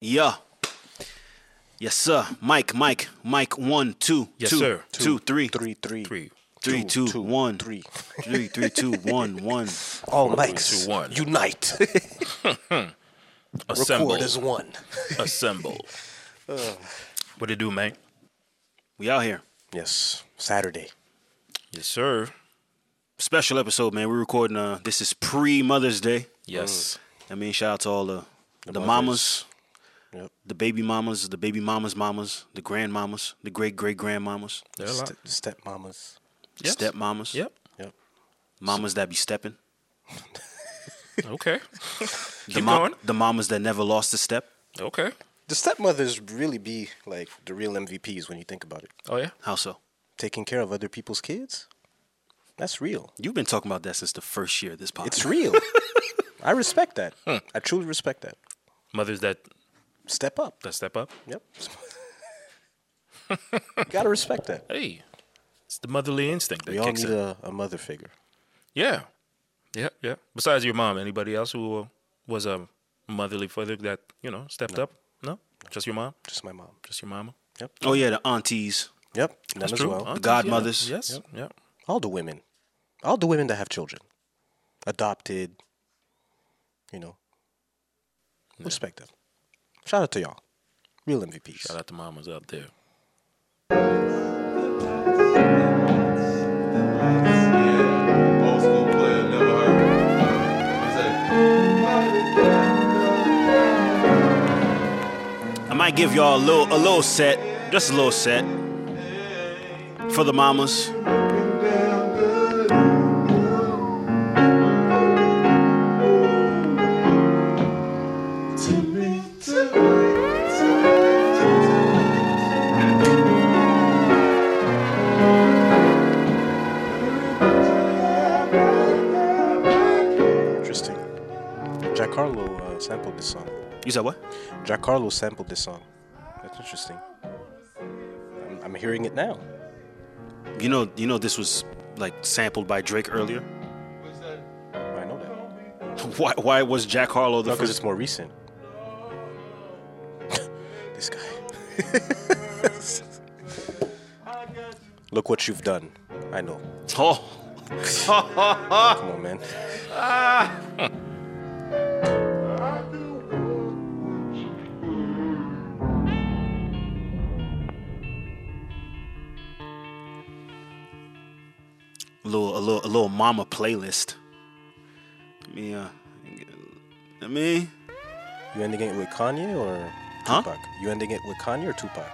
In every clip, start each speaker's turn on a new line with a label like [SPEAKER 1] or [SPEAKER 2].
[SPEAKER 1] Yeah. Yes, sir. Mike, Mike, Mike, one, two,
[SPEAKER 2] Yes,
[SPEAKER 1] two,
[SPEAKER 2] sir.
[SPEAKER 1] two, three,
[SPEAKER 3] Three, three,
[SPEAKER 2] Three.
[SPEAKER 1] three, two,
[SPEAKER 3] two,
[SPEAKER 1] one,
[SPEAKER 3] three.
[SPEAKER 1] three, three, two, one, one.
[SPEAKER 3] All mics
[SPEAKER 2] two, one.
[SPEAKER 3] unite.
[SPEAKER 2] Assemble.
[SPEAKER 3] Record as one.
[SPEAKER 2] Assemble. Uh. What it do, man?
[SPEAKER 1] We out here.
[SPEAKER 3] Yes, Saturday.
[SPEAKER 2] Yes, sir.
[SPEAKER 1] Special episode, man. We're recording uh this is pre Mother's Day.
[SPEAKER 2] Yes.
[SPEAKER 1] I mean shout out to all the the,
[SPEAKER 3] mothers.
[SPEAKER 1] mamas.
[SPEAKER 3] Yep.
[SPEAKER 1] The baby mamas, the baby mamas, mamas, the grandmamas, the great great grandmamas,
[SPEAKER 2] There are a lot.
[SPEAKER 3] Ste- stepmamas.
[SPEAKER 2] Yes.
[SPEAKER 1] step mamas,
[SPEAKER 2] Yep.
[SPEAKER 3] Yep.
[SPEAKER 1] mamas that be stepping,
[SPEAKER 2] Okay.
[SPEAKER 1] the,
[SPEAKER 2] Keep going.
[SPEAKER 1] the mamas that never lost a step.
[SPEAKER 2] Okay.
[SPEAKER 3] The stepmothers really be like the real MVPs when you think about it.
[SPEAKER 2] Oh yeah.
[SPEAKER 1] How so?
[SPEAKER 3] Taking care of other people's kids. That's real.
[SPEAKER 1] You've been talking about that since the first year of this podcast.
[SPEAKER 3] It's real. I respect that. I truly respect that.
[SPEAKER 2] Mothers that
[SPEAKER 3] Step up.
[SPEAKER 2] that step up.
[SPEAKER 3] Yep. Gotta respect that.
[SPEAKER 2] Hey, it's the motherly instinct that
[SPEAKER 3] We all
[SPEAKER 2] kicks
[SPEAKER 3] need
[SPEAKER 2] in.
[SPEAKER 3] a, a mother figure.
[SPEAKER 2] yeah. Yeah. Yeah. Besides your mom, anybody else who uh, was a motherly figure that you know stepped up? No. Just your mom.
[SPEAKER 3] Just my mom.
[SPEAKER 2] Just your mama.
[SPEAKER 1] oh yeah, the aunties.
[SPEAKER 3] Yep. Them as
[SPEAKER 2] True.
[SPEAKER 3] well.
[SPEAKER 2] Aunties,
[SPEAKER 1] godmothers.
[SPEAKER 2] Yeah. Yes. Yeah.
[SPEAKER 3] all the women, all the women that have children, adopted, you know, respect them. Shout out to y'all, real MVPs.
[SPEAKER 2] Shout out to mamas out there.
[SPEAKER 4] Yeah, old school player never heard. Say,
[SPEAKER 1] I might give y'all a little a little set, just a little set for the mamas.
[SPEAKER 3] Interesting. Giancarlo uh, sampled this song.
[SPEAKER 1] You said what?
[SPEAKER 3] Giancarlo sampled this song. That's interesting. I'm, I'm hearing it now.
[SPEAKER 1] You know, you know this was like sampled by Drake earlier.
[SPEAKER 3] I know that
[SPEAKER 1] Why, why was Jack Harlow the
[SPEAKER 3] because
[SPEAKER 1] first?
[SPEAKER 3] it's more recent. this guy. Look what you've done. I know.
[SPEAKER 1] Oh,
[SPEAKER 2] Ah!
[SPEAKER 3] Come on, man.
[SPEAKER 1] a little, a little, a little mama playlist. I mean, uh, I mean,
[SPEAKER 3] You ending it with Kanye or
[SPEAKER 1] Huh?
[SPEAKER 3] Tupac? You ending it with Kanye or Tupac?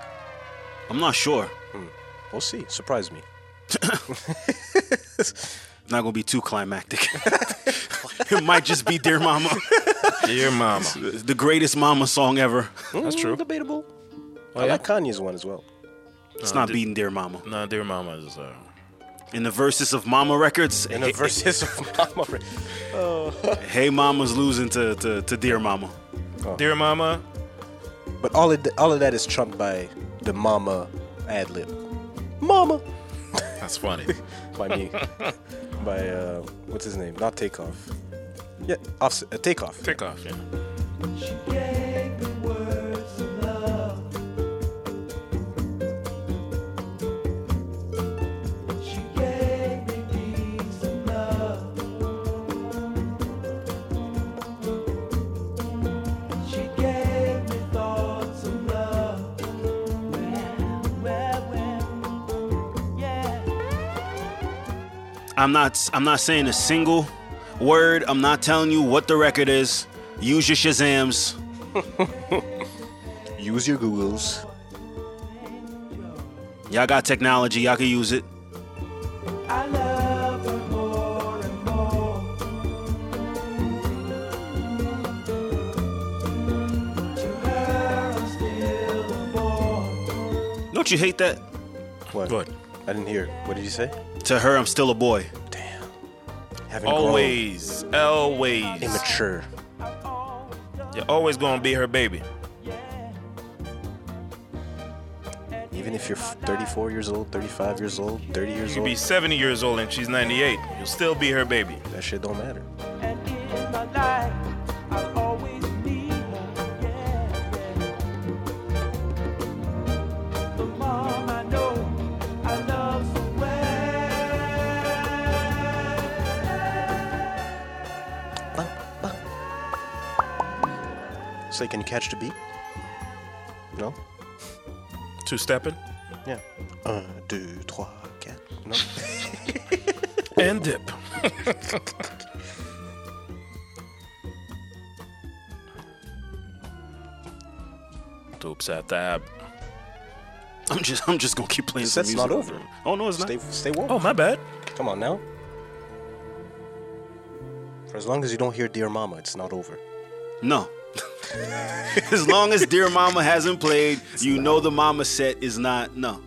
[SPEAKER 1] I'm not sure.
[SPEAKER 3] We'll see. Surprise me.
[SPEAKER 1] Not gonna be too climactic. it might just be Dear Mama,
[SPEAKER 2] Dear mama.
[SPEAKER 1] the greatest mama song ever.
[SPEAKER 2] That's true.
[SPEAKER 3] Debatable.
[SPEAKER 2] Oh,
[SPEAKER 3] I
[SPEAKER 2] yeah?
[SPEAKER 3] like Kanye's one as well. Uh,
[SPEAKER 1] It's not beating Dear Mama.
[SPEAKER 2] No, dear mama is. Uh,
[SPEAKER 1] In the verses of Mama Records,
[SPEAKER 3] And the verses of Mama. Ra-
[SPEAKER 1] Hey Mama's losing to, to, to Dear Mama.
[SPEAKER 2] dear mama.
[SPEAKER 3] But all of, the, all of that is trumped by the Mama ad lib. Mama!
[SPEAKER 2] That's funny.
[SPEAKER 3] By me. by, uh, what's his name? Not Takeoff. Yeah, off, uh, Takeoff.
[SPEAKER 2] Take off. Yeah.
[SPEAKER 1] I'm not I'm not saying a single word. I'm not telling you what the record is. Use your Shazams.
[SPEAKER 3] Use your Googles.
[SPEAKER 1] Y'all got technology. Y'all can use it. Don't you hate that?
[SPEAKER 3] What?
[SPEAKER 2] Good.
[SPEAKER 3] I didn't hear. it. What did you say?
[SPEAKER 1] To her, I'm still a boy.
[SPEAKER 3] Damn. Having
[SPEAKER 2] Always, always.
[SPEAKER 3] grown immature.
[SPEAKER 2] You're
[SPEAKER 3] oh.
[SPEAKER 2] always gonna be her baby.
[SPEAKER 3] Even if you're f- 34 years old, 35 years old, 30
[SPEAKER 2] You
[SPEAKER 3] years
[SPEAKER 2] could
[SPEAKER 3] old,
[SPEAKER 2] be 70 years old and she's 98. You'll still be her baby.
[SPEAKER 3] that shit don't matter.
[SPEAKER 5] And in my life, I'll always need her. Yeah, yeah.
[SPEAKER 3] Say, can you catch the beat? No?
[SPEAKER 2] Two stepping.
[SPEAKER 3] Yeah. Un, deux, trois, quatre. No?
[SPEAKER 2] And dip. Oops, at that.
[SPEAKER 1] I'm just I'm just gonna keep playing
[SPEAKER 3] The
[SPEAKER 1] some
[SPEAKER 3] set's
[SPEAKER 1] music.
[SPEAKER 3] not over.
[SPEAKER 1] Oh no, it's
[SPEAKER 3] Stay,
[SPEAKER 1] not.
[SPEAKER 3] stay warm.
[SPEAKER 2] Oh, my bad.
[SPEAKER 3] Come on now. For as long as you don't hear Dear Mama, it's not over.
[SPEAKER 1] No. as long as Dear Mama hasn't played, you know the Mama set is not no.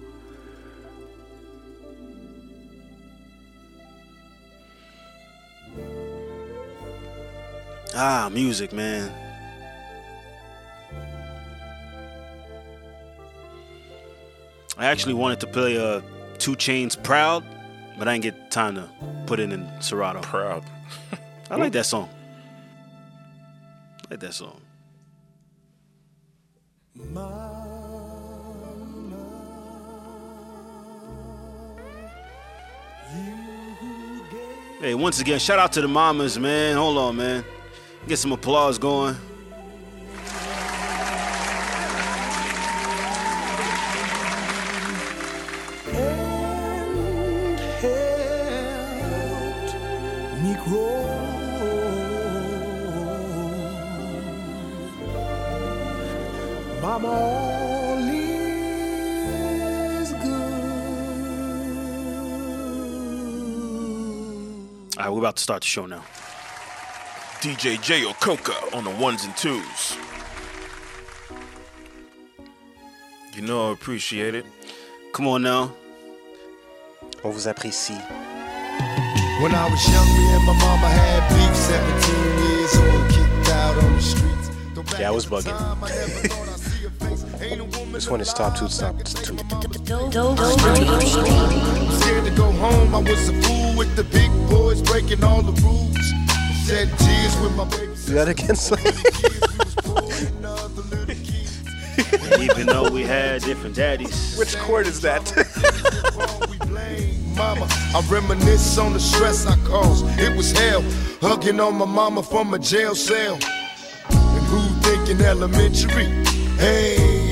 [SPEAKER 1] Ah, music, man. I actually wanted to play uh, Two Chains Proud, but I didn't get time to put it in Serato.
[SPEAKER 2] Proud.
[SPEAKER 1] I like that song. I like that song. Hey, once again, shout out to the mamas, man. Hold on, man. Get some applause going. All right, we're about to start the show now.
[SPEAKER 2] DJ J Okoka on the ones and twos. You know I appreciate it.
[SPEAKER 1] Come on now.
[SPEAKER 3] On vous apprécie.
[SPEAKER 5] When I was young, me and my mama had beef. 17 years old, kicked out on the streets. Though back
[SPEAKER 3] Yeah, I was
[SPEAKER 5] at the
[SPEAKER 3] bugging.
[SPEAKER 5] time, I never thought I'd see a face. Ain't a woman
[SPEAKER 3] This one is top two, top two.
[SPEAKER 5] scared to go home. I was a fool with the big boys breaking all the rules. Shed tears with my baby.
[SPEAKER 3] Do that again, Slay.
[SPEAKER 1] Even though we had different daddies.
[SPEAKER 3] Which chord is that?
[SPEAKER 5] Wrong, we blame Mama, I reminisce on the stress I caused. It was hell, hugging on my mama from a jail cell. And who thinking elementary? Hey,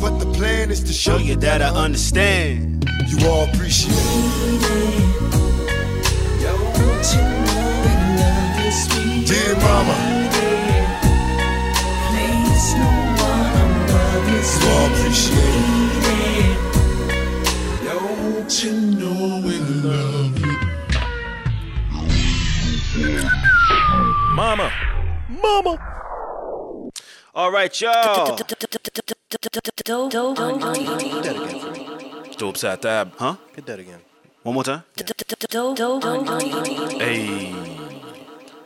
[SPEAKER 5] But the plan is to show
[SPEAKER 1] Show
[SPEAKER 5] you
[SPEAKER 1] your dad I understand.
[SPEAKER 5] you all appreciate it. Dear mama, you all appreciate it.
[SPEAKER 2] Mama.
[SPEAKER 1] All right, y'all.
[SPEAKER 2] Dope sat that.
[SPEAKER 1] Huh?
[SPEAKER 3] Hit that again.
[SPEAKER 1] One more time.
[SPEAKER 2] Hey.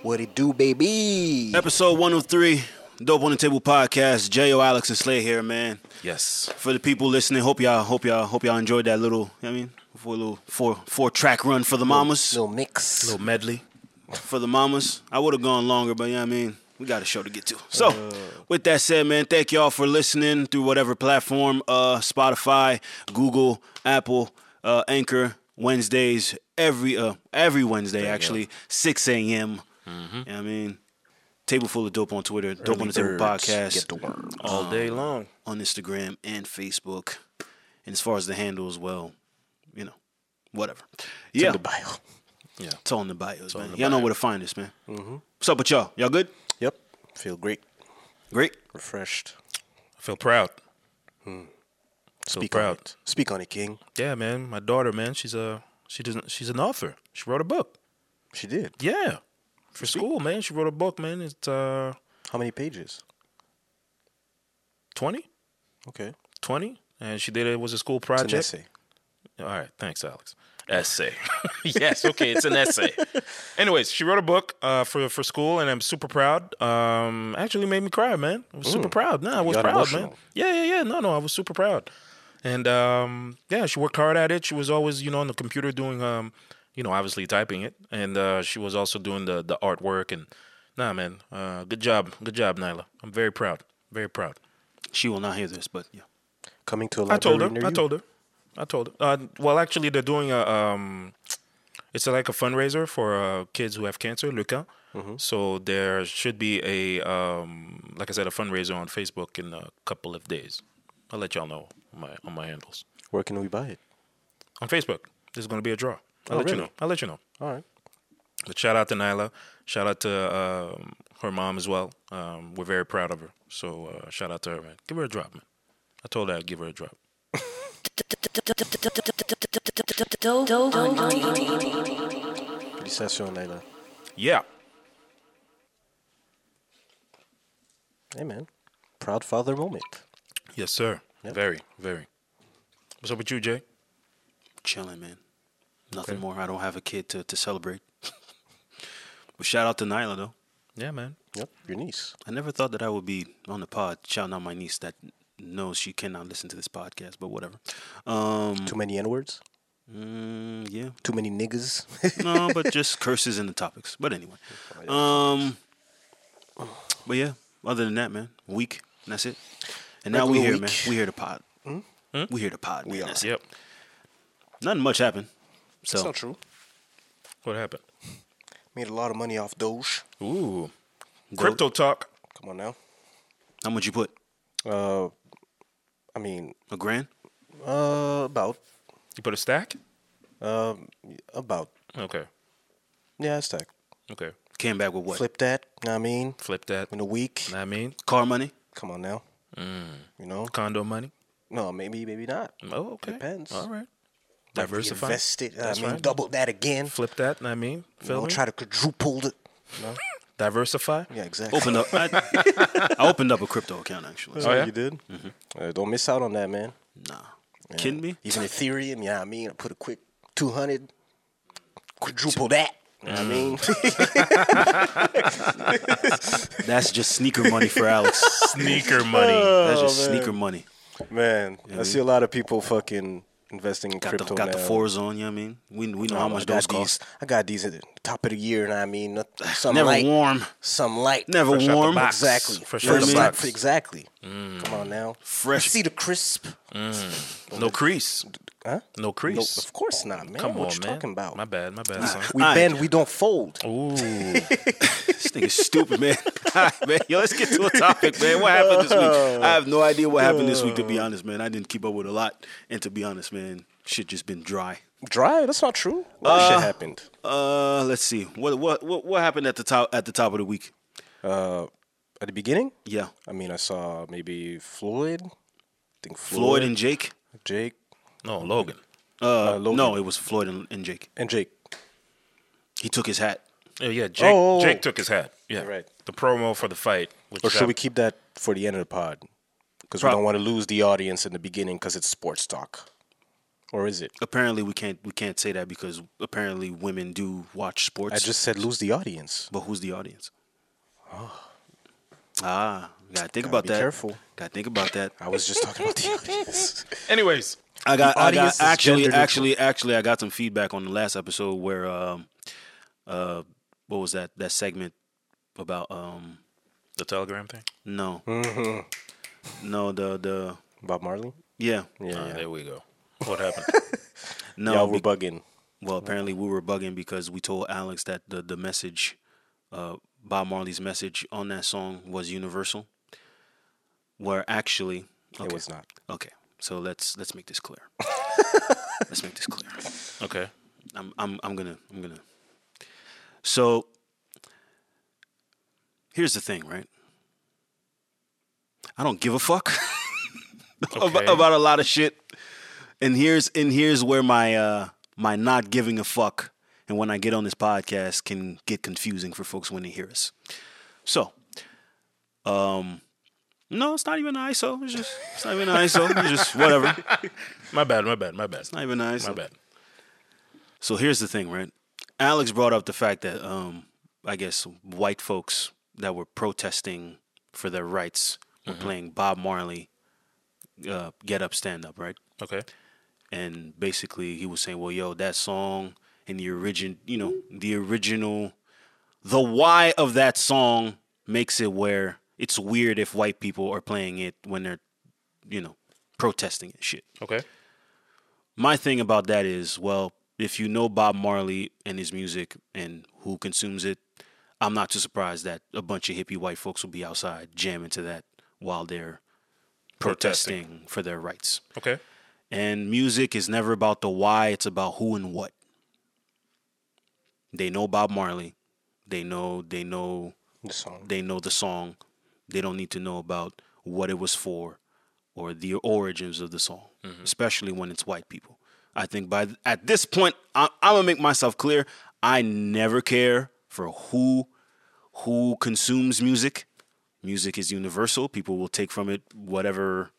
[SPEAKER 3] What it do, baby?
[SPEAKER 1] Episode 103, Dope on the Table podcast. J.O. Alex and Slay here, man.
[SPEAKER 2] Yes.
[SPEAKER 1] For the people listening, hope y'all, hope y'all, hope y'all enjoyed that little. you know what I mean, for a little four four track run for the mamas,
[SPEAKER 3] Little mix.
[SPEAKER 2] Little medley.
[SPEAKER 1] for the mamas. I would have gone longer, but yeah, you know what I mean, we got a show to get to. So, with that said, man, thank y'all for listening through whatever platform, uh, Spotify, Google, Apple, uh, Anchor. Wednesdays every uh every Wednesday actually six a.m.
[SPEAKER 3] Mm-hmm.
[SPEAKER 1] You know what I mean. Table full of dope on Twitter, dope on the table
[SPEAKER 3] Birds
[SPEAKER 1] podcast Um,
[SPEAKER 3] Get the worm.
[SPEAKER 2] All day long.
[SPEAKER 1] on Instagram and Facebook. And as far as the handle as well, you know, whatever. Yeah,
[SPEAKER 3] In the bio.
[SPEAKER 1] it's all in the bios, man.
[SPEAKER 2] in the
[SPEAKER 1] y'all know where to find us, man. What's up with y'all? Y'all good?
[SPEAKER 3] Yep. Feel great.
[SPEAKER 1] Great.
[SPEAKER 3] Refreshed.
[SPEAKER 2] I feel proud.
[SPEAKER 3] Hmm.
[SPEAKER 2] So
[SPEAKER 3] Speak On
[SPEAKER 2] proud.
[SPEAKER 3] it. Speak on it, King.
[SPEAKER 2] Yeah, man. My daughter, man, she's a she doesn't she's an author. She wrote a book.
[SPEAKER 3] She did.
[SPEAKER 2] Yeah. For school, man. She wrote a book, man. It's uh
[SPEAKER 3] How many pages?
[SPEAKER 2] 20?
[SPEAKER 3] Okay.
[SPEAKER 2] 20? And she did it, it was a school
[SPEAKER 3] It's
[SPEAKER 2] project.
[SPEAKER 3] an essay.
[SPEAKER 2] All right, thanks, Alex. Essay. yes, okay, it's an essay. Anyways, she wrote a book uh, for for school, and I'm super proud. Um, actually, made me cry, man. I was super proud. Nah, I was
[SPEAKER 3] got
[SPEAKER 2] proud, man.
[SPEAKER 3] emotional.
[SPEAKER 2] Yeah, yeah, yeah. No, no, I was super proud. And um, yeah, she worked hard at it. She was always, you know, on the computer doing, um, you know, obviously typing it, and uh, she was also doing the the artwork. And nah, man, uh, good job, good job, Nyla. I'm very proud, very proud.
[SPEAKER 1] She will not hear this, but yeah.
[SPEAKER 3] Coming to a
[SPEAKER 2] I
[SPEAKER 3] library
[SPEAKER 2] told her.
[SPEAKER 3] near
[SPEAKER 2] I
[SPEAKER 3] you.
[SPEAKER 2] told her. I told her. Uh, well, actually, they're doing a. Um, it's like a fundraiser for uh, kids who have cancer, Luca.
[SPEAKER 3] Mm-hmm.
[SPEAKER 2] So there should be a, um, like I said, a fundraiser on Facebook in a couple of days. I'll let y'all know on my on my handles
[SPEAKER 3] Where can we buy it?
[SPEAKER 2] on Facebook. There's gonna be a draw. I'll
[SPEAKER 3] Oh,
[SPEAKER 2] let you
[SPEAKER 3] really?
[SPEAKER 2] know. I'll let you know.
[SPEAKER 3] All right.
[SPEAKER 2] But shout out to Nyla. Shout out to um, her mom as well. Um, we're very proud of her. So uh, shout out to her, man. Give her a drop, man. I told her I'd give her a drop.
[SPEAKER 3] Pretty session, Layla.
[SPEAKER 2] Yeah.
[SPEAKER 3] Hey, man. Proud father moment.
[SPEAKER 2] Yes, sir. Very, very. What's up with you, Jay?
[SPEAKER 1] Chilling, man. Nothing more. I don't have a kid to, to celebrate. but shout out to Nyla, though.
[SPEAKER 2] Yeah, man.
[SPEAKER 3] Yep. Your niece.
[SPEAKER 1] I never thought that I would be on the pod shouting out my niece that knows she cannot listen to this podcast, but whatever. Um,
[SPEAKER 3] Too many N words.
[SPEAKER 1] mm, yeah.
[SPEAKER 3] Too many niggas.
[SPEAKER 1] No, but just curses in the topics. But anyway. Um, but yeah, other than that, man, week. and That's it. And now we
[SPEAKER 3] Regular
[SPEAKER 1] here,
[SPEAKER 3] week.
[SPEAKER 1] man. We here to pod. We here to pod. Hmm? We are. That's it.
[SPEAKER 2] Yep.
[SPEAKER 1] Nothing much happened. So
[SPEAKER 3] That's not true.
[SPEAKER 2] What happened?
[SPEAKER 3] Made a lot of money off Doge.
[SPEAKER 2] Ooh. Crypto talk.
[SPEAKER 3] Come on now.
[SPEAKER 1] how much you put?
[SPEAKER 3] Uh, I mean,
[SPEAKER 1] A grand?
[SPEAKER 3] uh, about, uh,
[SPEAKER 2] You put a stack?
[SPEAKER 3] about.
[SPEAKER 2] Okay.
[SPEAKER 3] Yeah, it's that.
[SPEAKER 2] Okay.
[SPEAKER 1] Came back with what?
[SPEAKER 3] Flip that. Know what I mean,
[SPEAKER 2] Flip that.
[SPEAKER 3] in a week.
[SPEAKER 2] Know what I mean,
[SPEAKER 1] Car money?
[SPEAKER 3] Come on now. You know?
[SPEAKER 2] condo money.
[SPEAKER 3] No, maybe, maybe not.
[SPEAKER 2] Oh, okay.
[SPEAKER 3] Depends.
[SPEAKER 2] All right.
[SPEAKER 3] Like,
[SPEAKER 2] Diversify.
[SPEAKER 3] Invest it. know what
[SPEAKER 2] That's
[SPEAKER 3] I mean,
[SPEAKER 2] right.
[SPEAKER 3] double that again.
[SPEAKER 2] Flip that. Know what I mean,
[SPEAKER 3] You
[SPEAKER 2] Feel
[SPEAKER 3] know,
[SPEAKER 2] me?
[SPEAKER 3] try to quadruple it.
[SPEAKER 2] diversify.
[SPEAKER 3] Yeah, exactly.
[SPEAKER 1] Opened up. I, I opened up a crypto account actually.
[SPEAKER 2] Oh, yeah?
[SPEAKER 3] You did? Uh, don't miss out on that, man.
[SPEAKER 1] Nah, kidding me?
[SPEAKER 3] Even Ethereum, yeah, I mean, I put a quick 200, quadruple that. You know what I mean,
[SPEAKER 1] Mm. That's just sneaker money for Alex.
[SPEAKER 2] Sneaker money.
[SPEAKER 1] That's just
[SPEAKER 3] Oh,
[SPEAKER 1] sneaker money.
[SPEAKER 3] man, I see a lot of people fucking investing in
[SPEAKER 1] Got
[SPEAKER 3] crypto
[SPEAKER 1] the got the
[SPEAKER 3] now.
[SPEAKER 1] fours on. You know what I mean? We we know
[SPEAKER 3] I
[SPEAKER 1] how much
[SPEAKER 3] got
[SPEAKER 1] those
[SPEAKER 3] these-
[SPEAKER 1] cost.
[SPEAKER 3] I got these at the top of the year, and I mean, noth- some
[SPEAKER 1] Never
[SPEAKER 3] light,
[SPEAKER 1] warm.
[SPEAKER 3] some light,
[SPEAKER 1] Never
[SPEAKER 2] Fresh out the
[SPEAKER 1] warm.
[SPEAKER 2] box.
[SPEAKER 3] exactly,
[SPEAKER 2] Fresh
[SPEAKER 1] out the box. Mm.
[SPEAKER 3] Exactly. exactly. Come on now,
[SPEAKER 1] Fresh.
[SPEAKER 3] You see the crisp?
[SPEAKER 2] No crease.
[SPEAKER 3] Huh?
[SPEAKER 2] No
[SPEAKER 3] No,
[SPEAKER 2] crease.
[SPEAKER 3] of course not, man.
[SPEAKER 2] Come
[SPEAKER 3] what
[SPEAKER 2] on,
[SPEAKER 3] you
[SPEAKER 2] man.
[SPEAKER 3] talking about?
[SPEAKER 2] My bad. My bad. Son.
[SPEAKER 3] We
[SPEAKER 1] Aight.
[SPEAKER 3] bend, we don't fold.
[SPEAKER 1] Oh.
[SPEAKER 2] Ooh.
[SPEAKER 1] This thing is stupid, man. All right, man. Yo, let's get to a topic, man. What happened this
[SPEAKER 3] Oh.
[SPEAKER 1] week? I have no idea what happened this week. To be honest, man, I didn't keep up with a lot. And to be honest, man, shit just been dry.
[SPEAKER 3] Dry? That's not true. What lot of shit happened?
[SPEAKER 1] Uh, let's see. What what what, what happened at the top at the top of the week?
[SPEAKER 3] At the beginning,
[SPEAKER 1] Yeah,
[SPEAKER 3] I mean, I saw maybe Floyd. I think Floyd,
[SPEAKER 1] Floyd and Jake.
[SPEAKER 3] Jake
[SPEAKER 2] No, Logan.
[SPEAKER 1] Uh,
[SPEAKER 3] Logan.
[SPEAKER 1] no, it was Floyd and, and Jake.
[SPEAKER 3] and Jake.
[SPEAKER 1] He took his hat.
[SPEAKER 2] Oh yeah, Jake.
[SPEAKER 3] Oh.
[SPEAKER 2] Jake took his hat. Yeah,
[SPEAKER 3] Right.
[SPEAKER 2] The promo for the fight. Which
[SPEAKER 3] Or
[SPEAKER 2] is
[SPEAKER 3] should we
[SPEAKER 2] out-
[SPEAKER 3] keep that for the end of the pod? Because we
[SPEAKER 1] Prob-
[SPEAKER 3] don't want to lose the audience in the beginning because it's sports talk. Or is it?
[SPEAKER 1] Apparently, we can't we can't say that because apparently women do watch sports.
[SPEAKER 3] I just said lose the audience.
[SPEAKER 1] but who's the audience? Ah, gotta think about
[SPEAKER 3] be
[SPEAKER 1] that.
[SPEAKER 3] careful.
[SPEAKER 1] Gotta think about that.
[SPEAKER 3] I was just talking about the audience.
[SPEAKER 2] Anyways,
[SPEAKER 1] I got, I
[SPEAKER 3] audience
[SPEAKER 1] got
[SPEAKER 3] is
[SPEAKER 1] actually,
[SPEAKER 3] gender neutral.
[SPEAKER 1] actually, actually, I got some feedback on the last episode where, um, uh, what was that that segment about? Um,
[SPEAKER 2] the Telegram thing.
[SPEAKER 1] no,
[SPEAKER 3] Mm-hmm.
[SPEAKER 1] no, the the
[SPEAKER 3] Bob Marley?
[SPEAKER 1] yeah,
[SPEAKER 2] Ah,
[SPEAKER 3] Yeah, yeah.
[SPEAKER 2] There we go. What happened?
[SPEAKER 1] no,
[SPEAKER 3] Y'all
[SPEAKER 1] be-
[SPEAKER 3] were bugging.
[SPEAKER 1] Well, apparently we were bugging because we told Alex that the the message, uh, Bob Marley's message on that song was universal. Where actually, okay,
[SPEAKER 3] It was not.
[SPEAKER 1] okay. So let's let's make this clear. let's make this clear.
[SPEAKER 2] okay.
[SPEAKER 1] I'm I'm I'm gonna I'm gonna. So here's the thing, right? I don't give a fuck ab-
[SPEAKER 2] Okay.
[SPEAKER 1] about a lot of shit. And here's and here's where my uh my not giving a fuck and when I get on this podcast can get confusing for folks when they hear us. So um no, it's not even an ISO. It's just it's not even an ISO. It's just whatever. It's
[SPEAKER 2] My bad. My bad. My bad.
[SPEAKER 1] not even an ISO.
[SPEAKER 2] My bad.
[SPEAKER 1] So here's the thing, right? Alex brought up the fact that um, I guess white folks that were protesting
[SPEAKER 2] Mm-hmm.
[SPEAKER 1] for their rights were playing Bob Marley, uh, "Get Up, Stand Up," right?
[SPEAKER 2] Okay.
[SPEAKER 1] and basically he was saying, "Well, yo, that song and the origin, you know, the original, the why of that song makes it where it's weird if white people are playing it when they're, you know, protesting and shit."
[SPEAKER 2] Okay.
[SPEAKER 1] My thing about that is, well, if you know Bob Marley and his music and who consumes it, I'm not too surprised that a bunch of hippie white folks will be outside jamming to that while they're
[SPEAKER 2] Protesting.
[SPEAKER 1] protesting for their rights.
[SPEAKER 2] Okay.
[SPEAKER 1] And music is never about the why, it's about who and what. They know Bob Marley. They know they know
[SPEAKER 3] The song.
[SPEAKER 1] they know the song. They don't need to know about what it was for or the origins of the song,
[SPEAKER 3] Mm-hmm.
[SPEAKER 1] especially when it's white people. I think by th- at this point, I, I'm gonna make myself clear. I never care for who who consumes music. Music is universal. People will take from it whatever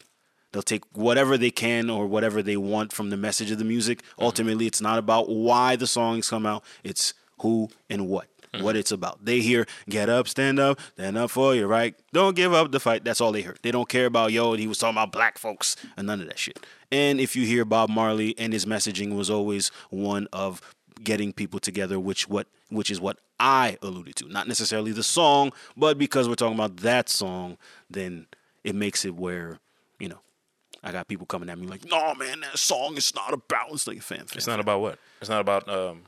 [SPEAKER 1] they'll take whatever they can or whatever they want from the message of the music. Ultimately, it's not about why the songs come out. It's who and what. What it's about. They hear get up, stand up, stand up for your right. Don't give up the fight. That's all they heard. They don't care about yo, he was talking about black folks and none of that shit. And if you hear Bob Marley and his messaging was always one of getting people together, which what which is what I alluded to. Not necessarily the song, but because we're talking about that song, then it makes it where, you know, I got people coming at me like, "No, man, that song is not about." It's like, "Fam, fam,
[SPEAKER 2] It's not about what. It's not about um.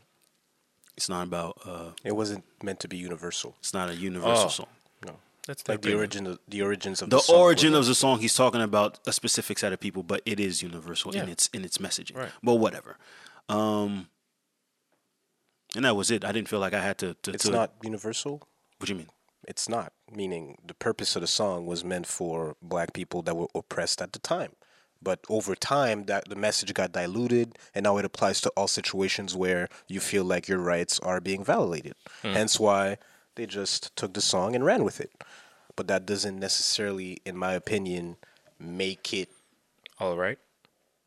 [SPEAKER 1] it's not about. Uh,
[SPEAKER 3] It wasn't meant to be universal.
[SPEAKER 1] it's not a universal
[SPEAKER 2] Oh.
[SPEAKER 1] song.
[SPEAKER 3] No.
[SPEAKER 2] That's
[SPEAKER 3] Like the origin, of, the origins of
[SPEAKER 1] The,
[SPEAKER 3] the, song
[SPEAKER 1] origin
[SPEAKER 3] were-
[SPEAKER 1] of the song he's talking about a specific set of people, but it is universal in
[SPEAKER 2] Yeah.
[SPEAKER 1] its in its messaging.
[SPEAKER 2] Right.
[SPEAKER 1] But whatever. Um, and that was it. I didn't feel like I had to. to
[SPEAKER 3] It's
[SPEAKER 1] to,
[SPEAKER 3] not universal.
[SPEAKER 1] What do you mean?
[SPEAKER 3] It's not. Meaning the purpose of the song was meant for black people that were oppressed at the time. But over time that the message got diluted and now it applies to all situations where you feel like your rights are being violated.
[SPEAKER 1] Hmm.
[SPEAKER 3] Hence why they just took the song and ran with it. But that doesn't necessarily, in my opinion, make it
[SPEAKER 2] All right.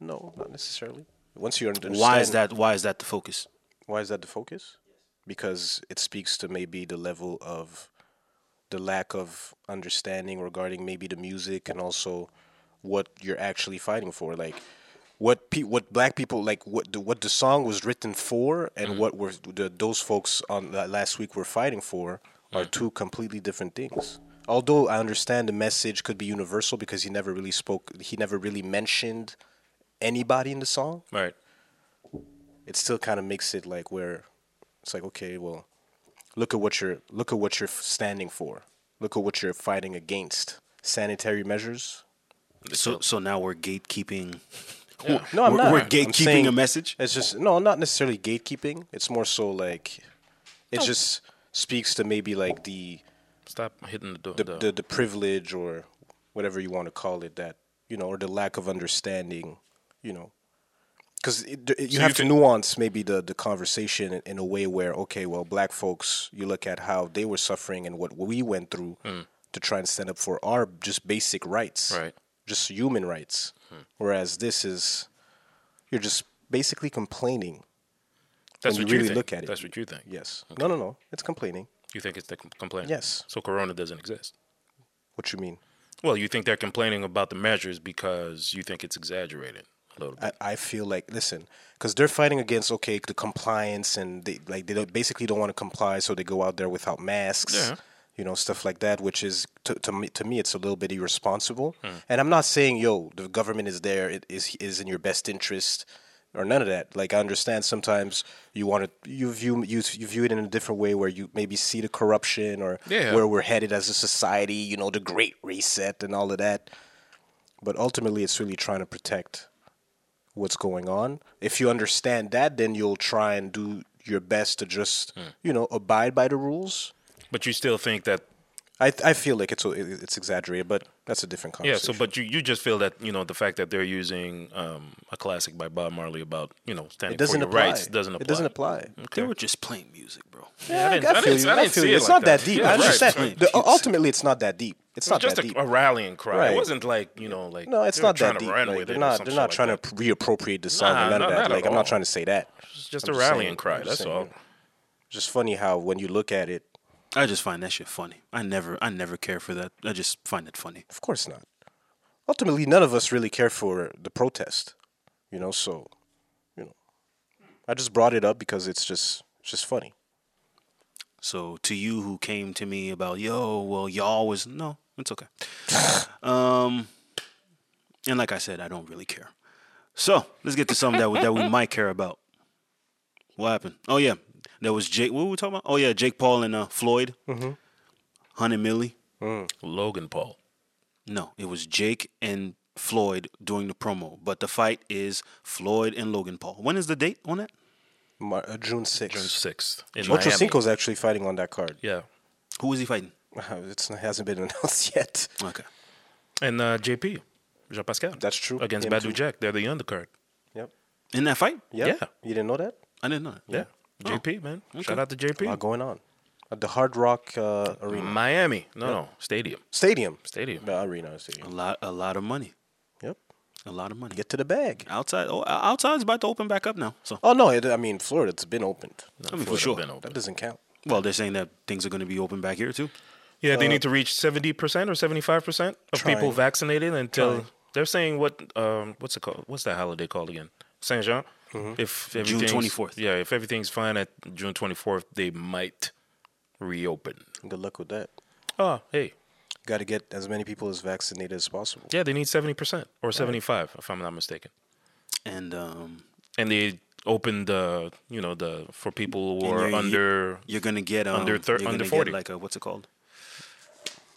[SPEAKER 3] no, not necessarily. Once you understand
[SPEAKER 1] Why is that? Why is that the focus?
[SPEAKER 3] Why is that the focus? Because it speaks to maybe the level of the lack of understanding regarding maybe the music and also what you're actually fighting for, like what pe- what black people like what the, what the song was written for and what were the, those folks on that last week were fighting for are two completely different things. Although I understand the message could be universal because he never really spoke, he never really mentioned anybody in the song
[SPEAKER 2] Right.
[SPEAKER 3] it still kind of makes it like where it's like okay well look at what you're look at what you're standing for look at what you're fighting against sanitary measures
[SPEAKER 1] So so now we're gatekeeping.
[SPEAKER 3] no i'm
[SPEAKER 1] We're-
[SPEAKER 3] not
[SPEAKER 1] we're
[SPEAKER 3] I'm
[SPEAKER 1] gatekeeping
[SPEAKER 3] saying
[SPEAKER 1] a message?
[SPEAKER 3] it's just no not necessarily gatekeeping it's more so like it just speaks to maybe like the
[SPEAKER 2] Stop hitting the door.
[SPEAKER 3] the, the, the privilege or whatever you want to call it that you know or the lack of understanding you know because you
[SPEAKER 2] So
[SPEAKER 3] have
[SPEAKER 2] you
[SPEAKER 3] to
[SPEAKER 2] can-
[SPEAKER 3] nuance maybe the, the conversation in, in a way where okay well black folks you look at how they were suffering and what we went through to try and stand up for our just basic rights
[SPEAKER 2] Hmm. Right. Hmm.
[SPEAKER 3] just human rights whereas this is you're just basically complaining
[SPEAKER 2] That's
[SPEAKER 3] when
[SPEAKER 2] what
[SPEAKER 3] you
[SPEAKER 2] you
[SPEAKER 3] really
[SPEAKER 2] think.
[SPEAKER 3] look at it.
[SPEAKER 2] That's what you think.
[SPEAKER 3] yes no no no it's complaining
[SPEAKER 2] You think it's the com- complaint.
[SPEAKER 3] Yes.
[SPEAKER 2] So Corona doesn't exist.
[SPEAKER 3] what you mean
[SPEAKER 2] Well, you think they're complaining about the measures because you think it's exaggerated a little bit.
[SPEAKER 3] I, I feel like listen because they're fighting against okay the compliance and they like they don't, basically don't want to comply so they go out there without masks
[SPEAKER 2] Yeah.
[SPEAKER 3] you know stuff like that which is to, to, me, to me it's a little bit irresponsible and i'm not saying yo the government is there it is is in your best interest or none of that like i understand sometimes you want to you view you, you view it in a different way where you maybe see the corruption or
[SPEAKER 2] Yeah.
[SPEAKER 3] where we're headed as a society you know the great reset and all of that but ultimately it's really trying to protect what's going on. If you understand that, then you'll try and do your best to just,
[SPEAKER 2] Hmm.
[SPEAKER 3] you know, abide by the rules.
[SPEAKER 2] but you still think that
[SPEAKER 3] I I feel like it's it's exaggerated, but that's a different
[SPEAKER 2] yeah.
[SPEAKER 3] conversation.
[SPEAKER 2] So, but you, you just feel that you know the fact that they're using um, a classic by Bob Marley about you know standing
[SPEAKER 3] it doesn't
[SPEAKER 2] for your
[SPEAKER 3] apply.
[SPEAKER 2] rights doesn't apply.
[SPEAKER 3] It doesn't apply.
[SPEAKER 1] They were just playing music, bro.
[SPEAKER 3] Yeah,
[SPEAKER 2] didn't-
[SPEAKER 3] I,
[SPEAKER 2] I
[SPEAKER 3] feel
[SPEAKER 2] didn't-
[SPEAKER 3] you.
[SPEAKER 2] I
[SPEAKER 3] I
[SPEAKER 2] didn't
[SPEAKER 3] feel
[SPEAKER 2] see
[SPEAKER 3] you.
[SPEAKER 2] it
[SPEAKER 3] It's
[SPEAKER 2] like
[SPEAKER 3] not
[SPEAKER 2] that.
[SPEAKER 3] that, deep.
[SPEAKER 2] Yeah,
[SPEAKER 3] I
[SPEAKER 2] right,
[SPEAKER 3] understand.
[SPEAKER 1] right.
[SPEAKER 3] The- ultimately, it's not that deep. It's not
[SPEAKER 2] just
[SPEAKER 3] that
[SPEAKER 2] a,
[SPEAKER 3] deep.
[SPEAKER 2] a rallying cry. It
[SPEAKER 3] Right.
[SPEAKER 2] wasn't like you know like
[SPEAKER 3] no, it's
[SPEAKER 2] they were
[SPEAKER 3] not that
[SPEAKER 2] trying
[SPEAKER 3] deep.
[SPEAKER 2] To run
[SPEAKER 3] Like,
[SPEAKER 2] with
[SPEAKER 3] they're
[SPEAKER 2] it
[SPEAKER 3] not. They're not trying
[SPEAKER 2] like
[SPEAKER 3] to reappropriate the song
[SPEAKER 2] Nah,
[SPEAKER 3] or none
[SPEAKER 2] no,
[SPEAKER 3] of that.
[SPEAKER 2] not at
[SPEAKER 3] Like I'm
[SPEAKER 2] all.
[SPEAKER 3] not trying to say that.
[SPEAKER 2] It's just
[SPEAKER 3] I'm
[SPEAKER 2] a
[SPEAKER 3] just saying-
[SPEAKER 2] rallying cry.
[SPEAKER 3] I'm just
[SPEAKER 2] That's
[SPEAKER 3] saying,
[SPEAKER 2] all.
[SPEAKER 3] Just funny how when you look at it,
[SPEAKER 1] I just find that shit funny. I never I never care for that. I just find it funny.
[SPEAKER 3] Of course not. Ultimately, none of us really care for the protest. You know, so you know, I just brought it up because it's just it's just funny.
[SPEAKER 1] So to you who came to me about yo, well y'all was no, it's okay. um, and like I said, I don't really care. So let's get to something that we, that we might care about. What happened? Oh yeah, there was Jake. What were we talking about? Oh yeah, Jake Paul and uh, Floyd, hundred milli.
[SPEAKER 2] Logan Paul.
[SPEAKER 1] No, it was Jake and Floyd doing the promo. But the fight is Floyd and Logan Paul. When is the date on that?
[SPEAKER 3] Mar- uh, June
[SPEAKER 2] June
[SPEAKER 3] sixth.
[SPEAKER 2] sixth in
[SPEAKER 3] Ocho
[SPEAKER 2] Miami.
[SPEAKER 3] Cinco's actually fighting on that card.
[SPEAKER 2] Yeah,
[SPEAKER 1] Who is he fighting?
[SPEAKER 3] It's, it hasn't been announced yet.
[SPEAKER 1] Okay.
[SPEAKER 2] and uh, JP, Jean Pascal.
[SPEAKER 3] That's true.
[SPEAKER 2] Against
[SPEAKER 3] Him
[SPEAKER 2] Badu
[SPEAKER 3] too.
[SPEAKER 2] Jack, they're the undercard.
[SPEAKER 3] Yep.
[SPEAKER 1] In that fight?
[SPEAKER 3] Yep.
[SPEAKER 2] Yeah.
[SPEAKER 3] You didn't know that?
[SPEAKER 1] I didn't know. That.
[SPEAKER 2] Yeah, JP man.
[SPEAKER 3] Oh,
[SPEAKER 2] Shout out to
[SPEAKER 3] A lot
[SPEAKER 2] JP.
[SPEAKER 3] going on at the Hard Rock uh, Arena
[SPEAKER 2] Miami. No, no stadium.
[SPEAKER 3] Stadium.
[SPEAKER 2] Mm-hmm. Stadium.
[SPEAKER 3] The arena
[SPEAKER 1] A
[SPEAKER 3] stadium.
[SPEAKER 1] lot, a lot of money.
[SPEAKER 3] Yep.
[SPEAKER 1] A lot of money.
[SPEAKER 3] Get to the bag.
[SPEAKER 1] Outside, oh, outside's about to open back up now. So,
[SPEAKER 3] Oh no! It, I mean, Florida. It's been opened.
[SPEAKER 1] I mean, for
[SPEAKER 2] Florida
[SPEAKER 1] sure.
[SPEAKER 2] been open.
[SPEAKER 3] That doesn't count.
[SPEAKER 1] Well, they're saying that things are going to be open back here too.
[SPEAKER 2] Yeah, they need to reach seventy percent or seventy-five percent of people
[SPEAKER 3] Trying.
[SPEAKER 2] vaccinated until they're saying what um what's it called? What's that holiday called again? Saint Jean. If everything's-
[SPEAKER 1] 24th.
[SPEAKER 2] Yeah, if everything's fine at June twenty fourth, they might reopen.
[SPEAKER 3] Good luck with that.
[SPEAKER 2] Oh, hey,
[SPEAKER 3] Got to get as many people as vaccinated as possible.
[SPEAKER 2] yeah, they need seventy percent or seventy-five, if I'm not mistaken.
[SPEAKER 1] And um,
[SPEAKER 2] And they opened the you know the for people who
[SPEAKER 1] And
[SPEAKER 2] are
[SPEAKER 1] you're-
[SPEAKER 2] under
[SPEAKER 1] you're going to get um,
[SPEAKER 2] Under thir-
[SPEAKER 1] you're
[SPEAKER 2] under
[SPEAKER 1] gonna
[SPEAKER 2] 40.
[SPEAKER 1] Get like a what's it called?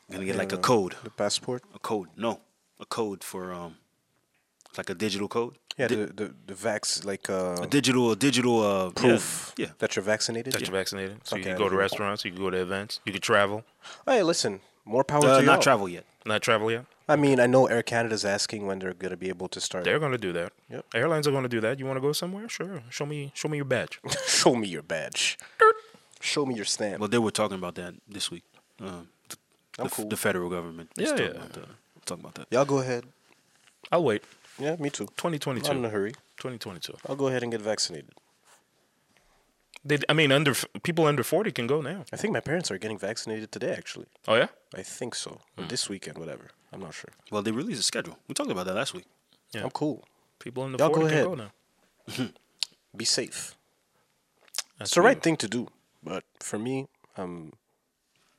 [SPEAKER 1] You're going to get like a code,
[SPEAKER 3] The passport.
[SPEAKER 1] a code. No, a code for um, it's like a digital code.
[SPEAKER 3] Yeah.
[SPEAKER 1] Di-
[SPEAKER 3] the the, the vax like uh,
[SPEAKER 1] a digital, a digital uh,
[SPEAKER 3] proof
[SPEAKER 1] Yeah. yeah.
[SPEAKER 3] that you're vaccinated.
[SPEAKER 2] that
[SPEAKER 3] Yeah.
[SPEAKER 2] you're vaccinated, so you
[SPEAKER 3] Okay,
[SPEAKER 2] can
[SPEAKER 3] I
[SPEAKER 2] go to
[SPEAKER 3] see.
[SPEAKER 2] restaurants, you can go to events, you can travel.
[SPEAKER 3] Hey, listen. More power
[SPEAKER 1] Uh,
[SPEAKER 3] to
[SPEAKER 1] not
[SPEAKER 3] y'all.
[SPEAKER 1] travel yet.
[SPEAKER 2] Not travel yet.
[SPEAKER 3] I mean, I know Air Canada's asking when they're gonna be able to start.
[SPEAKER 2] They're gonna do that.
[SPEAKER 3] Yep.
[SPEAKER 2] Airlines are gonna do that. You want to go somewhere? Sure. Show me. Show me your badge.
[SPEAKER 3] Show me your badge. Show me your stamp.
[SPEAKER 1] Well, they were talking about that this week. Uh, th- the,
[SPEAKER 3] I'm
[SPEAKER 1] f-
[SPEAKER 3] cool.
[SPEAKER 1] the federal government. is
[SPEAKER 2] Oh, Yeah,
[SPEAKER 1] talking
[SPEAKER 2] yeah.
[SPEAKER 1] About that. Talking about that.
[SPEAKER 3] Y'all go ahead.
[SPEAKER 2] I'll wait.
[SPEAKER 3] Yeah, me too. I'm
[SPEAKER 2] 2022.
[SPEAKER 3] not in a hurry.
[SPEAKER 2] 2022.
[SPEAKER 3] I'll go ahead and get vaccinated.
[SPEAKER 2] They, I mean, under people under 40 can go now.
[SPEAKER 3] I think my parents are getting vaccinated today, actually.
[SPEAKER 2] Oh yeah.
[SPEAKER 3] I think so. Or this weekend, whatever. I'm not sure.
[SPEAKER 1] Well, they released a schedule. We talked about that last week.
[SPEAKER 2] Yeah.
[SPEAKER 3] I'm cool.
[SPEAKER 2] People under
[SPEAKER 3] Y'all
[SPEAKER 2] 40
[SPEAKER 3] go
[SPEAKER 2] can
[SPEAKER 3] ahead.
[SPEAKER 2] go now.
[SPEAKER 3] Be safe.
[SPEAKER 2] That's
[SPEAKER 3] It's the right
[SPEAKER 2] you.
[SPEAKER 3] thing to do. But for me, I'm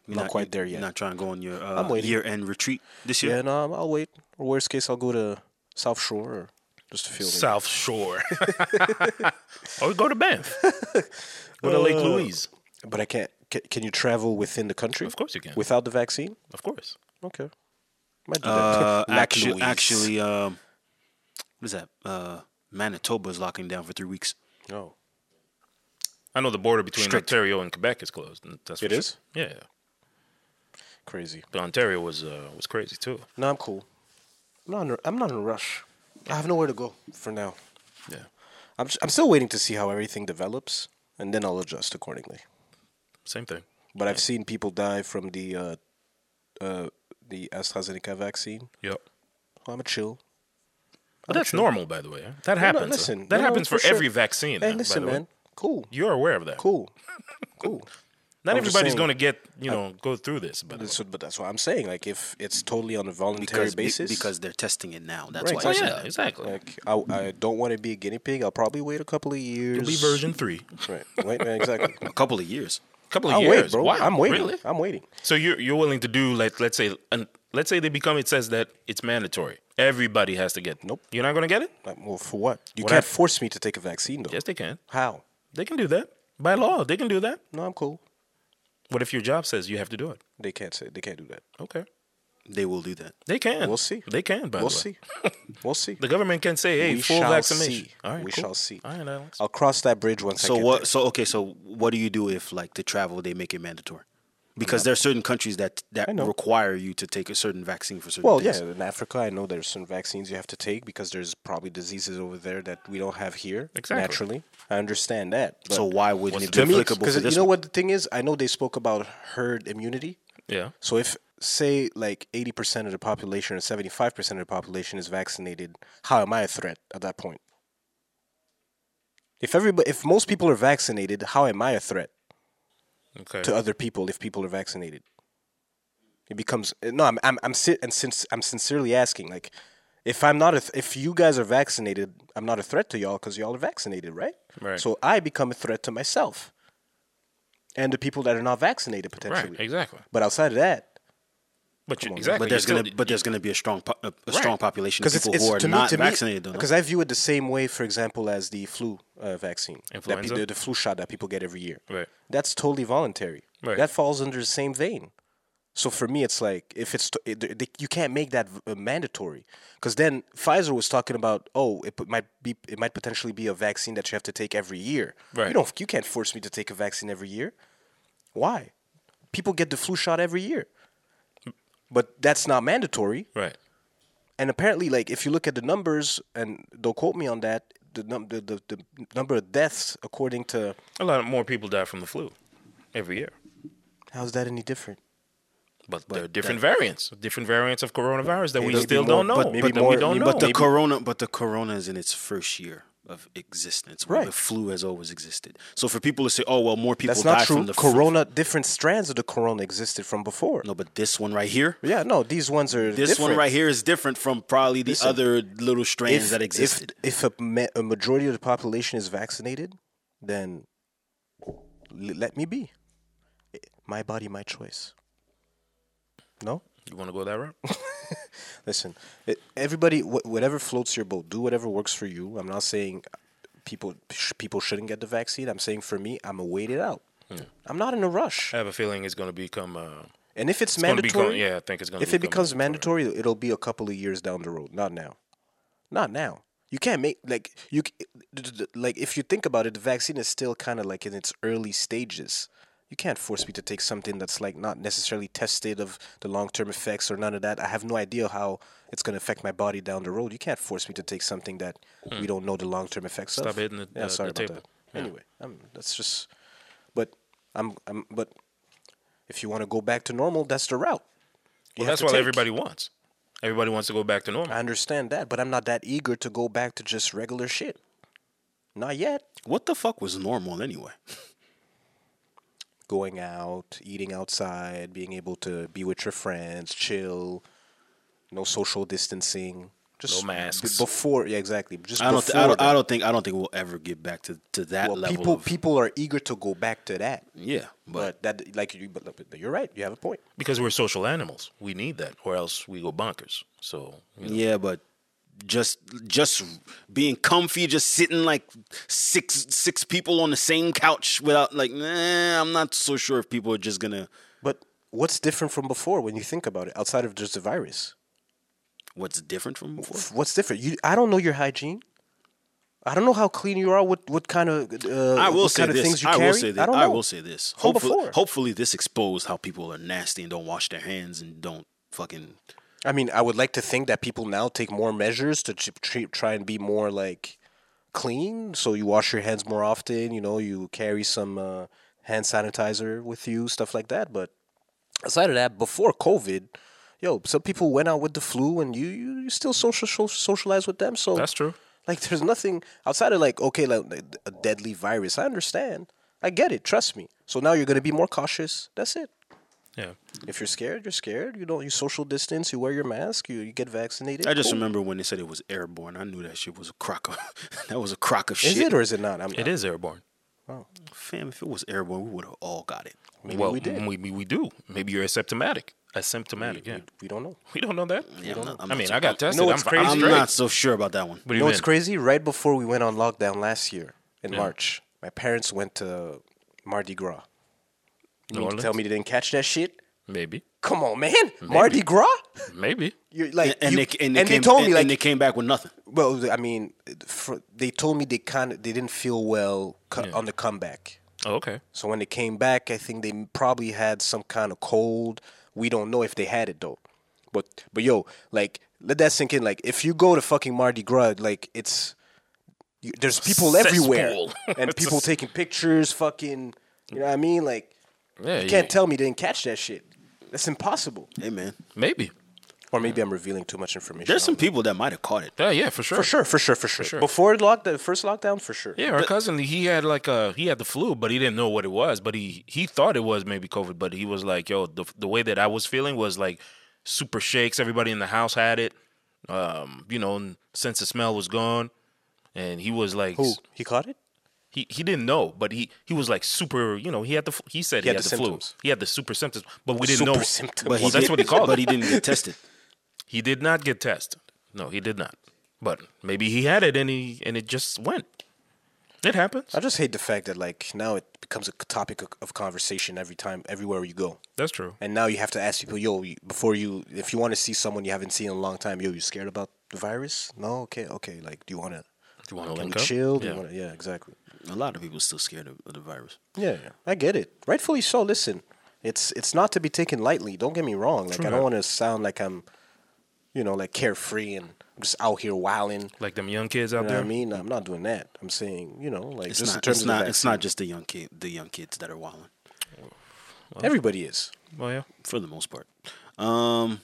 [SPEAKER 1] You're
[SPEAKER 3] not, quite there
[SPEAKER 1] you're
[SPEAKER 3] yet.
[SPEAKER 1] not trying to go on your
[SPEAKER 3] I'm
[SPEAKER 1] uh,
[SPEAKER 3] waiting.
[SPEAKER 1] year-end retreat this year.
[SPEAKER 3] yeah, no, I'm- I'll wait. Or worst case, I'll go to South Shore or just to feel it.
[SPEAKER 2] South Shore. or go to Banff. go to Lake
[SPEAKER 3] Uh,
[SPEAKER 2] Louise.
[SPEAKER 3] But I can't. Can, can you travel within the country?
[SPEAKER 2] Of course you can.
[SPEAKER 3] Without the vaccine?
[SPEAKER 2] Of course.
[SPEAKER 3] Okay. Might do
[SPEAKER 1] Uh,
[SPEAKER 3] Lac
[SPEAKER 1] actually,
[SPEAKER 3] Louise.
[SPEAKER 1] actually, um, what is that? Uh, Manitoba is locking down for three weeks.
[SPEAKER 3] No.
[SPEAKER 2] I know the border between
[SPEAKER 1] Strict.
[SPEAKER 2] Ontario and Quebec is closed. and That's for
[SPEAKER 3] It
[SPEAKER 2] sure.
[SPEAKER 3] is?
[SPEAKER 2] Yeah, yeah.
[SPEAKER 3] Crazy.
[SPEAKER 2] But Ontario was uh, was crazy too.
[SPEAKER 3] No, I'm cool. I'm not. In a, I'm not in a rush. I have nowhere to go for now.
[SPEAKER 2] Yeah.
[SPEAKER 3] I'm. s- I'm still waiting to see how everything develops, and then I'll adjust accordingly.
[SPEAKER 2] Same thing.
[SPEAKER 3] But I've seen people die from the, uh, uh, the AstraZeneca vaccine.
[SPEAKER 2] Yep.
[SPEAKER 3] So I'm a chill.
[SPEAKER 2] But that's normal, by the way. huh?
[SPEAKER 3] No,
[SPEAKER 2] That
[SPEAKER 3] no,
[SPEAKER 2] happens. huh?
[SPEAKER 3] listen, no,
[SPEAKER 2] that
[SPEAKER 3] no,
[SPEAKER 2] happens for,
[SPEAKER 3] sure.
[SPEAKER 2] every vaccine.
[SPEAKER 3] Hey,
[SPEAKER 2] huh,
[SPEAKER 3] listen,
[SPEAKER 2] by the way.
[SPEAKER 3] man. Cool.
[SPEAKER 2] You're aware of that.
[SPEAKER 3] Cool. cool.
[SPEAKER 2] Not
[SPEAKER 3] I'm just
[SPEAKER 2] everybody's
[SPEAKER 3] saying-
[SPEAKER 2] going to get, you know, go through this, but
[SPEAKER 3] That's what- but that's what I'm saying. Like, if it's totally on a voluntary
[SPEAKER 1] Because, be-
[SPEAKER 3] basis,
[SPEAKER 1] because they're testing it now. That's
[SPEAKER 3] Right,
[SPEAKER 1] why.
[SPEAKER 2] Oh,
[SPEAKER 1] I said
[SPEAKER 2] yeah,
[SPEAKER 1] that.
[SPEAKER 2] exactly.
[SPEAKER 3] like I, I don't want to be a guinea pig. I'll probably wait a couple of years.
[SPEAKER 2] It'll be version three.
[SPEAKER 3] Right. Wait. Exactly.
[SPEAKER 1] A couple of years.
[SPEAKER 2] A couple of
[SPEAKER 3] I'll
[SPEAKER 2] years.
[SPEAKER 3] wait, bro.
[SPEAKER 2] Wow,
[SPEAKER 3] I'm waiting.
[SPEAKER 2] Really?
[SPEAKER 3] I'm waiting.
[SPEAKER 2] So you're you're willing to do like let's say and let's say they become it says that it's mandatory. Everybody has to get.
[SPEAKER 3] Nope.
[SPEAKER 2] You're not going to get it.
[SPEAKER 3] Like, well, for what? You
[SPEAKER 2] What
[SPEAKER 3] can't
[SPEAKER 2] happened?
[SPEAKER 3] force me to take a vaccine, though.
[SPEAKER 2] Yes, they can.
[SPEAKER 3] How?
[SPEAKER 2] They can do that by law. They can do that.
[SPEAKER 3] No, I'm cool.
[SPEAKER 2] What if your job says you have to do it?
[SPEAKER 3] They can't say they can't do that.
[SPEAKER 2] Okay.
[SPEAKER 1] They will do that.
[SPEAKER 2] They can.
[SPEAKER 3] We'll see.
[SPEAKER 2] They can. By
[SPEAKER 3] we'll
[SPEAKER 2] the way.
[SPEAKER 3] see. we'll see.
[SPEAKER 2] The government can say, "Hey,
[SPEAKER 3] We
[SPEAKER 2] full
[SPEAKER 3] shall
[SPEAKER 2] vaccination."
[SPEAKER 3] see.
[SPEAKER 2] All right,
[SPEAKER 3] We
[SPEAKER 2] cool.
[SPEAKER 3] shall see.
[SPEAKER 2] All right, Alex.
[SPEAKER 3] I'll cross that bridge once.
[SPEAKER 1] So
[SPEAKER 3] I get
[SPEAKER 1] what?
[SPEAKER 3] There.
[SPEAKER 1] So okay. So what do you do if like to travel they make it mandatory? Because there are certain countries that that
[SPEAKER 3] I know.
[SPEAKER 1] require you to take a certain vaccine for certain
[SPEAKER 3] Well, yeah,
[SPEAKER 1] things.
[SPEAKER 3] in Africa, I know there's some vaccines you have to take because there's probably diseases over there that we don't have here
[SPEAKER 2] Exactly.
[SPEAKER 3] naturally. I understand that. But
[SPEAKER 1] So why wouldn't it
[SPEAKER 2] What's
[SPEAKER 1] be
[SPEAKER 3] to
[SPEAKER 2] the
[SPEAKER 3] me,
[SPEAKER 1] applicable for
[SPEAKER 3] because
[SPEAKER 1] this?
[SPEAKER 3] you know
[SPEAKER 1] one?
[SPEAKER 3] what the thing is, I know they spoke about herd immunity.
[SPEAKER 2] Yeah.
[SPEAKER 3] So if say like 80% of the population or 75% of the population is vaccinated, how am I a threat at that point? If everybody, if most people are vaccinated, how am I a threat
[SPEAKER 2] Okay.
[SPEAKER 3] to other people if people are vaccinated? It becomes no. I'm I'm I'm si- and since I'm sincerely asking, like, if I'm not a th- if you guys are vaccinated, I'm not a threat to y'all because y'all are vaccinated, right?
[SPEAKER 2] Right.
[SPEAKER 3] So I become a threat to myself and the people that are not vaccinated potentially.
[SPEAKER 2] Right, exactly.
[SPEAKER 3] But outside of that,
[SPEAKER 2] But you,
[SPEAKER 3] on,
[SPEAKER 2] exactly,
[SPEAKER 1] But there's
[SPEAKER 2] you're
[SPEAKER 1] gonna
[SPEAKER 2] still-
[SPEAKER 1] but there's gonna be a strong po- a, a strong population of
[SPEAKER 3] because it's,
[SPEAKER 1] people
[SPEAKER 3] it's
[SPEAKER 1] who are
[SPEAKER 3] to
[SPEAKER 1] not
[SPEAKER 3] me, to
[SPEAKER 1] vaccinated.
[SPEAKER 3] me,
[SPEAKER 1] though, no?
[SPEAKER 3] because I view it the same way, for example, as the flu uh, vaccine, that pe-
[SPEAKER 2] Influenza?
[SPEAKER 3] the, the flu shot that people get every year.
[SPEAKER 2] Right.
[SPEAKER 3] That's totally voluntary.
[SPEAKER 2] Right.
[SPEAKER 3] That falls under the same vein. So for me, it's like if it's t- it, they, you can't make that v- uh, mandatory because then Pfizer was talking about oh it p- might be it might potentially be a vaccine that you have to take every year.
[SPEAKER 2] Right.
[SPEAKER 3] You don't you can't force me to take a vaccine every year. Why? People get the flu shot every year, but that's not mandatory
[SPEAKER 2] right.
[SPEAKER 3] and apparently, like if you look at the numbers, and don't quote me on that, the num- the, the, the number of deaths according to
[SPEAKER 2] A lot more people die from the flu every year.
[SPEAKER 3] how's that any different?
[SPEAKER 2] But, there are different variants, different variants of coronavirus that we
[SPEAKER 3] maybe
[SPEAKER 2] still
[SPEAKER 3] more-
[SPEAKER 2] don't know.
[SPEAKER 3] but
[SPEAKER 2] But,
[SPEAKER 3] maybe
[SPEAKER 2] that
[SPEAKER 3] more-
[SPEAKER 2] we don't know.
[SPEAKER 1] but the
[SPEAKER 2] Maybe-
[SPEAKER 1] corona but the corona is in its first year of existence where
[SPEAKER 3] Right.
[SPEAKER 1] the flu has always existed so for people to say oh well more people
[SPEAKER 3] That's
[SPEAKER 1] die
[SPEAKER 3] not
[SPEAKER 1] from
[SPEAKER 3] true.
[SPEAKER 1] the flu."
[SPEAKER 3] Corona, different strands of the corona existed from before.
[SPEAKER 1] no but this one right here
[SPEAKER 3] Yeah, no, these ones are
[SPEAKER 1] this one right here is different from probably the
[SPEAKER 3] Listen,
[SPEAKER 1] other little strains that existed
[SPEAKER 3] If, if a, ma- a majority of the population is vaccinated, then l- let me be. My body, my choice. No.
[SPEAKER 2] you want to go that route?
[SPEAKER 3] Listen, it, everybody, wh- whatever floats your boat, do whatever works for you. I'm not saying people sh- people shouldn't get the vaccine. I'm saying for me, I'm gonna wait it out.
[SPEAKER 2] Hmm.
[SPEAKER 3] I'm not in a rush.
[SPEAKER 2] I have a feeling it's going to become. Uh,
[SPEAKER 3] And if it's,
[SPEAKER 2] it's gonna
[SPEAKER 3] mandatory,
[SPEAKER 2] Become, yeah, I think it's going to.
[SPEAKER 3] if it becomes mandatory, it'll be a couple of years down the road. Not now. Not now. You can't make like you c- d- d- d- like if you think about it, the vaccine is still kind of like in its early stages. You can't force me to take something that's like not necessarily tested of the long term effects or none of that. I have no idea how it's going to affect my body down the road. You can't force me to take something that we don't know the long term effects of.
[SPEAKER 2] Hmm. Stop hitting the-
[SPEAKER 3] yeah,
[SPEAKER 2] the-
[SPEAKER 3] sorry
[SPEAKER 2] the
[SPEAKER 3] about
[SPEAKER 2] table.
[SPEAKER 3] that. Anyway, um, that's just. But I'm, I'm but if you want to go back to normal, that's the route. You
[SPEAKER 2] Well,
[SPEAKER 3] have
[SPEAKER 2] that's
[SPEAKER 3] to
[SPEAKER 2] what
[SPEAKER 3] take.
[SPEAKER 2] everybody wants. Everybody wants to go back to normal.
[SPEAKER 3] I understand that, but I'm not that eager to go back to just regular shit. Not yet.
[SPEAKER 1] what the fuck was normal anyway
[SPEAKER 3] Going out, eating outside, being able to be with your friends, chill, no social distancing, just
[SPEAKER 2] No masks.
[SPEAKER 3] b- before, yeah, exactly. Just
[SPEAKER 1] I don't, th-
[SPEAKER 3] before
[SPEAKER 1] I don't
[SPEAKER 3] that.
[SPEAKER 1] i don't think i don't think we'll ever get back to, to that
[SPEAKER 3] well,
[SPEAKER 1] level
[SPEAKER 3] people
[SPEAKER 1] of-
[SPEAKER 3] people are eager to go back to that,
[SPEAKER 1] yeah but,
[SPEAKER 3] but, that like you, but, but you're right. You have a point.
[SPEAKER 2] because we're social animals. We need that, or else we go bonkers. So you know,
[SPEAKER 1] yeah but just just being comfy just sitting like six six people on the same couch without like nah, i'm not so sure if people are just gonna
[SPEAKER 3] But what's different from before when you think about it? Outside of just the virus,
[SPEAKER 1] what's different from before
[SPEAKER 3] what's different? You, I don't know your hygiene. I don't know how clean you are. What what kind of uh,
[SPEAKER 1] I will
[SPEAKER 3] what
[SPEAKER 1] say
[SPEAKER 3] kind
[SPEAKER 1] this.
[SPEAKER 3] of things you
[SPEAKER 1] I
[SPEAKER 3] carry?
[SPEAKER 1] will say this.
[SPEAKER 3] I don't
[SPEAKER 1] I,
[SPEAKER 3] know.
[SPEAKER 1] will say this.
[SPEAKER 3] From
[SPEAKER 1] Hopefully,
[SPEAKER 3] before.
[SPEAKER 1] hopefully, this exposed how people are nasty and don't wash their hands and don't fucking.
[SPEAKER 3] I mean, I would like to think that people now take more measures to ch- tre- try and be more like clean. So you wash your hands more often. You know, you carry some uh, hand sanitizer with you, stuff like that. But aside of that, before COVID, yo, some people went out with the flu, and you you, you still social, social socialize with them. So
[SPEAKER 2] that's true.
[SPEAKER 3] Like, there's nothing outside of like, okay, like a deadly virus. I understand. I get it. Trust me. So now you're gonna be more cautious. That's it.
[SPEAKER 2] Yeah,
[SPEAKER 3] If you're scared, you're scared. You don't. You social distance. You wear your mask. You, you get vaccinated.
[SPEAKER 1] I just
[SPEAKER 3] Cool.
[SPEAKER 1] remember when they said it was airborne. I knew that shit was a crock of. that was a crock of shit.
[SPEAKER 3] Is it or is it not? I'm,
[SPEAKER 2] it is airborne.
[SPEAKER 1] Fam, if it was airborne, we would have all got it.
[SPEAKER 3] Maybe
[SPEAKER 2] well,
[SPEAKER 3] we
[SPEAKER 1] mm,
[SPEAKER 3] did.
[SPEAKER 2] We, we do. Maybe you're asymptomatic. Asymptomatic. yeah,
[SPEAKER 3] We don't know.
[SPEAKER 2] we don't know that.
[SPEAKER 1] Yeah, I'm not- I'm
[SPEAKER 2] I
[SPEAKER 1] not
[SPEAKER 2] mean,
[SPEAKER 1] so-
[SPEAKER 2] I got tested.
[SPEAKER 3] know
[SPEAKER 2] I'm,
[SPEAKER 3] what's
[SPEAKER 2] I'm
[SPEAKER 3] crazy?
[SPEAKER 1] I'm
[SPEAKER 2] straight.
[SPEAKER 1] not so sure about that one.
[SPEAKER 2] What do
[SPEAKER 3] You
[SPEAKER 2] you
[SPEAKER 3] know
[SPEAKER 2] mean?
[SPEAKER 3] what's crazy? Right before we went on lockdown last year in March, my parents went to Mardi Gras. You
[SPEAKER 2] New
[SPEAKER 3] mean to tell
[SPEAKER 2] Orleans?
[SPEAKER 3] me they didn't catch that shit?
[SPEAKER 2] Maybe,
[SPEAKER 3] Come on, man! Mardi Gras?
[SPEAKER 2] maybe.
[SPEAKER 3] You're like,
[SPEAKER 1] And
[SPEAKER 3] you-
[SPEAKER 1] they and they, came,
[SPEAKER 3] told
[SPEAKER 1] and,
[SPEAKER 3] me like
[SPEAKER 1] and they came back with nothing.
[SPEAKER 3] Well, I mean, for, they told me they kind of they didn't feel well co- on the comeback.
[SPEAKER 2] Oh, okay.
[SPEAKER 3] So when they came back, I think they m- probably had some kind of cold. We don't know if they had it though. But but yo, like let that sink in. Like if you go to fucking Mardi Gras, like it's you, there's people everywhere
[SPEAKER 2] Cesspool.
[SPEAKER 3] and
[SPEAKER 2] It's a
[SPEAKER 3] people
[SPEAKER 2] s-
[SPEAKER 3] taking pictures. Fucking, you know what I mean? Like
[SPEAKER 2] Yeah,
[SPEAKER 3] you can't tell me they didn't catch that shit. That's impossible.
[SPEAKER 1] Hey man,
[SPEAKER 2] Maybe.
[SPEAKER 3] Or maybe I'm revealing too much information.
[SPEAKER 1] there's
[SPEAKER 3] I
[SPEAKER 1] some
[SPEAKER 3] don't know.
[SPEAKER 1] people that might have caught it.
[SPEAKER 2] Yeah, yeah, for sure.
[SPEAKER 3] for sure, for sure, for sure.
[SPEAKER 2] sure.
[SPEAKER 3] Before lockdown, first lockdown, for sure.
[SPEAKER 2] Yeah, our cousin, he had like a he had the flu, but he didn't know what it was. But he he thought it was maybe COVID. But he was like, "Yo, the the way that I was feeling was like super shakes. Everybody in the house had it. Um, you know, and sense of smell was gone, and he was like,
[SPEAKER 3] Who? He caught it?
[SPEAKER 2] he he didn't know, but he he was like super. You know, he had the fl- he said he,
[SPEAKER 3] had
[SPEAKER 2] had
[SPEAKER 3] the
[SPEAKER 2] the, flu.
[SPEAKER 3] symptoms.
[SPEAKER 2] He had the super symptoms, but we didn't
[SPEAKER 3] Super
[SPEAKER 2] know.
[SPEAKER 3] symptoms.
[SPEAKER 2] Well,
[SPEAKER 1] But he
[SPEAKER 2] that's
[SPEAKER 1] did-
[SPEAKER 2] what he called.
[SPEAKER 1] But
[SPEAKER 2] it.
[SPEAKER 1] he didn't get tested.
[SPEAKER 2] He did not get tested. No, he did not. But maybe he had it and he and it just went. It happens.
[SPEAKER 3] I just hate the fact that like now it becomes a topic of- of conversation every time, everywhere you go.
[SPEAKER 2] That's true.
[SPEAKER 3] And now you have to ask people, yo, you- before you, if you want to see someone you haven't seen in a long time, yo, you scared about the virus? No, okay, okay. Like, do you want to?
[SPEAKER 2] Do you want to
[SPEAKER 3] Can we
[SPEAKER 2] link up?
[SPEAKER 3] chill? Do you
[SPEAKER 2] Yeah.
[SPEAKER 3] wanna, yeah, exactly.
[SPEAKER 1] A lot of people still scared of, of the virus.
[SPEAKER 3] Yeah, yeah, I get it. Rightfully so. Listen, it's it's not to be taken lightly. Don't get me wrong. Like, I don't
[SPEAKER 2] that.
[SPEAKER 3] want to sound like I'm, you know, like carefree and I'm just out here wilding.
[SPEAKER 2] Like them young kids out
[SPEAKER 3] You know
[SPEAKER 2] there.
[SPEAKER 3] what I mean? I'm not doing that. I'm saying, you know, like
[SPEAKER 1] It's
[SPEAKER 3] just in
[SPEAKER 1] not.
[SPEAKER 3] terms
[SPEAKER 1] It's
[SPEAKER 3] of the
[SPEAKER 1] not. It's
[SPEAKER 3] vaccine.
[SPEAKER 1] not just the young kid. The young kids that are wilding
[SPEAKER 3] Everybody is.
[SPEAKER 2] Well, yeah.
[SPEAKER 1] for the most part. Um,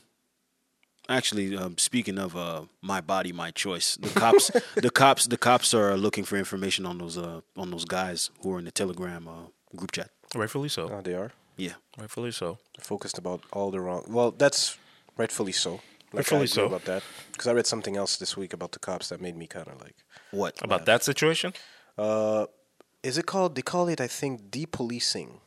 [SPEAKER 1] actually, um, speaking of uh, my body, my choice. The cops. the cops. The cops are looking for information on those uh, on those guys who are in the Telegram uh, group chat.
[SPEAKER 2] Rightfully so.
[SPEAKER 3] Oh, they are.
[SPEAKER 1] Yeah.
[SPEAKER 2] Rightfully so.
[SPEAKER 3] focused about all the wrong. Well, that's rightfully so. Like, I
[SPEAKER 2] Rightfully
[SPEAKER 3] agree
[SPEAKER 2] so.
[SPEAKER 3] about that because I read something else this week about the cops that made me kind of like,
[SPEAKER 1] What?
[SPEAKER 2] About that situation?
[SPEAKER 3] uh, is it called? They call it, I think, depolicing.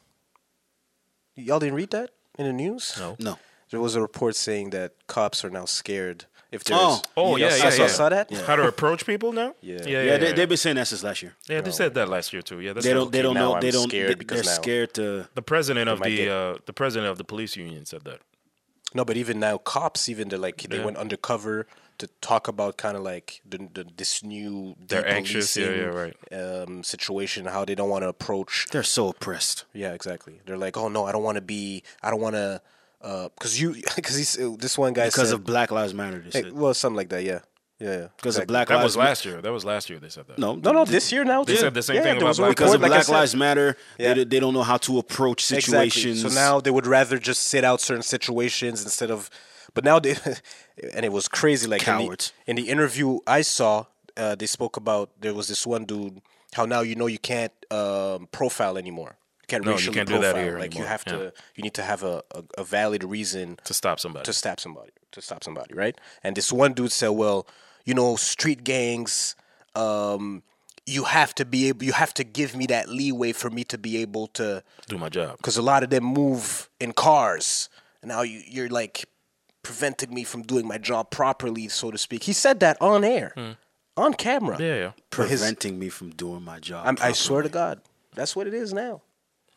[SPEAKER 3] Y'all didn't read that in the news?
[SPEAKER 2] No.
[SPEAKER 1] No.
[SPEAKER 3] There was a report saying that cops are now scared if there's.
[SPEAKER 1] Oh.
[SPEAKER 2] Oh
[SPEAKER 3] you know,
[SPEAKER 2] yeah,
[SPEAKER 3] I
[SPEAKER 2] yeah,
[SPEAKER 3] saw,
[SPEAKER 2] yeah.
[SPEAKER 3] saw that.
[SPEAKER 2] How to approach people now?
[SPEAKER 3] Yeah.
[SPEAKER 2] yeah, yeah.
[SPEAKER 1] Yeah,
[SPEAKER 2] Yeah,
[SPEAKER 1] they, they've been saying that since last year.
[SPEAKER 2] Yeah, they said that last year too. Yeah, that's
[SPEAKER 1] They
[SPEAKER 2] not
[SPEAKER 1] don't. They
[SPEAKER 2] okay.
[SPEAKER 1] don't
[SPEAKER 3] now
[SPEAKER 1] know. They
[SPEAKER 3] I'm
[SPEAKER 1] don't.
[SPEAKER 3] scared
[SPEAKER 1] they-
[SPEAKER 3] because
[SPEAKER 1] They're
[SPEAKER 3] now-
[SPEAKER 1] scared to.
[SPEAKER 2] The president of
[SPEAKER 3] might
[SPEAKER 2] the
[SPEAKER 3] get-
[SPEAKER 2] uh, the president of the police union said that.
[SPEAKER 3] No, but even now, cops even they're like they
[SPEAKER 2] Yeah.
[SPEAKER 3] went undercover to talk about kind of like the, the this new
[SPEAKER 2] They're anxious, yeah, yeah,
[SPEAKER 3] depolicing, um, situation how they don't want to approach
[SPEAKER 1] They're so oppressed.
[SPEAKER 3] Yeah, exactly. They're like, oh no, I don't want to be, I don't want to, because you, because he's uh, this one guy
[SPEAKER 1] Because
[SPEAKER 3] said-
[SPEAKER 1] of Black Lives Matter. They
[SPEAKER 3] Hey,
[SPEAKER 1] said.
[SPEAKER 3] well, something like that. Yeah, yeah. yeah,
[SPEAKER 1] Because
[SPEAKER 3] exactly.
[SPEAKER 1] of Black
[SPEAKER 2] That
[SPEAKER 1] Lives.
[SPEAKER 2] was last year. That was last year. They said that.
[SPEAKER 1] No.
[SPEAKER 3] No, no, this year now. They
[SPEAKER 2] said the same thing about Black
[SPEAKER 1] Because of
[SPEAKER 2] Like I
[SPEAKER 1] Black Lives Matter,
[SPEAKER 3] Yeah.
[SPEAKER 1] they, they don't know how to approach
[SPEAKER 3] Exactly.
[SPEAKER 1] situations.
[SPEAKER 3] So now they would rather just sit out certain situations instead of, but now they, and it was crazy. Like in the-
[SPEAKER 1] Cowards.
[SPEAKER 3] In the, interview I saw, uh, they spoke about there was this one dude how now you know you can't um, profile anymore. You can't
[SPEAKER 2] No, you
[SPEAKER 3] racially
[SPEAKER 2] can't do that
[SPEAKER 3] profile.
[SPEAKER 2] here
[SPEAKER 3] like you
[SPEAKER 2] anymore.
[SPEAKER 3] have to, you need to have a, a, a valid reason
[SPEAKER 2] To stop somebody.
[SPEAKER 3] to stab somebody to stop somebody right and this one dude said well you know street gangs um you have to be able you have to give me that leeway for me to be able to
[SPEAKER 2] do my job.
[SPEAKER 3] because a lot of them move in cars and now you, you're like preventing me from doing my job properly so to speak he said that on air on camera
[SPEAKER 2] Yeah, yeah.
[SPEAKER 3] But his-
[SPEAKER 1] preventing me from doing my job.
[SPEAKER 3] I'm, i swear to god that's what it is now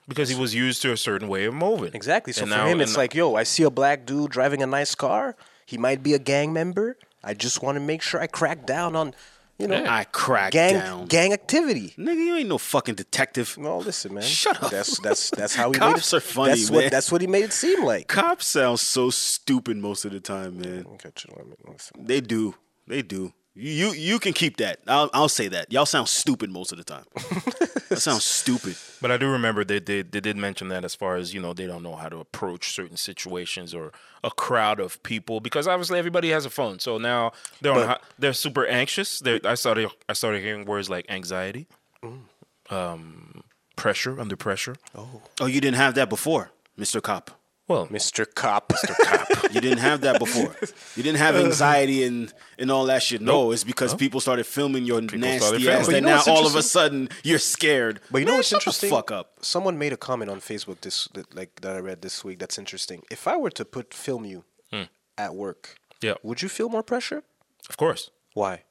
[SPEAKER 2] Because he was used to a certain way of moving.
[SPEAKER 3] Exactly. So
[SPEAKER 2] And
[SPEAKER 3] for
[SPEAKER 2] now-
[SPEAKER 3] him, it's
[SPEAKER 2] and-
[SPEAKER 3] like, yo, I see a black dude driving a nice car. He might be a gang member. I just want to make sure I crack down on, you know,
[SPEAKER 1] I crack
[SPEAKER 3] gang
[SPEAKER 1] down.
[SPEAKER 3] gang activity.
[SPEAKER 1] Nigga, you ain't no fucking detective.
[SPEAKER 3] No, listen, man.
[SPEAKER 1] Shut up.
[SPEAKER 3] That's that's that's how he
[SPEAKER 1] Cops
[SPEAKER 3] made it.
[SPEAKER 1] are funny,
[SPEAKER 3] that's
[SPEAKER 1] man.
[SPEAKER 3] what that's what he made it seem like.
[SPEAKER 1] Cops sound so stupid most of the time, man.
[SPEAKER 3] Okay, chill, I mean, listen.
[SPEAKER 1] They do. They do. You you, you can keep that. I'll, I'll say that. Y'all sound stupid most of the time. that sounds stupid.
[SPEAKER 2] But I do remember they, they they did mention that as far as you know they don't know how to approach certain situations or a crowd of people because obviously everybody has a phone so now they're on, hi- they're super anxious. They're, I started I started hearing words like anxiety,
[SPEAKER 3] Mm.
[SPEAKER 2] um, pressure under pressure.
[SPEAKER 1] Oh, you didn't have that before, Mr. Cop.
[SPEAKER 2] Well,
[SPEAKER 3] Mr. Cop. Mr. Cop.
[SPEAKER 1] You didn't have that before. You didn't have anxiety and, and all that shit. No, it's because people started filming your
[SPEAKER 2] started
[SPEAKER 1] nasty
[SPEAKER 2] filming.
[SPEAKER 1] ass
[SPEAKER 2] But you
[SPEAKER 1] that
[SPEAKER 3] know
[SPEAKER 1] now
[SPEAKER 3] what's
[SPEAKER 1] all of a
[SPEAKER 3] interesting?
[SPEAKER 1] sudden you're scared.
[SPEAKER 3] But you know
[SPEAKER 1] Man,
[SPEAKER 3] what's
[SPEAKER 1] shut
[SPEAKER 3] interesting?
[SPEAKER 1] The fuck up.
[SPEAKER 3] Someone made a comment on Facebook this that, like that I read this week. That's interesting. If I were to put film you
[SPEAKER 2] Hmm.
[SPEAKER 3] at work,
[SPEAKER 2] Yeah.
[SPEAKER 3] would you feel more pressure?
[SPEAKER 2] of course
[SPEAKER 3] Why?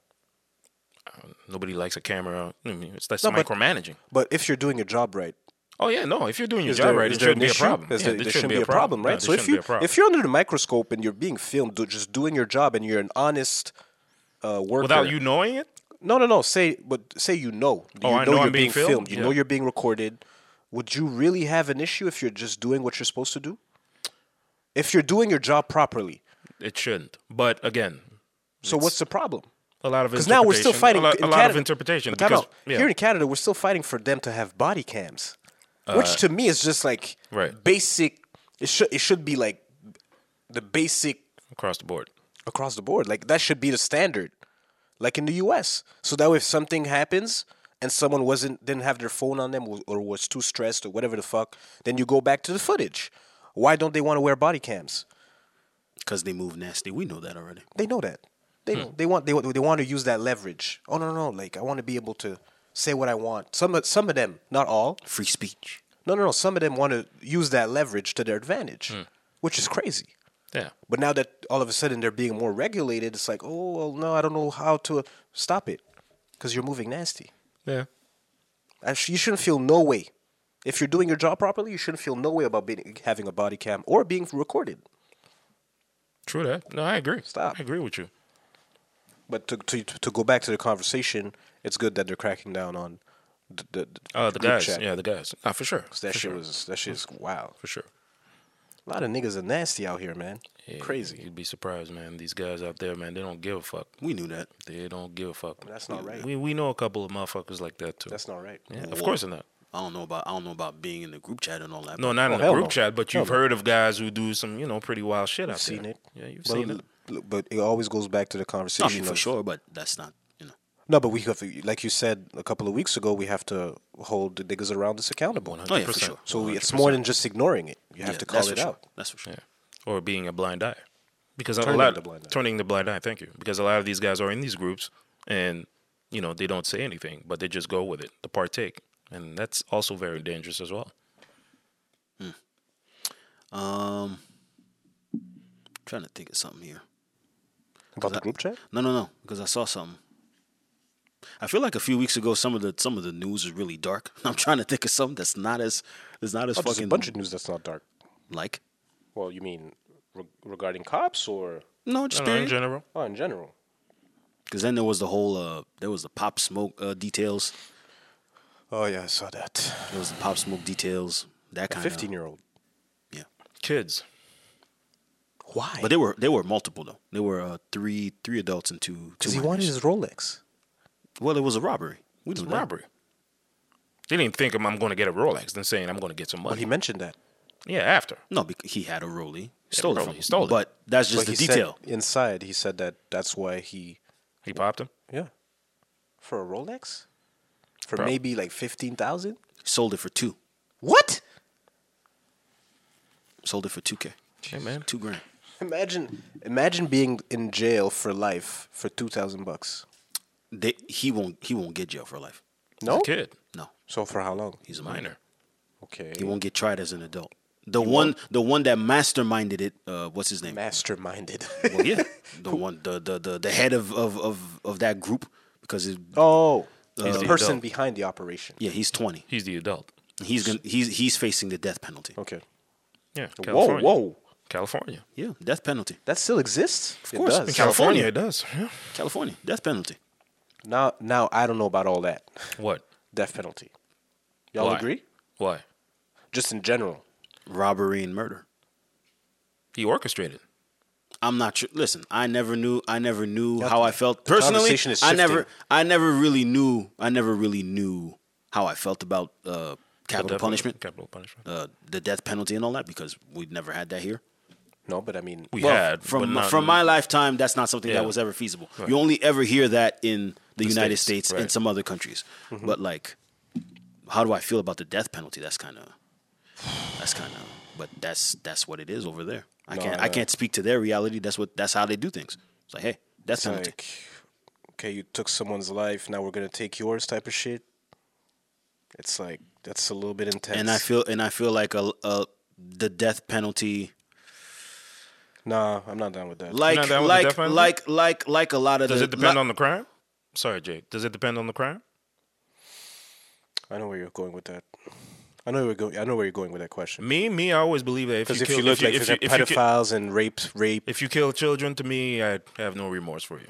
[SPEAKER 2] nobody likes a camera. I mean, it's that's
[SPEAKER 3] No, but-
[SPEAKER 2] micromanaging.
[SPEAKER 3] But if you're doing your job right,
[SPEAKER 2] Oh yeah, no. If you're doing your
[SPEAKER 3] Is
[SPEAKER 2] job
[SPEAKER 3] there-
[SPEAKER 2] right,
[SPEAKER 3] is
[SPEAKER 2] it
[SPEAKER 3] there
[SPEAKER 2] shouldn't
[SPEAKER 3] an
[SPEAKER 2] be a
[SPEAKER 3] issue?
[SPEAKER 2] problem.
[SPEAKER 3] Is
[SPEAKER 2] Yeah,
[SPEAKER 3] there,
[SPEAKER 2] it
[SPEAKER 3] there shouldn't be a problem,
[SPEAKER 2] No,
[SPEAKER 3] right?
[SPEAKER 2] there
[SPEAKER 3] so if
[SPEAKER 2] shouldn't
[SPEAKER 3] you
[SPEAKER 2] be a problem.
[SPEAKER 3] if you're under the microscope and you're being filmed, do- just doing your job, and you're an honest uh, worker,
[SPEAKER 2] without you knowing it,
[SPEAKER 3] no, no, no. Say, but say you know, you
[SPEAKER 2] Oh, I know
[SPEAKER 3] you're
[SPEAKER 2] I'm being filmed?
[SPEAKER 3] You
[SPEAKER 2] Yeah.
[SPEAKER 3] know you're being recorded. Would you really have an issue if you're just doing what you're supposed to do? If you're doing your job properly,
[SPEAKER 2] it shouldn't. But again,
[SPEAKER 3] so what's the problem?
[SPEAKER 2] a lot of
[SPEAKER 3] Because now we're still fighting
[SPEAKER 2] A lot,
[SPEAKER 3] in
[SPEAKER 2] a lot
[SPEAKER 3] Canada-
[SPEAKER 2] of interpretation.
[SPEAKER 3] But time
[SPEAKER 2] because-
[SPEAKER 3] out.
[SPEAKER 2] yeah.
[SPEAKER 3] Here in Canada, we're still fighting for them to have body cams, which to me is just like
[SPEAKER 2] Uh, Right.
[SPEAKER 3] basic. It should it should be like the basic
[SPEAKER 2] across the board.
[SPEAKER 3] across the board. Like that should be the standard, like in the U.S. So that way, if something happens and someone wasn't didn't have their phone on them or, or was too stressed or whatever the fuck, then you go back to the footage. Why don't they want to wear body cams?
[SPEAKER 1] Because they move nasty. We know that already.
[SPEAKER 3] They know that. They they want they want- they want to use that leverage. Oh no no, like I want to be able to say what I want. Some of- some of them, not all.
[SPEAKER 1] Free speech.
[SPEAKER 3] No no no, some of them want to use that leverage to their advantage, which is crazy.
[SPEAKER 2] Yeah.
[SPEAKER 3] But now that all of a sudden they're being more regulated, it's like, oh well, no, I don't know how to stop it because you're moving nasty.
[SPEAKER 2] Yeah.
[SPEAKER 3] I sh- you shouldn't feel no way. If you're doing your job properly, you shouldn't feel no way about being, having a body cam or being recorded.
[SPEAKER 2] True that. No, I agree.
[SPEAKER 3] Stop.
[SPEAKER 2] I agree with you.
[SPEAKER 3] But to, to to go back to the conversation, it's good that they're cracking down on the the,
[SPEAKER 2] Uh, the
[SPEAKER 3] group
[SPEAKER 2] guys.
[SPEAKER 3] chat.
[SPEAKER 2] Yeah, the guys. Nah, for sure.
[SPEAKER 3] 'Cause that
[SPEAKER 2] for
[SPEAKER 3] shit
[SPEAKER 2] sure.
[SPEAKER 3] was that shit's wow.
[SPEAKER 2] for sure.
[SPEAKER 3] A lot of niggas are nasty out here, man.
[SPEAKER 2] Yeah,
[SPEAKER 3] Crazy.
[SPEAKER 2] You'd be surprised, man. These guys out there, man, they don't give a fuck.
[SPEAKER 1] We knew that.
[SPEAKER 2] They don't give a fuck.
[SPEAKER 3] That's not right.
[SPEAKER 2] We we know a couple of motherfuckers like that too.
[SPEAKER 3] That's not right.
[SPEAKER 2] yeah, of course not.
[SPEAKER 1] I don't know about I don't know about being in the group chat and all that.
[SPEAKER 2] No, not in the
[SPEAKER 3] Oh, hell
[SPEAKER 2] group
[SPEAKER 3] no.
[SPEAKER 2] chat, but
[SPEAKER 3] Hell
[SPEAKER 2] you've
[SPEAKER 3] no.
[SPEAKER 2] heard of guys who do some, you know, pretty wild shit out
[SPEAKER 3] I've seen
[SPEAKER 2] there.
[SPEAKER 3] it.
[SPEAKER 2] Yeah, you've
[SPEAKER 3] but,
[SPEAKER 2] seen it.
[SPEAKER 3] l- But it always goes back to
[SPEAKER 1] I
[SPEAKER 3] the conversation.
[SPEAKER 1] mean for
[SPEAKER 3] of-
[SPEAKER 1] sure, but that's not you know.
[SPEAKER 3] No, but we have, to- like you said a couple of weeks ago, we have to hold the niggas around us accountable.
[SPEAKER 1] Oh yeah, for sure.
[SPEAKER 3] So we- it's more than just ignoring it. You have
[SPEAKER 1] Yeah, that's
[SPEAKER 3] to call
[SPEAKER 1] for
[SPEAKER 3] it
[SPEAKER 1] sure.
[SPEAKER 3] out.
[SPEAKER 1] That's for sure.
[SPEAKER 2] Yeah. Or being a blind eye. Because
[SPEAKER 3] Turning
[SPEAKER 2] a lot
[SPEAKER 3] the blind eye.
[SPEAKER 2] turning the blind eye, thank you. Because a lot of these guys are in these groups and you know, they don't say anything, but they just go with it, to partake. And that's also very dangerous as well.
[SPEAKER 1] Um, trying to think of something here.
[SPEAKER 3] About the group chat?
[SPEAKER 1] No, no, no, because I saw something. I feel like a few weeks ago, some of the some of the news is really dark. I'm trying to think of something that's not as that's not as
[SPEAKER 3] Oh, there's
[SPEAKER 1] fucking
[SPEAKER 3] a bunch of news that's not dark.
[SPEAKER 1] like.
[SPEAKER 3] Well, you mean re- regarding cops or
[SPEAKER 1] No,
[SPEAKER 2] I
[SPEAKER 1] just
[SPEAKER 2] don't know, in
[SPEAKER 1] period.
[SPEAKER 2] general.
[SPEAKER 3] oh, in general?
[SPEAKER 1] Because then there was the whole uh there was the pop smoke uh, details.
[SPEAKER 3] Oh yeah, I saw that.
[SPEAKER 1] There was the pop smoke details. That kind of
[SPEAKER 3] Fifteen year old.
[SPEAKER 1] Yeah,
[SPEAKER 2] Kids.
[SPEAKER 3] Why?
[SPEAKER 1] but they were they were multiple though. They were uh, three three adults and two. two
[SPEAKER 3] because he
[SPEAKER 1] minors.
[SPEAKER 3] wanted his Rolex.
[SPEAKER 1] Well, it was a robbery. We
[SPEAKER 2] It's
[SPEAKER 1] knew
[SPEAKER 2] a
[SPEAKER 1] that.
[SPEAKER 2] robbery. They didn't think I'm, I'm going to get a Rolex. Then saying I'm going to get some
[SPEAKER 3] Well,
[SPEAKER 2] money.
[SPEAKER 3] he mentioned that.
[SPEAKER 2] yeah, after.
[SPEAKER 1] No, because he had a rollie. Stole
[SPEAKER 2] a
[SPEAKER 1] it
[SPEAKER 2] Rollie.
[SPEAKER 1] from
[SPEAKER 2] He
[SPEAKER 1] him.
[SPEAKER 2] stole it.
[SPEAKER 1] But that's just
[SPEAKER 3] But he
[SPEAKER 1] the detail.
[SPEAKER 3] Said, inside, he said that that's why he
[SPEAKER 2] He popped him.
[SPEAKER 3] yeah for a Rolex for
[SPEAKER 2] Bro.
[SPEAKER 3] maybe like fifteen thousand.
[SPEAKER 1] Sold it for two.
[SPEAKER 3] What?
[SPEAKER 1] Sold it for two k.
[SPEAKER 2] Hey, man.
[SPEAKER 1] Two grand.
[SPEAKER 3] Imagine, imagine being in jail for life for two thousand bucks.
[SPEAKER 1] They, he won't. He won't get jail for life.
[SPEAKER 3] No.
[SPEAKER 2] He's a kid.
[SPEAKER 1] No,
[SPEAKER 3] So for how long?
[SPEAKER 1] he's a minor.
[SPEAKER 2] Minor.
[SPEAKER 3] Okay.
[SPEAKER 1] He won't get tried as an adult. The one, the one that masterminded it. Uh, what's his name?
[SPEAKER 3] Masterminded.
[SPEAKER 1] Well, yeah, the one, the the the, the head of, of of of that group because it,
[SPEAKER 3] oh,
[SPEAKER 1] He's
[SPEAKER 3] the
[SPEAKER 1] the
[SPEAKER 3] person
[SPEAKER 2] adult.
[SPEAKER 3] behind the operation.
[SPEAKER 1] yeah, he's twenty.
[SPEAKER 2] He's the adult.
[SPEAKER 1] He's gonna he's he's facing the death penalty.
[SPEAKER 3] Okay.
[SPEAKER 2] Yeah. California.
[SPEAKER 3] Whoa, whoa.
[SPEAKER 2] California.
[SPEAKER 1] Yeah, death penalty.
[SPEAKER 3] That still exists. Of
[SPEAKER 1] course.
[SPEAKER 3] It
[SPEAKER 2] In
[SPEAKER 3] does.
[SPEAKER 1] Cal- California.
[SPEAKER 2] California, it does. Yeah.
[SPEAKER 1] California, death penalty.
[SPEAKER 3] now, now I don't know about all that.
[SPEAKER 2] What?
[SPEAKER 3] Death penalty. Y'all
[SPEAKER 2] Why?
[SPEAKER 3] agree?
[SPEAKER 2] Why?
[SPEAKER 3] Just in general.
[SPEAKER 1] Robbery and murder.
[SPEAKER 2] He orchestrated.
[SPEAKER 1] I'm not sure. Listen, I never knew. I never knew
[SPEAKER 3] Yep.
[SPEAKER 1] how I felt
[SPEAKER 3] The
[SPEAKER 1] personally.
[SPEAKER 3] conversation is
[SPEAKER 1] I never.
[SPEAKER 3] shifting.
[SPEAKER 1] I never really knew. I never really knew how I felt about uh, capital
[SPEAKER 2] Definitely.
[SPEAKER 1] punishment,
[SPEAKER 2] Capital punishment.
[SPEAKER 1] uh, the death penalty, and all that because we'd never had that here.
[SPEAKER 3] No, but I mean,
[SPEAKER 2] we
[SPEAKER 1] Well,
[SPEAKER 2] had
[SPEAKER 1] from
[SPEAKER 2] but
[SPEAKER 1] my,
[SPEAKER 2] not-
[SPEAKER 1] from my lifetime, that's not something
[SPEAKER 2] Yeah.
[SPEAKER 1] that was ever feasible.
[SPEAKER 2] Right.
[SPEAKER 1] You only ever hear that in the, United
[SPEAKER 2] States,
[SPEAKER 1] States,
[SPEAKER 2] right. Mm-hmm.
[SPEAKER 1] and some other countries. But like, how do I feel about the death penalty? That's kind of. That's kind of. But that's that's what it is over there. I
[SPEAKER 3] No,
[SPEAKER 1] can't.
[SPEAKER 3] I-
[SPEAKER 1] I can't speak to their reality. That's what. That's how they do things. It's like, hey, death
[SPEAKER 3] it's
[SPEAKER 1] penalty.
[SPEAKER 3] like, okay, you took someone's life. Now we're gonna take yours, type of shit. It's like that's a little bit intense.
[SPEAKER 1] and I feel and I feel like a, a the death penalty
[SPEAKER 3] nah, I'm not done with that.
[SPEAKER 1] like
[SPEAKER 2] not down with the
[SPEAKER 1] like
[SPEAKER 2] death penalty?
[SPEAKER 1] like like like a lot of
[SPEAKER 2] Does
[SPEAKER 1] the,
[SPEAKER 2] it depend
[SPEAKER 1] li-
[SPEAKER 2] on the crime? Sorry, Jake. Does it depend on the crime?
[SPEAKER 3] I know where you're going with that. I know where you're going. I know where you're going with that question.
[SPEAKER 2] Me, me, I always believe that if you
[SPEAKER 3] Because if
[SPEAKER 2] kill,
[SPEAKER 3] you look
[SPEAKER 2] if, you,
[SPEAKER 3] like
[SPEAKER 2] if, you,
[SPEAKER 3] for
[SPEAKER 2] if, you, ki-
[SPEAKER 3] pedophiles and rape, rape,
[SPEAKER 2] if you kill children, to me, I have no remorse for you.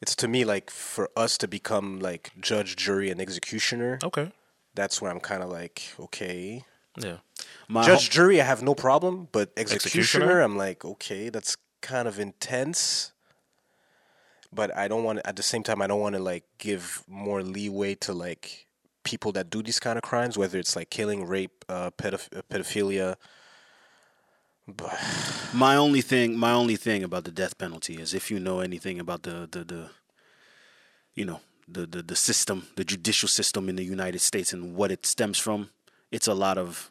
[SPEAKER 3] it's to me like for us to become like judge, jury, and executioner.
[SPEAKER 2] Okay.
[SPEAKER 3] That's where I'm kind of like, okay,
[SPEAKER 2] Yeah.
[SPEAKER 1] my
[SPEAKER 3] judge,
[SPEAKER 1] ho-
[SPEAKER 3] jury, I have no problem, but executioner,
[SPEAKER 2] Executioner?
[SPEAKER 3] I'm like, okay, that's kind of intense. But I don't want to. At the same time, I don't want to like give more leeway to like people that do these kind of crimes, whether it's like killing, rape, uh, pedoph- uh, pedophilia. But
[SPEAKER 1] my only thing my only thing about the death penalty is if you know anything about the the, the you know the, the the system the judicial system in the United States and what it stems from it's a lot of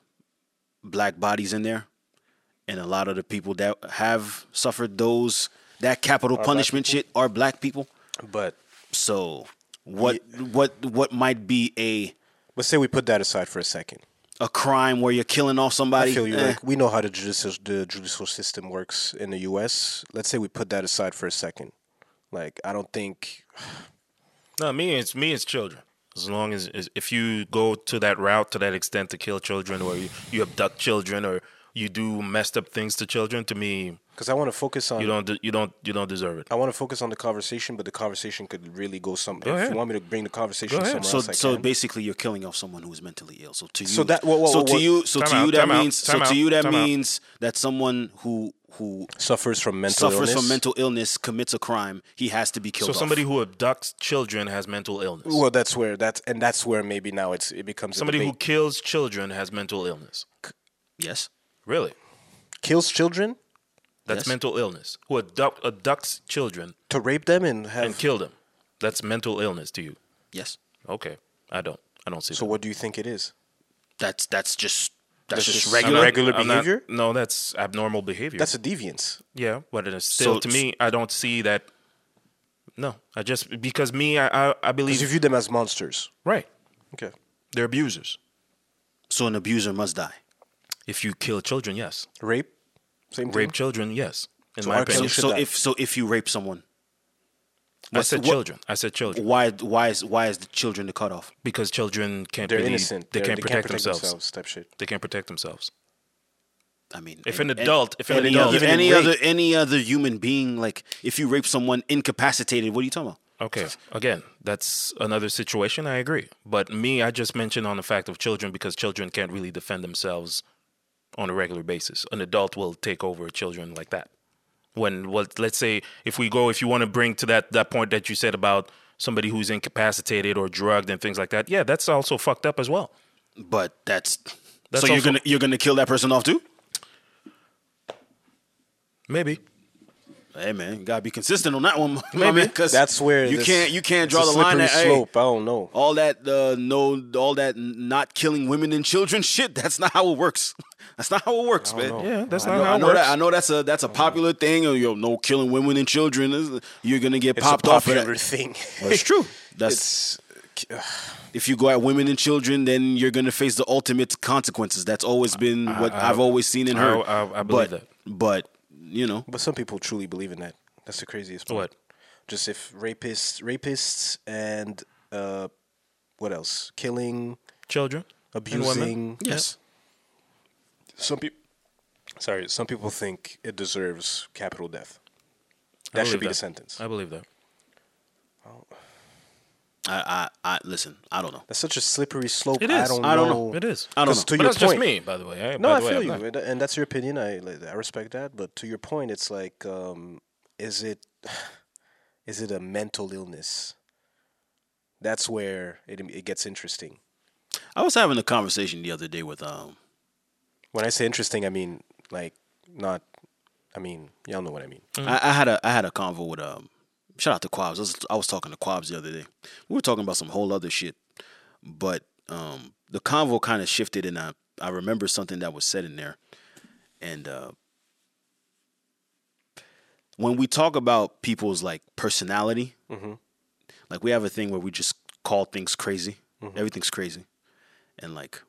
[SPEAKER 1] black bodies in there and a lot of the people that have suffered those that capital punishment shit are black people.
[SPEAKER 3] But
[SPEAKER 1] So what what what might be a
[SPEAKER 3] let's say we put that aside for a second.
[SPEAKER 1] a crime where you're killing off
[SPEAKER 3] I
[SPEAKER 1] somebody?
[SPEAKER 3] feel you.
[SPEAKER 1] Eh,
[SPEAKER 3] Like we know how the judicial the judicial system works in the U.S. Let's say we put that aside for a second. Like I don't think
[SPEAKER 2] No, me it's me it's children. As long as, as if you go to that route to that extent to kill children or you, you abduct children or you do messed up things to children, to me
[SPEAKER 3] because I want to focus on
[SPEAKER 2] you don't de- you don't you don't deserve it.
[SPEAKER 3] I want to focus on the conversation, but the conversation could really go some. if
[SPEAKER 2] ahead.
[SPEAKER 3] you want me to bring the conversation
[SPEAKER 2] Go ahead.
[SPEAKER 3] somewhere
[SPEAKER 1] So
[SPEAKER 3] else, I
[SPEAKER 1] so
[SPEAKER 3] can.
[SPEAKER 1] basically you're killing off someone who's mentally ill. So to you
[SPEAKER 3] So that- whoa, whoa,
[SPEAKER 1] so
[SPEAKER 3] whoa,
[SPEAKER 1] to
[SPEAKER 3] whoa.
[SPEAKER 1] you so to
[SPEAKER 2] Time
[SPEAKER 1] you
[SPEAKER 2] out,
[SPEAKER 1] that
[SPEAKER 2] time out,
[SPEAKER 1] means so
[SPEAKER 2] time
[SPEAKER 1] to
[SPEAKER 2] out,
[SPEAKER 1] you that
[SPEAKER 2] time out.
[SPEAKER 1] means that someone who who
[SPEAKER 3] suffers from mental
[SPEAKER 1] suffers
[SPEAKER 3] illness.
[SPEAKER 1] from mental illness commits a crime, he has to be killed.
[SPEAKER 2] So
[SPEAKER 1] off.
[SPEAKER 2] somebody who abducts children has mental illness.
[SPEAKER 3] Well, that's where that's and that's where maybe now it's it becomes a
[SPEAKER 2] Somebody who
[SPEAKER 3] debate.
[SPEAKER 2] kills children has mental illness.
[SPEAKER 1] yes.
[SPEAKER 2] Really?
[SPEAKER 3] kills children
[SPEAKER 2] That's
[SPEAKER 1] Yes.
[SPEAKER 2] mental illness. Who abduct, abducts children
[SPEAKER 3] to rape them and have.
[SPEAKER 2] and kill them. That's mental illness to you.
[SPEAKER 1] Yes.
[SPEAKER 2] Okay. I don't. I don't see
[SPEAKER 3] so
[SPEAKER 2] that.
[SPEAKER 3] what do you think it is?
[SPEAKER 1] That's that's just that's,
[SPEAKER 3] That's
[SPEAKER 1] just,
[SPEAKER 3] just
[SPEAKER 1] regular.
[SPEAKER 2] I'm not-
[SPEAKER 3] regular
[SPEAKER 2] I'm not-
[SPEAKER 3] behavior?
[SPEAKER 2] no, that's abnormal behavior.
[SPEAKER 3] That's a deviance.
[SPEAKER 2] yeah, but it's still
[SPEAKER 1] So-
[SPEAKER 2] to me, I don't see that. No, I just because me, I I, I
[SPEAKER 3] Because
[SPEAKER 2] believe
[SPEAKER 3] you view them as monsters.
[SPEAKER 2] right.
[SPEAKER 3] Okay.
[SPEAKER 2] They're abusers.
[SPEAKER 1] So an abuser must die.
[SPEAKER 2] If you kill children, yes.
[SPEAKER 3] Rape. Same thing.
[SPEAKER 2] Rape children, yes. In
[SPEAKER 3] So
[SPEAKER 2] my
[SPEAKER 3] our
[SPEAKER 1] So,
[SPEAKER 2] opinion,
[SPEAKER 3] killers- should
[SPEAKER 1] so
[SPEAKER 3] die.
[SPEAKER 1] if so if you rape someone,
[SPEAKER 2] I
[SPEAKER 1] what's-
[SPEAKER 2] said
[SPEAKER 1] what-
[SPEAKER 2] children. I said children.
[SPEAKER 1] why why is why is the children the cutoff?
[SPEAKER 2] because children can't
[SPEAKER 3] They're
[SPEAKER 2] really,
[SPEAKER 3] innocent.
[SPEAKER 2] They
[SPEAKER 3] They're-
[SPEAKER 2] can't protect, themselves.
[SPEAKER 3] Type shit.
[SPEAKER 2] They can't protect themselves.
[SPEAKER 1] I mean,
[SPEAKER 2] If
[SPEAKER 1] an-
[SPEAKER 2] an adult- if an
[SPEAKER 1] any
[SPEAKER 2] adult-
[SPEAKER 1] other,
[SPEAKER 2] even
[SPEAKER 1] any
[SPEAKER 3] in rape.
[SPEAKER 1] other, any other human being, like if you rape someone incapacitated, what are you talking about?
[SPEAKER 2] Okay. Again, that's another situation. I agree. But me, I just mentioned on the fact of children because children can't really defend themselves on a regular basis. An adult will take over children like that. When well, let's say if we go, if you want to bring to that that point that you said about somebody who's incapacitated or drugged and things like that, yeah, that's also fucked up as well.
[SPEAKER 1] But that's,
[SPEAKER 2] That's
[SPEAKER 1] so you're
[SPEAKER 2] also-
[SPEAKER 1] gonna you're gonna kill that person off too.
[SPEAKER 2] Maybe.
[SPEAKER 1] Hey man, you gotta be consistent on that one.
[SPEAKER 2] Maybe.
[SPEAKER 1] because
[SPEAKER 3] That's where
[SPEAKER 1] you
[SPEAKER 3] this-
[SPEAKER 1] can't you can't
[SPEAKER 3] it's
[SPEAKER 1] draw
[SPEAKER 3] a
[SPEAKER 1] the line
[SPEAKER 3] slippery
[SPEAKER 1] at hey,
[SPEAKER 3] slope. I don't know.
[SPEAKER 1] all that uh, no all that n- not killing women and children shit. That's not how it works. That's not how it works, man.
[SPEAKER 2] Yeah, that's
[SPEAKER 1] I
[SPEAKER 2] not
[SPEAKER 1] know,
[SPEAKER 2] how
[SPEAKER 1] I
[SPEAKER 2] it
[SPEAKER 1] know
[SPEAKER 2] works.
[SPEAKER 1] that. I know that's a that's a popular thing. Or you know, no killing women and children. This- You're gonna get
[SPEAKER 3] It's
[SPEAKER 1] popped
[SPEAKER 3] a
[SPEAKER 1] off for
[SPEAKER 3] popular
[SPEAKER 1] that.
[SPEAKER 3] thing.
[SPEAKER 1] Well, it's true. That's
[SPEAKER 3] it's
[SPEAKER 1] if you go at women and children, then you're going to face the ultimate consequences. That's always been what I, have always seen in
[SPEAKER 2] I-
[SPEAKER 1] her.
[SPEAKER 2] I- I
[SPEAKER 1] but,
[SPEAKER 2] believe that.
[SPEAKER 1] But you know,
[SPEAKER 3] But some people truly believe in that. That's the craziest part.
[SPEAKER 2] What?
[SPEAKER 3] Just if rapists, rapists, and uh, what else? Killing,
[SPEAKER 2] Children. and women.
[SPEAKER 3] abusing.
[SPEAKER 1] yes,
[SPEAKER 3] Some people. Sorry, some people think it deserves capital death. That
[SPEAKER 2] believe
[SPEAKER 3] should be
[SPEAKER 2] that.
[SPEAKER 3] the sentence.
[SPEAKER 2] I believe that.
[SPEAKER 1] I, I, I listen. I don't know.
[SPEAKER 3] That's such a slippery slope.
[SPEAKER 2] It
[SPEAKER 3] I
[SPEAKER 2] is.
[SPEAKER 3] don't
[SPEAKER 1] I don't know.
[SPEAKER 3] know.
[SPEAKER 2] It is.
[SPEAKER 1] I don't
[SPEAKER 3] 'Cause
[SPEAKER 1] know.
[SPEAKER 3] To
[SPEAKER 2] but
[SPEAKER 3] your
[SPEAKER 2] that's
[SPEAKER 3] point,
[SPEAKER 2] just me, by the way. I,
[SPEAKER 3] No,
[SPEAKER 2] Oh, by
[SPEAKER 3] I
[SPEAKER 2] the way,
[SPEAKER 3] feel
[SPEAKER 2] I'm
[SPEAKER 3] you,
[SPEAKER 2] not-
[SPEAKER 3] and- and that's your opinion. I like, I respect that. But to your point, it's like, um, is it is it a mental illness? That's where it it gets interesting.
[SPEAKER 1] I was having a conversation the other day with um.
[SPEAKER 3] When I say interesting, I mean like not. I mean, y'all know what I mean.
[SPEAKER 1] I, I had a I had a convo with um. Shout out to Quabs. I was, I was talking to Quabs the other day. We were talking about some whole other shit, but um, the convo kind of shifted, and I I remember something that was said in there, and uh, when we talk about people's like personality, like we have a thing where we just call things crazy. Everything's crazy, and like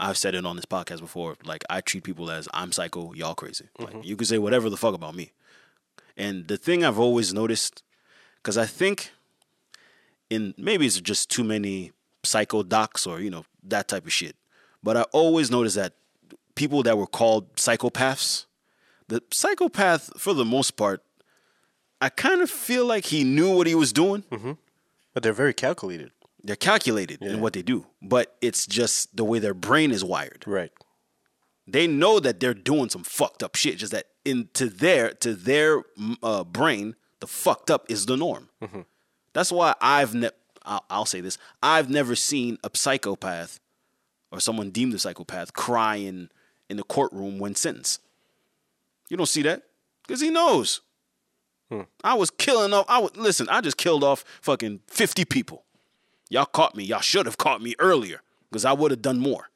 [SPEAKER 1] I've said it on this podcast before. Like I treat people as I'm psycho, y'all crazy. Like you can say whatever the fuck about me. And the thing I've always noticed, because I think in maybe it's just too many psycho docs or you know that type of shit, but I always noticed that people that were called psychopaths, the psychopath for the most part, I kind of feel like he knew what he was doing.
[SPEAKER 3] But they're very calculated,
[SPEAKER 1] They're calculated in what they do, but it's just the way their brain is wired
[SPEAKER 3] right?
[SPEAKER 1] they know that they're doing some fucked up shit. Just that in to their to their mm, uh, brain, the fucked up is the norm. That's why I've ne- I'll, I'll say this: I've never seen a psychopath or someone deemed a psychopath crying in the courtroom when sentenced. You don't see that because he knows. I was killing off. I would listen. I just killed off fucking fifty people. Y'all caught me. Y'all should have caught me earlier because I would have done more.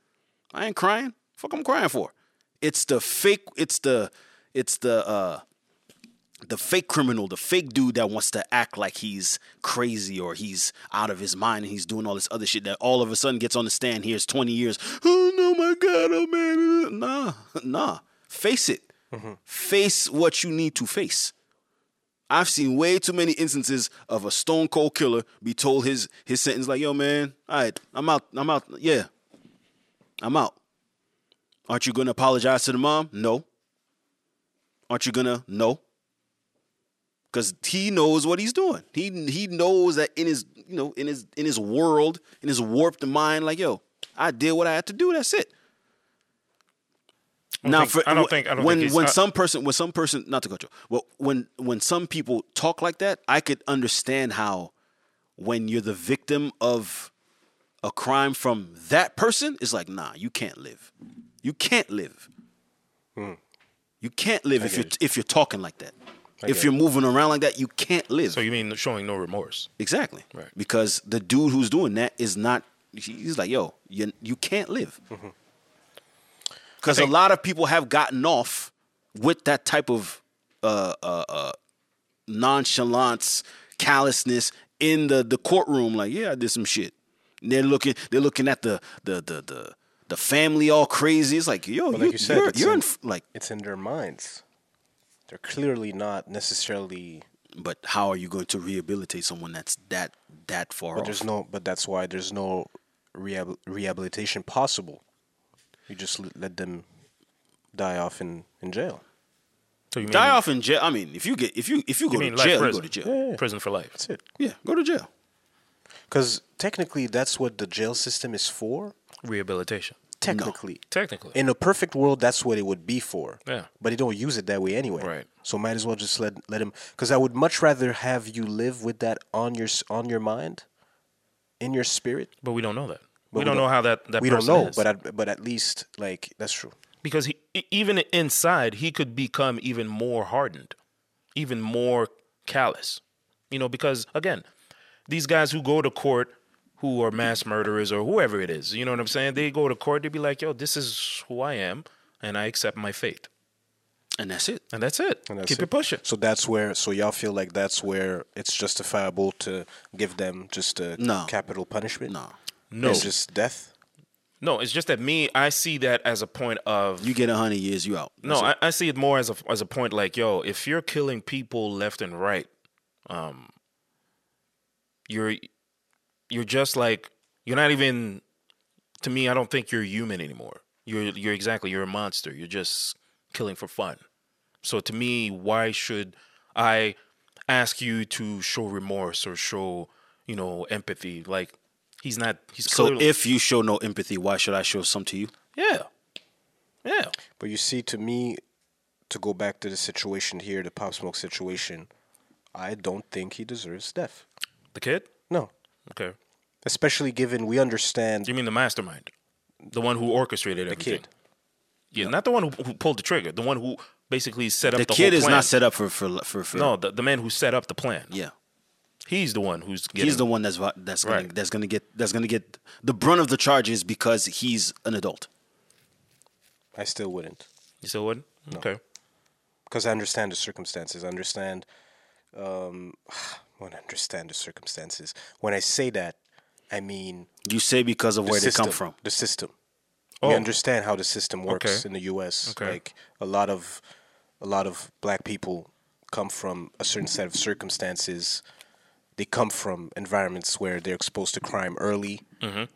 [SPEAKER 1] I ain't crying. Fuck, I'm crying for. It's the fake. It's the. It's the. uh the fake criminal, the fake dude that wants to act like he's crazy or he's out of his mind and he's doing all this other shit that all of a sudden gets on the stand here's 20 years. Oh no, my God, oh man. Nah, nah. Face it. Face what you need to face. I've seen way too many instances of a stone cold killer be told his his sentence like, yo man, all right, I'm out, I'm out, yeah. I'm out. Aren't you gonna apologize to the mom? No. Aren't you gonna? No. Cause he knows what he's doing. He he knows that in his you know in his in his world in his warped mind, like yo, I did what I had to do. That's it.
[SPEAKER 2] don't think- I don't think- I don't
[SPEAKER 1] when
[SPEAKER 2] think he's- uh,
[SPEAKER 1] when
[SPEAKER 2] I-
[SPEAKER 1] some person when some person not to cut you, well when when some people talk like that, I could understand how when you're the victim of a crime from that person, it's like nah, you can't live, you can't live. You can't live if
[SPEAKER 3] Hmm. get
[SPEAKER 1] you're if you're talking like that. if
[SPEAKER 3] get
[SPEAKER 1] you're moving around like that, you can't live.
[SPEAKER 2] So you mean showing no remorse?
[SPEAKER 1] exactly.
[SPEAKER 2] Right.
[SPEAKER 1] Because the dude who's doing that is not. He's like, yo, you you can't live.
[SPEAKER 3] Mm-hmm.
[SPEAKER 1] Because a lot of people have gotten off with that type of uh, uh, uh, nonchalance, callousness in the the courtroom. Like, yeah, I did some shit. And they're looking. They're looking at the the the the, the family all crazy. It's like, yo,
[SPEAKER 3] But
[SPEAKER 1] you,
[SPEAKER 3] like you said,
[SPEAKER 1] are
[SPEAKER 3] it's
[SPEAKER 1] you're
[SPEAKER 3] in-
[SPEAKER 1] in, f like.
[SPEAKER 3] It's in their minds. They're clearly not necessarily.
[SPEAKER 1] but how are you going to rehabilitate someone that's that that far
[SPEAKER 3] But
[SPEAKER 1] off?
[SPEAKER 3] there's no. But that's why there's no rehabil- rehabilitation possible. You just l- let them die off in, in jail.
[SPEAKER 2] So you mean
[SPEAKER 1] Die off in jail. I mean, if you get if you if you go
[SPEAKER 2] You
[SPEAKER 1] to
[SPEAKER 2] mean
[SPEAKER 1] jail,
[SPEAKER 2] life
[SPEAKER 1] you go
[SPEAKER 2] prison?
[SPEAKER 1] to jail.
[SPEAKER 3] Yeah, yeah.
[SPEAKER 2] Prison for life.
[SPEAKER 3] That's it.
[SPEAKER 1] Yeah, go to jail.
[SPEAKER 3] Because technically, that's what the jail system is for.
[SPEAKER 2] Rehabilitation.
[SPEAKER 3] Technically.
[SPEAKER 2] Technically.
[SPEAKER 3] In a perfect world, that's what it would be for.
[SPEAKER 2] Yeah.
[SPEAKER 3] But they don't use it that way anyway.
[SPEAKER 2] Right.
[SPEAKER 3] So might as well just let let him. Because I would much rather have you live with that on your s- on your mind, in your spirit.
[SPEAKER 2] but we don't know that. We,
[SPEAKER 3] we
[SPEAKER 2] don't,
[SPEAKER 3] don't-
[SPEAKER 2] know how that that
[SPEAKER 3] we don't
[SPEAKER 2] person
[SPEAKER 3] know,
[SPEAKER 2] is.
[SPEAKER 3] but at, but at least like that's true.
[SPEAKER 2] because he, e- even inside he could become even more hardened even more callous you know because again these guys who go to court who are mass murderers or whoever it is you know what i'm saying they go to court they be like yo this is who i am and i accept my fate
[SPEAKER 1] And that's it.
[SPEAKER 2] and that's it
[SPEAKER 3] And that's
[SPEAKER 2] keep it, pushing
[SPEAKER 3] So that's where. So y'all feel like that's where it's justifiable to give them just a
[SPEAKER 1] No.
[SPEAKER 3] capital punishment.
[SPEAKER 1] No.
[SPEAKER 2] no
[SPEAKER 3] it's just death.
[SPEAKER 2] no it's just that me i see that as a point of
[SPEAKER 1] You get a hundred years, you out.
[SPEAKER 2] no I, I see it more as a as a point like yo if you're killing people left and right um you're you're just like you're not even to me i don't think you're human anymore you're you're exactly you're a monster you're just killing for fun so to me why should i ask you to show remorse or show you know empathy like he's not he's
[SPEAKER 1] So
[SPEAKER 2] clearly,
[SPEAKER 1] if you show no empathy, why should I show some to you?
[SPEAKER 2] yeah yeah
[SPEAKER 3] But you see, to me, to go back to the situation here, the pop smoke situation, I don't think he deserves death.
[SPEAKER 2] the kid
[SPEAKER 3] No,
[SPEAKER 2] okay
[SPEAKER 3] especially given we understand
[SPEAKER 2] You mean the mastermind, the one who orchestrated everything?
[SPEAKER 3] kid.
[SPEAKER 2] Yeah, not the one who, who pulled the trigger. The one who basically set up
[SPEAKER 1] The,
[SPEAKER 2] the,
[SPEAKER 1] kid
[SPEAKER 2] whole
[SPEAKER 1] is
[SPEAKER 2] plan.
[SPEAKER 1] not set up for for for, for
[SPEAKER 2] No, the, the man who set up the plan.
[SPEAKER 1] Yeah,
[SPEAKER 2] he's the one who's getting.
[SPEAKER 1] he's the one that's vi- that's gonna,
[SPEAKER 2] Right.
[SPEAKER 1] that's gonna get that's gonna get the brunt of the charges because he's an adult.
[SPEAKER 3] I still wouldn't.
[SPEAKER 2] You still would? Okay.
[SPEAKER 3] Because I understand the circumstances. I understand. Um, when I understand the circumstances, when I say that, I mean
[SPEAKER 1] You say because of
[SPEAKER 3] the
[SPEAKER 1] where
[SPEAKER 3] system,
[SPEAKER 1] they come from.
[SPEAKER 3] The system.
[SPEAKER 2] Oh.
[SPEAKER 3] We understand how the system works
[SPEAKER 2] Okay.
[SPEAKER 3] in the U.S.
[SPEAKER 2] Okay.
[SPEAKER 3] Like a lot of, a lot of black people come from a certain set of circumstances. They come from environments where they're exposed to crime early,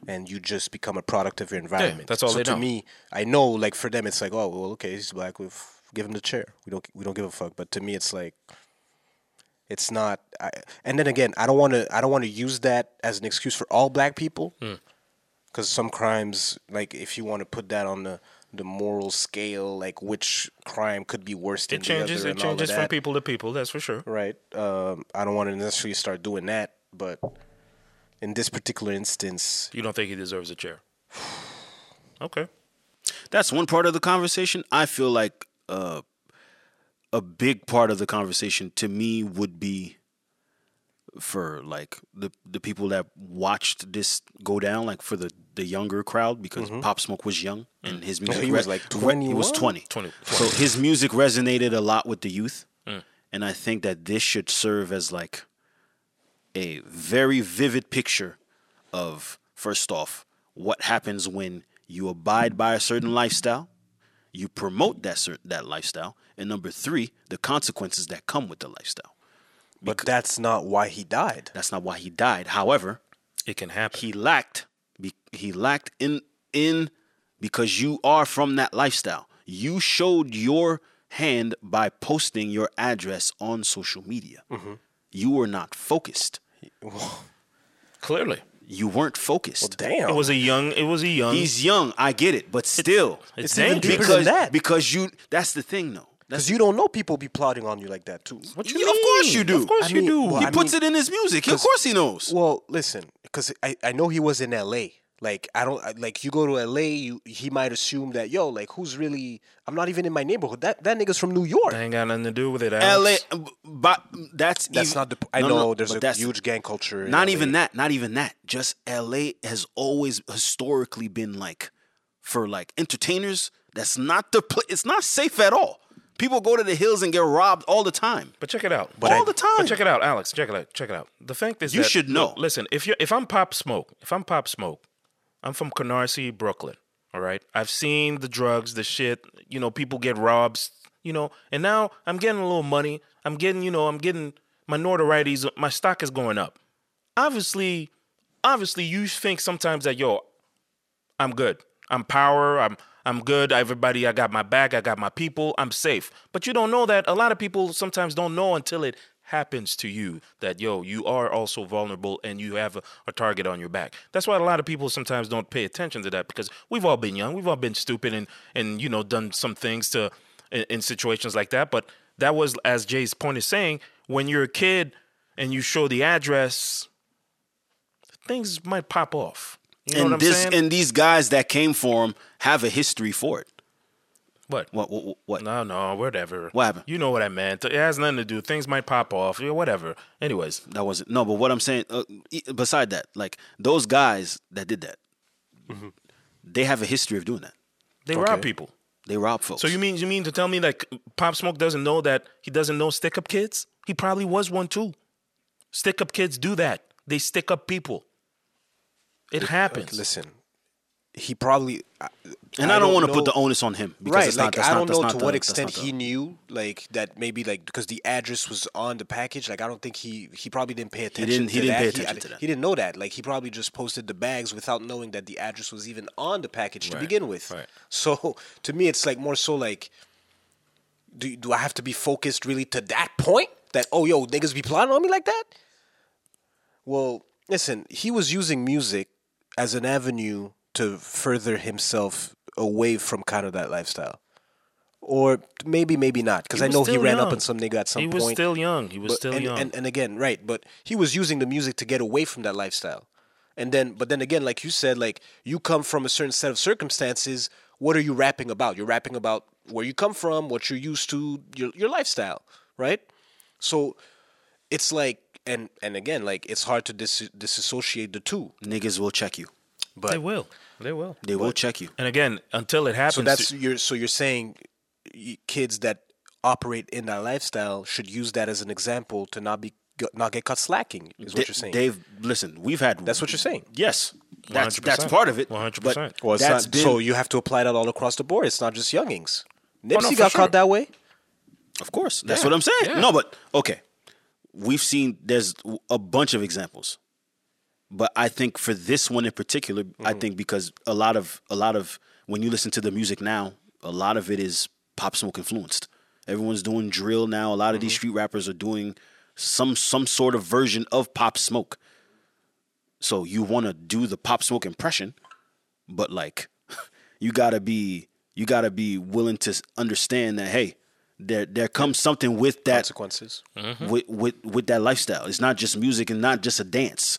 [SPEAKER 3] and you just become a product of your environment.
[SPEAKER 2] Mm-hmm. that's all
[SPEAKER 3] so
[SPEAKER 2] they
[SPEAKER 3] to
[SPEAKER 2] know.
[SPEAKER 3] me, I know. Like for them, it's like, oh well, okay, he's black. We've give him the chair. We don't we don't give a fuck. But to me, it's like, it's not. I, and then again, I don't want to. I don't want to use that as an excuse for all black people, because some crimes, like if you want to put that on the the moral scale, like which crime could be worse than
[SPEAKER 2] It changes.
[SPEAKER 3] the other,
[SPEAKER 2] It
[SPEAKER 3] and all of
[SPEAKER 2] changes from
[SPEAKER 3] that,
[SPEAKER 2] people to people. That's for sure.
[SPEAKER 3] Right. Um, I don't want to necessarily start doing that, but in this particular instance,
[SPEAKER 2] You don't think he deserves a chair? Okay.
[SPEAKER 1] that's one part of the conversation. I feel like uh, a big part of the conversation to me would be for like the the people that watched this go down, like for the the younger crowd because Pop Smoke was young and his music
[SPEAKER 3] Mm-hmm. Mm. he was like
[SPEAKER 1] re- He was
[SPEAKER 3] 21?
[SPEAKER 1] twenty.
[SPEAKER 2] 20.
[SPEAKER 3] Mm.
[SPEAKER 1] So his music resonated a lot with the youth, And I think that this should serve as like a very vivid picture of first off what happens when you abide by a certain lifestyle, you promote that cer- that lifestyle, and number three, the consequences that come with the lifestyle.
[SPEAKER 3] But that's not why he died.
[SPEAKER 1] That's not why he died. However,
[SPEAKER 2] It can happen.
[SPEAKER 1] he lacked be- he lacked in in because you are from that lifestyle you showed your hand by posting your address on social media
[SPEAKER 2] Mm-hmm.
[SPEAKER 1] you were not focused
[SPEAKER 2] Clearly,
[SPEAKER 1] you weren't focused
[SPEAKER 3] Damn.
[SPEAKER 2] it was a young. It was a young.
[SPEAKER 1] Oh. he's young i get it but still
[SPEAKER 2] it's
[SPEAKER 3] It's even
[SPEAKER 2] dangerous.
[SPEAKER 3] deeper
[SPEAKER 1] because
[SPEAKER 3] than that.
[SPEAKER 1] because you that's the thing though that's
[SPEAKER 3] Because you don't know people be plotting on you like that too.
[SPEAKER 2] What
[SPEAKER 1] Yeah, of course
[SPEAKER 2] mean?
[SPEAKER 1] you do.
[SPEAKER 2] Of course
[SPEAKER 1] I
[SPEAKER 2] you
[SPEAKER 3] mean,
[SPEAKER 2] do.
[SPEAKER 3] well,
[SPEAKER 1] he
[SPEAKER 3] I
[SPEAKER 1] puts
[SPEAKER 3] mean,
[SPEAKER 1] it in his music of course he knows
[SPEAKER 3] Well, listen, because I, I know he was in L.A. Like I don't I- like you go to L.A. You he might assume that yo like who's really I'm not even in my neighborhood. That that nigga's from New York.
[SPEAKER 2] That ain't got nothing to do with it.
[SPEAKER 1] LA,
[SPEAKER 2] Alex.
[SPEAKER 1] but that's
[SPEAKER 3] That's
[SPEAKER 1] even-
[SPEAKER 3] not the. p- I
[SPEAKER 1] No,
[SPEAKER 3] know
[SPEAKER 1] no,
[SPEAKER 3] there's
[SPEAKER 1] but
[SPEAKER 3] a
[SPEAKER 1] that's-
[SPEAKER 3] huge gang culture. in
[SPEAKER 1] Not
[SPEAKER 3] LA.
[SPEAKER 1] even that. Not even that. Just LA has always historically been like for like entertainers. That's not the. Pl- it's not safe at all. People go to the hills and get robbed all the time.
[SPEAKER 2] But check it out.
[SPEAKER 1] all the time.
[SPEAKER 2] But check it out, Alex. Check it out. Check it out. The fact is,
[SPEAKER 1] You
[SPEAKER 2] that-
[SPEAKER 1] should know.
[SPEAKER 2] Listen, if you if I'm Pop Smoke, if I'm Pop Smoke, I'm from Canarsie, Brooklyn. All right, I've seen the drugs, the shit. You know, people get robbed. You know, and now I'm getting a little money. I'm getting, you know, I'm getting my notorieties. My stock is going up. Obviously, obviously, you think sometimes that yo, I'm good. I'm power. I'm I'm good. Everybody, I got my back. I got my people. I'm safe. But you don't know that a lot of people sometimes don't know until it happens to you that yo, you are also vulnerable and you have a, a target on your back. That's why a lot of people sometimes don't pay attention to that because we've all been young. We've all been stupid and and you know done some things to in, in situations like that. But that was as Jay's point is saying, when you're a kid and you show the address, things might pop off. You know
[SPEAKER 1] and
[SPEAKER 2] what I'm
[SPEAKER 1] this
[SPEAKER 2] saying?
[SPEAKER 1] and these guys that came for him have a history for it.
[SPEAKER 2] what?
[SPEAKER 1] What? What? What?
[SPEAKER 2] No, no, whatever.
[SPEAKER 1] What happened?
[SPEAKER 2] You know what I meant. It has nothing to do. Things might pop off. Yeah, whatever. Anyways,
[SPEAKER 1] That wasn't. No, but what I'm saying. Uh, e- beside that, like those guys that did that,
[SPEAKER 3] Mm-hmm.
[SPEAKER 1] they have a history of doing that.
[SPEAKER 2] they rob people.
[SPEAKER 1] They rob folks.
[SPEAKER 2] So you mean you mean to tell me like Pop Smoke doesn't know that he doesn't know stick up kids? He probably was one too. Stick up kids do that. They stick up people. It happens.
[SPEAKER 3] Listen, he probably. I,
[SPEAKER 1] and I, don't, want to
[SPEAKER 3] know-
[SPEAKER 1] put the onus on him. Because
[SPEAKER 3] right,
[SPEAKER 1] it's not,
[SPEAKER 3] like
[SPEAKER 1] that's
[SPEAKER 3] I
[SPEAKER 1] not-
[SPEAKER 3] don't
[SPEAKER 1] that's
[SPEAKER 3] know
[SPEAKER 1] not
[SPEAKER 3] to
[SPEAKER 1] the-
[SPEAKER 3] what
[SPEAKER 1] that's
[SPEAKER 3] extent
[SPEAKER 1] not the-
[SPEAKER 3] he knew, like that maybe like because the address was on the package. Like I don't think he he probably didn't pay attention.
[SPEAKER 1] didn't-
[SPEAKER 3] to
[SPEAKER 1] he didn't
[SPEAKER 3] that.
[SPEAKER 1] pay
[SPEAKER 3] I-
[SPEAKER 1] attention to that.
[SPEAKER 3] He didn't know that. Like he probably just posted the bags without knowing that the address was even on the package to
[SPEAKER 2] Right,
[SPEAKER 3] begin with.
[SPEAKER 2] right.
[SPEAKER 3] So to me, it's like more so like, do do I have to be focused really to that point? That oh yo niggas be plotting on me like that? Well, listen, he was using music as an avenue to further himself away from kind of that lifestyle. Or maybe, maybe not, because I
[SPEAKER 2] was
[SPEAKER 3] know he
[SPEAKER 2] still
[SPEAKER 3] ran up
[SPEAKER 2] young.
[SPEAKER 3] on some nigga at some
[SPEAKER 2] He
[SPEAKER 3] point.
[SPEAKER 2] was still young. He was
[SPEAKER 3] but-
[SPEAKER 2] still
[SPEAKER 3] and,
[SPEAKER 2] young.
[SPEAKER 3] And, and again, right, but he was using the music to get away from that lifestyle. And then, but then again, like you said, like you come from a certain set of circumstances. What are you rapping about? You're rapping about where you come from, what you're used to, your your lifestyle, right? So it's like, and and again, like it's hard to dis- disassociate the two.
[SPEAKER 1] Niggas will check you.
[SPEAKER 3] But
[SPEAKER 2] they will. They will.
[SPEAKER 1] They will check you.
[SPEAKER 2] And again, until it happens,
[SPEAKER 3] So that's you're so you're saying y- kids that operate in that lifestyle should use that as an example to not be go- not get caught slacking is what
[SPEAKER 1] They-
[SPEAKER 3] you're saying.
[SPEAKER 1] They've listened. We've had.
[SPEAKER 3] that's what you're saying.
[SPEAKER 1] Yes, that's that's
[SPEAKER 2] 100%.
[SPEAKER 1] part of it.
[SPEAKER 2] 100%.
[SPEAKER 1] But
[SPEAKER 3] Well, it's
[SPEAKER 1] that's
[SPEAKER 3] not,
[SPEAKER 1] been
[SPEAKER 3] so you have to apply that all across the board. It's not just youngings. Nipsey
[SPEAKER 2] no, for
[SPEAKER 3] got
[SPEAKER 2] sure.
[SPEAKER 3] caught that way.
[SPEAKER 1] of course. That's what I'm saying. No, but okay. We've seen there's a bunch of examples, but I think for this one in particular, I think because a lot of a lot of when you listen to the music now, a lot of it is pop smoke influenced. Everyone's doing drill now. A lot of these street rappers are doing some some sort of version of pop smoke. So you want to do the pop smoke impression, but like you gotta be you gotta be willing to s- understand that hey, there there comes something with that
[SPEAKER 3] Consequences.
[SPEAKER 1] with, with with that lifestyle. It's not just music and not just a dance.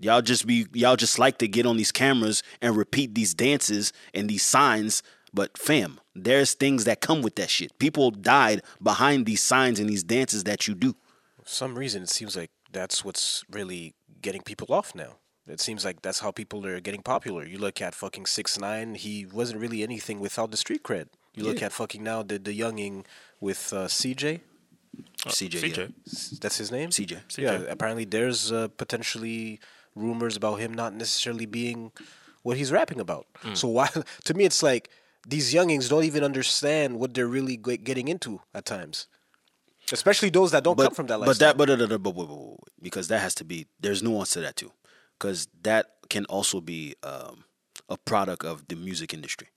[SPEAKER 1] Y'all just be y'all just like to get on these cameras and repeat these dances and these signs, but fam, there's things that come with that shit. People died behind these signs and these dances that you do.
[SPEAKER 3] For some reason, it seems like that's what's really getting people off now. It seems like that's how people are getting popular. You look at fucking six nine. He wasn't really anything without the street cred. You look at fucking now the the younging with uh, CJ.
[SPEAKER 1] CJ.
[SPEAKER 2] CJ.
[SPEAKER 1] yeah.
[SPEAKER 3] That's his name.
[SPEAKER 1] CJ.
[SPEAKER 3] Yeah. Apparently, there's uh, potentially rumors about him not necessarily being what he's rapping about.
[SPEAKER 1] Mm.
[SPEAKER 3] So why? To me, it's like these youngings don't even understand what they're really g- getting into at times. Especially those that don't come from that
[SPEAKER 1] but
[SPEAKER 3] lifestyle.
[SPEAKER 1] that but, but, but, but, but- but- because that has to be there's nuance to that too because that can also be um, a product of the music industry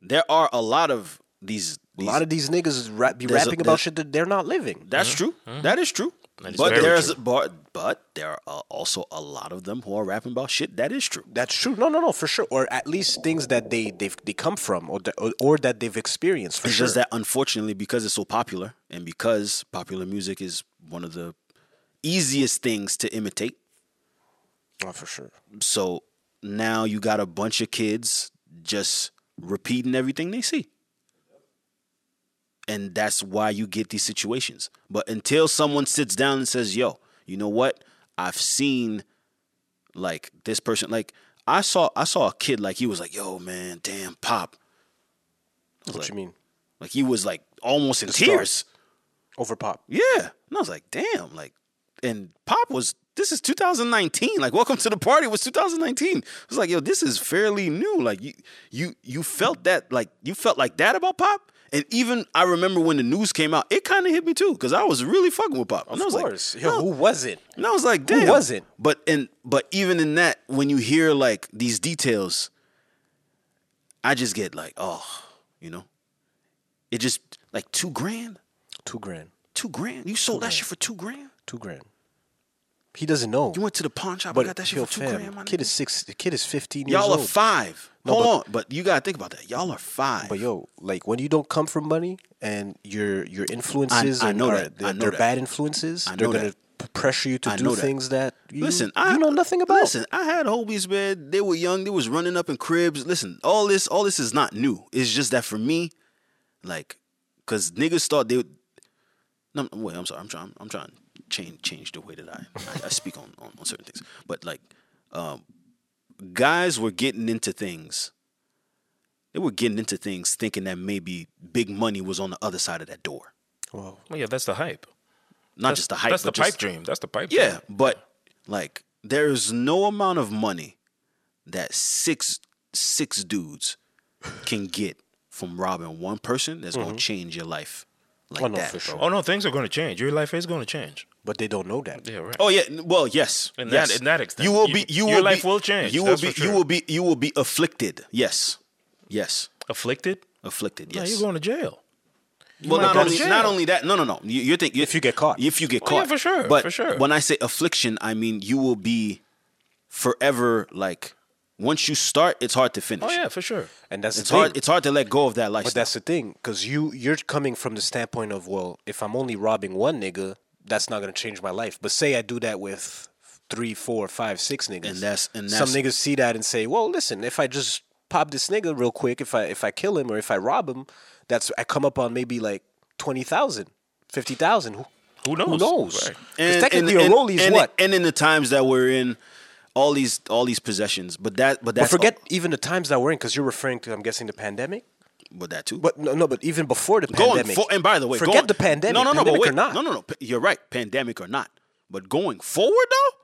[SPEAKER 1] there are a lot of these,
[SPEAKER 3] a
[SPEAKER 1] these
[SPEAKER 3] lot of these niggas rap, be
[SPEAKER 1] There's a-
[SPEAKER 3] rapping
[SPEAKER 1] there's-
[SPEAKER 3] about shit that they're not living.
[SPEAKER 1] that's true
[SPEAKER 3] Mm-hmm.
[SPEAKER 1] that is true
[SPEAKER 2] That is
[SPEAKER 1] but
[SPEAKER 2] very
[SPEAKER 1] there's
[SPEAKER 2] true.
[SPEAKER 1] but but there are also a lot of them who are rapping about shit that is true
[SPEAKER 3] That's true. No, no, no, for sure. Or at least things that they they they come from, or that, or, or that they've experienced. For
[SPEAKER 1] it's
[SPEAKER 3] sure.
[SPEAKER 1] just that unfortunately because it's so popular and because popular music is one of the easiest things to imitate
[SPEAKER 3] Oh, for sure.
[SPEAKER 1] so now you got a bunch of kids just repeating everything they see and that's why you get these situations but until someone sits down and says yo you know what i've seen like this person like i saw i saw a kid like he was like yo man damn pop
[SPEAKER 3] What you mean?
[SPEAKER 1] like he was like almost in
[SPEAKER 3] Distraught.
[SPEAKER 1] tears
[SPEAKER 3] Over pop.
[SPEAKER 1] yeah and i was like damn like and pop was this is 2019 like welcome to the party was 2019 It was like yo this is fairly new like you you you felt that like you felt like that about pop and even i remember when the news came out it kind of hit me too because i was really fucking with pop and I
[SPEAKER 3] Of
[SPEAKER 1] was
[SPEAKER 3] course.
[SPEAKER 1] like,
[SPEAKER 3] Yo,
[SPEAKER 1] no,
[SPEAKER 3] who was it?
[SPEAKER 1] and I was like,
[SPEAKER 3] Who
[SPEAKER 1] damn.
[SPEAKER 3] wasn't?
[SPEAKER 1] But and but even in that, when you hear like these details, I just get like, oh, you know? It just like two grand?
[SPEAKER 3] Two grand.
[SPEAKER 1] Two grand? You sold that shit for two grand?
[SPEAKER 3] Two grand. He doesn't know.
[SPEAKER 1] You went to the pawn shop and got that shit
[SPEAKER 3] yo,
[SPEAKER 1] for two
[SPEAKER 3] fam,
[SPEAKER 1] grand, my
[SPEAKER 3] Kid
[SPEAKER 1] nigga?
[SPEAKER 3] is six. The kid is fifteen years
[SPEAKER 1] Y'all are
[SPEAKER 3] old.
[SPEAKER 1] five.
[SPEAKER 3] No,
[SPEAKER 1] Hold on. But you gotta think about that. Y'all are five.
[SPEAKER 3] But yo, like when you don't come from money and your your influences
[SPEAKER 1] I
[SPEAKER 3] and
[SPEAKER 1] know
[SPEAKER 3] are,
[SPEAKER 1] that. I
[SPEAKER 3] they're,
[SPEAKER 1] know
[SPEAKER 3] they're
[SPEAKER 1] that.
[SPEAKER 3] bad influences,
[SPEAKER 1] I
[SPEAKER 3] they're
[SPEAKER 1] know
[SPEAKER 3] gonna
[SPEAKER 1] that.
[SPEAKER 3] p- pressure you to
[SPEAKER 1] I know
[SPEAKER 3] do
[SPEAKER 1] that.
[SPEAKER 3] things that you,
[SPEAKER 1] listen,
[SPEAKER 3] you
[SPEAKER 1] I
[SPEAKER 3] know nothing about.
[SPEAKER 1] Listen, I had homies, man. They were young. They was running up in cribs. Listen, all this, all this is not new. It's just that for me, like, cause niggas thought they. would- No, wait, I'm sorry. I'm trying. I'm trying to change change the way that I I, I speak on, on on certain things. But like, um, guys were getting into things. They were getting into things thinking that maybe big money was on the other side of that door.
[SPEAKER 3] Well,
[SPEAKER 2] Well, yeah, that's the hype.
[SPEAKER 1] Not
[SPEAKER 2] That's
[SPEAKER 1] just the hype.
[SPEAKER 2] That's the
[SPEAKER 1] but just,
[SPEAKER 2] pipe dream. That's the pipe.
[SPEAKER 1] yeah,
[SPEAKER 2] dream.
[SPEAKER 1] but like there is no amount of money that six six dudes can get from robbing one person that's gonna change your life like
[SPEAKER 3] Oh, no,
[SPEAKER 1] that.
[SPEAKER 3] for sure.
[SPEAKER 1] bro.
[SPEAKER 2] Mm-hmm. Oh no, things are going to change. Your life is going to change.
[SPEAKER 3] but they don't know that.
[SPEAKER 2] Yeah, right.
[SPEAKER 1] Oh yeah, n- well yes,
[SPEAKER 2] In
[SPEAKER 1] yes.
[SPEAKER 2] that- in that extent.
[SPEAKER 1] you will
[SPEAKER 2] You-
[SPEAKER 1] be. You
[SPEAKER 2] your
[SPEAKER 1] will
[SPEAKER 2] life
[SPEAKER 1] be,
[SPEAKER 2] will change,
[SPEAKER 1] You will
[SPEAKER 2] that's
[SPEAKER 1] be.
[SPEAKER 2] for
[SPEAKER 1] You
[SPEAKER 2] sure.
[SPEAKER 1] will be. You will be afflicted. Yes, yes,
[SPEAKER 2] Afflicted?
[SPEAKER 1] afflicted.
[SPEAKER 2] Yeah,
[SPEAKER 1] Yes.
[SPEAKER 2] you're going to jail.
[SPEAKER 1] well,
[SPEAKER 2] might
[SPEAKER 1] not
[SPEAKER 2] go to
[SPEAKER 1] only,
[SPEAKER 2] jail. Oh,
[SPEAKER 1] not only that. No, no, no. You, you're thinking
[SPEAKER 3] If you get caught.
[SPEAKER 1] If you get
[SPEAKER 2] yeah,
[SPEAKER 1] caught,
[SPEAKER 2] for sure,
[SPEAKER 1] But
[SPEAKER 2] for sure.
[SPEAKER 1] when I say affliction, I mean you will be forever like. Once you start, it's hard to finish.
[SPEAKER 2] Oh yeah, for sure.
[SPEAKER 3] And that's
[SPEAKER 1] It's
[SPEAKER 3] the
[SPEAKER 1] hard.
[SPEAKER 3] thing.
[SPEAKER 1] It's hard to let go of that
[SPEAKER 3] But
[SPEAKER 1] lifestyle.
[SPEAKER 3] that's the thing, because you you're coming from the standpoint of well, if I'm only robbing one nigga, that's not gonna change my life. But say I do that with three, four, five, six niggas,
[SPEAKER 1] And that's- and
[SPEAKER 3] some
[SPEAKER 1] that's-
[SPEAKER 3] niggas see that and say, well, listen, if I just pop this nigga real quick, if I if I kill him or if I rob him, that's I come up on maybe like 20,000, 50,000. Who,
[SPEAKER 2] Who knows?
[SPEAKER 3] Who knows?
[SPEAKER 2] Right.
[SPEAKER 3] 'Cause technically, a rollie is
[SPEAKER 1] and-
[SPEAKER 3] what.
[SPEAKER 1] And in the times that we're in, all these all these possessions, but that but
[SPEAKER 3] but
[SPEAKER 1] that's
[SPEAKER 3] forget even the times that we're in, because you're referring to, I'm guessing, the pandemic.
[SPEAKER 1] but that too.
[SPEAKER 3] But no, no, but even before the
[SPEAKER 1] going
[SPEAKER 3] pandemic.
[SPEAKER 1] for, and by the way,
[SPEAKER 3] forget
[SPEAKER 1] going-
[SPEAKER 3] the pandemic.
[SPEAKER 1] No, no, no.
[SPEAKER 3] pandemic
[SPEAKER 1] but wait,
[SPEAKER 3] or not.
[SPEAKER 1] no, no, no. pa- You're right. Pandemic or not, but going forward though,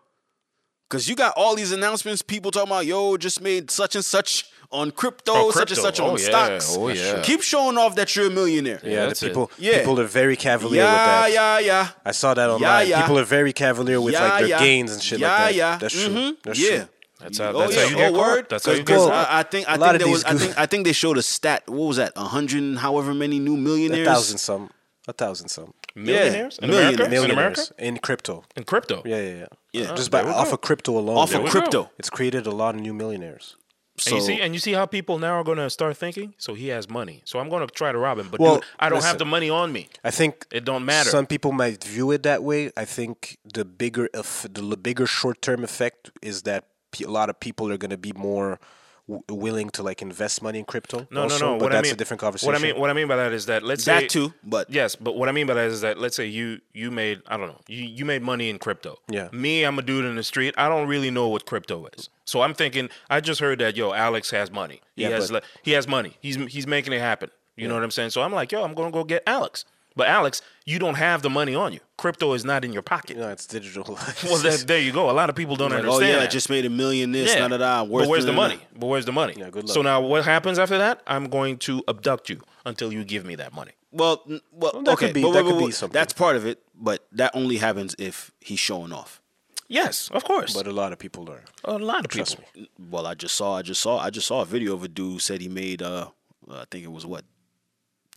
[SPEAKER 1] because you got all these announcements. People talking about yo, just made such and such on crypto,
[SPEAKER 2] Oh,
[SPEAKER 1] such and
[SPEAKER 2] crypto.
[SPEAKER 1] such
[SPEAKER 2] Oh,
[SPEAKER 1] on
[SPEAKER 2] yeah.
[SPEAKER 1] stocks.
[SPEAKER 2] Oh, yeah.
[SPEAKER 1] Keep showing off that you're a millionaire.
[SPEAKER 3] Yeah, the
[SPEAKER 2] that's it.
[SPEAKER 3] people,
[SPEAKER 1] Yeah.
[SPEAKER 3] people are very cavalier with
[SPEAKER 1] yeah,
[SPEAKER 3] that.
[SPEAKER 1] yeah, yeah.
[SPEAKER 3] I saw that online.
[SPEAKER 1] yeah.
[SPEAKER 3] People are very cavalier with
[SPEAKER 1] Yeah,
[SPEAKER 3] like their
[SPEAKER 1] yeah.
[SPEAKER 3] gains and shit
[SPEAKER 1] Yeah,
[SPEAKER 3] like that.
[SPEAKER 1] yeah.
[SPEAKER 3] That's true.
[SPEAKER 1] Mhm.
[SPEAKER 3] That's
[SPEAKER 1] yeah.
[SPEAKER 3] true.
[SPEAKER 2] That's how-
[SPEAKER 1] oh,
[SPEAKER 2] that's
[SPEAKER 1] yeah.
[SPEAKER 2] how you get
[SPEAKER 1] oh,
[SPEAKER 2] caught.
[SPEAKER 1] word.
[SPEAKER 2] That's how you get
[SPEAKER 1] Because
[SPEAKER 2] caught.
[SPEAKER 1] I, I think
[SPEAKER 3] A
[SPEAKER 1] I
[SPEAKER 3] lot
[SPEAKER 1] think
[SPEAKER 3] of
[SPEAKER 1] there was
[SPEAKER 3] these
[SPEAKER 1] I
[SPEAKER 3] goof-
[SPEAKER 1] think I think they showed a stat. What was that? A hundred and however many new
[SPEAKER 3] A
[SPEAKER 1] millionaires.
[SPEAKER 3] thousand some. A thousand some.
[SPEAKER 2] Millionaires in
[SPEAKER 1] Millionaires.
[SPEAKER 2] America? In America?
[SPEAKER 3] Millionaires in crypto.
[SPEAKER 2] In crypto.
[SPEAKER 3] Yeah, yeah, yeah.
[SPEAKER 1] Yeah.
[SPEAKER 3] Just by
[SPEAKER 2] there we
[SPEAKER 3] off
[SPEAKER 2] go.
[SPEAKER 3] of crypto alone.
[SPEAKER 1] Off
[SPEAKER 2] There
[SPEAKER 1] of
[SPEAKER 2] we
[SPEAKER 1] crypto.
[SPEAKER 2] go.
[SPEAKER 3] It's created a lot of new millionaires.
[SPEAKER 1] So
[SPEAKER 2] and you see, and you see how people now are going to start thinking. So he has money. So I'm going to try to rob him, but
[SPEAKER 3] Well,
[SPEAKER 2] dude, I don't
[SPEAKER 3] listen.
[SPEAKER 2] have the money on me.
[SPEAKER 3] I think
[SPEAKER 2] It don't matter.
[SPEAKER 3] Some people might view it that way. I think the bigger eff- the l- bigger short term effect is that pe- a lot of people are going to be more w- willing to like invest money in crypto.
[SPEAKER 2] No,
[SPEAKER 3] also,
[SPEAKER 2] no, no.
[SPEAKER 3] But
[SPEAKER 2] what
[SPEAKER 3] that's
[SPEAKER 2] I mean,
[SPEAKER 3] a different conversation.
[SPEAKER 2] What I mean, what I mean by that is that let's
[SPEAKER 1] That
[SPEAKER 2] say
[SPEAKER 1] too, but-
[SPEAKER 2] yes, but what I mean by that is that let's say you you made I don't know you you made money in crypto.
[SPEAKER 3] Yeah.
[SPEAKER 2] Me, I'm a dude in the street. I don't really know what crypto is, so I'm thinking I just heard that yo Alex has money. He
[SPEAKER 3] Yeah,
[SPEAKER 2] has
[SPEAKER 3] but-
[SPEAKER 2] le- he has money. He's he's making it happen. You know what I'm saying? So I'm like yo, I'm gonna go get Alex. But Alex, you don't have the money on you. Crypto is not in your pocket.
[SPEAKER 3] You know, it's digital.
[SPEAKER 2] Well, that, there you go. A lot of people don't
[SPEAKER 1] oh
[SPEAKER 2] understand.
[SPEAKER 1] yeah, I
[SPEAKER 2] that.
[SPEAKER 1] just made a million this, yeah. da da da.
[SPEAKER 2] But where's the money? But where's the money?
[SPEAKER 3] Yeah, good luck.
[SPEAKER 2] So now what happens after that? I'm going to abduct you until you give me that money.
[SPEAKER 1] Well, n- well,
[SPEAKER 3] that
[SPEAKER 1] okay,
[SPEAKER 3] could be-
[SPEAKER 1] but-
[SPEAKER 3] that
[SPEAKER 1] but-
[SPEAKER 3] could
[SPEAKER 1] but-
[SPEAKER 3] be something.
[SPEAKER 1] That's part of it, but that only happens if he's showing off.
[SPEAKER 2] Yes, of course.
[SPEAKER 3] but a lot of people learn.
[SPEAKER 2] a lot of people.
[SPEAKER 3] Trust me.
[SPEAKER 1] Well, I just saw, I just saw, I just saw a video of a dude who said he made, uh, I think it was what,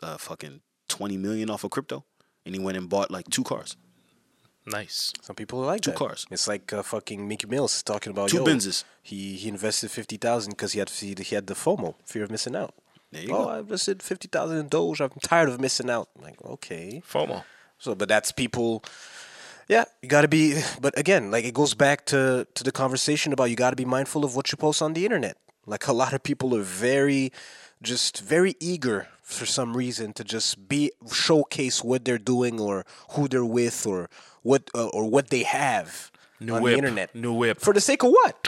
[SPEAKER 1] uh, fucking twenty million off of crypto, and he went and bought like two cars,
[SPEAKER 2] Nice.
[SPEAKER 3] Some people like
[SPEAKER 1] Two
[SPEAKER 3] that.
[SPEAKER 1] cars.
[SPEAKER 3] It's like uh, fucking Mickey Mills talking about
[SPEAKER 1] Two
[SPEAKER 3] yo,
[SPEAKER 1] Benzes.
[SPEAKER 3] He he invested fifty thousand because he had he, he had the FOMO, fear of missing out.
[SPEAKER 1] There you
[SPEAKER 3] oh,
[SPEAKER 1] go.
[SPEAKER 3] I invested fifty thousand in Doge. I'm tired of missing out. I'm like okay,
[SPEAKER 2] FOMO.
[SPEAKER 3] so but that's people. Yeah, you gotta be. But again, like it goes back to to the conversation about you gotta be mindful of what you post on the internet. Like a lot of people are very, just very eager for some reason to just be showcase what they're doing or who they're with or what uh, or what they have
[SPEAKER 2] New
[SPEAKER 3] on
[SPEAKER 2] whip,
[SPEAKER 3] the internet.
[SPEAKER 2] new whip.
[SPEAKER 3] For the sake of what?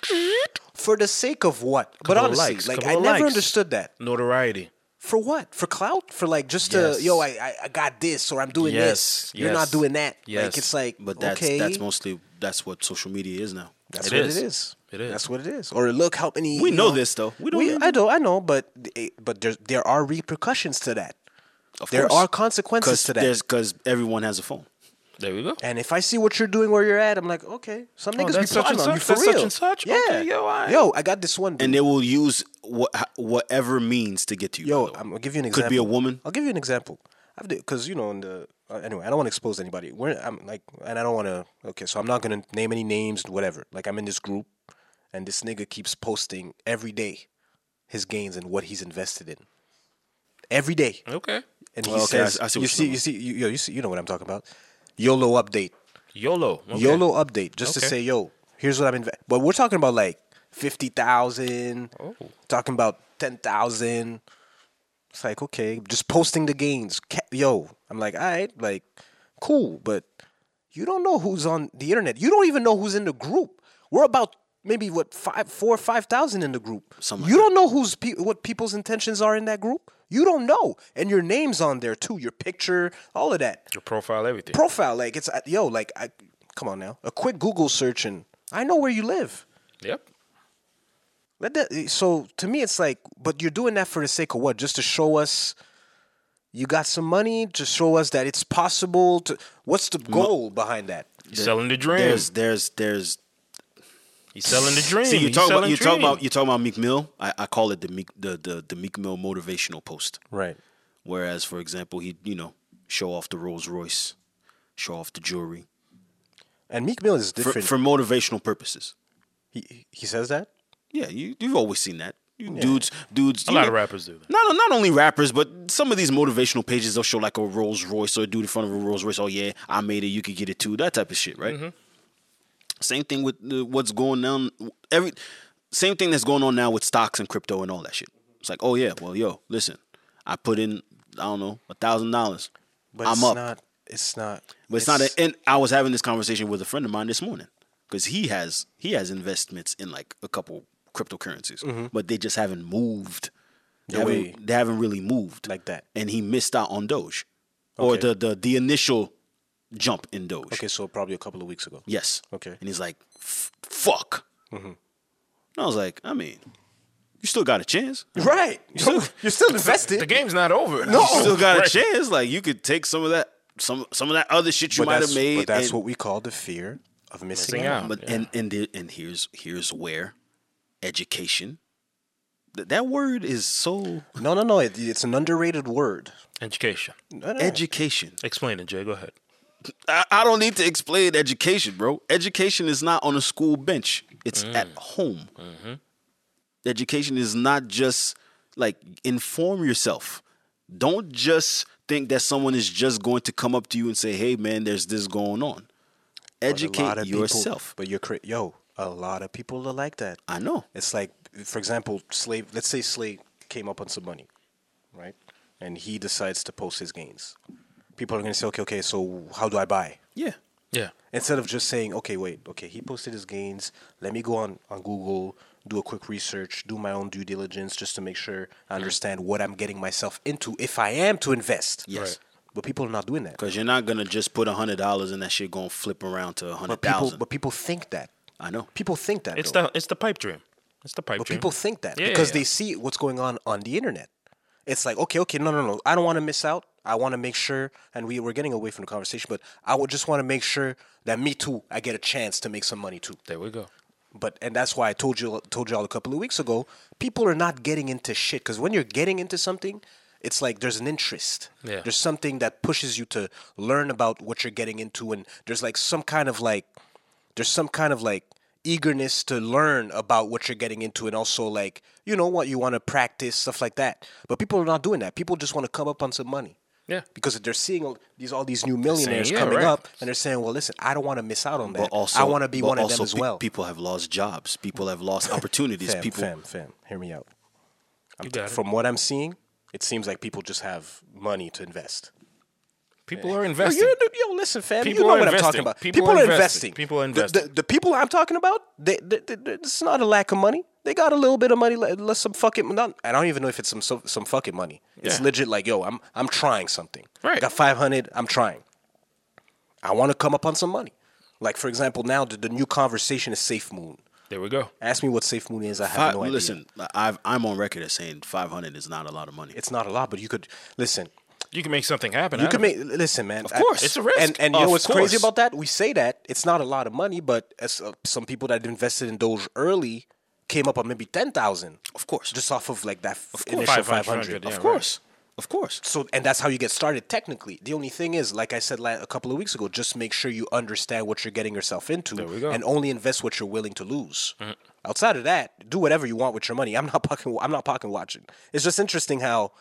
[SPEAKER 3] For the sake of what? but
[SPEAKER 2] Couple of
[SPEAKER 3] honestly,
[SPEAKER 2] likes,
[SPEAKER 3] like
[SPEAKER 2] couple
[SPEAKER 3] I
[SPEAKER 2] of
[SPEAKER 3] never
[SPEAKER 2] likes.
[SPEAKER 3] understood that.
[SPEAKER 2] Notoriety.
[SPEAKER 3] For what? For clout? For like just
[SPEAKER 2] Yes.
[SPEAKER 3] to yo, I, I I got this or I'm doing
[SPEAKER 2] Yes,
[SPEAKER 3] this. You're not
[SPEAKER 2] yes,
[SPEAKER 3] doing that.
[SPEAKER 2] yes.
[SPEAKER 3] Like it's like
[SPEAKER 1] but that's
[SPEAKER 3] okay,
[SPEAKER 1] that's mostly that's what social media is now.
[SPEAKER 3] that's
[SPEAKER 2] It
[SPEAKER 3] what
[SPEAKER 2] is.
[SPEAKER 3] it is.
[SPEAKER 2] It is.
[SPEAKER 3] That's what it is. Or look how many
[SPEAKER 1] We
[SPEAKER 3] you
[SPEAKER 1] know this, though. We don't really-
[SPEAKER 3] I know I know, but eh, but there there are repercussions to that.
[SPEAKER 1] Of
[SPEAKER 3] there
[SPEAKER 1] course.
[SPEAKER 3] are consequences to that.
[SPEAKER 1] because everyone has a phone.
[SPEAKER 2] There we go.
[SPEAKER 3] And if I see what you're doing where you're at, I'm like, okay, some niggas be
[SPEAKER 2] Oh, that's such
[SPEAKER 3] plotting
[SPEAKER 2] and
[SPEAKER 3] on you
[SPEAKER 2] such,
[SPEAKER 3] for
[SPEAKER 2] that's
[SPEAKER 3] real.
[SPEAKER 2] such and such?
[SPEAKER 3] Yeah,
[SPEAKER 2] Okay, yo, all right.
[SPEAKER 3] yo, I got this one. Dude.
[SPEAKER 1] and they will use what, whatever means to get to you.
[SPEAKER 3] Yo,
[SPEAKER 1] by the way.
[SPEAKER 3] I'm gonna give you an
[SPEAKER 1] Could
[SPEAKER 3] example.
[SPEAKER 1] be a woman.
[SPEAKER 3] I'll give you an example. I've because you know in the uh, anyway, I don't want to expose anybody. We're I'm like, and I don't want to. Okay, so I'm not gonna name any names, whatever. Like I'm in this group, and this nigga keeps posting every day his gains and what he's invested in. Every day,
[SPEAKER 2] Okay.
[SPEAKER 3] and he
[SPEAKER 1] Well, okay, I-
[SPEAKER 3] says,
[SPEAKER 1] I see what
[SPEAKER 3] "You
[SPEAKER 1] you're
[SPEAKER 3] see,
[SPEAKER 1] talking
[SPEAKER 3] you see, you, yo, you see, you know what I'm talking about? YOLO update,
[SPEAKER 2] YOLO. Okay.
[SPEAKER 3] YOLO update, just
[SPEAKER 2] Okay.
[SPEAKER 3] to say, yo, here's what I'm investing. But we're talking about like fifty thousand,
[SPEAKER 2] Oh.
[SPEAKER 3] talking about ten thousand. It's like okay, just posting the gains. Ca- Yo, I'm like, all right, like, cool, but you don't know who's on the internet. You don't even know who's in the group. We're about maybe what five, four, five thousand in the group.
[SPEAKER 1] Something like
[SPEAKER 3] you don't know who's pe- what people's intentions are in that group. You don't know, and your name's on there too, your picture, all of that
[SPEAKER 2] Your profile, everything.
[SPEAKER 3] profile. Like it's uh, yo, like I come on now. A quick Google search and I know where you live.
[SPEAKER 2] yep.
[SPEAKER 3] Let that. So to me, it's like, but you're doing that for the sake of what? Just to show us you got some money. To show us that it's possible. To what's the goal behind that?
[SPEAKER 2] selling the dream.
[SPEAKER 1] There's there's there's
[SPEAKER 2] He's selling the dream.
[SPEAKER 1] See, you
[SPEAKER 2] He's
[SPEAKER 1] talk about
[SPEAKER 2] selling
[SPEAKER 1] you talk
[SPEAKER 2] dream.
[SPEAKER 1] about you talk about Meek Mill. I, I call it the Meek the, the the Meek Mill motivational post.
[SPEAKER 3] Right.
[SPEAKER 1] Whereas, for example, he you know show off the Rolls Royce, show off the jewelry
[SPEAKER 3] And Meek Mill is
[SPEAKER 1] for,
[SPEAKER 3] different.
[SPEAKER 1] for motivational purposes.
[SPEAKER 3] he he says that.
[SPEAKER 1] Yeah, you you've always seen that. You dudes, dudes.
[SPEAKER 2] a lot of rappers do that.
[SPEAKER 1] Not, not only rappers, but some of these motivational pages, they'll show like a Rolls Royce or a dude in front of a Rolls Royce. Oh, yeah, I made it. You could get it too. That type of shit,
[SPEAKER 2] Mm-hmm.
[SPEAKER 1] right? Same thing with the, what's going on. Every Same thing that's going on now with stocks and crypto and all that shit. It's like, oh, yeah, well, yo, listen, I put in, I don't know, a $1,000.
[SPEAKER 3] But
[SPEAKER 1] I'm
[SPEAKER 3] it's
[SPEAKER 1] up.
[SPEAKER 3] not. It's not.
[SPEAKER 1] But it's, not. A, and I was having this conversation with a friend of mine this morning because he has he has investments in like a couple cryptocurrencies, but they just haven't moved. They,
[SPEAKER 3] Mm-hmm. The way-
[SPEAKER 1] haven't, they haven't really moved
[SPEAKER 3] Like that.
[SPEAKER 1] and he missed out on Doge or
[SPEAKER 3] Okay.
[SPEAKER 1] the the the initial jump in Doge.
[SPEAKER 3] okay. So probably a couple of weeks ago.
[SPEAKER 1] Yes.
[SPEAKER 3] Okay. Mm-hmm.
[SPEAKER 1] And he's like, "F- "Fuck." And I was like, I mean, you still got a chance.
[SPEAKER 3] Right. You're still invested.
[SPEAKER 2] The game's not over.
[SPEAKER 3] No.
[SPEAKER 1] You still got a
[SPEAKER 2] Right.
[SPEAKER 1] chance. Like you could take some of that some some of that other shit you
[SPEAKER 3] but
[SPEAKER 1] might have
[SPEAKER 3] that's,
[SPEAKER 1] made.
[SPEAKER 3] but that's
[SPEAKER 1] and-
[SPEAKER 3] what we call the fear of missing,
[SPEAKER 2] Missing
[SPEAKER 3] out.
[SPEAKER 2] out.
[SPEAKER 1] But and and the, and here's here's where education. Th- that word is so
[SPEAKER 3] No, no, no. It, it's an underrated word.
[SPEAKER 2] Education.
[SPEAKER 3] No, no.
[SPEAKER 1] education.
[SPEAKER 2] Explain it, Jay. Go ahead.
[SPEAKER 1] I, I don't need to explain education, bro. Education is not on a school bench. It's
[SPEAKER 3] Mm.
[SPEAKER 1] at home.
[SPEAKER 3] Mm-hmm.
[SPEAKER 1] Education is not just like inform yourself. Don't just think that someone is just going to come up to you and say, "Hey, man, there's this going on."
[SPEAKER 3] But a lot
[SPEAKER 1] Educate
[SPEAKER 3] of people-
[SPEAKER 1] yourself.
[SPEAKER 3] but you're cra- yo, a lot of people are like that.
[SPEAKER 1] I know.
[SPEAKER 3] It's like, for example, slave. Let's say slave came up on some money, right? And he decides to post his gains. People are gonna say, okay, okay. So how do I buy?
[SPEAKER 1] Yeah.
[SPEAKER 2] Yeah.
[SPEAKER 3] Instead of just saying, okay, wait, okay, he posted his gains. Let me go on on Google, do a quick research, do my own due
[SPEAKER 1] Mm-hmm.
[SPEAKER 3] diligence, just to make sure I understand what I'm getting myself into if I am to invest.
[SPEAKER 1] Yes.
[SPEAKER 3] But people are not doing that.
[SPEAKER 1] Because you're not gonna just put hundred dollars and that shit gonna flip around to a
[SPEAKER 3] But
[SPEAKER 1] hundred
[SPEAKER 3] people,
[SPEAKER 1] thousand.
[SPEAKER 3] but people think that.
[SPEAKER 1] I know.
[SPEAKER 3] People think that.
[SPEAKER 2] It's
[SPEAKER 3] though.
[SPEAKER 2] the it's the pipe dream. It's the pipe
[SPEAKER 3] But
[SPEAKER 2] dream.
[SPEAKER 3] people think that
[SPEAKER 2] Yeah,
[SPEAKER 3] because
[SPEAKER 2] yeah,
[SPEAKER 3] they
[SPEAKER 2] yeah.
[SPEAKER 3] see what's going on on the internet. It's like, okay, okay, no, no, no. I don't want to miss out. I want to make sure, and we, we're getting away from the conversation, but I would just want to make sure that me too, I get a chance to make some money too.
[SPEAKER 2] there we go.
[SPEAKER 3] But and that's why I told you told y'all a couple of weeks ago, people are not getting into shit because when you're getting into something, it's like there's an interest.
[SPEAKER 2] Yeah.
[SPEAKER 3] There's something that pushes you to learn about what you're getting into, and there's like some kind of like there's some kind of like eagerness to learn about what you're getting into and also like you know what you want to practice stuff like that but people are not doing that people just want to come up on some money
[SPEAKER 2] Yeah.
[SPEAKER 3] because they're seeing all these all these new millionaires
[SPEAKER 2] yeah,
[SPEAKER 3] coming
[SPEAKER 2] right.
[SPEAKER 3] up and they're saying well listen i don't want to miss out on
[SPEAKER 1] But
[SPEAKER 3] that
[SPEAKER 1] also,
[SPEAKER 3] i want to be
[SPEAKER 1] but
[SPEAKER 3] one of
[SPEAKER 1] also
[SPEAKER 3] them as
[SPEAKER 1] pe-
[SPEAKER 3] well
[SPEAKER 1] people have lost jobs. People have lost opportunities.
[SPEAKER 3] fam,
[SPEAKER 1] people.
[SPEAKER 3] fam, fam, hear me out. I'm
[SPEAKER 2] You
[SPEAKER 3] t-
[SPEAKER 2] got it.
[SPEAKER 3] from what I'm seeing, it seems like people just have money to invest.
[SPEAKER 2] People are
[SPEAKER 3] Yo,
[SPEAKER 2] investing.
[SPEAKER 3] you're- yo, listen, fam,
[SPEAKER 2] People
[SPEAKER 3] you know
[SPEAKER 2] are
[SPEAKER 3] what I'm talking
[SPEAKER 2] investing.
[SPEAKER 3] about.
[SPEAKER 2] People are investing. People are
[SPEAKER 3] The- The,
[SPEAKER 2] investing.
[SPEAKER 3] the people I'm talking about, they, they, they, they- it's not a lack of money. They got a little bit of money, le- less some fucking. Not, I don't even know if it's some some, some fucking money. It's
[SPEAKER 2] Yeah.
[SPEAKER 3] legit. Like, yo, I'm I'm trying something.
[SPEAKER 2] Right.
[SPEAKER 3] Got 500. I'm trying. I want to come up on some money. Like for example, now the, the new conversation is Safe Moon.
[SPEAKER 2] There we go.
[SPEAKER 3] Ask me what Safe Moon is. I have
[SPEAKER 1] Fi-
[SPEAKER 3] no idea.
[SPEAKER 1] listen, I've, I'm on record as saying 500 is not a lot of money.
[SPEAKER 3] it's not a lot, but you could listen.
[SPEAKER 2] You can make something happen.
[SPEAKER 3] You
[SPEAKER 2] out
[SPEAKER 3] can
[SPEAKER 2] of it.
[SPEAKER 3] make listen, man. Of
[SPEAKER 2] course, it's a risk.
[SPEAKER 3] And, and you
[SPEAKER 2] Of
[SPEAKER 3] know what's crazy
[SPEAKER 2] course.
[SPEAKER 3] about that? We say that it's not a lot of money, but as uh, some people that invested in Doge early came up on maybe ten thousand,
[SPEAKER 1] Of course.
[SPEAKER 3] just off of like that f-
[SPEAKER 2] course.
[SPEAKER 3] initial
[SPEAKER 2] 500,
[SPEAKER 3] five hundred.
[SPEAKER 2] yeah,
[SPEAKER 3] Of course.
[SPEAKER 2] right.
[SPEAKER 1] course. Of course.
[SPEAKER 3] So and that's how you get started technically. The only thing is, like I said la- a couple of weeks ago, just make sure you understand what you're getting yourself into,
[SPEAKER 2] we go. Mm-hmm.
[SPEAKER 3] and only invest what you're willing to lose. Outside of that, do whatever you want with your money. I'm not fucking. I'm not fucking watching. It's just interesting how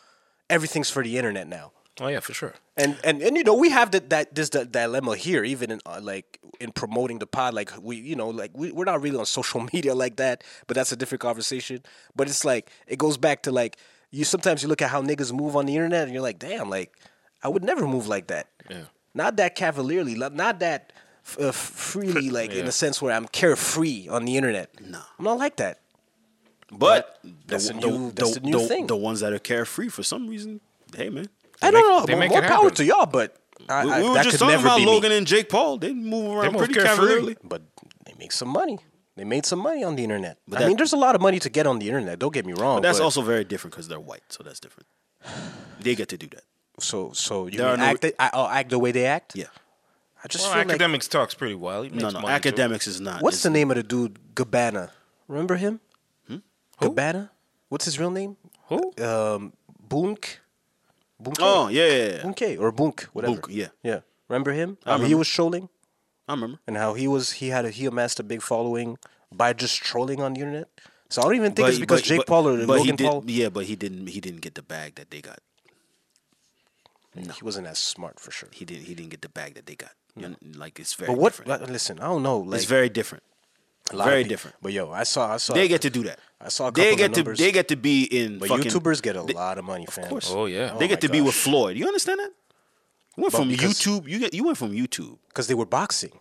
[SPEAKER 3] everything's for the internet now
[SPEAKER 2] Oh yeah, for sure.
[SPEAKER 3] and and and you know we have that that this the dilemma here even in uh, like in promoting the pod like we you know like we, we're not really on social media like that but that's a different conversation but it's like it goes back to like you sometimes you look at how niggas move on the internet and you're like damn like i would never move like that yeah not that cavalierly lo- not that f- uh, f- freely like in the sense where i'm carefree on the internet no i'm not like that
[SPEAKER 1] But
[SPEAKER 3] That's a new- that's a new
[SPEAKER 1] the,
[SPEAKER 3] thing.
[SPEAKER 1] the ones that are carefree for some reason, hey, man.
[SPEAKER 3] i don't know
[SPEAKER 2] they
[SPEAKER 3] but
[SPEAKER 2] make
[SPEAKER 3] more
[SPEAKER 2] it
[SPEAKER 3] power
[SPEAKER 2] happen.
[SPEAKER 3] to y'all but I,
[SPEAKER 1] We,
[SPEAKER 3] I-
[SPEAKER 1] we were
[SPEAKER 3] that
[SPEAKER 1] just
[SPEAKER 3] could
[SPEAKER 1] talking
[SPEAKER 3] never
[SPEAKER 1] about
[SPEAKER 3] be me.
[SPEAKER 1] Logan and Jake Paul. They move around
[SPEAKER 2] move
[SPEAKER 1] pretty
[SPEAKER 2] carefree.
[SPEAKER 1] cavalierly.
[SPEAKER 3] but they make some money. They made some money on the internet. I
[SPEAKER 1] that-
[SPEAKER 3] mean, there's a lot of money to get on the internet. Don't get me wrong.
[SPEAKER 1] But that's also very different because they're white, so that's different. They get to do that.
[SPEAKER 3] so. So you
[SPEAKER 1] There are
[SPEAKER 3] mean
[SPEAKER 1] no-
[SPEAKER 3] act, the- I, oh, act the way they act.
[SPEAKER 1] Yeah.
[SPEAKER 3] I just
[SPEAKER 2] Well,
[SPEAKER 3] feel like
[SPEAKER 2] academics talks pretty well. He makes
[SPEAKER 1] No, no.
[SPEAKER 2] money, too.
[SPEAKER 1] Academics is not.
[SPEAKER 3] what's
[SPEAKER 1] is-
[SPEAKER 3] the name of the dude Gabbana? Remember him?
[SPEAKER 1] Hmm?
[SPEAKER 3] Gabbana. What's his real name?
[SPEAKER 2] Who?
[SPEAKER 3] Um, Bunk. Bunke?
[SPEAKER 1] Oh, yeah, yeah, yeah.
[SPEAKER 3] Bunke eh, or Bunk, whatever.
[SPEAKER 1] Bunk, yeah.
[SPEAKER 3] Yeah. Remember him? Um, He was trolling,
[SPEAKER 1] I remember.
[SPEAKER 3] and how he was he had a, he amassed a big following by just trolling on the internet. So I don't even think it's because Jake
[SPEAKER 1] but-
[SPEAKER 3] Paul or
[SPEAKER 1] but he
[SPEAKER 3] Logan
[SPEAKER 1] did,
[SPEAKER 3] Paul.
[SPEAKER 1] Yeah, but he didn't. He didn't get the bag that they got.
[SPEAKER 3] He wasn't as smart for sure.
[SPEAKER 1] He didn't. He didn't get the bag that they got. You know, Like it's very.
[SPEAKER 3] Hmm. But what?
[SPEAKER 1] different.
[SPEAKER 3] Like, listen, I don't know. Like,
[SPEAKER 1] it's very different.
[SPEAKER 3] a lot of
[SPEAKER 1] very
[SPEAKER 3] peop-
[SPEAKER 1] different.
[SPEAKER 3] But yo, I saw, I saw.
[SPEAKER 1] They get to do that.
[SPEAKER 3] I saw a couple
[SPEAKER 1] They
[SPEAKER 3] of
[SPEAKER 1] get to.
[SPEAKER 3] numbers.
[SPEAKER 1] They get to be in.
[SPEAKER 3] But
[SPEAKER 1] fucking,
[SPEAKER 3] YouTubers get a lot of money, fam. Of
[SPEAKER 1] course.
[SPEAKER 2] Oh yeah.
[SPEAKER 1] They
[SPEAKER 3] Oh
[SPEAKER 1] get
[SPEAKER 3] my
[SPEAKER 1] to be with
[SPEAKER 3] gosh.
[SPEAKER 1] Floyd. You understand that? You went
[SPEAKER 3] But
[SPEAKER 1] from
[SPEAKER 3] because-
[SPEAKER 1] YouTube. You get. You went from YouTube.
[SPEAKER 3] because they were boxing.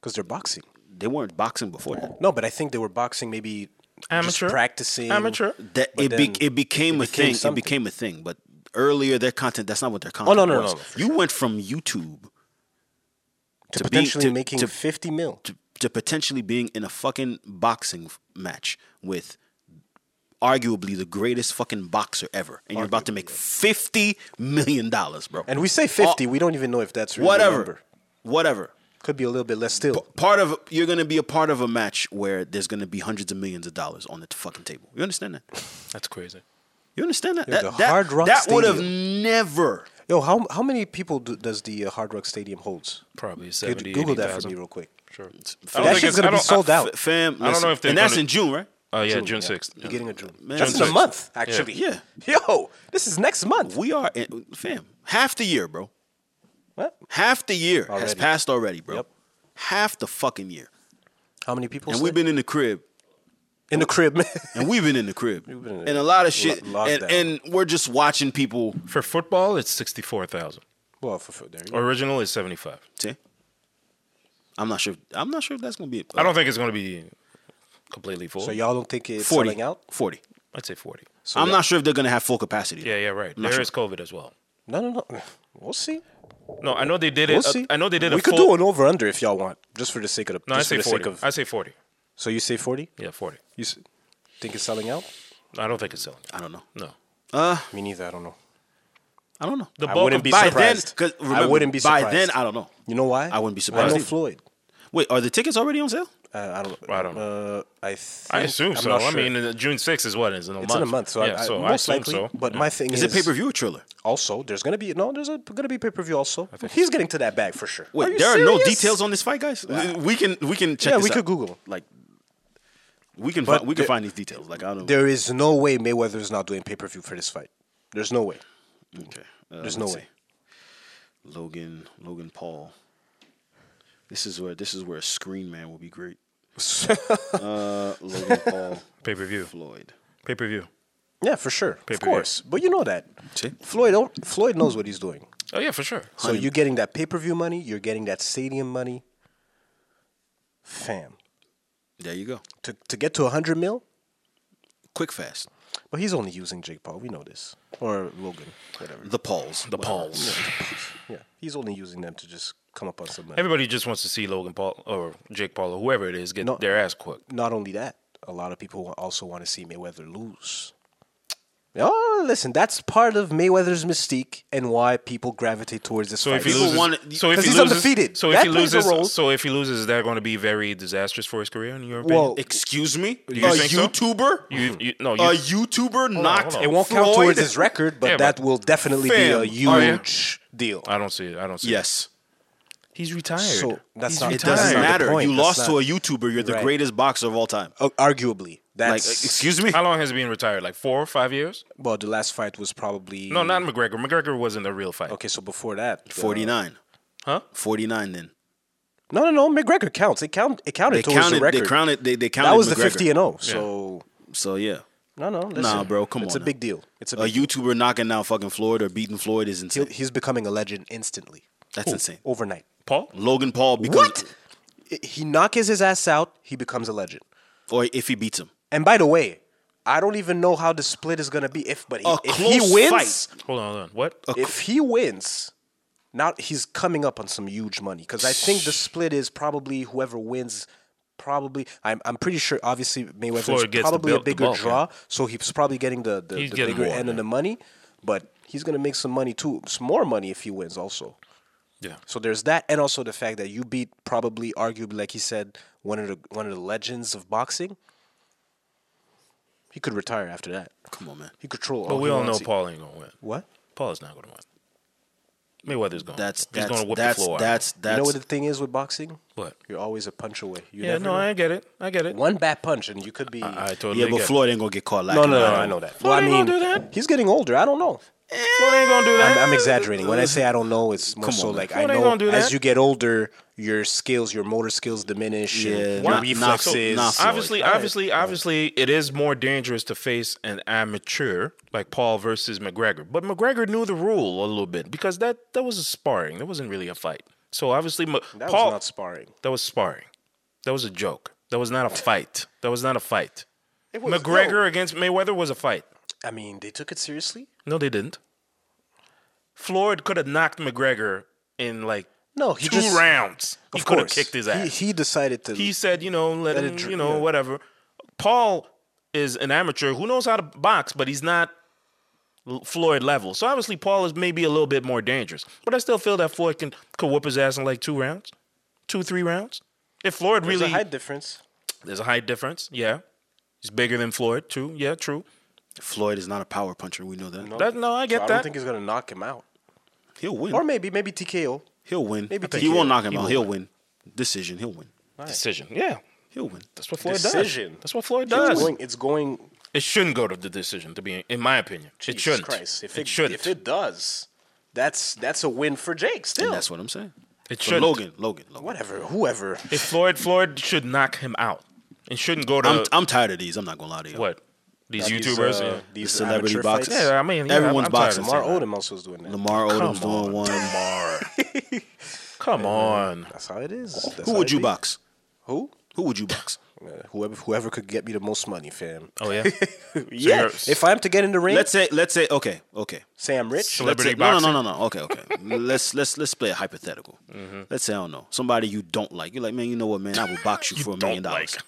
[SPEAKER 3] Because they're boxing.
[SPEAKER 1] They weren't boxing before that.
[SPEAKER 3] No, but I think they were boxing maybe
[SPEAKER 2] Amateur.
[SPEAKER 3] just practicing.
[SPEAKER 2] Amateur.
[SPEAKER 1] That
[SPEAKER 3] But
[SPEAKER 1] it be,
[SPEAKER 3] then
[SPEAKER 1] it became
[SPEAKER 3] it
[SPEAKER 1] a
[SPEAKER 3] became
[SPEAKER 1] thing.
[SPEAKER 3] something. Oh,
[SPEAKER 1] It became a thing. But earlier, their content. That's not what their content
[SPEAKER 3] no, no,
[SPEAKER 1] was.
[SPEAKER 3] no, for
[SPEAKER 1] you went from YouTube
[SPEAKER 3] to,
[SPEAKER 1] to be-
[SPEAKER 3] potentially
[SPEAKER 1] to-
[SPEAKER 3] making
[SPEAKER 1] to-
[SPEAKER 3] fifty mil.
[SPEAKER 1] to, to potentially being in a fucking boxing f- match with arguably the greatest fucking boxer ever, and you're about to make fifty million dollars, bro.
[SPEAKER 3] and we say fifty, we don't even know if that's really
[SPEAKER 1] whatever,
[SPEAKER 3] A number.
[SPEAKER 1] whatever.
[SPEAKER 3] Could be a little bit less still.
[SPEAKER 1] Part of you're gonna be a part of a match where there's gonna be hundreds of millions of dollars on the fucking table. You understand that?
[SPEAKER 2] That's crazy.
[SPEAKER 1] You understand that?
[SPEAKER 3] Yeah,
[SPEAKER 1] that
[SPEAKER 3] the Hard Rock
[SPEAKER 1] that would have
[SPEAKER 3] Stadium.
[SPEAKER 1] never.
[SPEAKER 3] Yo, how how many people do, does the uh, Hard Rock Stadium holds?
[SPEAKER 2] Probably
[SPEAKER 3] Dude,
[SPEAKER 2] 70,
[SPEAKER 3] Google that for
[SPEAKER 2] 80,000.
[SPEAKER 3] me real quick.
[SPEAKER 2] Sure.
[SPEAKER 1] Fam,
[SPEAKER 3] That shit's
[SPEAKER 2] think it's-
[SPEAKER 3] gonna
[SPEAKER 2] I
[SPEAKER 3] be
[SPEAKER 2] don't-
[SPEAKER 3] sold
[SPEAKER 2] I-
[SPEAKER 3] out.
[SPEAKER 1] fam,
[SPEAKER 2] I don't know if they're
[SPEAKER 1] and that's
[SPEAKER 2] gonna-
[SPEAKER 1] in June, right?
[SPEAKER 2] Oh yeah,
[SPEAKER 3] June,
[SPEAKER 2] June
[SPEAKER 3] yeah.
[SPEAKER 2] sixth.
[SPEAKER 3] Beginning of June.
[SPEAKER 1] Man,
[SPEAKER 3] That's
[SPEAKER 1] June
[SPEAKER 3] in a
[SPEAKER 1] sixth.
[SPEAKER 3] month, actually.
[SPEAKER 1] Yeah.
[SPEAKER 3] Yo, this is next month.
[SPEAKER 1] We are, in, fam, half the year, bro.
[SPEAKER 3] What?
[SPEAKER 1] Half the year has
[SPEAKER 3] Already.
[SPEAKER 1] passed already, bro.
[SPEAKER 3] Yep.
[SPEAKER 1] Half the fucking year.
[SPEAKER 3] How many people?
[SPEAKER 1] and
[SPEAKER 3] slept?
[SPEAKER 1] we've been in the crib,
[SPEAKER 3] in the crib, man.
[SPEAKER 1] and we've been in the crib,
[SPEAKER 3] been in
[SPEAKER 1] and a lot of shit,
[SPEAKER 3] lo-
[SPEAKER 1] and,
[SPEAKER 3] lockdown.
[SPEAKER 1] and we're just watching people.
[SPEAKER 2] For football, it's sixty-four thousand.
[SPEAKER 3] well, for, for, there you go.
[SPEAKER 2] Original is seventy-five.
[SPEAKER 1] See? I'm not sure. I'm not sure if that's gonna be.
[SPEAKER 2] I don't think it's going to be completely full.
[SPEAKER 3] So y'all don't think it's
[SPEAKER 1] 40
[SPEAKER 3] selling out?
[SPEAKER 1] 40.
[SPEAKER 2] I'd say forty.
[SPEAKER 1] I'm not sure if they're gonna have full capacity.
[SPEAKER 2] Yeah, yeah, right.
[SPEAKER 1] I'm not
[SPEAKER 2] There
[SPEAKER 1] sure.
[SPEAKER 2] is COVID as well.
[SPEAKER 3] No, no, no. We'll see.
[SPEAKER 2] No, I know they did
[SPEAKER 3] We'll
[SPEAKER 2] it. uh,
[SPEAKER 3] see.
[SPEAKER 2] I know they did
[SPEAKER 3] We
[SPEAKER 2] a
[SPEAKER 3] could
[SPEAKER 2] full-
[SPEAKER 3] do an over under if y'all want, just for the sake of the.
[SPEAKER 2] No, I
[SPEAKER 3] just
[SPEAKER 2] say
[SPEAKER 3] for the sake
[SPEAKER 2] forty.
[SPEAKER 3] of.
[SPEAKER 2] I say forty.
[SPEAKER 3] so you say forty?
[SPEAKER 2] Yeah, forty.
[SPEAKER 3] You s- think it's selling out?
[SPEAKER 2] I don't think it's selling.
[SPEAKER 1] I don't know.
[SPEAKER 2] No,
[SPEAKER 1] Uh,
[SPEAKER 3] Me neither. I don't know.
[SPEAKER 1] I don't know.
[SPEAKER 2] the
[SPEAKER 3] I
[SPEAKER 2] bulk
[SPEAKER 3] wouldn't
[SPEAKER 2] of
[SPEAKER 3] be
[SPEAKER 2] by
[SPEAKER 1] by
[SPEAKER 2] then-
[SPEAKER 1] then,
[SPEAKER 3] surprised.
[SPEAKER 1] because
[SPEAKER 3] I
[SPEAKER 1] remember,
[SPEAKER 3] wouldn't be
[SPEAKER 1] by
[SPEAKER 3] surprised.
[SPEAKER 1] then I don't know.
[SPEAKER 3] You know why?
[SPEAKER 1] I wouldn't be
[SPEAKER 3] I
[SPEAKER 1] surprised
[SPEAKER 3] know
[SPEAKER 1] either.
[SPEAKER 3] Floyd.
[SPEAKER 1] Wait, are the tickets already on sale?
[SPEAKER 3] Uh, I don't.
[SPEAKER 2] I don't
[SPEAKER 3] Uh, I. Think,
[SPEAKER 2] I assume
[SPEAKER 3] I'm
[SPEAKER 2] so.
[SPEAKER 3] not
[SPEAKER 2] I
[SPEAKER 3] sure.
[SPEAKER 2] mean, uh, June sixth is what is in a
[SPEAKER 3] it's
[SPEAKER 2] month.
[SPEAKER 3] in a month, so,
[SPEAKER 2] yeah,
[SPEAKER 3] I, I,
[SPEAKER 2] so I
[SPEAKER 3] most
[SPEAKER 2] assume
[SPEAKER 3] likely.
[SPEAKER 2] so.
[SPEAKER 3] But
[SPEAKER 2] Yeah.
[SPEAKER 3] my thing
[SPEAKER 1] Is
[SPEAKER 3] is,
[SPEAKER 1] it pay per view or Triller?
[SPEAKER 3] Also, there's gonna be no. There's a, gonna be pay per view. Also, he's getting to that bag for sure.
[SPEAKER 1] Wait,
[SPEAKER 3] you
[SPEAKER 1] there are no
[SPEAKER 3] serious?
[SPEAKER 1] details on this fight, guys. We can we can check.
[SPEAKER 3] Yeah,
[SPEAKER 1] this
[SPEAKER 3] we
[SPEAKER 1] out.
[SPEAKER 3] could Google. Like,
[SPEAKER 1] We can find,
[SPEAKER 3] But
[SPEAKER 1] we can
[SPEAKER 3] the-
[SPEAKER 1] find these details. Like I don't.
[SPEAKER 3] there is no way Mayweather is not doing pay per view for this fight. There's no way.
[SPEAKER 1] Okay. Uh,
[SPEAKER 3] There's no
[SPEAKER 1] let's
[SPEAKER 3] way.
[SPEAKER 1] see. Logan Logan Paul. This is where this is where a screen man will be great. uh, Logan Paul
[SPEAKER 2] pay per view.
[SPEAKER 1] Floyd.
[SPEAKER 2] Pay per view.
[SPEAKER 3] Yeah, for sure.
[SPEAKER 2] Pay
[SPEAKER 3] of
[SPEAKER 2] per view.
[SPEAKER 3] course, but you know that
[SPEAKER 1] See?
[SPEAKER 3] Floyd. Don't, Floyd knows what he's doing.
[SPEAKER 2] Oh yeah, for sure.
[SPEAKER 3] So you're getting that pay per view money. You're getting that stadium money. Fam,
[SPEAKER 1] There you go.
[SPEAKER 3] to to get to hundred mil,
[SPEAKER 1] Quick fast.
[SPEAKER 3] but he's only using Jake Paul. We know this or Logan, whatever.
[SPEAKER 1] The Pauls.
[SPEAKER 2] The Pauls.
[SPEAKER 3] Yeah, he's only using them to just come up on some money.
[SPEAKER 2] Everybody just wants to see Logan Paul or Jake Paul or whoever it is get
[SPEAKER 3] No.
[SPEAKER 2] their ass cooked.
[SPEAKER 3] Not only that, a lot of people also want to see Mayweather lose. Oh, listen, that's part of Mayweather's mystique and why people gravitate towards this
[SPEAKER 2] So
[SPEAKER 3] fight.
[SPEAKER 2] if he
[SPEAKER 1] People
[SPEAKER 2] loses,
[SPEAKER 1] want-
[SPEAKER 2] so if
[SPEAKER 3] 'Cause
[SPEAKER 2] he
[SPEAKER 3] he's
[SPEAKER 2] loses,
[SPEAKER 3] undefeated.
[SPEAKER 2] so if
[SPEAKER 3] That
[SPEAKER 2] he
[SPEAKER 3] plays a
[SPEAKER 2] loses,
[SPEAKER 3] role.
[SPEAKER 2] so if he loses, is that going to be very disastrous for his career in your opinion?
[SPEAKER 3] Well,
[SPEAKER 1] Excuse me.
[SPEAKER 2] You
[SPEAKER 1] a
[SPEAKER 2] think so?
[SPEAKER 1] YouTuber.
[SPEAKER 2] you, you, no, you,
[SPEAKER 1] a YouTuber knocked.
[SPEAKER 2] hold on.
[SPEAKER 3] it won't count
[SPEAKER 1] Floyd?
[SPEAKER 3] towards his record, but
[SPEAKER 2] Yeah,
[SPEAKER 3] that
[SPEAKER 2] but-
[SPEAKER 3] will definitely
[SPEAKER 1] Fam,
[SPEAKER 3] be a
[SPEAKER 1] are ya?
[SPEAKER 3] huge deal.
[SPEAKER 2] I don't see it. I don't see. it.
[SPEAKER 1] Yes.
[SPEAKER 2] he's retired.
[SPEAKER 3] So that's
[SPEAKER 2] he's
[SPEAKER 3] not-
[SPEAKER 1] It
[SPEAKER 3] It
[SPEAKER 2] retired.
[SPEAKER 1] doesn't
[SPEAKER 3] That's not the
[SPEAKER 1] matter.
[SPEAKER 3] point.
[SPEAKER 1] You
[SPEAKER 3] That's
[SPEAKER 1] lost to
[SPEAKER 3] not-
[SPEAKER 1] a YouTuber. You're the
[SPEAKER 3] Right.
[SPEAKER 1] greatest boxer of all time.
[SPEAKER 3] Uh, Arguably,
[SPEAKER 1] Like,
[SPEAKER 3] that's
[SPEAKER 1] excuse me.
[SPEAKER 2] How long has he been retired? Like four, or five years?
[SPEAKER 3] well, the last fight was probably
[SPEAKER 2] No, not McGregor. McGregor wasn't a real fight.
[SPEAKER 3] okay. So before that,
[SPEAKER 1] Forty
[SPEAKER 3] uh,
[SPEAKER 1] nine.
[SPEAKER 2] Huh?
[SPEAKER 1] Forty nine. Then
[SPEAKER 3] no, no, no, McGregor counts. It count. It counted
[SPEAKER 1] they
[SPEAKER 3] towards
[SPEAKER 1] counted.
[SPEAKER 3] the record.
[SPEAKER 1] They counted. They they counted.
[SPEAKER 3] that was the
[SPEAKER 1] McGregor.
[SPEAKER 3] fifty and oh. zero. So
[SPEAKER 1] So yeah,
[SPEAKER 3] no, no, listen,
[SPEAKER 1] Nah, bro, come
[SPEAKER 3] it's
[SPEAKER 1] on
[SPEAKER 3] a
[SPEAKER 1] now.
[SPEAKER 3] big deal. It's a
[SPEAKER 1] a
[SPEAKER 3] big
[SPEAKER 1] YouTuber knocking out fucking Floyd or beating Floyd is
[SPEAKER 3] deal.
[SPEAKER 1] insane.
[SPEAKER 3] He's becoming a legend instantly.
[SPEAKER 1] That's insane.
[SPEAKER 3] overnight.
[SPEAKER 2] Paul?
[SPEAKER 1] Logan Paul becomes
[SPEAKER 3] I- He knocks his ass out. He becomes a legend.
[SPEAKER 1] or if he beats him.
[SPEAKER 3] And by the way, I don't even know how the split is gonna be. If but he,
[SPEAKER 1] A
[SPEAKER 3] if he
[SPEAKER 1] close
[SPEAKER 3] wins,
[SPEAKER 2] Hold on, hold on. What?
[SPEAKER 3] if he wins, now he's coming up on some huge money because I think the split is probably whoever wins. Probably, I'm. I'm pretty sure. Obviously, Mayweather's
[SPEAKER 2] Floyd gets the
[SPEAKER 3] probably
[SPEAKER 2] belt-
[SPEAKER 3] a
[SPEAKER 2] the
[SPEAKER 3] bigger
[SPEAKER 2] bulk,
[SPEAKER 3] draw, so he's probably getting the the,
[SPEAKER 2] He's
[SPEAKER 3] the
[SPEAKER 2] getting
[SPEAKER 3] bigger
[SPEAKER 2] more,
[SPEAKER 3] end of
[SPEAKER 2] yeah.
[SPEAKER 3] the money. But he's gonna make some money too, some more money if he wins also.
[SPEAKER 2] Yeah.
[SPEAKER 3] So there's that, and also the fact that you beat probably, arguably, like he said, one of the one of the legends of boxing. He could retire after that.
[SPEAKER 1] Come on, man.
[SPEAKER 3] He could troll.
[SPEAKER 2] But
[SPEAKER 3] all
[SPEAKER 2] we
[SPEAKER 3] he
[SPEAKER 2] all know
[SPEAKER 3] wants.
[SPEAKER 2] Paul ain't gonna win.
[SPEAKER 3] What?
[SPEAKER 2] Paul's not gonna win. Mayweather's gonna.
[SPEAKER 1] That's
[SPEAKER 2] he's
[SPEAKER 1] that's
[SPEAKER 2] gonna whip
[SPEAKER 1] that's
[SPEAKER 2] the floor. out.
[SPEAKER 1] that's that's.
[SPEAKER 3] you know what the thing is with boxing?
[SPEAKER 2] What?
[SPEAKER 3] You're always a punch away. You
[SPEAKER 2] Yeah,
[SPEAKER 3] never
[SPEAKER 2] no,
[SPEAKER 3] know.
[SPEAKER 2] I get it. I get it.
[SPEAKER 3] one bad punch and you could be.
[SPEAKER 2] I totally
[SPEAKER 1] yeah, but
[SPEAKER 2] get it.
[SPEAKER 1] Floyd ain't gonna get caught.
[SPEAKER 3] no,
[SPEAKER 1] lacking.
[SPEAKER 3] no, no,
[SPEAKER 1] I
[SPEAKER 3] I know that.
[SPEAKER 2] Floyd
[SPEAKER 3] Well, I
[SPEAKER 2] ain't
[SPEAKER 3] mean,
[SPEAKER 2] gonna do that.
[SPEAKER 3] he's getting older. I don't know.
[SPEAKER 2] Floyd ain't gonna do
[SPEAKER 3] I'm,
[SPEAKER 2] that.
[SPEAKER 3] I'm exaggerating. When I say I don't know, it's more
[SPEAKER 1] Come
[SPEAKER 3] so
[SPEAKER 1] on,
[SPEAKER 3] like
[SPEAKER 2] man.
[SPEAKER 3] I
[SPEAKER 2] Floyd ain't
[SPEAKER 3] know
[SPEAKER 2] gonna do
[SPEAKER 3] as
[SPEAKER 2] that.
[SPEAKER 3] you get older, your skills, your motor skills diminish. and
[SPEAKER 1] Yeah,
[SPEAKER 3] your
[SPEAKER 1] nah, nah,
[SPEAKER 3] reflexes.
[SPEAKER 1] nah, Floyd.
[SPEAKER 2] obviously, obviously, obviously, it is more dangerous to face an amateur like Paul versus McGregor. But McGregor knew the rule a little bit because that that was a sparring. That wasn't really a fight. So obviously, Ma-
[SPEAKER 3] that
[SPEAKER 2] Paul
[SPEAKER 3] was not sparring.
[SPEAKER 2] that was sparring. That was a joke. That was not a fight. That was not a fight.
[SPEAKER 3] It was-
[SPEAKER 2] McGregor
[SPEAKER 3] no.
[SPEAKER 2] against Mayweather was a fight.
[SPEAKER 3] I mean, they took it seriously.
[SPEAKER 2] No, they didn't. Floyd could have knocked McGregor in like
[SPEAKER 3] No, he
[SPEAKER 2] two
[SPEAKER 3] just-
[SPEAKER 2] rounds. He
[SPEAKER 3] Of
[SPEAKER 2] could have
[SPEAKER 3] course.
[SPEAKER 2] kicked his
[SPEAKER 3] He-
[SPEAKER 2] ass
[SPEAKER 3] He, decided to.
[SPEAKER 2] he said, you know, let,
[SPEAKER 3] Let
[SPEAKER 2] him,
[SPEAKER 3] it dr-
[SPEAKER 2] you know,
[SPEAKER 3] yeah.
[SPEAKER 2] whatever. Paul is an amateur who knows how to box, but he's not L- Floyd level. So obviously, Paul is maybe a little bit more dangerous. But I still feel that Floyd can could whoop his ass in like two rounds, two three rounds. If Floyd
[SPEAKER 3] there's
[SPEAKER 2] really
[SPEAKER 3] a height difference.
[SPEAKER 2] there's a height difference, yeah, he's bigger than Floyd too. Yeah, true.
[SPEAKER 1] Floyd is not a power puncher. We know that.
[SPEAKER 2] That, no, I
[SPEAKER 3] So
[SPEAKER 2] get
[SPEAKER 3] I
[SPEAKER 2] that.
[SPEAKER 3] don't think he's gonna knock him out.
[SPEAKER 1] He'll
[SPEAKER 3] Or
[SPEAKER 1] win.
[SPEAKER 3] maybe, maybe TKO.
[SPEAKER 1] He'll win.
[SPEAKER 3] maybe
[SPEAKER 1] he
[SPEAKER 3] TKO.
[SPEAKER 1] won't knock him
[SPEAKER 3] He
[SPEAKER 1] out.
[SPEAKER 3] will
[SPEAKER 1] He'll win. Decision. He'll win.
[SPEAKER 2] decision, yeah,
[SPEAKER 1] He'll win.
[SPEAKER 2] that's what Floyd
[SPEAKER 3] Decision.
[SPEAKER 2] does. That's what Floyd
[SPEAKER 3] It's
[SPEAKER 2] does.
[SPEAKER 3] going. It's going
[SPEAKER 2] It shouldn't go to the decision, to be in my opinion. it
[SPEAKER 3] Jesus
[SPEAKER 2] shouldn't.
[SPEAKER 3] Christ, if it,
[SPEAKER 2] shouldn't.
[SPEAKER 3] if it does, that's that's a win for Jake still.
[SPEAKER 1] And that's what I'm saying.
[SPEAKER 2] It
[SPEAKER 1] So
[SPEAKER 2] shouldn't.
[SPEAKER 1] Logan. Logan. Logan.
[SPEAKER 3] Whatever, whoever.
[SPEAKER 2] If Floyd Floyd should knock him out and shouldn't go to
[SPEAKER 1] I'm I'm tired of these. I'm not gonna lie to you.
[SPEAKER 2] what these
[SPEAKER 3] These,
[SPEAKER 2] YouTubers.
[SPEAKER 3] uh,
[SPEAKER 2] yeah.
[SPEAKER 3] these
[SPEAKER 1] celebrity
[SPEAKER 3] amateur
[SPEAKER 1] boxers.
[SPEAKER 3] fights.
[SPEAKER 2] Yeah, I mean, yeah,
[SPEAKER 1] Everyone's
[SPEAKER 2] I'm, I'm
[SPEAKER 1] boxing.
[SPEAKER 2] tired of seeing
[SPEAKER 3] Lamar Odom also was doing that.
[SPEAKER 1] Lamar Odom's
[SPEAKER 2] Come
[SPEAKER 1] doing one.
[SPEAKER 2] that. Come on,
[SPEAKER 3] That's how it is. That's
[SPEAKER 1] Who
[SPEAKER 3] how
[SPEAKER 1] would
[SPEAKER 3] it
[SPEAKER 1] you
[SPEAKER 3] be.
[SPEAKER 1] box?
[SPEAKER 3] Who?
[SPEAKER 1] Who would you box?
[SPEAKER 3] Uh, whoever whoever could get me the most money, fam.
[SPEAKER 2] Oh yeah.
[SPEAKER 3] yeah.
[SPEAKER 2] you're-
[SPEAKER 3] If I'm to get in the ring,
[SPEAKER 1] Let's say, let's say, okay, okay.
[SPEAKER 3] say I'm rich.
[SPEAKER 1] Let's
[SPEAKER 2] Celebrity
[SPEAKER 1] say, no, no,
[SPEAKER 2] boxing?
[SPEAKER 1] no, no, no. Okay, okay. let's let's let's play a hypothetical.
[SPEAKER 3] Mm-hmm.
[SPEAKER 1] Let's say I don't know somebody you don't like. You're like, man, you know what, man? I will box you, for a million
[SPEAKER 2] don't
[SPEAKER 1] dollars.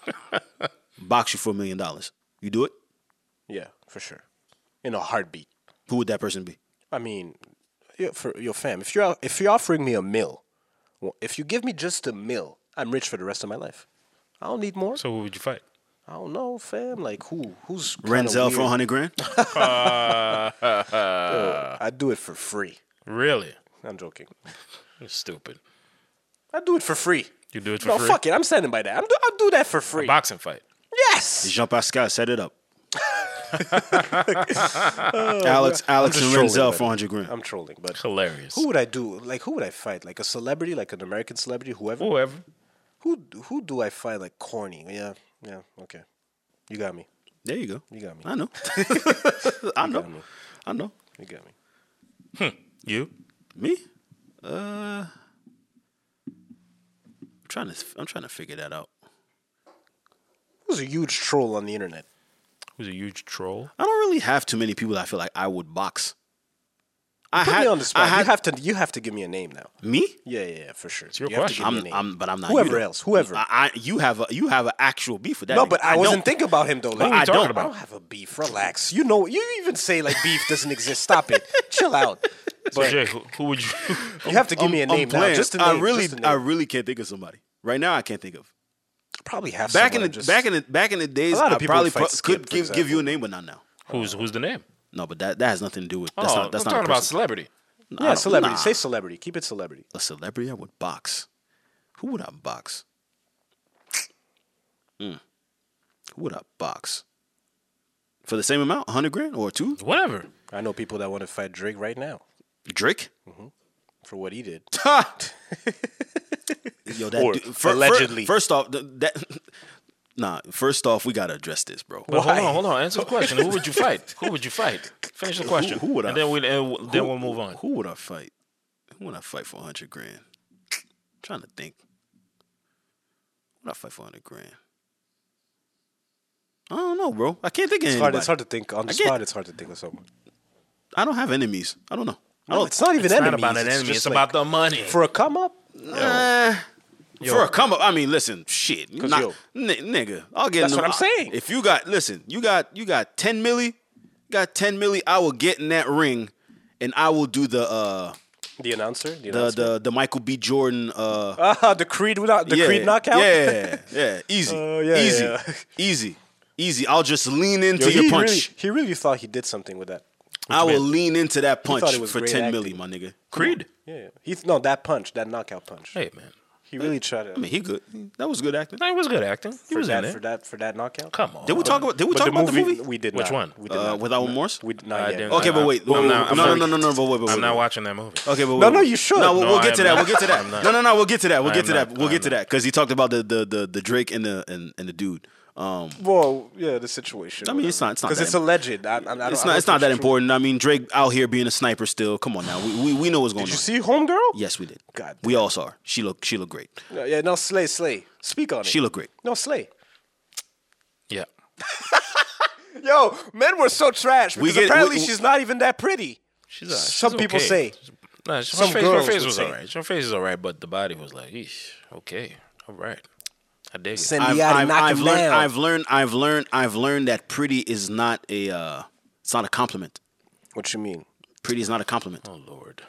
[SPEAKER 1] box you for a million dollars. You do it.
[SPEAKER 3] Yeah, for sure. In a heartbeat.
[SPEAKER 1] Who would that person be?
[SPEAKER 3] I mean, yeah, for your fam, if you're if you're offering me a mill, well, if you give me just a mill, I'm rich for the rest of my life. I don't need more.
[SPEAKER 2] So who would you fight?
[SPEAKER 3] I don't know, fam. Like who? Who's kinda
[SPEAKER 1] Renzel for
[SPEAKER 3] weird?
[SPEAKER 1] hundred grand.
[SPEAKER 3] I'd do it for free.
[SPEAKER 2] Really?
[SPEAKER 3] I'm joking.
[SPEAKER 2] You're stupid.
[SPEAKER 3] I'd do it for free.
[SPEAKER 2] You do it for
[SPEAKER 3] no,
[SPEAKER 2] free.
[SPEAKER 3] fuck it. I'm standing by that. I'm do, I'll do that for free.
[SPEAKER 2] Boxing fight.
[SPEAKER 3] Yes.
[SPEAKER 1] Jean Pascal set it up. Alex, Alex, and
[SPEAKER 3] just trolling,
[SPEAKER 1] Renzel
[SPEAKER 3] but-
[SPEAKER 1] for hundred grand.
[SPEAKER 3] I'm trolling, but
[SPEAKER 2] Hilarious.
[SPEAKER 3] who would I do? Like who would I fight? Like a celebrity, like an American celebrity, whoever.
[SPEAKER 2] Whoever.
[SPEAKER 3] Who who do I fight? Like corny? Yeah, yeah. Okay, you got me.
[SPEAKER 1] There you go.
[SPEAKER 3] You got me.
[SPEAKER 1] I know. I know.
[SPEAKER 3] me.
[SPEAKER 1] I know.
[SPEAKER 3] You got me.
[SPEAKER 2] You?
[SPEAKER 1] Me? Uh, I'm trying to. I'm trying to figure that out.
[SPEAKER 3] Who's a huge troll on the internet?
[SPEAKER 2] Who's a huge troll?
[SPEAKER 1] I don't really have too many people that I feel like I would box. I
[SPEAKER 3] Put
[SPEAKER 1] had,
[SPEAKER 3] me on the spot.
[SPEAKER 1] I had
[SPEAKER 3] you have to. You have to give me a name now.
[SPEAKER 1] me.
[SPEAKER 3] Yeah, yeah, yeah for sure. It's
[SPEAKER 2] your
[SPEAKER 3] you have to
[SPEAKER 2] question.
[SPEAKER 3] give me a
[SPEAKER 1] I'm,
[SPEAKER 3] name.
[SPEAKER 1] I'm, but I'm not. you,
[SPEAKER 3] Whoever
[SPEAKER 1] though.
[SPEAKER 3] else, whoever.
[SPEAKER 1] I, I, you have a, you have an actual beef with that.
[SPEAKER 3] no,
[SPEAKER 1] nigga.
[SPEAKER 3] but I,
[SPEAKER 1] don't.
[SPEAKER 3] wasn't thinking about him though. Like,
[SPEAKER 2] are you
[SPEAKER 3] I
[SPEAKER 2] talking
[SPEAKER 3] don't.
[SPEAKER 2] about?
[SPEAKER 3] I don't have a beef. Relax. You know. You even say like beef doesn't exist. Stop it. Chill out.
[SPEAKER 2] So
[SPEAKER 3] But
[SPEAKER 2] Jay, who, who would you?
[SPEAKER 3] you have to give me a
[SPEAKER 1] I'm
[SPEAKER 3] name now.
[SPEAKER 1] playing.
[SPEAKER 3] Just a name.
[SPEAKER 1] I really,
[SPEAKER 3] just a name.
[SPEAKER 1] I really can't think of somebody right now. I can't think of.
[SPEAKER 3] probably have
[SPEAKER 1] Back in
[SPEAKER 3] someone
[SPEAKER 1] the
[SPEAKER 3] just-
[SPEAKER 1] back in the back in the days,
[SPEAKER 3] A lot of
[SPEAKER 1] I
[SPEAKER 3] people
[SPEAKER 1] probably
[SPEAKER 3] would fight
[SPEAKER 1] pro-
[SPEAKER 3] Skip,
[SPEAKER 1] could
[SPEAKER 3] for
[SPEAKER 1] give give you a name, but not now.
[SPEAKER 2] who's who's the name?
[SPEAKER 1] No, but that that has nothing to do with. That's
[SPEAKER 2] oh,
[SPEAKER 1] not. That's
[SPEAKER 2] I'm
[SPEAKER 1] not.
[SPEAKER 2] talking
[SPEAKER 1] a
[SPEAKER 2] about
[SPEAKER 1] person.
[SPEAKER 2] celebrity.
[SPEAKER 1] No, I
[SPEAKER 3] Yeah,
[SPEAKER 1] don't-
[SPEAKER 3] celebrity.
[SPEAKER 1] nah.
[SPEAKER 3] Say celebrity. Keep it celebrity.
[SPEAKER 1] a celebrity I would box. Who would I box? Mm. Who would I box? For the same amount, hundred grand or two?
[SPEAKER 2] Whatever.
[SPEAKER 3] I know people that want to fight Drake right now
[SPEAKER 1] Drake?
[SPEAKER 3] for what he did.
[SPEAKER 1] Yo, that
[SPEAKER 3] Or
[SPEAKER 1] dude- fir- fir-
[SPEAKER 3] allegedly.
[SPEAKER 1] first off, th- that nah. First off, we gotta address this, bro.
[SPEAKER 2] But
[SPEAKER 3] Why?
[SPEAKER 2] hold on, hold on. Answer the question. Who would you fight? Who would you fight? Finish the question.
[SPEAKER 1] who would I-
[SPEAKER 2] And then we and w- then
[SPEAKER 1] Who-
[SPEAKER 2] we'll move on.
[SPEAKER 1] Who would I fight? Who would I fight for hundred grand? trying to think. Who would I fight for hundred grand? I don't know, bro. I can't think of
[SPEAKER 3] It's
[SPEAKER 1] anybody.
[SPEAKER 3] hard, it's hard to think on the
[SPEAKER 1] I get-
[SPEAKER 3] spot. It's hard to think of someone.
[SPEAKER 1] I don't have enemies. I don't know. I
[SPEAKER 3] No,
[SPEAKER 1] don't,
[SPEAKER 3] it's not even
[SPEAKER 2] It's
[SPEAKER 3] enemies.
[SPEAKER 2] not about an enemy.
[SPEAKER 3] just
[SPEAKER 2] It's
[SPEAKER 3] like-
[SPEAKER 2] about the money.
[SPEAKER 3] for a come up.
[SPEAKER 1] Eh, for a come up, I mean, listen, shit, nah,
[SPEAKER 3] yo.
[SPEAKER 1] ni- nigga, I'll get.
[SPEAKER 3] That's
[SPEAKER 1] in the-
[SPEAKER 3] what I'm saying.
[SPEAKER 1] If you got, listen, you got, you got ten milli, got ten milli. I will get in that ring, and I will do the uh
[SPEAKER 3] The announcer. The
[SPEAKER 1] the
[SPEAKER 3] announcer.
[SPEAKER 1] the, the Michael B. Jordan uh
[SPEAKER 3] Ah, the Creed without the
[SPEAKER 1] yeah,
[SPEAKER 3] Creed knockout.
[SPEAKER 1] Yeah, yeah, easy,
[SPEAKER 3] Oh, yeah,
[SPEAKER 1] easy,
[SPEAKER 3] yeah.
[SPEAKER 1] easy, easy. I'll just lean into
[SPEAKER 3] Yo,
[SPEAKER 1] your
[SPEAKER 3] he
[SPEAKER 1] punch.
[SPEAKER 3] Really, he really thought he did something with that.
[SPEAKER 1] I will lean into that punch
[SPEAKER 3] thought it was
[SPEAKER 1] for
[SPEAKER 3] great
[SPEAKER 1] ten milli,
[SPEAKER 3] acting.
[SPEAKER 1] my nigga.
[SPEAKER 2] Creed.
[SPEAKER 3] Yeah, yeah. he th- no that punch, that knockout punch.
[SPEAKER 2] Hey man,
[SPEAKER 3] He really tried to
[SPEAKER 1] I mean, he good. That was good acting.
[SPEAKER 2] no, he was good acting. He
[SPEAKER 3] for
[SPEAKER 2] was in
[SPEAKER 3] that
[SPEAKER 2] it.
[SPEAKER 3] for that for that knockout.
[SPEAKER 2] Come on.
[SPEAKER 1] Did we talk about? Did we
[SPEAKER 3] Uh, But
[SPEAKER 1] talk about the movie?
[SPEAKER 3] we did
[SPEAKER 2] Which
[SPEAKER 3] not.
[SPEAKER 2] one?
[SPEAKER 3] We did
[SPEAKER 1] uh,
[SPEAKER 3] not.
[SPEAKER 1] without remorse.
[SPEAKER 3] we not
[SPEAKER 2] I
[SPEAKER 3] yet.
[SPEAKER 2] didn't-
[SPEAKER 1] Okay, but
[SPEAKER 2] I'm-
[SPEAKER 1] wait.
[SPEAKER 2] I'm
[SPEAKER 1] wait,
[SPEAKER 2] not-
[SPEAKER 1] wait, no, no,
[SPEAKER 2] I'm not-
[SPEAKER 1] no, no, no, but wait, wait, wait.
[SPEAKER 2] I'm not
[SPEAKER 1] wait.
[SPEAKER 2] watching that movie.
[SPEAKER 1] Okay, but
[SPEAKER 3] No,
[SPEAKER 1] wait,
[SPEAKER 3] no,
[SPEAKER 1] wait.
[SPEAKER 3] you should.
[SPEAKER 1] No, we'll,
[SPEAKER 2] No,
[SPEAKER 1] we'll
[SPEAKER 2] I
[SPEAKER 1] get
[SPEAKER 2] am
[SPEAKER 1] to that.
[SPEAKER 2] not.
[SPEAKER 1] We'll get to
[SPEAKER 2] I am
[SPEAKER 1] that.
[SPEAKER 2] not.
[SPEAKER 1] No, no, no. We'll get to that. We'll
[SPEAKER 2] I
[SPEAKER 1] get to
[SPEAKER 2] am
[SPEAKER 1] that.
[SPEAKER 2] not.
[SPEAKER 1] We'll
[SPEAKER 2] I
[SPEAKER 1] get
[SPEAKER 2] am
[SPEAKER 1] to that because he talked about the the the, the Drake and the and, and the dude. Um,
[SPEAKER 3] Well, yeah, the situation.
[SPEAKER 1] I mean, it's not- it's not
[SPEAKER 3] because
[SPEAKER 1] that
[SPEAKER 3] it's alleged. I, I, I
[SPEAKER 1] it's
[SPEAKER 3] don't, I don't
[SPEAKER 1] not. It's not
[SPEAKER 3] think
[SPEAKER 1] that
[SPEAKER 3] it's true.
[SPEAKER 1] important. I mean, Drake out here being a sniper still. Come on now. We we, we know what's going
[SPEAKER 3] Did
[SPEAKER 1] on.
[SPEAKER 3] you see Homegirl?
[SPEAKER 1] Yes, we did.
[SPEAKER 3] God
[SPEAKER 1] we all saw her. She looked. She looked great.
[SPEAKER 3] No, yeah, no, Slay, Slay. Speak on it.
[SPEAKER 1] She looked great.
[SPEAKER 3] No, Slay.
[SPEAKER 2] Yeah.
[SPEAKER 3] Yo, men were so trash because
[SPEAKER 1] get-
[SPEAKER 3] apparently
[SPEAKER 1] we- we-
[SPEAKER 3] she's not even that pretty.
[SPEAKER 2] She's, uh, she's
[SPEAKER 3] Some people say.
[SPEAKER 2] okay. Nah, she-
[SPEAKER 3] Some
[SPEAKER 2] her face, her
[SPEAKER 3] girls
[SPEAKER 2] face
[SPEAKER 3] would
[SPEAKER 2] was
[SPEAKER 3] say.
[SPEAKER 2] all right. Her face is all right, but the body was like, eesh, okay, all right. I dig it.
[SPEAKER 3] Send
[SPEAKER 1] I've,
[SPEAKER 3] me out and
[SPEAKER 1] I've,
[SPEAKER 3] knock
[SPEAKER 1] I've
[SPEAKER 3] him
[SPEAKER 1] learned.
[SPEAKER 3] down.
[SPEAKER 1] I've learned. I've learned. I've learned that pretty is not a. Uh, it's not a compliment.
[SPEAKER 3] What you mean?
[SPEAKER 1] Pretty is not a compliment.
[SPEAKER 2] oh, Lord.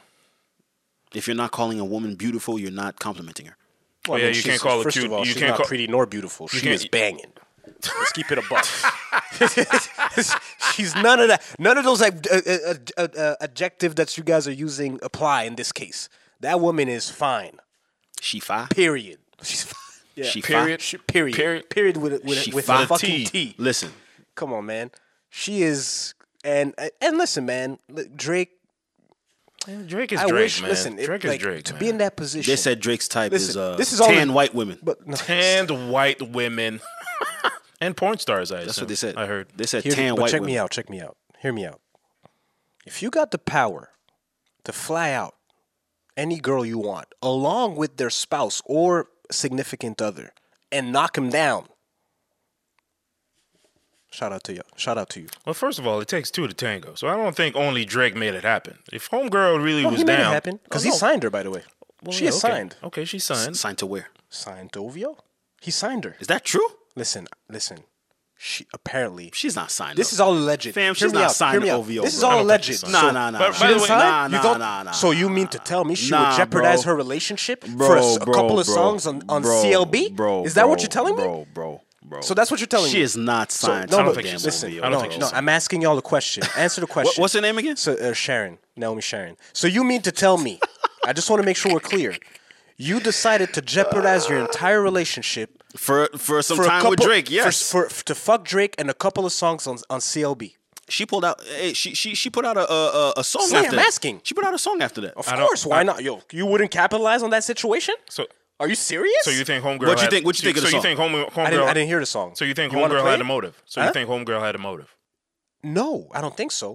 [SPEAKER 1] If you're not calling a woman beautiful, you're not complimenting her.
[SPEAKER 3] Well,
[SPEAKER 2] yeah, you can't
[SPEAKER 3] she's-
[SPEAKER 2] call her
[SPEAKER 3] first
[SPEAKER 2] cute.
[SPEAKER 3] Of all,
[SPEAKER 2] You
[SPEAKER 3] she's
[SPEAKER 2] can't
[SPEAKER 3] not
[SPEAKER 2] call-
[SPEAKER 3] pretty nor beautiful. She
[SPEAKER 2] can't-
[SPEAKER 3] is banging. Let's keep it a buck. she's none of that. None of those like uh, uh, uh, uh, adjective that you guys are using apply in this case. That woman is fine.
[SPEAKER 1] She fi.
[SPEAKER 3] Period. She's fine. Yeah.
[SPEAKER 1] She fi.
[SPEAKER 2] Period.
[SPEAKER 3] She- period. Period.
[SPEAKER 2] Period.
[SPEAKER 3] Period with a, with
[SPEAKER 1] She
[SPEAKER 3] a, with
[SPEAKER 1] fine.
[SPEAKER 3] a fucking
[SPEAKER 2] T.
[SPEAKER 3] T.
[SPEAKER 1] Listen,
[SPEAKER 3] Come on, man. She is and and listen, man. li- Drake.
[SPEAKER 2] Man, Drake is
[SPEAKER 3] I
[SPEAKER 2] Drake,
[SPEAKER 3] wish.
[SPEAKER 2] man.
[SPEAKER 3] Listen, it-
[SPEAKER 2] Drake is
[SPEAKER 3] like,
[SPEAKER 2] Drake.
[SPEAKER 3] to
[SPEAKER 2] man.
[SPEAKER 3] be in that position.
[SPEAKER 1] they said Drake's type
[SPEAKER 3] Listen,
[SPEAKER 1] is uh,
[SPEAKER 3] this is all
[SPEAKER 1] tan
[SPEAKER 3] in-
[SPEAKER 1] white women.
[SPEAKER 3] but no,
[SPEAKER 2] and white women and porn stars. I
[SPEAKER 1] That's what they said.
[SPEAKER 2] I heard.
[SPEAKER 1] They said
[SPEAKER 3] Here-
[SPEAKER 1] tan
[SPEAKER 3] but
[SPEAKER 1] white
[SPEAKER 3] check
[SPEAKER 1] women.
[SPEAKER 3] me out. Check me out. Hear me out. If you got the power to fly out any girl you want, along with their spouse or significant other, and knock them down, Shout out to you. Shout out to you.
[SPEAKER 2] Well, first of all, it takes two to tango. So I don't think only Drake made it happen. If Homegirl really
[SPEAKER 3] Oh,
[SPEAKER 2] was
[SPEAKER 3] he made it
[SPEAKER 2] down,
[SPEAKER 3] happen because
[SPEAKER 2] Oh,
[SPEAKER 3] he
[SPEAKER 2] no.
[SPEAKER 3] signed her, by the way.
[SPEAKER 2] Well,
[SPEAKER 3] she
[SPEAKER 2] yeah,
[SPEAKER 3] is
[SPEAKER 2] okay.
[SPEAKER 3] signed.
[SPEAKER 2] Okay, she signed.
[SPEAKER 1] Signed to where?
[SPEAKER 3] Signed Ovio. He signed her.
[SPEAKER 1] Is that true?
[SPEAKER 3] Listen, listen. She apparently.
[SPEAKER 1] She's not signed.
[SPEAKER 3] This is all alleged.
[SPEAKER 1] Fam,
[SPEAKER 3] Hear
[SPEAKER 1] she's
[SPEAKER 3] me
[SPEAKER 1] not
[SPEAKER 3] out.
[SPEAKER 1] signed
[SPEAKER 3] Hear me
[SPEAKER 1] to
[SPEAKER 3] out.
[SPEAKER 1] OVO,
[SPEAKER 3] This is
[SPEAKER 1] bro. I
[SPEAKER 3] all
[SPEAKER 1] don't
[SPEAKER 2] think she
[SPEAKER 3] alleged.
[SPEAKER 2] signed.
[SPEAKER 1] Nah,
[SPEAKER 3] so,
[SPEAKER 1] nah, nah,
[SPEAKER 2] But
[SPEAKER 1] nah.
[SPEAKER 2] by
[SPEAKER 3] She
[SPEAKER 2] the
[SPEAKER 3] didn't
[SPEAKER 2] way-
[SPEAKER 3] sign?
[SPEAKER 1] Nah,
[SPEAKER 3] You
[SPEAKER 1] nah,
[SPEAKER 3] don't-
[SPEAKER 1] nah, nah.
[SPEAKER 3] So you mean to tell me she
[SPEAKER 1] Nah,
[SPEAKER 3] would jeopardize
[SPEAKER 1] bro.
[SPEAKER 3] her relationship for a,
[SPEAKER 1] Bro,
[SPEAKER 3] s- a
[SPEAKER 1] bro,
[SPEAKER 3] couple of
[SPEAKER 1] bro,
[SPEAKER 3] songs on, on
[SPEAKER 1] bro,
[SPEAKER 3] CLB?
[SPEAKER 1] Bro,
[SPEAKER 3] is that what
[SPEAKER 1] bro,
[SPEAKER 3] you're telling me?
[SPEAKER 1] Bro, bro, bro.
[SPEAKER 3] So that's what you're telling
[SPEAKER 1] She
[SPEAKER 3] me.
[SPEAKER 1] is not
[SPEAKER 3] So-
[SPEAKER 1] signed.
[SPEAKER 3] no,
[SPEAKER 1] to
[SPEAKER 2] I don't
[SPEAKER 3] but
[SPEAKER 2] think she's
[SPEAKER 3] listen.
[SPEAKER 2] signed.
[SPEAKER 1] Olivia.
[SPEAKER 2] I don't
[SPEAKER 3] no,
[SPEAKER 2] think she's
[SPEAKER 3] no.
[SPEAKER 2] signed.
[SPEAKER 3] I'm asking y'all a question. Answer the question.
[SPEAKER 1] What, what's her name again?
[SPEAKER 3] So uh, Sharon, Naomi Sharon. So you mean to tell me? I just want to make sure we're clear. You decided to jeopardize your entire relationship
[SPEAKER 1] For for some
[SPEAKER 3] for a
[SPEAKER 1] time
[SPEAKER 3] couple
[SPEAKER 1] with Drake,
[SPEAKER 3] for-
[SPEAKER 1] yes.
[SPEAKER 3] for, to fuck Drake and a couple of songs on on CLB.
[SPEAKER 1] she pulled out. Hey, she she she put out a a, a- a song
[SPEAKER 3] See,
[SPEAKER 1] after
[SPEAKER 3] I'm
[SPEAKER 1] that.
[SPEAKER 3] asking.
[SPEAKER 1] She put out a song after that.
[SPEAKER 3] Of
[SPEAKER 2] I don't-
[SPEAKER 3] course, why not? Yo, you wouldn't capitalize on that situation?
[SPEAKER 2] So,
[SPEAKER 3] Are you serious?
[SPEAKER 2] so you think Homegirl?
[SPEAKER 1] What you
[SPEAKER 2] had-
[SPEAKER 1] think- what you
[SPEAKER 2] so-
[SPEAKER 1] think of the
[SPEAKER 2] So you
[SPEAKER 1] song?
[SPEAKER 2] think Home, Homegirl?
[SPEAKER 3] I didn't, I didn't hear the song.
[SPEAKER 2] So you think
[SPEAKER 3] wanna
[SPEAKER 2] Homegirl
[SPEAKER 3] play
[SPEAKER 2] had
[SPEAKER 3] it?
[SPEAKER 2] a motive? So
[SPEAKER 3] Huh?
[SPEAKER 2] you think Homegirl had a motive?
[SPEAKER 3] No, I don't think so.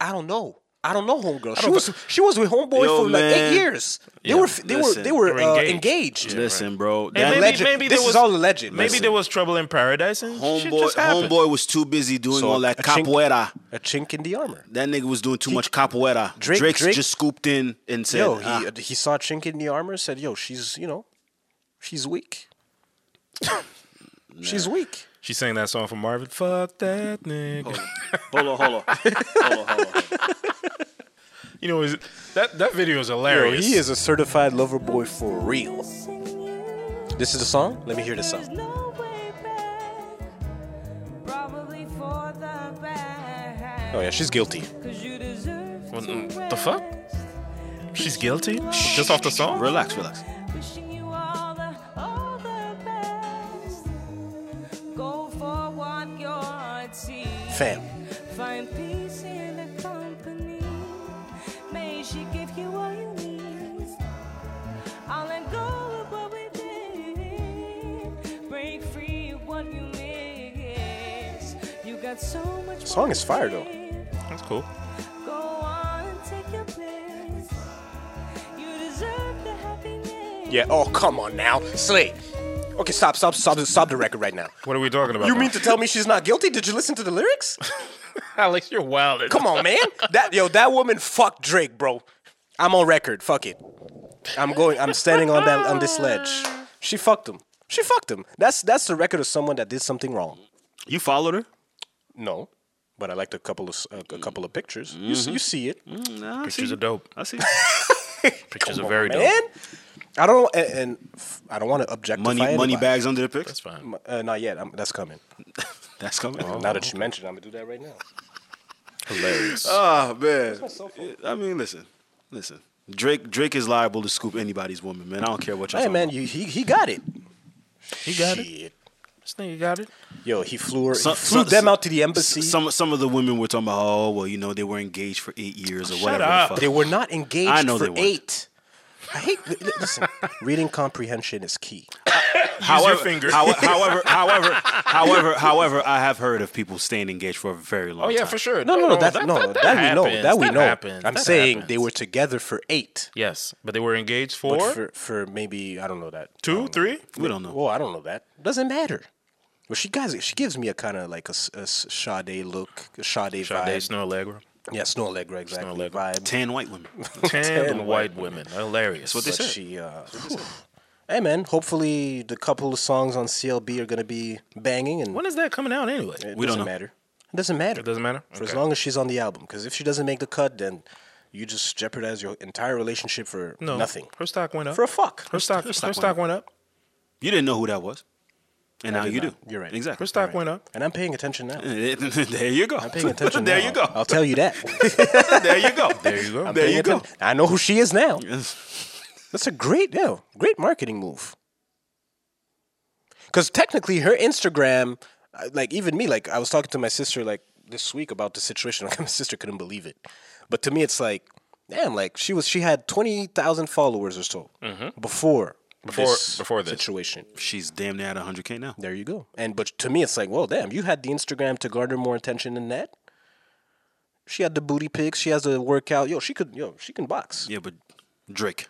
[SPEAKER 3] I don't know. I don't know homegirl. She was she was with homeboy
[SPEAKER 1] Yo,
[SPEAKER 3] for like
[SPEAKER 1] man.
[SPEAKER 3] eight years. They
[SPEAKER 1] Yeah,
[SPEAKER 3] were f- they
[SPEAKER 1] listen,
[SPEAKER 3] were they were,
[SPEAKER 2] they were
[SPEAKER 3] uh,
[SPEAKER 2] engaged.
[SPEAKER 3] engaged.
[SPEAKER 2] Yeah,
[SPEAKER 1] Listen, bro.
[SPEAKER 2] Hey,
[SPEAKER 1] that-
[SPEAKER 2] maybe-
[SPEAKER 3] Alleged.
[SPEAKER 2] maybe
[SPEAKER 3] this
[SPEAKER 2] there
[SPEAKER 3] is
[SPEAKER 2] was-
[SPEAKER 3] all alleged.
[SPEAKER 2] Maybe
[SPEAKER 3] Listen,
[SPEAKER 2] there was trouble in paradise and shit
[SPEAKER 1] homeboy
[SPEAKER 2] just happened.
[SPEAKER 1] homeboy was too busy doing
[SPEAKER 3] So
[SPEAKER 1] all that
[SPEAKER 3] a chink-
[SPEAKER 1] capoeira.
[SPEAKER 3] a chink in the armor.
[SPEAKER 1] That nigga was doing too much capoeira.
[SPEAKER 3] Drake-
[SPEAKER 1] Drake's
[SPEAKER 3] Drake-
[SPEAKER 1] just scooped in and said,
[SPEAKER 3] Yo, he
[SPEAKER 1] "Ah,
[SPEAKER 3] he saw a chink in the armor. Said, "Yo, she's you know, she's weak. She's weak."
[SPEAKER 2] She sang that song for Marvin. Fuck that nigga.
[SPEAKER 1] "Hold on, hold on, hold on, hold on."
[SPEAKER 2] You know, is that that video is
[SPEAKER 3] Yo,
[SPEAKER 2] hilarious.
[SPEAKER 3] he is a certified lover boy for real. This is the song. Let me hear the
[SPEAKER 6] There's
[SPEAKER 3] song. Oh,
[SPEAKER 6] no way back, probably for the best.
[SPEAKER 3] Oh yeah, she's guilty.
[SPEAKER 6] 'Cause you deserve
[SPEAKER 2] What
[SPEAKER 6] to
[SPEAKER 2] mm, the fuck?
[SPEAKER 6] rest.
[SPEAKER 2] She's guilty. Just off the song.
[SPEAKER 1] Relax, relax.
[SPEAKER 6] Wishing you all the, all the best. Go for what you're seeking.
[SPEAKER 3] Fam,
[SPEAKER 6] Find peace in the company. May she give you all you need. I'll let go of what we did. Break free of what you miss. You got so much. more
[SPEAKER 3] Song is
[SPEAKER 6] to
[SPEAKER 3] fire, though.
[SPEAKER 6] give.
[SPEAKER 2] That's cool.
[SPEAKER 6] Go on and take your place. You deserve the happiness.
[SPEAKER 3] Yeah, oh, come on now. Slay. Okay, stop, stop, stop, stop the record right now.
[SPEAKER 2] What are we talking about?
[SPEAKER 3] You
[SPEAKER 2] now?
[SPEAKER 3] mean to tell me she's not guilty? Did you listen to the lyrics?
[SPEAKER 2] Alex? You're wild.
[SPEAKER 3] Come on, man. That yo, that woman fucked Drake, bro. I'm on record. Fuck it. I'm going. I'm standing on that on this ledge. She fucked him. She fucked him. That's that's the record of someone that did something wrong.
[SPEAKER 1] You followed her?
[SPEAKER 3] No, but I liked a couple of uh, a couple of pictures. You
[SPEAKER 2] Mm-hmm.
[SPEAKER 3] s You, see it,
[SPEAKER 1] Nah, I
[SPEAKER 2] Pictures
[SPEAKER 1] see.
[SPEAKER 2] are dope.
[SPEAKER 1] I see.
[SPEAKER 2] Pictures are very dope.
[SPEAKER 3] man. I don't and, and f- I don't want to objectify
[SPEAKER 1] Money money
[SPEAKER 3] anybody.
[SPEAKER 1] bags under the pics.
[SPEAKER 2] That's fine.
[SPEAKER 3] Uh, not yet. I'm, that's coming.
[SPEAKER 1] That's coming.
[SPEAKER 3] now that you mentioned, it, I'm gonna do that right now.
[SPEAKER 2] Hilarious.
[SPEAKER 1] Ah man. I mean, listen, listen. Drake Drake is liable to scoop anybody's woman, man. I don't care what y'all.
[SPEAKER 3] Hey
[SPEAKER 1] talking
[SPEAKER 3] man,
[SPEAKER 1] about.
[SPEAKER 3] you, he he got it.
[SPEAKER 2] He got it.
[SPEAKER 3] Shit.
[SPEAKER 2] This nigga got it.
[SPEAKER 3] Yo, he flew her.
[SPEAKER 1] Some-
[SPEAKER 3] he flew
[SPEAKER 1] some-
[SPEAKER 3] them out to the embassy.
[SPEAKER 1] Some some of the women were talking about, oh well, you know, they were engaged for eight years or whatever.
[SPEAKER 2] up.
[SPEAKER 1] The fuck.
[SPEAKER 3] They were not engaged
[SPEAKER 1] I know
[SPEAKER 3] for
[SPEAKER 1] they weren't.
[SPEAKER 3] eight. I hate. li- li- Listen, reading comprehension is key.
[SPEAKER 2] Use your
[SPEAKER 1] however,
[SPEAKER 2] finger.
[SPEAKER 1] how- however, however, however, however, I have heard of people staying engaged for a very long.
[SPEAKER 2] Oh yeah,
[SPEAKER 1] time.
[SPEAKER 2] for sure.
[SPEAKER 3] No, no, no. That, no, that, we know.
[SPEAKER 2] happens.
[SPEAKER 3] That we know.
[SPEAKER 2] happens.
[SPEAKER 3] I'm
[SPEAKER 2] That
[SPEAKER 3] saying
[SPEAKER 2] happens.
[SPEAKER 3] they were together for eight.
[SPEAKER 2] Yes, but they were engaged
[SPEAKER 3] But
[SPEAKER 2] for,
[SPEAKER 3] for um, for maybe I don't know that I
[SPEAKER 2] two,
[SPEAKER 3] don't know.
[SPEAKER 2] three.
[SPEAKER 1] We don't know.
[SPEAKER 3] Well, I don't know that. Doesn't matter. Well, she guys, she gives me a kind of like a, s- a s- Sade look, a Sade,
[SPEAKER 2] Sade,
[SPEAKER 3] vibe.
[SPEAKER 2] Snow Allegra,
[SPEAKER 3] yeah, Snow Allegra exactly
[SPEAKER 2] Allegra.
[SPEAKER 3] vibe.
[SPEAKER 1] Tan white women.
[SPEAKER 2] ten white women. Hilarious.
[SPEAKER 1] what they
[SPEAKER 3] But
[SPEAKER 1] said.
[SPEAKER 3] she, uh, phew. hey man, hopefully the couple of songs on CLB are gonna be banging, and
[SPEAKER 2] When is that coming out anyway?
[SPEAKER 3] it
[SPEAKER 1] We don't
[SPEAKER 3] doesn't
[SPEAKER 1] know.
[SPEAKER 3] matter. It doesn't matter.
[SPEAKER 2] It doesn't matter.
[SPEAKER 3] for as
[SPEAKER 2] Okay.
[SPEAKER 3] long as she's on the album. Because if she doesn't make the cut, then you just jeopardize your entire relationship for
[SPEAKER 2] no,
[SPEAKER 3] nothing.
[SPEAKER 2] Her stock went up.
[SPEAKER 3] For a fuck.
[SPEAKER 2] her stock. Her stock, went up.
[SPEAKER 1] You didn't know who that was, and now
[SPEAKER 3] did
[SPEAKER 1] you
[SPEAKER 3] not.
[SPEAKER 1] do.
[SPEAKER 3] You're right.
[SPEAKER 1] Exactly.
[SPEAKER 2] Her stock went up.
[SPEAKER 3] And I'm paying attention now.
[SPEAKER 1] there you go.
[SPEAKER 3] I'm paying attention
[SPEAKER 1] there
[SPEAKER 3] now.
[SPEAKER 1] you go.
[SPEAKER 3] I'll tell you that.
[SPEAKER 1] there you go.
[SPEAKER 2] There you go.
[SPEAKER 3] I'm
[SPEAKER 1] There
[SPEAKER 3] paying
[SPEAKER 1] you go.
[SPEAKER 3] atten- I know who she is now.
[SPEAKER 1] Yes.
[SPEAKER 3] That's a great, yeah, great marketing move. Because technically, her Instagram, uh, like even me, like I was talking to my sister like this week about the situation. Like my sister couldn't believe it, but to me, it's like, damn, like she was, she had twenty thousand followers or so
[SPEAKER 1] Mm-hmm.
[SPEAKER 3] before
[SPEAKER 2] Before- before this.
[SPEAKER 3] situation.
[SPEAKER 1] She's damn near at 100k now.
[SPEAKER 3] There you go. And but to me, it's like, well, damn, you had the Instagram to garner more attention than that. She had the booty pics. She has the workout. Yo, she could. Yo, she can box.
[SPEAKER 1] Yeah, but Drake.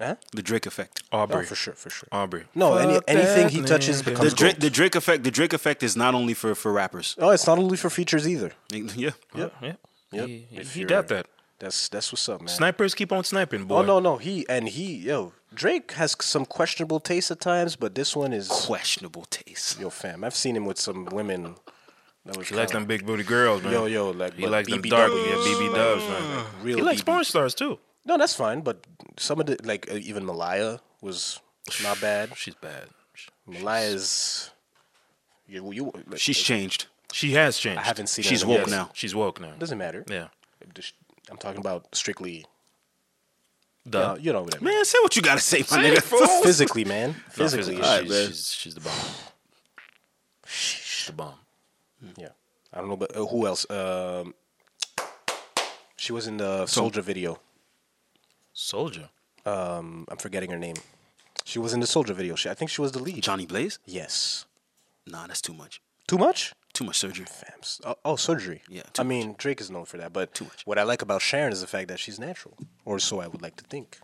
[SPEAKER 3] Huh?
[SPEAKER 1] The Drake effect.
[SPEAKER 2] Aubrey.
[SPEAKER 3] Oh, for sure, for sure.
[SPEAKER 2] Aubrey.
[SPEAKER 3] No, any,
[SPEAKER 2] Fuck
[SPEAKER 3] anything
[SPEAKER 2] that
[SPEAKER 3] he touches
[SPEAKER 2] nigga.
[SPEAKER 1] The
[SPEAKER 3] becomes
[SPEAKER 1] Drake,
[SPEAKER 3] gold.
[SPEAKER 1] the Drake effect. The Drake effect is not only for for rappers.
[SPEAKER 3] Oh, it's not only for features either.
[SPEAKER 1] Yeah.
[SPEAKER 3] Yep.
[SPEAKER 2] Yeah.
[SPEAKER 3] Yep.
[SPEAKER 2] He, he-
[SPEAKER 3] If
[SPEAKER 2] he
[SPEAKER 3] you're-
[SPEAKER 2] got that.
[SPEAKER 3] That's that's what's up, man.
[SPEAKER 2] Snipers keep on sniping, boy.
[SPEAKER 3] Oh no, no, he and he, yo, Drake has some questionable taste at times, but this one is
[SPEAKER 1] Questionable taste.
[SPEAKER 3] yo, fam. I've seen him with some women. That was
[SPEAKER 2] He likes them big booty girls, man.
[SPEAKER 3] Yo, yo, like
[SPEAKER 2] He
[SPEAKER 3] but
[SPEAKER 2] likes them
[SPEAKER 3] BBWs,
[SPEAKER 2] dark, yeah, BB dubs, man.
[SPEAKER 3] like, real
[SPEAKER 2] He likes
[SPEAKER 3] BB.
[SPEAKER 2] porn stars too.
[SPEAKER 3] No, that's fine, but some of the like uh, even Malaya was not bad.
[SPEAKER 2] She's bad.
[SPEAKER 3] Malaya's you, you like,
[SPEAKER 1] She's changed.
[SPEAKER 2] She has changed.
[SPEAKER 3] I haven't seen. her
[SPEAKER 1] she's
[SPEAKER 3] in a
[SPEAKER 1] woke
[SPEAKER 3] minute.
[SPEAKER 1] now.
[SPEAKER 2] She's woke now.
[SPEAKER 3] Doesn't matter.
[SPEAKER 2] Yeah.
[SPEAKER 3] Just- I'm talking about strictly.
[SPEAKER 2] Duh.
[SPEAKER 3] uh, you know what I mean.
[SPEAKER 1] Man, say what you gotta say, my
[SPEAKER 2] Say it,
[SPEAKER 1] nigga.
[SPEAKER 2] fool. No,
[SPEAKER 3] Physically, man. Physically,
[SPEAKER 2] physically,
[SPEAKER 3] yeah.
[SPEAKER 1] Alright,
[SPEAKER 2] she's,
[SPEAKER 1] man.
[SPEAKER 2] she's, she's the bomb. She's the bomb.
[SPEAKER 3] Yeah. I don't know, but uh, who else? Um, she was in the Soldier video.
[SPEAKER 2] Soldier.
[SPEAKER 3] Um, I'm forgetting her name. She was in the Soldier video. She, I think she was the lead.
[SPEAKER 1] Johnny Blaze?
[SPEAKER 3] Yes.
[SPEAKER 1] Nah, that's too much.
[SPEAKER 3] Too much?
[SPEAKER 1] Too much surgery.
[SPEAKER 3] Fam, s- Oh, oh, surgery.
[SPEAKER 1] Yeah, too
[SPEAKER 3] I mean, Drake is known for that, but
[SPEAKER 1] Too much.
[SPEAKER 3] what I like about Sharon is the fact that she's natural, or so I would like to think.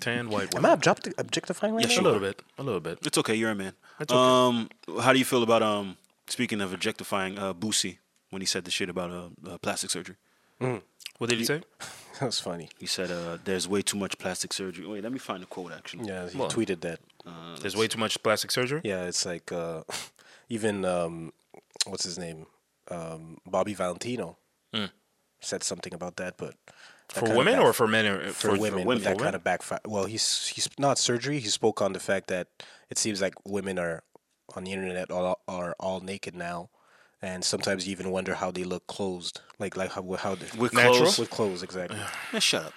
[SPEAKER 2] Tan white
[SPEAKER 3] Am
[SPEAKER 2] woman.
[SPEAKER 3] I object- objectifying right
[SPEAKER 1] Yeah,
[SPEAKER 3] now?
[SPEAKER 2] A little bit. A little bit.
[SPEAKER 1] It's okay, you're a man.
[SPEAKER 2] It's okay.
[SPEAKER 1] Um, how do you feel about um? Speaking of objectifying uh, Boosie when he said the shit about uh, uh plastic surgery,
[SPEAKER 2] What did he say?
[SPEAKER 3] That's funny.
[SPEAKER 1] he said uh, there's way too much plastic surgery. Wait, let me find the quote actually.
[SPEAKER 3] Yeah, he
[SPEAKER 2] Well-
[SPEAKER 3] tweeted that.
[SPEAKER 2] There's way too much plastic surgery.
[SPEAKER 3] Yeah, it's like uh, even um, what's his name, um, Bobby Valentino said something about that, but that
[SPEAKER 2] For
[SPEAKER 3] kinda
[SPEAKER 2] women
[SPEAKER 3] back-
[SPEAKER 2] or for men? or-
[SPEAKER 3] for, women,
[SPEAKER 1] women.
[SPEAKER 3] But that
[SPEAKER 1] For
[SPEAKER 3] kind of backfire. Well, he's he's not surgery. He spoke on the fact that it seems like women are on the internet all, are all naked now, and sometimes you even wonder how they look closed, like like how how they,
[SPEAKER 1] With
[SPEAKER 2] Natural?
[SPEAKER 1] clothes,
[SPEAKER 3] with clothes exactly.
[SPEAKER 1] Man, shut up.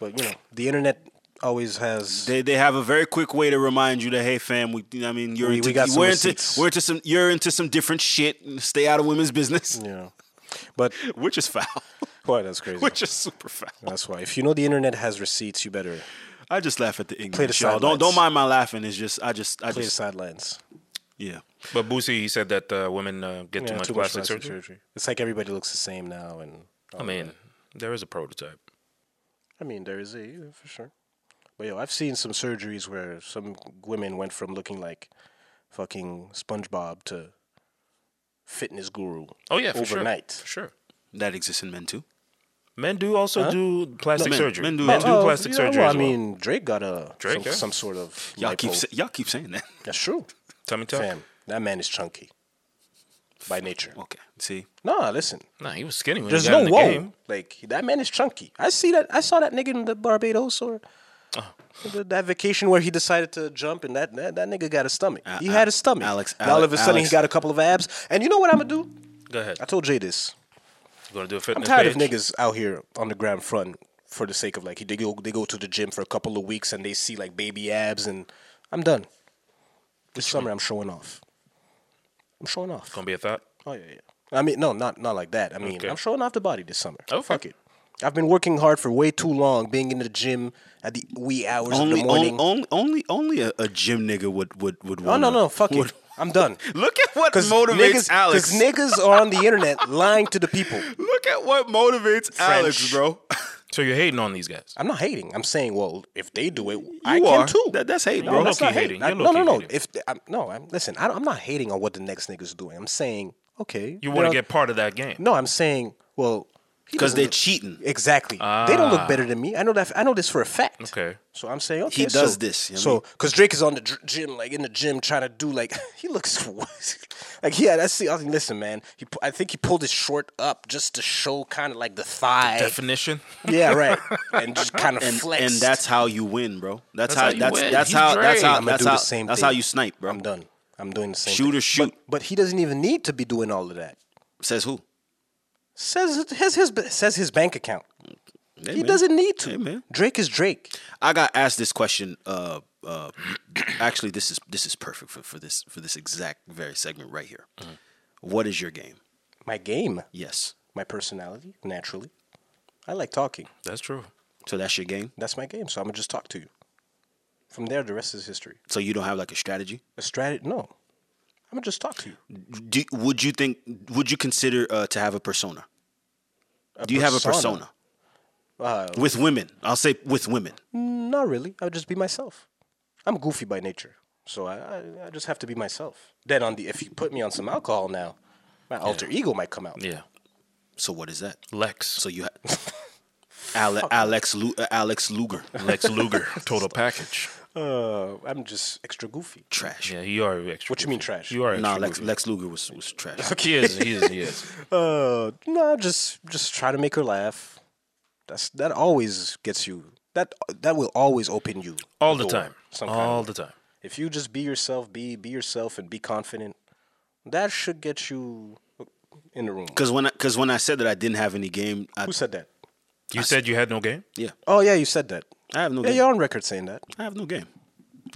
[SPEAKER 3] but you know, the internet always has.
[SPEAKER 1] They, they have a very quick way to remind you that hey fam we you know what I mean you're
[SPEAKER 3] We-
[SPEAKER 1] into
[SPEAKER 3] we got some
[SPEAKER 1] we're into
[SPEAKER 3] receipts.
[SPEAKER 1] we're into some you're into some different shit stay out of women's business
[SPEAKER 3] you know, but
[SPEAKER 1] which is foul
[SPEAKER 3] boy, that's crazy.
[SPEAKER 1] which is super foul
[SPEAKER 3] That's why. If you know the internet has receipts, you better
[SPEAKER 1] I just laugh at the
[SPEAKER 3] Play the
[SPEAKER 1] ignorance y'all don't
[SPEAKER 3] sidelines.
[SPEAKER 1] don't mind my laughing it's just I just I
[SPEAKER 3] play the
[SPEAKER 1] just
[SPEAKER 3] sidelines.
[SPEAKER 1] yeah
[SPEAKER 2] But Boosie, he said that uh, women uh, get too much plastic surgery.
[SPEAKER 3] It's like everybody looks the same now, and
[SPEAKER 2] I mean, there is a prototype.
[SPEAKER 3] I mean, there is a yeah, for sure. But yo, I've seen some surgeries where some women went from looking like fucking SpongeBob to fitness guru.
[SPEAKER 2] Oh yeah, for
[SPEAKER 3] overnight.
[SPEAKER 2] sure. For sure.
[SPEAKER 1] that exists in men too
[SPEAKER 2] Men do also do plastic
[SPEAKER 1] Men-
[SPEAKER 2] surgery.
[SPEAKER 1] men
[SPEAKER 2] Men
[SPEAKER 1] do
[SPEAKER 2] do,
[SPEAKER 1] it. Oh,
[SPEAKER 2] plastic
[SPEAKER 3] yeah,
[SPEAKER 2] surgery.
[SPEAKER 3] well,
[SPEAKER 2] as
[SPEAKER 3] I
[SPEAKER 2] well.
[SPEAKER 3] mean, Drake got a
[SPEAKER 2] Drake,
[SPEAKER 3] some,
[SPEAKER 2] yeah.
[SPEAKER 3] some sort of
[SPEAKER 1] y'all keep
[SPEAKER 3] lipo.
[SPEAKER 1] sa- y'all keep saying that
[SPEAKER 3] That's true,
[SPEAKER 2] tummy tuck.
[SPEAKER 3] fam. That man is chunky by nature.
[SPEAKER 1] okay see
[SPEAKER 3] Nah, listen.
[SPEAKER 2] Nah, he was skinny when
[SPEAKER 3] There's
[SPEAKER 2] he
[SPEAKER 3] no
[SPEAKER 2] got in the
[SPEAKER 3] whoa.
[SPEAKER 2] game.
[SPEAKER 3] Like that man is chunky. I see that. I saw that nigga in the Barbados or
[SPEAKER 1] Oh.
[SPEAKER 3] the, that vacation where he decided to jump and that that, that nigga got a stomach. he had a stomach.
[SPEAKER 1] Uh, Alex-
[SPEAKER 3] Now all of a
[SPEAKER 1] Alex-
[SPEAKER 3] sudden
[SPEAKER 1] Alex-
[SPEAKER 3] he got a couple of abs. And you know what I'm gonna do?
[SPEAKER 2] Go ahead.
[SPEAKER 3] I told Jay this.
[SPEAKER 2] You gonna do a
[SPEAKER 3] I'm
[SPEAKER 2] fitness
[SPEAKER 3] tired
[SPEAKER 2] page?
[SPEAKER 3] of niggas out here on the ground front for the sake of like they go they go to the gym for a couple of weeks and they see like baby abs and I'm done. This summer I'm showing off. I'm showing off.
[SPEAKER 2] Gonna be a thought.
[SPEAKER 3] Oh yeah, yeah. I mean, no, not not like that. I mean,
[SPEAKER 2] Okay.
[SPEAKER 3] I'm showing off the body this summer.
[SPEAKER 2] Oh, fuck.
[SPEAKER 3] fuck it. I've been working hard for way too long, being in the gym at the wee hours of
[SPEAKER 1] only
[SPEAKER 3] the morning.
[SPEAKER 1] only only only, only a, a gym nigga would would would
[SPEAKER 3] no, no,
[SPEAKER 1] wanna-
[SPEAKER 3] no, fuck
[SPEAKER 1] would-
[SPEAKER 3] it. I'm done.
[SPEAKER 1] Look at what
[SPEAKER 3] Because
[SPEAKER 1] motivates
[SPEAKER 3] niggas,
[SPEAKER 1] Alex.
[SPEAKER 3] Because niggas are on the internet lying to the people.
[SPEAKER 1] Look at what motivates Alex,
[SPEAKER 3] French.
[SPEAKER 1] bro.
[SPEAKER 2] So you're hating on these guys.
[SPEAKER 3] I'm not hating. I'm saying, well, if they do it, I
[SPEAKER 1] You
[SPEAKER 3] can
[SPEAKER 1] are.
[SPEAKER 3] too.
[SPEAKER 1] That- that's hate,
[SPEAKER 3] no,
[SPEAKER 1] bro.
[SPEAKER 3] That's
[SPEAKER 2] Low-key
[SPEAKER 3] not hating.
[SPEAKER 2] hating.
[SPEAKER 3] I- no,
[SPEAKER 2] You're
[SPEAKER 3] no,
[SPEAKER 2] low-key
[SPEAKER 3] no.
[SPEAKER 2] hating.
[SPEAKER 3] If I'm, no, I'm listen. I don't, I'm not hating on what the next nigga's doing. I'm saying, okay,
[SPEAKER 2] You
[SPEAKER 3] they're
[SPEAKER 2] want to
[SPEAKER 3] not-
[SPEAKER 2] get part of that game.
[SPEAKER 3] No, I'm saying, well, he
[SPEAKER 1] Because
[SPEAKER 3] doesn't
[SPEAKER 1] they're cheating.
[SPEAKER 3] look- Exactly. They don't look better than me. I know that. I know this for a fact.
[SPEAKER 2] Ah. Okay.
[SPEAKER 3] So I'm saying, okay,
[SPEAKER 1] He does
[SPEAKER 3] so-
[SPEAKER 1] this, you know what I
[SPEAKER 3] so because Drake is on the dr- gym, like in the gym, trying to do like he looks like yeah. That's the. I mean, listen, man. He, pu- I think he pulled his short up just to show kind of like the thigh.
[SPEAKER 2] Definition.
[SPEAKER 3] yeah, right. And just kind of
[SPEAKER 1] And,
[SPEAKER 3] flex.
[SPEAKER 1] and that's how you win, bro. That's,
[SPEAKER 2] That's
[SPEAKER 1] how,
[SPEAKER 2] how you
[SPEAKER 1] that's
[SPEAKER 2] win.
[SPEAKER 1] that's
[SPEAKER 2] He's
[SPEAKER 1] how that's
[SPEAKER 2] Drake.
[SPEAKER 1] how
[SPEAKER 2] I'ma
[SPEAKER 3] I'm gonna
[SPEAKER 1] that's
[SPEAKER 3] do
[SPEAKER 1] how
[SPEAKER 3] the same.
[SPEAKER 1] that's
[SPEAKER 3] thing.
[SPEAKER 1] how you snipe, bro.
[SPEAKER 3] I'm done. I'm doing the same.
[SPEAKER 1] Shoot
[SPEAKER 3] thing.
[SPEAKER 1] or shoot.
[SPEAKER 3] But, but he doesn't even need to be doing all of that.
[SPEAKER 1] Says who?
[SPEAKER 3] Says his, his says his bank account.
[SPEAKER 1] Hey,
[SPEAKER 3] he
[SPEAKER 1] man.
[SPEAKER 3] doesn't need to.
[SPEAKER 1] Hey, man.
[SPEAKER 3] Drake is Drake.
[SPEAKER 1] I got asked this question. Uh, uh, actually, this is this is perfect for, for this for this exact very segment right here. What is your game?
[SPEAKER 3] My game.
[SPEAKER 1] Yes.
[SPEAKER 3] my personality naturally. I like talking.
[SPEAKER 2] That's true.
[SPEAKER 1] So that's your game.
[SPEAKER 3] That's my game. So I'm gonna just talk to you. From there, the rest is history.
[SPEAKER 1] So you don't have like a strategy.
[SPEAKER 3] A strategy? No, I'm gonna just talk to you.
[SPEAKER 1] Do, would you think? Would you consider uh, to have a persona?
[SPEAKER 3] A
[SPEAKER 1] Do you have a persona?
[SPEAKER 3] Uh,
[SPEAKER 1] with women. I'll say with women.
[SPEAKER 3] not really. I would just be myself. I'm goofy by nature, so I, I, I just have to be myself. Then on the if you put me on some alcohol now, my alter ego might come out.
[SPEAKER 2] Yeah.
[SPEAKER 1] So what is that?
[SPEAKER 2] Lex.
[SPEAKER 1] So you ha- Ale- Alex Lu- uh, Alex Luger
[SPEAKER 2] Lex Luger. Total package.
[SPEAKER 3] Uh, I'm just extra goofy.
[SPEAKER 1] trash.
[SPEAKER 2] Yeah, you are extra.
[SPEAKER 3] What you mean trash?
[SPEAKER 2] You are extra.
[SPEAKER 1] Nah, Lex,
[SPEAKER 2] goofy.
[SPEAKER 1] Lex Luger was was trash.
[SPEAKER 2] He is. He is. He is.
[SPEAKER 3] Uh, no, just just try to make her laugh. That's that always gets you. That that will always open you
[SPEAKER 2] All
[SPEAKER 3] a
[SPEAKER 2] the
[SPEAKER 3] door,
[SPEAKER 2] time.
[SPEAKER 3] Some kind
[SPEAKER 2] All
[SPEAKER 3] of-
[SPEAKER 2] the time.
[SPEAKER 3] If you just be yourself, be be yourself, and be confident, that should get you in the room.
[SPEAKER 1] Because when because when I said that I didn't have any game, I,
[SPEAKER 3] Who said that?
[SPEAKER 2] You said you had no game.
[SPEAKER 1] yeah,
[SPEAKER 3] Oh yeah, you said that.
[SPEAKER 1] I have no
[SPEAKER 3] Yeah,
[SPEAKER 1] game.
[SPEAKER 3] you're on record saying that.
[SPEAKER 1] I have no game.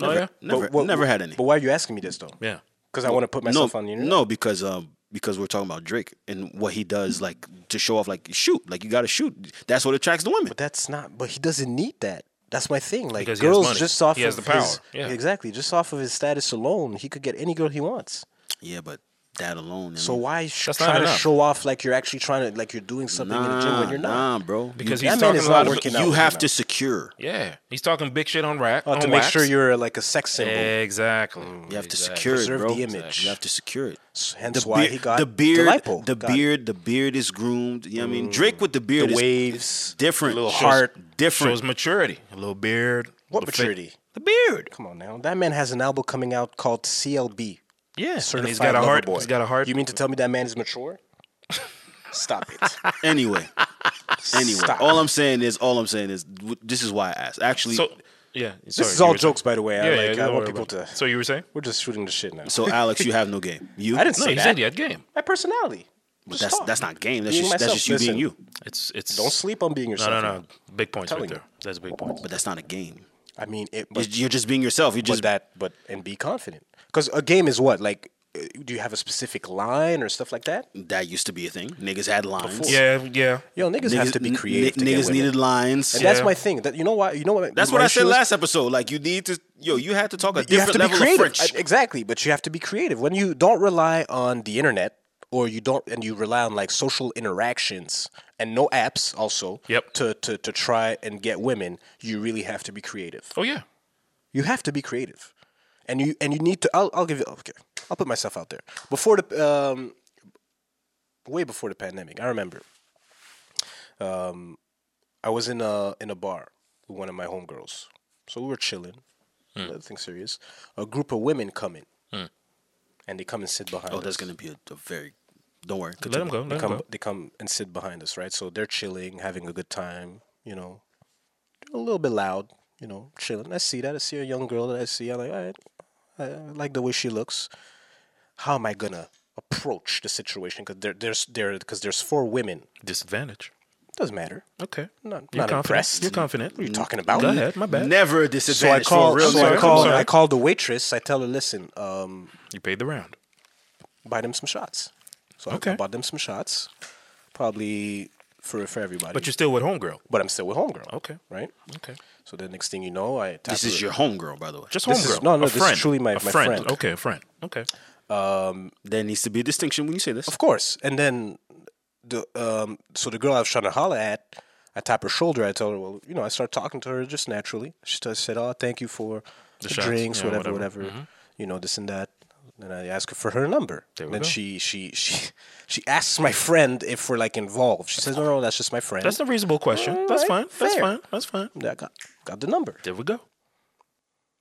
[SPEAKER 2] Oh,
[SPEAKER 1] Never,
[SPEAKER 2] yeah?
[SPEAKER 1] never,
[SPEAKER 3] But what-
[SPEAKER 1] never had any.
[SPEAKER 3] But why are you asking me this though?
[SPEAKER 2] Yeah.
[SPEAKER 3] Because I want to put
[SPEAKER 1] no,
[SPEAKER 3] myself on the internet.
[SPEAKER 1] no, because um, because we're talking about Drake and what he does,
[SPEAKER 3] Hmm.
[SPEAKER 1] like to show off, like shoot, like you got to shoot. That's what attracts the women.
[SPEAKER 3] But that's not. But he doesn't need that. That's my thing. Like
[SPEAKER 2] Because he has
[SPEAKER 3] girls,
[SPEAKER 2] money.
[SPEAKER 3] just off
[SPEAKER 2] He has
[SPEAKER 3] of
[SPEAKER 2] the power.
[SPEAKER 3] his-
[SPEAKER 2] Yeah.
[SPEAKER 3] exactly, just off of his status alone, he could get any girl he wants.
[SPEAKER 1] Yeah, but that alone. I
[SPEAKER 3] So
[SPEAKER 1] mean,
[SPEAKER 3] why sh-
[SPEAKER 2] Mm. That's not
[SPEAKER 3] try to
[SPEAKER 2] enough.
[SPEAKER 3] show off like you're actually trying to like you're doing something in the gym when
[SPEAKER 1] nah,
[SPEAKER 3] you're
[SPEAKER 1] nah,
[SPEAKER 3] not?
[SPEAKER 1] bro.
[SPEAKER 2] Because
[SPEAKER 1] you,
[SPEAKER 2] he's
[SPEAKER 3] that man
[SPEAKER 2] talking
[SPEAKER 3] is
[SPEAKER 2] about
[SPEAKER 3] not working out.
[SPEAKER 1] you
[SPEAKER 3] with
[SPEAKER 1] have
[SPEAKER 3] him
[SPEAKER 1] to secure.
[SPEAKER 2] Yeah, he's talking big shit on rack.
[SPEAKER 3] now. Uh, to
[SPEAKER 2] on
[SPEAKER 3] make
[SPEAKER 2] wax. Eh,
[SPEAKER 3] sure you're like a sex symbol.
[SPEAKER 2] Exactly.
[SPEAKER 1] You have to
[SPEAKER 2] Exactly.
[SPEAKER 1] secure it,
[SPEAKER 3] Preserve
[SPEAKER 1] bro.
[SPEAKER 3] the image.
[SPEAKER 1] You have to secure it.
[SPEAKER 3] S- Hence why
[SPEAKER 1] beard-
[SPEAKER 3] he got
[SPEAKER 1] the beard.
[SPEAKER 3] lipo.
[SPEAKER 1] The
[SPEAKER 3] Got Mm.
[SPEAKER 1] beard. The beard is groomed. You know what I mean, Drake with the beard
[SPEAKER 3] The
[SPEAKER 1] is
[SPEAKER 3] waves,
[SPEAKER 1] different.
[SPEAKER 3] the little
[SPEAKER 1] Shows-
[SPEAKER 3] heart.
[SPEAKER 2] Shows
[SPEAKER 1] Different.
[SPEAKER 2] maturity. A little beard.
[SPEAKER 3] What
[SPEAKER 2] little
[SPEAKER 3] maturity?
[SPEAKER 1] the beard.
[SPEAKER 3] Come on now, that man has an album coming out called CLB.
[SPEAKER 2] Fit. Yeah. And
[SPEAKER 3] Certified
[SPEAKER 2] he's got a
[SPEAKER 3] Lover
[SPEAKER 2] heart.
[SPEAKER 3] Boy.
[SPEAKER 2] He's got a heart.
[SPEAKER 3] You mean to tell me that man is mature? Stop it.
[SPEAKER 1] Anyway. Anyway,
[SPEAKER 3] Stop.
[SPEAKER 1] all I'm saying is, all I'm saying is, w- this is why I asked. Actually,
[SPEAKER 2] So
[SPEAKER 1] so,
[SPEAKER 2] yeah. Sorry,
[SPEAKER 3] This is
[SPEAKER 2] you
[SPEAKER 3] all
[SPEAKER 2] were saying-
[SPEAKER 3] jokes, by the way.
[SPEAKER 2] Yeah,
[SPEAKER 3] I,
[SPEAKER 2] yeah,
[SPEAKER 3] like,
[SPEAKER 2] don't
[SPEAKER 3] I want
[SPEAKER 2] worry
[SPEAKER 3] people
[SPEAKER 2] about
[SPEAKER 3] to.
[SPEAKER 2] it. So you were saying?
[SPEAKER 3] We're just shooting the shit now.
[SPEAKER 1] Alex, you have no game. You,
[SPEAKER 3] I didn't
[SPEAKER 2] No,
[SPEAKER 3] say
[SPEAKER 2] you
[SPEAKER 3] that.
[SPEAKER 2] said you had game.
[SPEAKER 3] My personality.
[SPEAKER 1] But
[SPEAKER 3] Just
[SPEAKER 1] that's
[SPEAKER 3] talk.
[SPEAKER 1] that's not game. That's
[SPEAKER 3] Being
[SPEAKER 1] just that's
[SPEAKER 3] myself.
[SPEAKER 1] just you being
[SPEAKER 3] Listen,
[SPEAKER 1] you.
[SPEAKER 2] It's it's.
[SPEAKER 3] Don't sleep on being
[SPEAKER 2] No,
[SPEAKER 3] yourself.
[SPEAKER 2] no, no.
[SPEAKER 3] man.
[SPEAKER 2] Big points right
[SPEAKER 3] telling
[SPEAKER 2] there. That's big points.
[SPEAKER 1] But that's not a game.
[SPEAKER 3] I mean, it, but,
[SPEAKER 1] You're, you're just being yourself. You
[SPEAKER 3] but
[SPEAKER 1] just
[SPEAKER 3] that, but and be confident. Because a game is what? Like, uh, do you have a specific line or stuff like that?
[SPEAKER 1] that used to be a thing. Niggas had lines.
[SPEAKER 2] Yeah, yeah.
[SPEAKER 3] Yo, niggas, have to be
[SPEAKER 1] n-
[SPEAKER 3] creative. to
[SPEAKER 1] n-
[SPEAKER 3] get
[SPEAKER 1] niggas
[SPEAKER 3] women.
[SPEAKER 1] needed lines.
[SPEAKER 3] And
[SPEAKER 1] Yeah.
[SPEAKER 3] that's
[SPEAKER 2] Yeah.
[SPEAKER 3] my thing. That you know why? You know what?
[SPEAKER 1] That's
[SPEAKER 3] my
[SPEAKER 1] what I said
[SPEAKER 3] issue is?
[SPEAKER 1] last episode. Like you need to, yo, you had to talk a
[SPEAKER 3] you
[SPEAKER 1] different
[SPEAKER 3] have to be
[SPEAKER 1] level of
[SPEAKER 3] creative.
[SPEAKER 1] French.
[SPEAKER 3] I- Exactly, but you have to be creative. When you don't rely on the internet or you don't and you rely on like social interactions and no apps also
[SPEAKER 2] Yep.
[SPEAKER 3] to, to to try and get women, you really have to be creative.
[SPEAKER 2] Oh yeah.
[SPEAKER 3] You have to be creative. And you and you need to I'll, I'll give you okay. I'll put myself out there. Before the um way before the pandemic, I remember um, I was in a in a bar with one of my homegirls. So we were chilling. Nothing serious. A group of women come in, and they come and sit behind.
[SPEAKER 1] Oh,
[SPEAKER 3] us.
[SPEAKER 1] that's gonna be a, a very. Don't worry.
[SPEAKER 2] Let him go.
[SPEAKER 3] They
[SPEAKER 2] Let him
[SPEAKER 3] come.
[SPEAKER 2] go.
[SPEAKER 3] They come and sit behind us, right? So they're chilling, having a good time. You know, a little bit loud. You know, chilling. I see that. I see a young girl that I see. I'm like, all right, I I like the way she looks. How am I gonna approach the situation? Because there, there's there because there's four women.
[SPEAKER 2] Disadvantage.
[SPEAKER 3] Doesn't matter.
[SPEAKER 2] Okay.
[SPEAKER 3] Not,
[SPEAKER 2] You're
[SPEAKER 3] not
[SPEAKER 2] confident.
[SPEAKER 3] impressed.
[SPEAKER 2] You're confident.
[SPEAKER 3] What are you talking about?
[SPEAKER 2] Go ahead. My bad.
[SPEAKER 1] Never a
[SPEAKER 3] So I
[SPEAKER 1] disadvantage.
[SPEAKER 3] call.
[SPEAKER 1] for real.
[SPEAKER 3] So
[SPEAKER 2] sorry,
[SPEAKER 3] I
[SPEAKER 2] I'm
[SPEAKER 3] call.
[SPEAKER 2] sorry.
[SPEAKER 3] I call the waitress. I tell her, listen, um,
[SPEAKER 2] You paid the round.
[SPEAKER 3] buy them some shots. So I-
[SPEAKER 2] Okay.
[SPEAKER 3] I bought them some shots, probably for for everybody.
[SPEAKER 2] But you're still with homegirl.
[SPEAKER 3] but I'm still with homegirl.
[SPEAKER 2] Okay.
[SPEAKER 3] Right.
[SPEAKER 2] Okay.
[SPEAKER 3] So the next thing you know, I tap
[SPEAKER 1] This is
[SPEAKER 3] her-
[SPEAKER 1] your homegirl, by the way.
[SPEAKER 2] Just homegirl.
[SPEAKER 3] This is- no, no,
[SPEAKER 2] A
[SPEAKER 3] this is
[SPEAKER 2] friend.
[SPEAKER 3] truly my-
[SPEAKER 2] A
[SPEAKER 3] my
[SPEAKER 2] friend.
[SPEAKER 3] friend.
[SPEAKER 2] Okay, a friend. Okay.
[SPEAKER 1] There needs to be a distinction when you say this.
[SPEAKER 3] Of course. And then the um so the girl I was trying to holler at, I tap her shoulder, I tell her, Well, you know, I start talking to her just naturally. She just said, Oh, thank you for the,
[SPEAKER 2] shots,
[SPEAKER 3] drinks,
[SPEAKER 2] yeah,
[SPEAKER 3] whatever,
[SPEAKER 2] whatever. Mm-hmm.
[SPEAKER 3] whatever, you know, this and that. And I ask her for her number.
[SPEAKER 2] There we
[SPEAKER 3] and then
[SPEAKER 2] go.
[SPEAKER 3] she she she she asks my friend if we're like involved. She says, No, no, that's just my friend.
[SPEAKER 2] That's a reasonable question. That's fine.
[SPEAKER 3] Alright,
[SPEAKER 2] That's
[SPEAKER 3] Mm, fair.
[SPEAKER 2] fine. That's fine.
[SPEAKER 3] I got got the number.
[SPEAKER 2] There we go.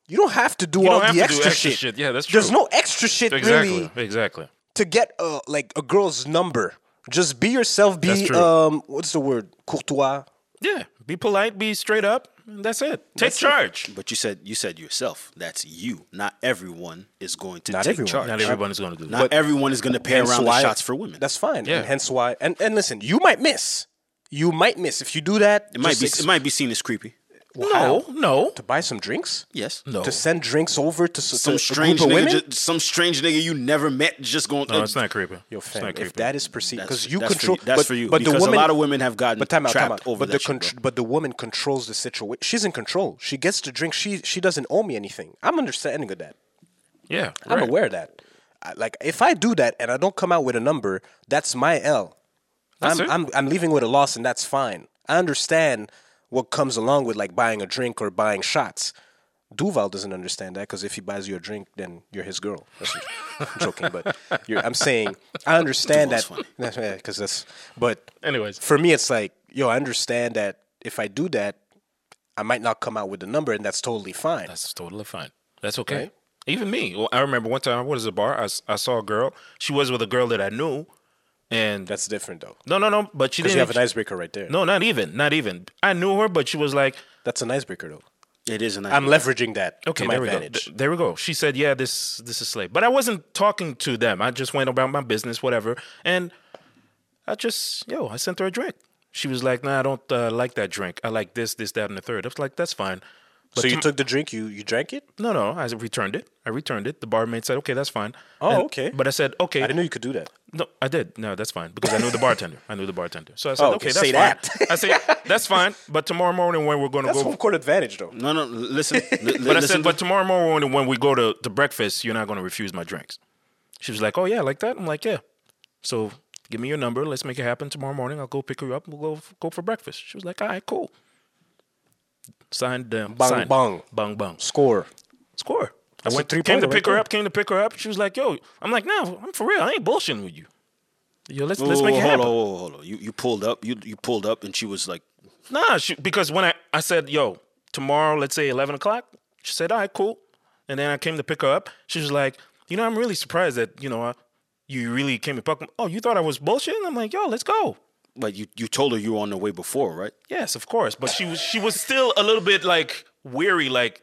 [SPEAKER 3] You don't have to do
[SPEAKER 2] You
[SPEAKER 3] all
[SPEAKER 2] don't
[SPEAKER 3] the
[SPEAKER 2] have to do
[SPEAKER 3] extra,
[SPEAKER 2] extra
[SPEAKER 3] shit.
[SPEAKER 2] shit. Yeah, that's
[SPEAKER 3] There's
[SPEAKER 2] true.
[SPEAKER 3] no extra shit
[SPEAKER 2] Exactly.
[SPEAKER 3] really
[SPEAKER 2] Exactly.
[SPEAKER 3] to get a, like a girl's number. Just be yourself. Be
[SPEAKER 2] That's true.
[SPEAKER 3] um, what's the word? Courtois.
[SPEAKER 2] Yeah. Be polite, be straight up, and that's it. Take
[SPEAKER 3] That's it.
[SPEAKER 2] charge.
[SPEAKER 1] But you said you said yourself. That's you. Not everyone is going to
[SPEAKER 3] Not
[SPEAKER 1] take
[SPEAKER 3] everyone.
[SPEAKER 1] charge.
[SPEAKER 2] Not everyone is gonna do
[SPEAKER 1] Not
[SPEAKER 2] that.
[SPEAKER 1] everyone is going to pair
[SPEAKER 3] Hence
[SPEAKER 1] around the
[SPEAKER 3] why-
[SPEAKER 1] shots for women.
[SPEAKER 3] That's fine.
[SPEAKER 2] Yeah.
[SPEAKER 3] And hence why. And and listen, you might miss. You might miss if you do that.
[SPEAKER 1] it might
[SPEAKER 3] just
[SPEAKER 1] be
[SPEAKER 3] ex-
[SPEAKER 1] it might be seen as creepy.
[SPEAKER 2] No, no.
[SPEAKER 3] to buy some drinks.
[SPEAKER 1] Yes.
[SPEAKER 2] No.
[SPEAKER 3] To send drinks over to s-
[SPEAKER 1] Some
[SPEAKER 3] to
[SPEAKER 1] strange
[SPEAKER 3] a group of
[SPEAKER 1] nigga,
[SPEAKER 3] women.
[SPEAKER 1] just, some strange nigga you never met, just going.
[SPEAKER 2] No, it's not creepy.
[SPEAKER 3] Yo,
[SPEAKER 2] It's
[SPEAKER 3] fam,
[SPEAKER 2] not creepy.
[SPEAKER 3] if that is perceived,
[SPEAKER 1] That's-
[SPEAKER 3] because you
[SPEAKER 1] that's for
[SPEAKER 3] control.
[SPEAKER 1] you- that's
[SPEAKER 3] but,
[SPEAKER 1] for you,
[SPEAKER 3] But the
[SPEAKER 1] because a
[SPEAKER 3] woman,
[SPEAKER 1] lot of women have gotten
[SPEAKER 3] but time out, time
[SPEAKER 1] trapped
[SPEAKER 3] out.
[SPEAKER 1] over
[SPEAKER 3] but
[SPEAKER 1] that
[SPEAKER 3] the
[SPEAKER 1] shit, bro.
[SPEAKER 3] but the woman controls the situation. She's in control. She gets to drink. She she doesn't owe me anything. I'm understanding of that.
[SPEAKER 2] Yeah.
[SPEAKER 3] I'm
[SPEAKER 2] right.
[SPEAKER 3] aware of that. I, like if I do that and I don't come out with a number, that's my L.
[SPEAKER 2] That's
[SPEAKER 3] I'm,
[SPEAKER 2] it.
[SPEAKER 3] I'm I'm leaving with a loss and that's fine. I understand what comes along with like buying a drink or buying shots. Duval doesn't understand that because if he buys you a drink, then you're his girl. That's what- I'm joking, but you're, I'm saying I understand
[SPEAKER 1] Duval's
[SPEAKER 3] that because that's. But
[SPEAKER 2] Anyways.
[SPEAKER 3] for me, it's like yo, I understand that if I do that, I might not come out with the number, and that's totally fine.
[SPEAKER 2] That's totally fine. That's okay.
[SPEAKER 3] Right?
[SPEAKER 2] Even me. Well, I remember one time I was at a bar. I, s- I saw a girl. She was with a girl that I knew, and
[SPEAKER 3] that's different though,
[SPEAKER 2] no, no, no. But she
[SPEAKER 3] because
[SPEAKER 2] didn't.
[SPEAKER 3] you have an icebreaker right there.
[SPEAKER 2] no, not even. Not even. I knew her, but she was like,
[SPEAKER 3] that's an icebreaker though.
[SPEAKER 1] It is an
[SPEAKER 3] I'm leveraging that
[SPEAKER 2] okay,
[SPEAKER 3] to my
[SPEAKER 2] there we go.
[SPEAKER 3] advantage.
[SPEAKER 2] Th- there we go. She said, yeah, this this is slave. But I wasn't talking to them. I just went about my business, whatever. And I just, yo, I sent her a drink. She was like, nah, I don't uh, like that drink. I like this, this, that, and the third. I was like, that's fine. But
[SPEAKER 3] so
[SPEAKER 2] to
[SPEAKER 3] you took the drink, you you drank it.
[SPEAKER 2] No, no, I returned it. I returned it. The barmaid said, "Okay, that's fine."
[SPEAKER 3] Oh,
[SPEAKER 2] And-
[SPEAKER 3] okay.
[SPEAKER 2] But I said, "Okay."
[SPEAKER 3] I didn't know you could do that.
[SPEAKER 2] No, I did. No, that's fine because I knew the bartender. I knew the bartender. So I said,
[SPEAKER 3] Oh,
[SPEAKER 2] "Okay,
[SPEAKER 3] okay,
[SPEAKER 2] that's
[SPEAKER 3] say
[SPEAKER 2] fine."
[SPEAKER 3] that.
[SPEAKER 2] I said, "That's fine." But tomorrow morning when we're going to
[SPEAKER 3] That's
[SPEAKER 2] go,
[SPEAKER 3] home court advantage though.
[SPEAKER 1] No, no. l- Listen. li- li-
[SPEAKER 2] but I
[SPEAKER 1] listen
[SPEAKER 2] said,
[SPEAKER 1] to-
[SPEAKER 2] "But tomorrow morning when we go to, to breakfast, you're not going to refuse my drinks." She was like, "Oh yeah, like that." I'm like, "Yeah." So give me your number. Let's make it happen tomorrow morning. I'll go pick her up. We'll go go for breakfast. She was like, "All right, cool." Signed. Uh,
[SPEAKER 3] Bang,
[SPEAKER 2] signed.
[SPEAKER 3] bang.
[SPEAKER 2] bang bang.
[SPEAKER 3] Score.
[SPEAKER 2] score.
[SPEAKER 3] That's a
[SPEAKER 2] I went,
[SPEAKER 3] three
[SPEAKER 2] came
[SPEAKER 3] pointer
[SPEAKER 2] to
[SPEAKER 3] right
[SPEAKER 2] pick her
[SPEAKER 3] there.
[SPEAKER 2] up, came to pick her up. She was like, "Yo," I'm like, "No, I'm for real. I ain't bullshitting with you. Yo, let's
[SPEAKER 1] Whoa,
[SPEAKER 2] let's make
[SPEAKER 1] whoa,
[SPEAKER 2] it
[SPEAKER 1] whoa,
[SPEAKER 2] happen."
[SPEAKER 1] Hold on, whoa, whoa, hold on. You you pulled up. You you pulled up, and she was like,
[SPEAKER 2] Nah, she, because when I I said, "Yo, tomorrow, let's say 11 o'clock," she said, "All right, cool." And then I came to pick her up. She was like, "You know, I'm really surprised that you know I, you really came to pick me. Oh, you thought I was bullshitting?" I'm like, "Yo, let's go."
[SPEAKER 1] like you you told her you were on the way before, right?
[SPEAKER 2] Yes, of course, but she was she was still a little bit like weary, like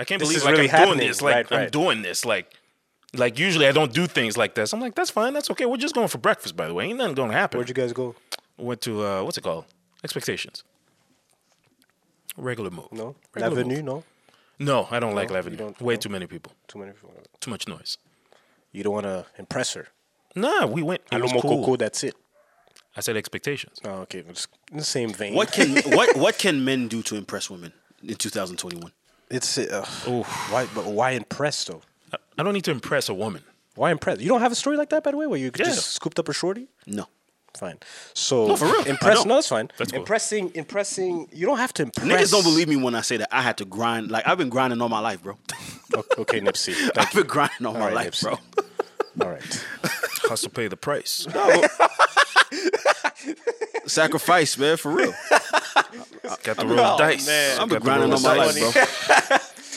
[SPEAKER 2] I can't
[SPEAKER 3] This
[SPEAKER 2] believe
[SPEAKER 3] is
[SPEAKER 2] like
[SPEAKER 3] really
[SPEAKER 2] I'm doing
[SPEAKER 3] happening.
[SPEAKER 2] this, like
[SPEAKER 3] Right,
[SPEAKER 2] I'm
[SPEAKER 3] right.
[SPEAKER 2] doing this, like like usually I don't do things like this. I'm like that's fine, that's okay. We're just going for breakfast, by the way. Ain't nothing gonna happen.
[SPEAKER 3] Where'd you guys go?
[SPEAKER 2] Went to uh, what's it called? Expectations. Regular move.
[SPEAKER 3] No,
[SPEAKER 2] Regular move.
[SPEAKER 3] Avenue. No,
[SPEAKER 2] No, I don't like L'avenue.
[SPEAKER 3] don't-
[SPEAKER 2] Way
[SPEAKER 3] no?
[SPEAKER 2] too many people.
[SPEAKER 3] too many. people.
[SPEAKER 2] Too much noise.
[SPEAKER 3] You don't want to impress her.
[SPEAKER 2] Nah, we went. It
[SPEAKER 3] Hello,
[SPEAKER 2] was
[SPEAKER 3] Mokoko,
[SPEAKER 2] cool.
[SPEAKER 3] That's it.
[SPEAKER 2] I said expectations.
[SPEAKER 3] Oh, okay. It's in the same vein.
[SPEAKER 1] What can what what can men do to impress women in 2021?
[SPEAKER 3] It's uh, why? But why impress though?
[SPEAKER 2] I- I don't need to impress a woman.
[SPEAKER 3] Why impress? You don't have a story like that, by the way, where you
[SPEAKER 2] Yeah.
[SPEAKER 3] just scooped up a shorty.
[SPEAKER 1] No.
[SPEAKER 3] Fine. So
[SPEAKER 2] No, for real. I
[SPEAKER 3] Impress?
[SPEAKER 2] don't.
[SPEAKER 3] No, that's fine.
[SPEAKER 2] That's cool.
[SPEAKER 3] impressing. Impressing. You don't have to impress.
[SPEAKER 1] Niggas don't believe me when I say that I had to grind. Like I've been grinding all my life, bro.
[SPEAKER 3] Okay, okay, Nipsey. Thank
[SPEAKER 1] I've been grinding all, my
[SPEAKER 3] right,
[SPEAKER 1] life,
[SPEAKER 3] Nipsey.
[SPEAKER 1] bro.
[SPEAKER 3] you. All right.
[SPEAKER 2] Hustle, pay the price.
[SPEAKER 1] Sacrifice, man, for real.
[SPEAKER 2] Got the roll of dice.
[SPEAKER 3] man.
[SPEAKER 1] I've
[SPEAKER 2] Got
[SPEAKER 1] been
[SPEAKER 2] to roll
[SPEAKER 1] grinding
[SPEAKER 2] the
[SPEAKER 1] all my
[SPEAKER 2] dice.
[SPEAKER 1] life,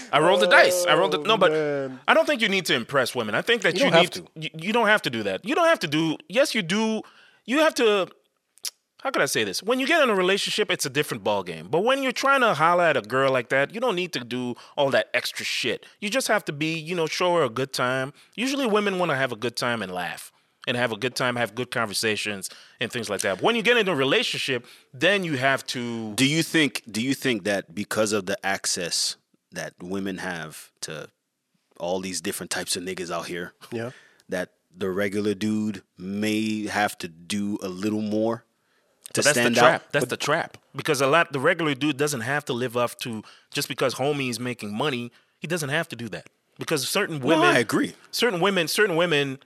[SPEAKER 1] bro.
[SPEAKER 2] I rolled the dice. I rolled the no, but
[SPEAKER 3] Oh, man.
[SPEAKER 2] I don't think you need to impress women. I think that
[SPEAKER 3] You
[SPEAKER 2] you,
[SPEAKER 3] don't have
[SPEAKER 2] need
[SPEAKER 3] to.
[SPEAKER 2] You, you don't have to do that. You don't have to do. Yes, you do. You have to. How could I say this? When you get in a relationship, it's a different ball game. But when you're trying to holler at a girl like that, you don't need to do all that extra shit. You just have to be, you know, show her a good time. Usually, women want to have a good time and laugh and have a good time, have good conversations and things like that. When you get in a relationship, then you have to.
[SPEAKER 1] Do you think do you think that because of the access that women have to all these different types of niggas out here,
[SPEAKER 3] Yeah.
[SPEAKER 1] that the regular dude may have to do a little more to
[SPEAKER 2] But that's
[SPEAKER 1] stand
[SPEAKER 2] the trap.
[SPEAKER 1] out?
[SPEAKER 2] That's the trap. Because a lot the regular dude doesn't have to live up to just because homie is making money, he doesn't have to do that. Because certain women
[SPEAKER 1] I agree.
[SPEAKER 2] Certain women, certain women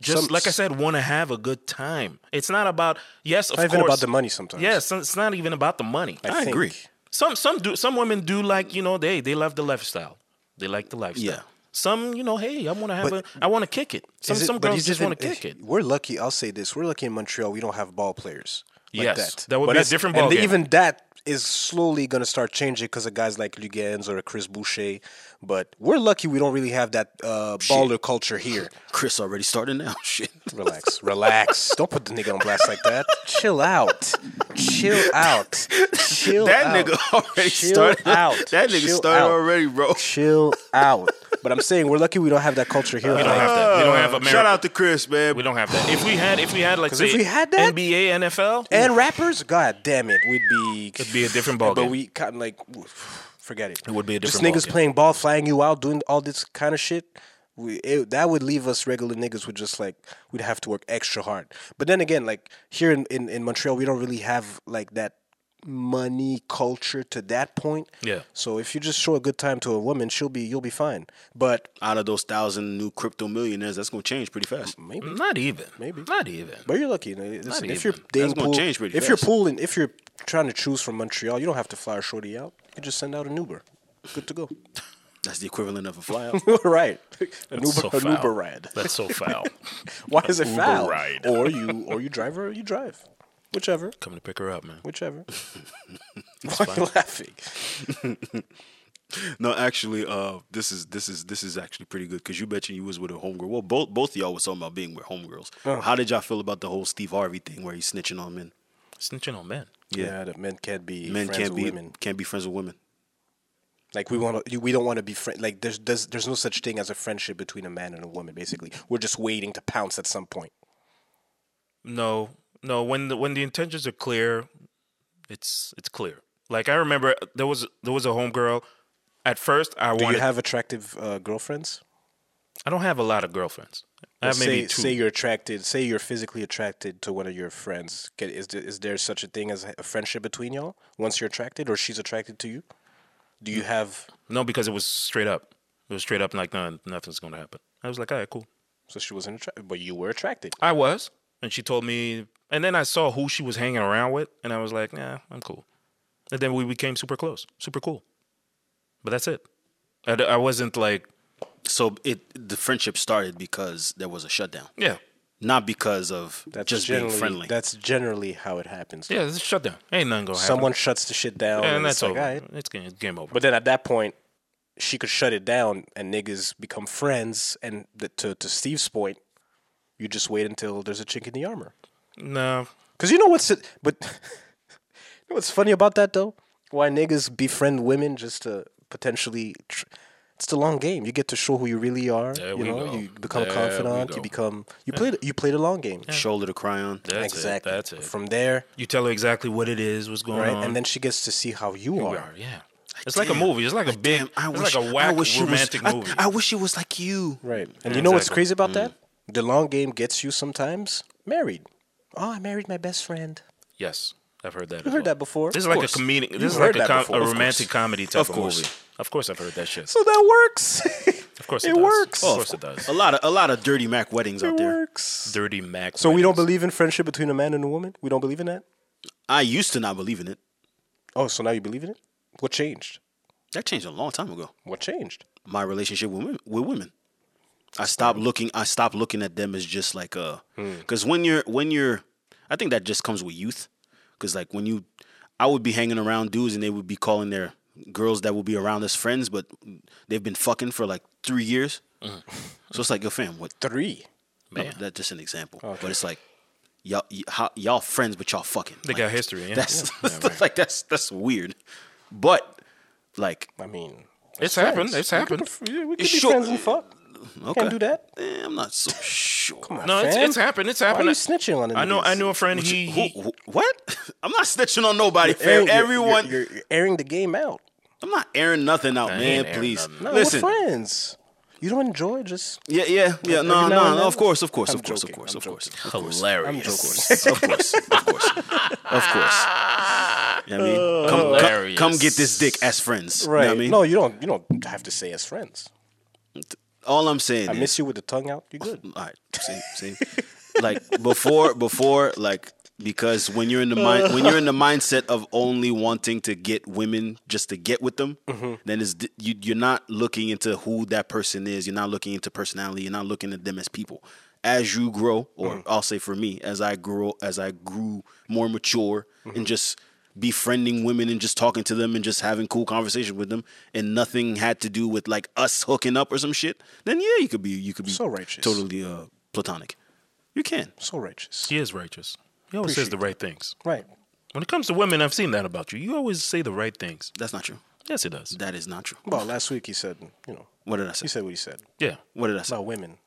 [SPEAKER 2] just
[SPEAKER 3] Some-
[SPEAKER 2] like I said, want to have a good time. It's not about yes, of
[SPEAKER 3] Not even
[SPEAKER 2] course.
[SPEAKER 3] about the money sometimes.
[SPEAKER 2] Yes, it's not even about the money.
[SPEAKER 3] I, think.
[SPEAKER 1] agree.
[SPEAKER 2] Some some do some women do like you know they they love the lifestyle. They like the lifestyle.
[SPEAKER 1] Yeah.
[SPEAKER 2] Some you know hey I want to have
[SPEAKER 3] But-
[SPEAKER 2] a I want to kick it. Some
[SPEAKER 3] Is it-
[SPEAKER 2] some
[SPEAKER 3] but
[SPEAKER 2] girls
[SPEAKER 3] is
[SPEAKER 2] just
[SPEAKER 3] it-
[SPEAKER 2] want to kick it.
[SPEAKER 3] We're lucky. I'll say this: we're lucky in Montreal. We don't have ball players. Like
[SPEAKER 2] Yes,
[SPEAKER 3] that,
[SPEAKER 2] that would
[SPEAKER 3] But
[SPEAKER 2] be a
[SPEAKER 3] that's-
[SPEAKER 2] different
[SPEAKER 3] And
[SPEAKER 2] ballgame.
[SPEAKER 3] even that is slowly going to start changing because of guys like Lugens or Chris Boucher. But we're lucky we don't really have that uh, baller culture here.
[SPEAKER 1] Chris already started now. Shit.
[SPEAKER 3] Relax, relax. don't put the nigga on blast like that. Chill out, chill out, chill.
[SPEAKER 1] That
[SPEAKER 3] out.
[SPEAKER 1] nigga already
[SPEAKER 3] Chill
[SPEAKER 1] started
[SPEAKER 3] out.
[SPEAKER 1] That nigga
[SPEAKER 3] Chill
[SPEAKER 1] started
[SPEAKER 3] out.
[SPEAKER 1] already, bro.
[SPEAKER 3] Chill out. But I'm saying we're lucky we don't have that culture here.
[SPEAKER 2] We don't have that. We don't
[SPEAKER 3] Uh,
[SPEAKER 2] have America.
[SPEAKER 1] Shout out to Chris, man.
[SPEAKER 2] We don't have that. If we had, if we had, like,
[SPEAKER 3] 'Cause if
[SPEAKER 2] say,
[SPEAKER 3] we had that-
[SPEAKER 2] NBA, NFL,
[SPEAKER 3] and rappers, god damn it, we'd be
[SPEAKER 2] it'd be a different ballgame.
[SPEAKER 3] But we kind of like forget it. It
[SPEAKER 2] would be a
[SPEAKER 3] just
[SPEAKER 2] different
[SPEAKER 3] niggas
[SPEAKER 2] ballgame.
[SPEAKER 3] playing ball, flying you out, doing all this kind of shit. We, it, that would leave us regular niggas with just like we'd have to work extra hard. But then again, like here in, in, in Montreal, we don't really have like that money culture to that point.
[SPEAKER 2] Yeah.
[SPEAKER 3] So if you just show a good time to a woman, she'll be you'll be fine. But
[SPEAKER 1] Out of those thousand new crypto millionaires, that's gonna change pretty
[SPEAKER 2] Oh,
[SPEAKER 1] fast.
[SPEAKER 3] maybe
[SPEAKER 2] not even, maybe, not even.
[SPEAKER 3] But you're lucky. you know, listen,
[SPEAKER 2] Not
[SPEAKER 3] if you're
[SPEAKER 2] even.
[SPEAKER 3] dating
[SPEAKER 1] That's gonna
[SPEAKER 3] pool,
[SPEAKER 1] change pretty
[SPEAKER 3] if you're
[SPEAKER 1] fast.
[SPEAKER 3] pooling, if you're trying to choose from Montreal, you don't have to fly a shorty out. You can just send out an Uber. Good to go.
[SPEAKER 1] That's the equivalent of a flyout.
[SPEAKER 3] right. An Uber,
[SPEAKER 2] That's so
[SPEAKER 3] an
[SPEAKER 2] foul.
[SPEAKER 3] Uber ride.
[SPEAKER 2] That's so foul.
[SPEAKER 3] Why is it
[SPEAKER 2] Uber
[SPEAKER 3] foul?
[SPEAKER 2] ride.
[SPEAKER 3] Or you or you drive or you drive. Whichever.
[SPEAKER 2] Coming to pick her up, man.
[SPEAKER 3] Whichever. Why are you laughing?
[SPEAKER 1] No, actually, uh, this is this is this is actually pretty good because you betcha you was with a homegirl. Well, both both of y'all was talking about being with homegirls.
[SPEAKER 3] Oh.
[SPEAKER 1] How did y'all feel about the whole Steve Harvey thing where he's snitching on men?
[SPEAKER 2] Snitching on men.
[SPEAKER 1] Yeah.
[SPEAKER 3] Yeah, that men can't be
[SPEAKER 1] men
[SPEAKER 3] friends
[SPEAKER 1] can't
[SPEAKER 3] with
[SPEAKER 1] be
[SPEAKER 3] women.
[SPEAKER 1] can't be friends with women.
[SPEAKER 3] Like we want to, we don't want to be friend. Like there's, there's there's no such thing as a friendship between a man and a woman. Basically, we're just waiting to pounce at some point.
[SPEAKER 2] No, no. When the, when the intentions are clear, it's it's clear. Like I remember there was there was a homegirl. At first, I
[SPEAKER 3] Do
[SPEAKER 2] wanted.
[SPEAKER 3] you have attractive uh, girlfriends?
[SPEAKER 2] I don't have a lot of girlfriends. I have
[SPEAKER 3] say,
[SPEAKER 2] maybe two.
[SPEAKER 3] say you're attracted. Say you're physically attracted to one of your friends. Can, is there, is there such a thing as a friendship between y'all? Once you're attracted, or she's attracted to you, do
[SPEAKER 2] Mm.
[SPEAKER 3] you have?
[SPEAKER 2] no, because it was straight up. It was straight up. Like no, nothing's gonna happen. I was like, all right, cool.
[SPEAKER 3] So she wasn't attracted, but you were attracted.
[SPEAKER 2] I was, and she told me, and then I saw who she was hanging around with, and I was like, nah, I'm cool. And then we became super close, super cool. But that's it. I, d- I wasn't like,
[SPEAKER 1] So it the friendship started because there was a shutdown,
[SPEAKER 2] yeah,
[SPEAKER 1] not because of
[SPEAKER 3] That's
[SPEAKER 1] just being
[SPEAKER 3] generally
[SPEAKER 1] friendly.
[SPEAKER 3] that's generally how it happens.
[SPEAKER 2] yeah, it's shut down. Ain't nothing gonna happen.
[SPEAKER 3] Someone shuts the shit down,
[SPEAKER 2] and that's
[SPEAKER 3] it's like,
[SPEAKER 2] over.
[SPEAKER 3] all right.
[SPEAKER 2] It's game, it's game over.
[SPEAKER 3] But then at that point, she could shut it down, and niggas become friends. And th- to to Steve's point, you just wait until there's a chink in the armor.
[SPEAKER 2] no,
[SPEAKER 3] Cause you know what's it, but you know what's funny about that though? Why niggas befriend women just to potentially? Tr- it's the long game. You get to show who you really are.
[SPEAKER 2] There
[SPEAKER 3] you
[SPEAKER 2] we
[SPEAKER 3] know,
[SPEAKER 2] go.
[SPEAKER 3] you become
[SPEAKER 2] There we
[SPEAKER 3] confident.
[SPEAKER 2] go.
[SPEAKER 3] You become you play the- you play the long game.
[SPEAKER 1] Shoulder to cry on.
[SPEAKER 2] that's
[SPEAKER 3] exactly.
[SPEAKER 2] It, that's it.
[SPEAKER 3] From there,
[SPEAKER 2] you tell her exactly what it is, what's going
[SPEAKER 3] right,
[SPEAKER 2] on,
[SPEAKER 3] and then she gets to see how you
[SPEAKER 2] we
[SPEAKER 3] are.
[SPEAKER 2] are, yeah. It's like a movie. It's like a big.
[SPEAKER 1] Damn, I
[SPEAKER 2] it's
[SPEAKER 1] wish
[SPEAKER 2] like a
[SPEAKER 1] I
[SPEAKER 2] whack
[SPEAKER 1] wish you
[SPEAKER 2] romantic
[SPEAKER 1] was, I-
[SPEAKER 2] movie.
[SPEAKER 1] I, wish it was like you.
[SPEAKER 3] Right. And you know what's
[SPEAKER 2] exactly. Mm.
[SPEAKER 3] crazy about that? The long game gets you sometimes married. Oh, I married my best friend.
[SPEAKER 2] yes, I've heard that.
[SPEAKER 3] You heard
[SPEAKER 2] as well.
[SPEAKER 3] that before?
[SPEAKER 2] This is
[SPEAKER 3] Of
[SPEAKER 2] like a
[SPEAKER 3] course.
[SPEAKER 2] comedic. This
[SPEAKER 3] You've
[SPEAKER 2] is like
[SPEAKER 3] heard
[SPEAKER 2] a,
[SPEAKER 3] that
[SPEAKER 2] com-
[SPEAKER 3] before,
[SPEAKER 2] a
[SPEAKER 3] of course.
[SPEAKER 2] romantic comedy type
[SPEAKER 1] Of
[SPEAKER 2] of,
[SPEAKER 1] course.
[SPEAKER 2] movie. Of course, I've heard that shit.
[SPEAKER 3] So that works.
[SPEAKER 2] Of course, it,
[SPEAKER 3] it
[SPEAKER 2] does.
[SPEAKER 3] works.
[SPEAKER 2] Of
[SPEAKER 3] Oh,
[SPEAKER 2] course, it does.
[SPEAKER 1] A lot of a lot of dirty Mac weddings out
[SPEAKER 3] it
[SPEAKER 1] there.
[SPEAKER 3] works.
[SPEAKER 2] Dirty Mac.
[SPEAKER 3] So we don't
[SPEAKER 2] weddings.
[SPEAKER 3] believe in friendship between a man and a woman? We don't believe in that?
[SPEAKER 1] I used to not believe in it.
[SPEAKER 3] Oh, so now you believe in it? What changed?
[SPEAKER 1] That changed a long time ago.
[SPEAKER 3] What changed?
[SPEAKER 1] my relationship with women, with women. I stopped looking. I stopped looking at them as just like a because when you're when you're, I think that just comes with youth. Because like when you, I would be hanging around dudes and they would be calling their girls that would be around us friends, but they've been fucking for like three years. So it's like yo, fam, what?
[SPEAKER 3] Three.
[SPEAKER 1] Man. that's just an example, but it's like. Y'all, y- how, y'all friends, but y'all fucking.
[SPEAKER 2] They got history, yeah.
[SPEAKER 1] That's like that's that's weird, but like
[SPEAKER 3] I mean,
[SPEAKER 2] It's happened. It's happened.
[SPEAKER 3] yeah, we could be
[SPEAKER 1] Sure.
[SPEAKER 3] friends and fuck.
[SPEAKER 1] okay,
[SPEAKER 3] do that.
[SPEAKER 1] Eh, I'm not so sure.
[SPEAKER 3] Come on,
[SPEAKER 2] No, it's,
[SPEAKER 3] fam.
[SPEAKER 2] it's happened. It's
[SPEAKER 3] Why are
[SPEAKER 2] happened.
[SPEAKER 3] you snitching on
[SPEAKER 2] I know. I
[SPEAKER 3] niggas?
[SPEAKER 2] knew a friend. He,
[SPEAKER 1] Who,
[SPEAKER 2] he
[SPEAKER 1] who- what? I'm not snitching on nobody,
[SPEAKER 3] You're airing-
[SPEAKER 1] fam.
[SPEAKER 3] you're-
[SPEAKER 1] Everyone,
[SPEAKER 3] You're, you're airing the game out.
[SPEAKER 1] I'm not airing nothing out,
[SPEAKER 2] I ain't
[SPEAKER 1] man.
[SPEAKER 2] airing
[SPEAKER 1] Please,
[SPEAKER 2] nothing.
[SPEAKER 3] No,
[SPEAKER 1] listen.
[SPEAKER 3] we're friends. You don't enjoy just
[SPEAKER 1] Yeah, yeah, yeah.
[SPEAKER 3] Every
[SPEAKER 1] No,
[SPEAKER 3] now
[SPEAKER 1] no,
[SPEAKER 3] and
[SPEAKER 1] no.
[SPEAKER 3] then.
[SPEAKER 1] Of course, of course,
[SPEAKER 3] I'm
[SPEAKER 1] of course, of
[SPEAKER 3] joking,
[SPEAKER 1] course,
[SPEAKER 3] I'm
[SPEAKER 1] of course, of course,
[SPEAKER 2] hilarious.
[SPEAKER 1] of course, of course, of course. You know what I mean, come, come-
[SPEAKER 2] Hilarious.
[SPEAKER 1] come get this dick as friends.
[SPEAKER 3] Right.
[SPEAKER 1] You know what I mean,
[SPEAKER 3] No, you don't. You don't have to say as friends.
[SPEAKER 1] all I'm saying
[SPEAKER 3] I
[SPEAKER 1] is,
[SPEAKER 3] miss you with the tongue out. You good?
[SPEAKER 1] all right, see, see, like before, before, like because when you're in the mind, when you're in the mindset of only wanting to get women just to get with them,
[SPEAKER 3] Mm-hmm.
[SPEAKER 1] then it's di- you, you're not looking into who that person is. You're not looking into personality. You're not looking at them as people. As you grow, or
[SPEAKER 3] Mm-hmm.
[SPEAKER 1] I'll say for me, as I grew, as I grew more mature
[SPEAKER 3] Mm-hmm.
[SPEAKER 1] and just befriending women and just talking to them and just having cool conversation with them and nothing had to do with like us hooking up or some shit then yeah you could be you could be
[SPEAKER 3] So righteous.
[SPEAKER 1] totally uh platonic you can
[SPEAKER 3] So righteous.
[SPEAKER 2] he is righteous. He always says the right things.
[SPEAKER 3] Right.
[SPEAKER 2] When it comes to women, I've seen that about you. You always say the right things.
[SPEAKER 1] that's not true
[SPEAKER 2] Yes, he does.
[SPEAKER 1] that is not true
[SPEAKER 3] Well, last week he said, you know,
[SPEAKER 1] what did i say
[SPEAKER 3] he said what he said
[SPEAKER 2] Yeah,
[SPEAKER 1] what did i say
[SPEAKER 3] about women.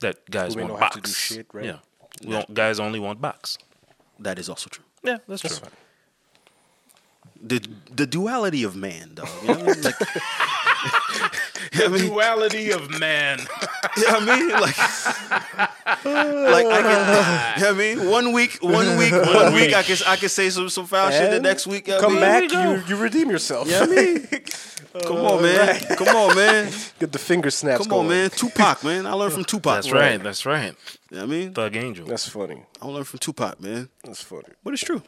[SPEAKER 2] that guys
[SPEAKER 3] Women
[SPEAKER 2] want
[SPEAKER 3] don't have
[SPEAKER 2] box.
[SPEAKER 3] to do shit, right?
[SPEAKER 2] Yeah, We don't- guys only want box.
[SPEAKER 1] that is also true
[SPEAKER 2] Yeah, that's true.
[SPEAKER 3] fine.
[SPEAKER 1] the the duality of man dog you know what i mean, like, You know what I mean?
[SPEAKER 2] Duality of man.
[SPEAKER 1] You know what I mean? Like, like I can, you know what I mean? One week, one week, one week, I can, I can say some, some foul shit. The
[SPEAKER 3] And
[SPEAKER 1] next week, you know what I
[SPEAKER 3] Come
[SPEAKER 1] mean?
[SPEAKER 3] back,
[SPEAKER 2] There we
[SPEAKER 3] you, you redeem yourself.
[SPEAKER 1] You know what I mean? Come on, man. Come on, man.
[SPEAKER 3] Get the finger snaps.
[SPEAKER 1] Come on,
[SPEAKER 3] going.
[SPEAKER 1] man. Tupac, man. I learned from Tupac.
[SPEAKER 2] That's right. That's right.
[SPEAKER 1] You know what I mean?
[SPEAKER 2] Thug Angel.
[SPEAKER 3] That's funny.
[SPEAKER 1] I learned from Tupac, man.
[SPEAKER 3] That's funny.
[SPEAKER 1] But it's true.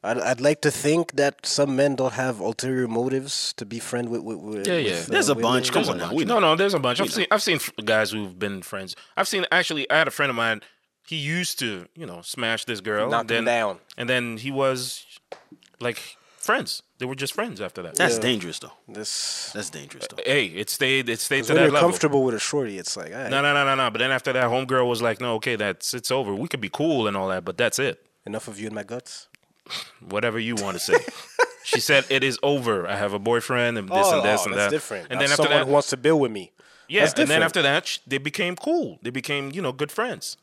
[SPEAKER 3] I'd, I'd like to think that some men don't have ulterior motives to be friend with. with, with
[SPEAKER 2] Yeah, yeah.
[SPEAKER 3] with, uh,
[SPEAKER 1] There's a
[SPEAKER 3] women.
[SPEAKER 1] bunch. Come
[SPEAKER 2] There's
[SPEAKER 1] on
[SPEAKER 2] a
[SPEAKER 1] now.
[SPEAKER 2] bunch.
[SPEAKER 1] We
[SPEAKER 2] no,
[SPEAKER 1] know.
[SPEAKER 2] no, there's a bunch. I've seen, I've seen f- guys who've been friends. I've seen actually. I had a friend of mine. He used to, you know, smash this girl.
[SPEAKER 3] Knock
[SPEAKER 2] and
[SPEAKER 3] him
[SPEAKER 2] then,
[SPEAKER 3] down.
[SPEAKER 2] And then he was like friends. They were just friends after that.
[SPEAKER 1] That's dangerous though.
[SPEAKER 3] This,
[SPEAKER 1] That's dangerous though.
[SPEAKER 2] hey, it stayed. It stayed to
[SPEAKER 3] when
[SPEAKER 2] that
[SPEAKER 3] you're
[SPEAKER 2] level.
[SPEAKER 3] comfortable with a shorty, it's like, all right,
[SPEAKER 2] No, no, no, no, no. But then after that, homegirl was like, "No, okay, that's it's over. We could be cool and all that, but that's it.
[SPEAKER 3] enough of you in my guts.
[SPEAKER 2] Whatever you want to say." she said, "It is over. I have a boyfriend and this and this and
[SPEAKER 3] Oh, that's
[SPEAKER 2] that."
[SPEAKER 3] different.
[SPEAKER 2] And
[SPEAKER 3] Now
[SPEAKER 2] then after
[SPEAKER 3] someone
[SPEAKER 2] that,
[SPEAKER 3] who wants to build with me.
[SPEAKER 2] yeah.
[SPEAKER 3] that's
[SPEAKER 2] and then
[SPEAKER 3] different.
[SPEAKER 2] after that, sh- they became cool. They became, you know, good friends.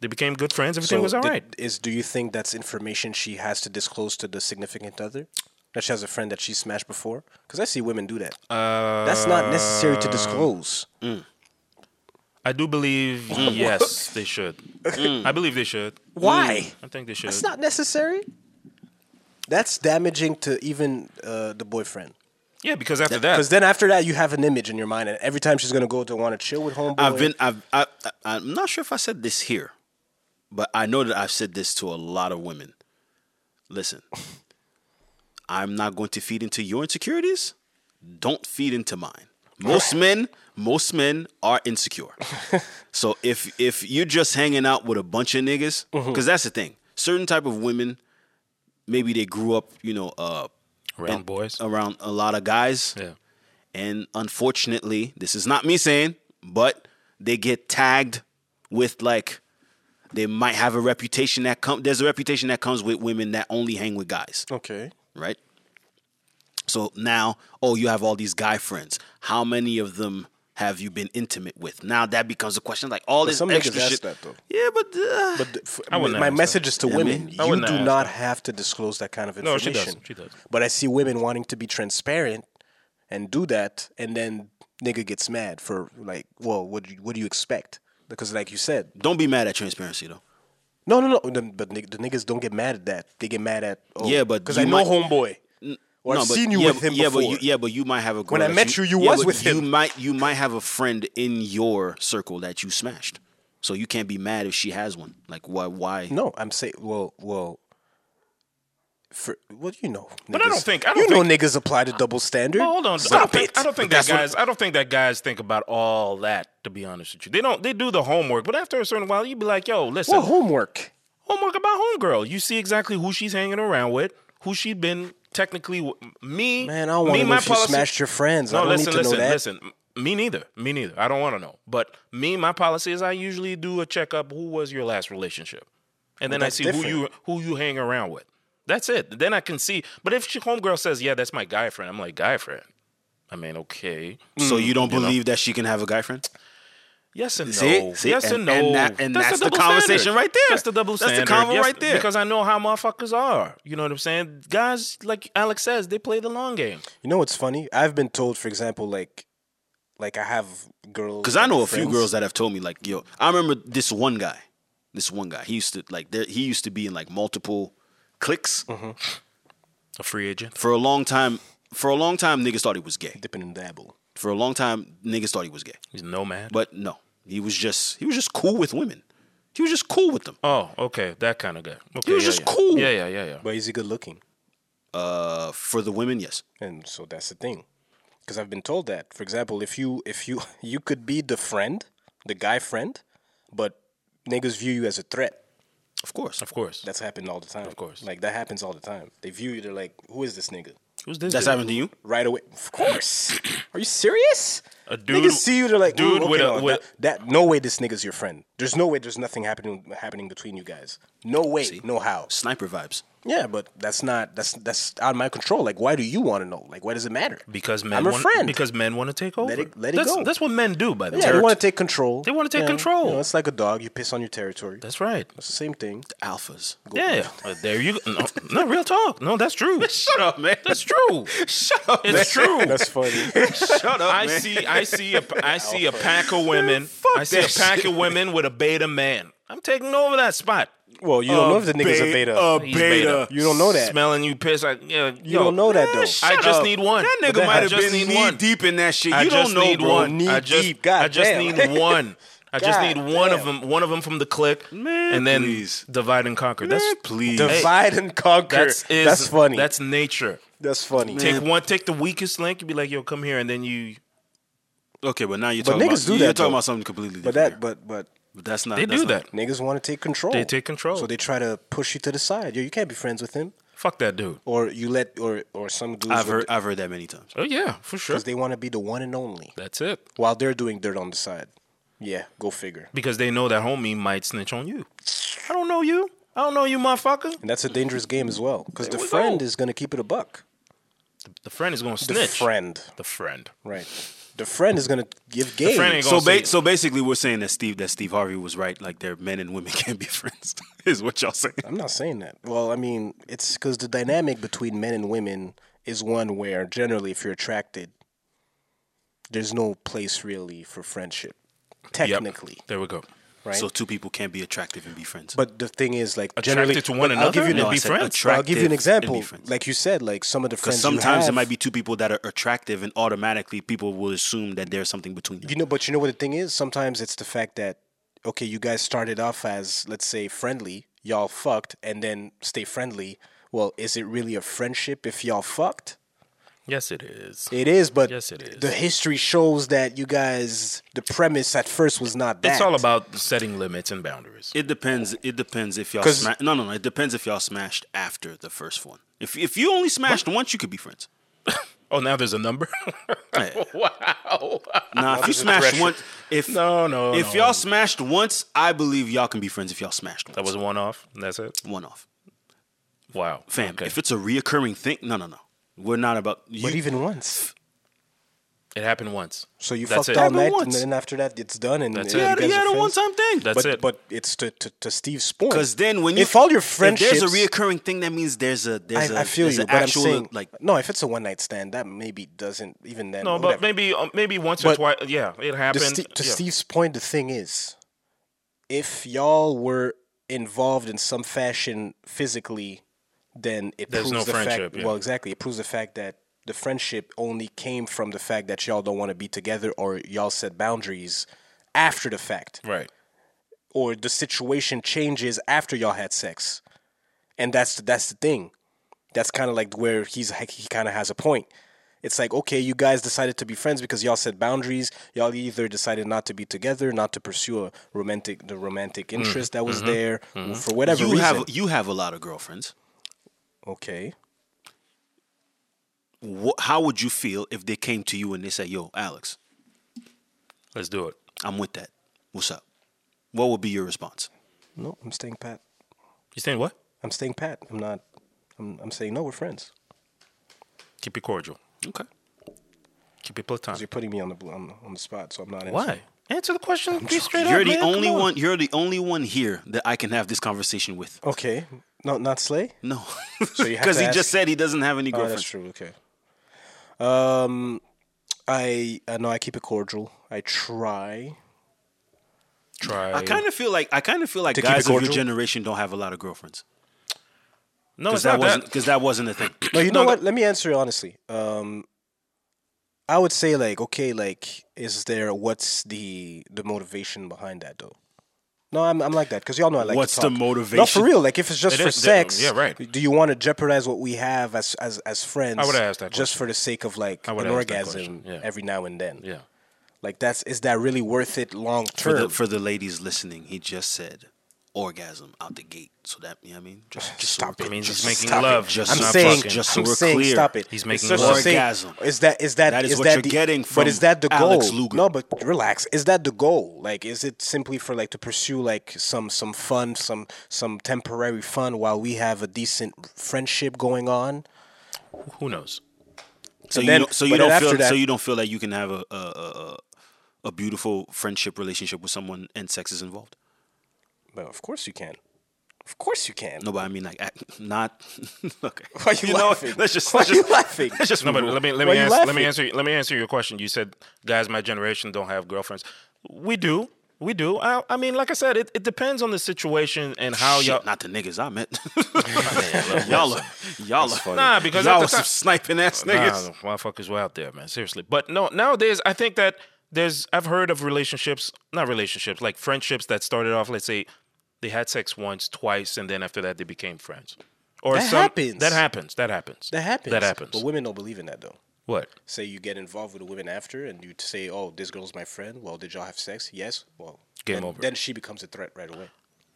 [SPEAKER 2] They became good friends. Everything was all
[SPEAKER 3] did-
[SPEAKER 2] right.
[SPEAKER 3] Is do you think that's information she has to disclose to the significant other? That she has a friend that she smashed before? Because I see women do that. that's not necessary to disclose.
[SPEAKER 2] I do believe yes, they should. I believe they should.
[SPEAKER 3] Why?
[SPEAKER 2] I think they should.
[SPEAKER 3] Mm. That's not necessary. That's damaging to even uh, the boyfriend.
[SPEAKER 2] yeah, because after
[SPEAKER 3] Because
[SPEAKER 2] that,
[SPEAKER 3] then after that, you have an image in your mind, and every time she's gonna go to want to chill with homeboy.
[SPEAKER 1] I've been. I've. I, I, I'm not sure if I said this here, but I know that I've said this to a lot of women. Listen, I'm not going to feed into your insecurities. Don't feed into mine. Most men, most men are insecure. so if if you're just hanging out with a bunch of niggas, because that's the thing. Certain type of women, maybe they grew up, you know, uh,
[SPEAKER 2] round
[SPEAKER 1] in-
[SPEAKER 2] boys.
[SPEAKER 3] oh.
[SPEAKER 1] around a lot of guys.
[SPEAKER 2] yeah.
[SPEAKER 1] And unfortunately, this is not me saying, but they get tagged with like they might have a reputation that come there's a reputation that comes with women that only hang with guys,
[SPEAKER 3] okay.
[SPEAKER 1] right? So now, oh, you have all these guy friends. How many of them have you been intimate with? Now that becomes a question like all this
[SPEAKER 3] some niggas
[SPEAKER 1] extra
[SPEAKER 3] ask
[SPEAKER 1] shit.
[SPEAKER 3] that, though.
[SPEAKER 1] Yeah, but, uh,
[SPEAKER 3] But the, f-
[SPEAKER 2] I wouldn't
[SPEAKER 3] my
[SPEAKER 2] ask
[SPEAKER 3] message is to women:
[SPEAKER 1] mean,
[SPEAKER 2] I
[SPEAKER 3] you
[SPEAKER 2] wouldn't
[SPEAKER 3] do
[SPEAKER 2] ask
[SPEAKER 3] not
[SPEAKER 2] that.
[SPEAKER 3] have to disclose that kind of
[SPEAKER 2] No,
[SPEAKER 3] information.
[SPEAKER 2] she does. She does.
[SPEAKER 3] But I see women wanting to be transparent and do that, and then nigga gets mad for like, well, what do you, what do you expect? Because like you said,
[SPEAKER 1] don't be mad at transparency though.
[SPEAKER 3] no, no, no. the- But nig- the niggas don't get mad at that. They get mad at oh,
[SPEAKER 1] Yeah, but
[SPEAKER 3] because I
[SPEAKER 1] you
[SPEAKER 3] know
[SPEAKER 1] might-
[SPEAKER 3] homeboy. Or
[SPEAKER 1] No,
[SPEAKER 3] I've
[SPEAKER 1] but-
[SPEAKER 3] seen you
[SPEAKER 1] yeah,
[SPEAKER 3] with
[SPEAKER 1] but-
[SPEAKER 3] him
[SPEAKER 1] yeah,
[SPEAKER 3] before.
[SPEAKER 1] But you, yeah, but you might have a girl
[SPEAKER 3] I
[SPEAKER 1] that
[SPEAKER 3] met you, you
[SPEAKER 1] yeah,
[SPEAKER 3] was
[SPEAKER 1] but
[SPEAKER 3] with
[SPEAKER 1] you
[SPEAKER 3] him.
[SPEAKER 1] Might you might have a friend in your circle that you smashed, so you can't be mad if she has one. Like why? Why?
[SPEAKER 3] No, I'm saying, well, well, for well, you know,
[SPEAKER 2] But I don't
[SPEAKER 3] niggas-
[SPEAKER 2] think- I don't
[SPEAKER 3] you know
[SPEAKER 2] think-
[SPEAKER 3] niggas apply the double standard.
[SPEAKER 2] Oh, hold on. I don't
[SPEAKER 3] stop
[SPEAKER 2] think,
[SPEAKER 3] it.
[SPEAKER 2] I don't think
[SPEAKER 1] But
[SPEAKER 2] that
[SPEAKER 1] that's what-
[SPEAKER 2] guys. I don't think that guys think about all that. To be honest with you, they don't. They do the homework, but after a certain while, you'd be like, "Yo, listen,
[SPEAKER 3] Well, homework.
[SPEAKER 2] homework about homegirl. You see exactly who she's hanging around with, who she been technically w- me.
[SPEAKER 3] Man, I don't
[SPEAKER 2] me,
[SPEAKER 3] want to know
[SPEAKER 2] my
[SPEAKER 3] if you
[SPEAKER 2] policy-
[SPEAKER 3] smashed your friends. I
[SPEAKER 2] No,
[SPEAKER 3] don't
[SPEAKER 2] listen,
[SPEAKER 3] need to
[SPEAKER 2] listen,
[SPEAKER 3] know that.
[SPEAKER 2] listen. M- Me neither. Me neither. I don't want to know. But me, my policy is I usually do a checkup. Who was your last relationship? And then I
[SPEAKER 3] that's
[SPEAKER 2] see who you
[SPEAKER 3] different.
[SPEAKER 2] who you hang around with. That's it. Then I can see. But if she, homegirl says, "Yeah, that's my guy friend," I'm like, "Guy friend." I mean, okay.
[SPEAKER 1] So you don't believe that she can have a guy friend?
[SPEAKER 2] Yes and
[SPEAKER 1] See?
[SPEAKER 2] no.
[SPEAKER 1] See?
[SPEAKER 2] Yes
[SPEAKER 1] And-
[SPEAKER 2] and, no.
[SPEAKER 1] and that- and that's the
[SPEAKER 2] double
[SPEAKER 1] conversation
[SPEAKER 2] standard.
[SPEAKER 1] right there.
[SPEAKER 2] That's the double
[SPEAKER 1] That's the
[SPEAKER 2] standard.
[SPEAKER 1] convo
[SPEAKER 2] Yes,
[SPEAKER 1] right there.
[SPEAKER 2] Because I know how motherfuckers are. You know what I'm saying? Guys, like Alex says, they play the long game.
[SPEAKER 3] You know what's funny? I've been told, for example, like, like I have girls.
[SPEAKER 1] Because I know a few
[SPEAKER 3] friends-
[SPEAKER 1] girls that have told me like, yo, I remember this one guy, this one guy. He used to like there, he used to be in like multiple cliques
[SPEAKER 3] Mm.
[SPEAKER 2] A free agent.
[SPEAKER 1] for a long time. For a long time, niggas thought he was gay.
[SPEAKER 3] dipping and dabble.
[SPEAKER 1] For a long time, niggas thought he was gay.
[SPEAKER 2] He's no man.
[SPEAKER 1] But no, he was just he was just cool with women. He was just cool with them.
[SPEAKER 2] oh, okay. That kind of guy. Okay,
[SPEAKER 1] was
[SPEAKER 2] yeah,
[SPEAKER 1] just
[SPEAKER 2] yeah.
[SPEAKER 1] cool.
[SPEAKER 2] Yeah, yeah, yeah, yeah.
[SPEAKER 3] But is he good looking?
[SPEAKER 1] Uh, for the women, yes.
[SPEAKER 3] And so that's the thing, because I've been told that. For example, if you if you you could be the friend, the guy friend, but niggas view you as a threat.
[SPEAKER 1] Of course.
[SPEAKER 2] Of course.
[SPEAKER 3] That's happened all the time. Of
[SPEAKER 2] course.
[SPEAKER 3] like that happens all the time. They view you. They're like, "Who is this nigga?"
[SPEAKER 2] Who's this?
[SPEAKER 1] That's
[SPEAKER 2] dude?
[SPEAKER 1] happened to you?
[SPEAKER 3] Right away. Of course. Are you serious?
[SPEAKER 2] A dude-
[SPEAKER 3] Niggas see you. They're like,
[SPEAKER 2] dude
[SPEAKER 3] "Ooh, okay,
[SPEAKER 2] with a-
[SPEAKER 3] no,
[SPEAKER 2] with-
[SPEAKER 3] that, that- No way. This nigga's your friend. There's no way. There's nothing happening happening between you guys. No way. No how.
[SPEAKER 1] Sniper vibes.
[SPEAKER 3] Yeah, but that's not that's that's out of my control. Like, why do you want to know? Like, why does it matter?
[SPEAKER 2] Because men
[SPEAKER 3] I'm a
[SPEAKER 2] want,
[SPEAKER 3] friend.
[SPEAKER 2] Because men want to take over.
[SPEAKER 3] it- let it
[SPEAKER 2] that's,
[SPEAKER 3] go.
[SPEAKER 2] That's what men do, by the
[SPEAKER 3] yeah,
[SPEAKER 2] way.
[SPEAKER 3] they want to take control.
[SPEAKER 2] They wanna take
[SPEAKER 3] Yeah,
[SPEAKER 2] control.
[SPEAKER 3] You know, it's like a dog. You piss on your territory. That's
[SPEAKER 2] That's right.
[SPEAKER 3] the same thing.
[SPEAKER 1] Alphas.
[SPEAKER 2] Yeah, Uh, there you go. No, no, real talk. No, that's true. Shut up, man. That's true. Shut up. It's true.
[SPEAKER 3] That's funny.
[SPEAKER 2] Shut up, I see. I see. A, I see a pack of women. I see a
[SPEAKER 1] that
[SPEAKER 2] pack of women with a beta man. I'm taking over that spot.
[SPEAKER 3] well, you don't know if the nigga's a beta.
[SPEAKER 2] He's beta.
[SPEAKER 3] you don't know that.
[SPEAKER 2] Smelling you piss. I, yeah, you
[SPEAKER 3] don't know that, though.
[SPEAKER 2] I
[SPEAKER 1] Shut
[SPEAKER 2] just
[SPEAKER 1] up.
[SPEAKER 2] need one.
[SPEAKER 1] That nigga
[SPEAKER 2] I
[SPEAKER 1] might have
[SPEAKER 2] just
[SPEAKER 1] been
[SPEAKER 2] need
[SPEAKER 1] knee
[SPEAKER 2] one.
[SPEAKER 1] deep in that shit.
[SPEAKER 2] I
[SPEAKER 1] you
[SPEAKER 2] just
[SPEAKER 1] don't know,
[SPEAKER 2] need
[SPEAKER 1] bro.
[SPEAKER 2] one.
[SPEAKER 3] Knee
[SPEAKER 2] I just,
[SPEAKER 3] deep, God
[SPEAKER 2] I just
[SPEAKER 3] damn.
[SPEAKER 2] need one. I just
[SPEAKER 3] God
[SPEAKER 2] need one of
[SPEAKER 3] damn.
[SPEAKER 2] them, one of them from the click,
[SPEAKER 1] Man,
[SPEAKER 2] and then
[SPEAKER 1] please.
[SPEAKER 2] divide and conquer.
[SPEAKER 1] Eh,
[SPEAKER 2] That's
[SPEAKER 1] please.
[SPEAKER 3] Divide and conquer.
[SPEAKER 2] that's
[SPEAKER 3] That's,
[SPEAKER 2] is,
[SPEAKER 3] funny. That's,
[SPEAKER 2] That's nature.
[SPEAKER 3] funny.
[SPEAKER 2] Take one, take the weakest link, and be like, "Yo, come here," and then you.
[SPEAKER 1] okay, but now you're talking
[SPEAKER 3] niggas
[SPEAKER 1] about
[SPEAKER 3] do
[SPEAKER 1] you're
[SPEAKER 3] that,
[SPEAKER 1] talking
[SPEAKER 3] though.
[SPEAKER 1] about something completely
[SPEAKER 3] but
[SPEAKER 1] different.
[SPEAKER 3] that, but but
[SPEAKER 1] but that's not
[SPEAKER 2] They
[SPEAKER 1] that's
[SPEAKER 2] do
[SPEAKER 1] not-
[SPEAKER 2] that.
[SPEAKER 3] niggas want to take control.
[SPEAKER 2] They take control.
[SPEAKER 3] So they try to push you to the side. Yo, you can't be friends with him.
[SPEAKER 2] Fuck that dude.
[SPEAKER 3] Or you let or or some dudes
[SPEAKER 1] I've heard I've heard that many times.
[SPEAKER 2] Oh yeah, for sure.
[SPEAKER 3] because they want to be the one and only
[SPEAKER 2] That's it.
[SPEAKER 3] while they're doing dirt on the side. Yeah, go figure.
[SPEAKER 2] Because they know that homie might snitch on you. I don't know you. I don't know you, motherfucker.
[SPEAKER 3] And that's a dangerous game as well because the
[SPEAKER 2] we
[SPEAKER 3] friend
[SPEAKER 2] go.
[SPEAKER 3] is gonna keep it a buck.
[SPEAKER 2] The friend is gonna
[SPEAKER 3] The
[SPEAKER 2] snitch.
[SPEAKER 3] friend,
[SPEAKER 2] The friend.
[SPEAKER 3] right? The friend is gonna give game.
[SPEAKER 2] friend ain't
[SPEAKER 1] So
[SPEAKER 2] gonna say-
[SPEAKER 1] ba- so basically, we're saying that Steve that Steve Harvey was right. Like, their men and women can't be friends. is what y'all saying?
[SPEAKER 3] I'm not saying that. Well, I mean, it's because the dynamic between men and women is one where generally, if you're attracted, there's no place really for friendship,
[SPEAKER 2] Yep.
[SPEAKER 3] technically,
[SPEAKER 2] There we go.
[SPEAKER 3] right?
[SPEAKER 1] So two people can't be attractive and be friends.
[SPEAKER 3] but the thing is, like, generally,
[SPEAKER 2] Attracted to one
[SPEAKER 3] I'll
[SPEAKER 2] another
[SPEAKER 3] give you an-
[SPEAKER 2] and
[SPEAKER 1] I
[SPEAKER 2] be
[SPEAKER 1] said
[SPEAKER 2] friends.
[SPEAKER 3] I'll give you an
[SPEAKER 1] attractive and be
[SPEAKER 3] example.
[SPEAKER 1] friends.
[SPEAKER 3] Like you said, like some of the
[SPEAKER 1] Because
[SPEAKER 3] friends you
[SPEAKER 1] sometimes it
[SPEAKER 3] have-
[SPEAKER 1] might be two people that are attractive, and automatically people will assume that there's something between them.
[SPEAKER 3] You know, but you know what the thing is? Sometimes it's the fact that okay, you guys started off as let's say friendly, y'all fucked, and then stay friendly. Well, is it really a friendship if y'all fucked?
[SPEAKER 2] Yes, it is.
[SPEAKER 3] It is, but
[SPEAKER 2] Yes, it is.
[SPEAKER 3] the history shows that you guys, the premise at first was not that.
[SPEAKER 2] It's all about setting limits and boundaries.
[SPEAKER 1] It depends. It depends if y'all
[SPEAKER 3] 'Cause-
[SPEAKER 1] sma- no no no. It depends if y'all smashed after the first one. If if you only smashed once, you could be friends.
[SPEAKER 2] oh, now there's a number.
[SPEAKER 1] Yeah.
[SPEAKER 2] wow.
[SPEAKER 1] Nah, if you
[SPEAKER 3] a
[SPEAKER 1] smashed
[SPEAKER 3] threshold.
[SPEAKER 1] once, if
[SPEAKER 2] No, no,
[SPEAKER 1] if
[SPEAKER 2] no.
[SPEAKER 1] y'all smashed once, I believe y'all can be friends if y'all smashed. Once.
[SPEAKER 2] That was one off. and That's it.
[SPEAKER 1] one off,
[SPEAKER 2] Wow.
[SPEAKER 1] fam.
[SPEAKER 2] Okay.
[SPEAKER 1] If it's a reoccurring thing, no no no. We're not about you.
[SPEAKER 3] but even once,
[SPEAKER 2] it happened once.
[SPEAKER 3] so you
[SPEAKER 2] That's
[SPEAKER 3] fucked
[SPEAKER 2] it.
[SPEAKER 3] all
[SPEAKER 1] Happened
[SPEAKER 3] night, and
[SPEAKER 1] once.
[SPEAKER 3] then after that, it's done, and
[SPEAKER 2] That's
[SPEAKER 3] you
[SPEAKER 2] it.
[SPEAKER 1] yeah,
[SPEAKER 3] guys
[SPEAKER 1] the-
[SPEAKER 3] are
[SPEAKER 1] yeah, the
[SPEAKER 3] friends.
[SPEAKER 1] one time thing.
[SPEAKER 2] That's
[SPEAKER 3] But
[SPEAKER 2] it.
[SPEAKER 3] but it's to, to, to Steve's point.
[SPEAKER 1] Because then when you
[SPEAKER 3] if all your
[SPEAKER 1] if
[SPEAKER 3] friendships,
[SPEAKER 1] there's a reoccurring thing, that means there's a there's a
[SPEAKER 3] I, I feel
[SPEAKER 1] there's
[SPEAKER 3] you,
[SPEAKER 1] an
[SPEAKER 3] but I'm
[SPEAKER 1] actual
[SPEAKER 3] saying
[SPEAKER 1] like
[SPEAKER 3] no. If it's a one night stand, that maybe doesn't even then.
[SPEAKER 2] no, but
[SPEAKER 3] whatever.
[SPEAKER 2] maybe uh, maybe once or
[SPEAKER 3] But
[SPEAKER 2] twice. Yeah, it
[SPEAKER 3] to,
[SPEAKER 2] happened.
[SPEAKER 3] Ste- to
[SPEAKER 2] Yeah.
[SPEAKER 3] Steve's point, the thing is, if y'all were involved in some fashion physically, then it
[SPEAKER 2] There's
[SPEAKER 3] proves
[SPEAKER 2] no
[SPEAKER 3] the
[SPEAKER 2] friendship,
[SPEAKER 3] fact.
[SPEAKER 2] yeah.
[SPEAKER 3] Well, exactly, it proves the fact that the friendship only came from the fact that y'all don't want to be together or y'all set boundaries after the fact,
[SPEAKER 2] Right.
[SPEAKER 3] or the situation changes after y'all had sex, and that's the, that's the thing. That's kind of like where he's he kind of has a point. It's like okay, you guys decided to be friends because y'all set boundaries. Y'all either decided not to be together, not to pursue a romantic the romantic interest that was there for whatever
[SPEAKER 1] Mm. Mm-hmm. you
[SPEAKER 3] reason.
[SPEAKER 1] have you have a lot of girlfriends.
[SPEAKER 3] okay,
[SPEAKER 1] Wha how would you feel if they came to you and they said, "Yo, Alex,
[SPEAKER 2] Let's do it.
[SPEAKER 1] I'm with that. What's up?" What would be your response?
[SPEAKER 3] no, I'm staying pat.
[SPEAKER 2] You saying what?
[SPEAKER 3] I'm staying pat. I'm not. I'm, I'm saying no. We're friends.
[SPEAKER 2] Keep it cordial.
[SPEAKER 1] Okay.
[SPEAKER 2] Keep it
[SPEAKER 3] 'Cause You're
[SPEAKER 2] platonic.
[SPEAKER 3] putting me on the bl- on, on the spot, so I'm not.
[SPEAKER 2] Why? Answer the question. Be straight
[SPEAKER 1] You're
[SPEAKER 2] up,
[SPEAKER 1] the
[SPEAKER 2] man. Come
[SPEAKER 1] only
[SPEAKER 2] on.
[SPEAKER 1] one. You're the only one here that I can have this conversation with.
[SPEAKER 3] Okay, no, not slay.
[SPEAKER 1] No,
[SPEAKER 3] you have
[SPEAKER 1] because
[SPEAKER 3] to
[SPEAKER 1] he
[SPEAKER 3] ask-
[SPEAKER 1] just said he doesn't have any
[SPEAKER 3] Oh,
[SPEAKER 1] girlfriends.
[SPEAKER 3] that's true. Okay. Um, I uh, no, I keep it cordial. I try.
[SPEAKER 2] Try.
[SPEAKER 1] I kind of feel like I kind of feel like
[SPEAKER 3] keep it
[SPEAKER 1] guys of your
[SPEAKER 3] cordial?
[SPEAKER 1] generation don't have a lot of girlfriends
[SPEAKER 2] no,
[SPEAKER 1] because
[SPEAKER 2] it's
[SPEAKER 1] that
[SPEAKER 2] not
[SPEAKER 1] wasn't
[SPEAKER 2] that.
[SPEAKER 1] because that wasn't a thing.
[SPEAKER 3] No, you
[SPEAKER 2] No,
[SPEAKER 3] know
[SPEAKER 2] no.
[SPEAKER 3] what? Let me answer you honestly. Um, I would say like okay, like is there what's the the motivation behind that though? No, I'm I'm like that because y'all know I like. to
[SPEAKER 1] What's the
[SPEAKER 3] talk. No,
[SPEAKER 1] motivation?
[SPEAKER 3] for real. Like if it's just
[SPEAKER 2] It
[SPEAKER 3] for
[SPEAKER 2] is- there-
[SPEAKER 3] sex,
[SPEAKER 2] yeah, right.
[SPEAKER 3] Do you want to jeopardize what we have as as as friends?
[SPEAKER 2] I would've asked that
[SPEAKER 3] just for the sake of like
[SPEAKER 2] I
[SPEAKER 3] an
[SPEAKER 2] would've asked that
[SPEAKER 3] orgasm
[SPEAKER 2] question, yeah.
[SPEAKER 3] every now and then.
[SPEAKER 2] Yeah.
[SPEAKER 3] Like that's is that really worth it long
[SPEAKER 1] For
[SPEAKER 3] term?
[SPEAKER 1] the, for the ladies listening, he just said orgasm out the gate. So that you know what I mean, just, just so
[SPEAKER 3] Stop
[SPEAKER 1] we're
[SPEAKER 3] it.
[SPEAKER 1] clear.
[SPEAKER 2] means
[SPEAKER 3] Just
[SPEAKER 2] he's making
[SPEAKER 3] stop it.
[SPEAKER 2] love,
[SPEAKER 1] just
[SPEAKER 3] I'm
[SPEAKER 1] not
[SPEAKER 3] saying,
[SPEAKER 1] fucking. Just so
[SPEAKER 3] I'm
[SPEAKER 1] we're
[SPEAKER 3] saying,
[SPEAKER 1] clear.
[SPEAKER 3] stop it.
[SPEAKER 2] He's
[SPEAKER 3] It's
[SPEAKER 2] making
[SPEAKER 3] just
[SPEAKER 2] love.
[SPEAKER 3] a thing.
[SPEAKER 1] Orgasm.
[SPEAKER 3] Is that is that
[SPEAKER 1] That is
[SPEAKER 3] is
[SPEAKER 1] what
[SPEAKER 3] that
[SPEAKER 1] you're
[SPEAKER 3] the-
[SPEAKER 1] getting
[SPEAKER 3] But is
[SPEAKER 1] from
[SPEAKER 3] that the
[SPEAKER 1] Alex
[SPEAKER 3] goal?
[SPEAKER 1] Luger.
[SPEAKER 3] No, but relax. Is that the goal? Like, is it simply for like to pursue like some some fun, some some temporary fun while we have a decent friendship going on?
[SPEAKER 2] Who knows?
[SPEAKER 1] So you
[SPEAKER 3] And then-
[SPEAKER 1] don't, so
[SPEAKER 3] but
[SPEAKER 1] you
[SPEAKER 3] then
[SPEAKER 1] don't feel
[SPEAKER 3] after that-
[SPEAKER 1] so you don't feel that you can have a a, a a a beautiful friendship relationship with someone and sex is involved.
[SPEAKER 3] But of course you can. Of course you can.
[SPEAKER 1] No, but I mean like act- not okay.
[SPEAKER 3] Why are you,
[SPEAKER 1] know what?
[SPEAKER 3] laughing?
[SPEAKER 1] Let's just
[SPEAKER 3] Why
[SPEAKER 1] let's
[SPEAKER 3] are you
[SPEAKER 1] just,
[SPEAKER 3] laughing?
[SPEAKER 1] let's just
[SPEAKER 2] No, but
[SPEAKER 1] move on.
[SPEAKER 2] let me let
[SPEAKER 3] Why
[SPEAKER 2] me
[SPEAKER 3] you
[SPEAKER 2] answer, let
[SPEAKER 3] laughing?
[SPEAKER 2] me answer let me answer your question. You said guys my generation don't have girlfriends. We do. We do. I, I mean, like I said, it, it depends on the situation and how
[SPEAKER 1] Shit,
[SPEAKER 2] y'all.
[SPEAKER 1] not the niggas I met. y'all are y'all are
[SPEAKER 2] Nah, because at
[SPEAKER 1] y'all
[SPEAKER 2] the
[SPEAKER 1] was some
[SPEAKER 2] time-
[SPEAKER 1] sniping ass
[SPEAKER 2] Nah,
[SPEAKER 1] niggas.
[SPEAKER 2] the motherfuckers were out there, man. Seriously. But no, nowadays I think that there's I've heard of relationships, not relationships, like friendships that started off. Let's say they had sex once, twice, and then after that they became friends. Or
[SPEAKER 3] That happens.
[SPEAKER 2] That happens. That happens.
[SPEAKER 3] That happens.
[SPEAKER 2] That happens.
[SPEAKER 3] But women don't believe in that though.
[SPEAKER 2] what?
[SPEAKER 3] Say you get involved with a woman after, and you say, "Oh, this girl's my friend." Well, did y'all have sex? Yes. Well,
[SPEAKER 2] Game
[SPEAKER 3] then,
[SPEAKER 2] over.
[SPEAKER 3] Then she becomes a threat right away.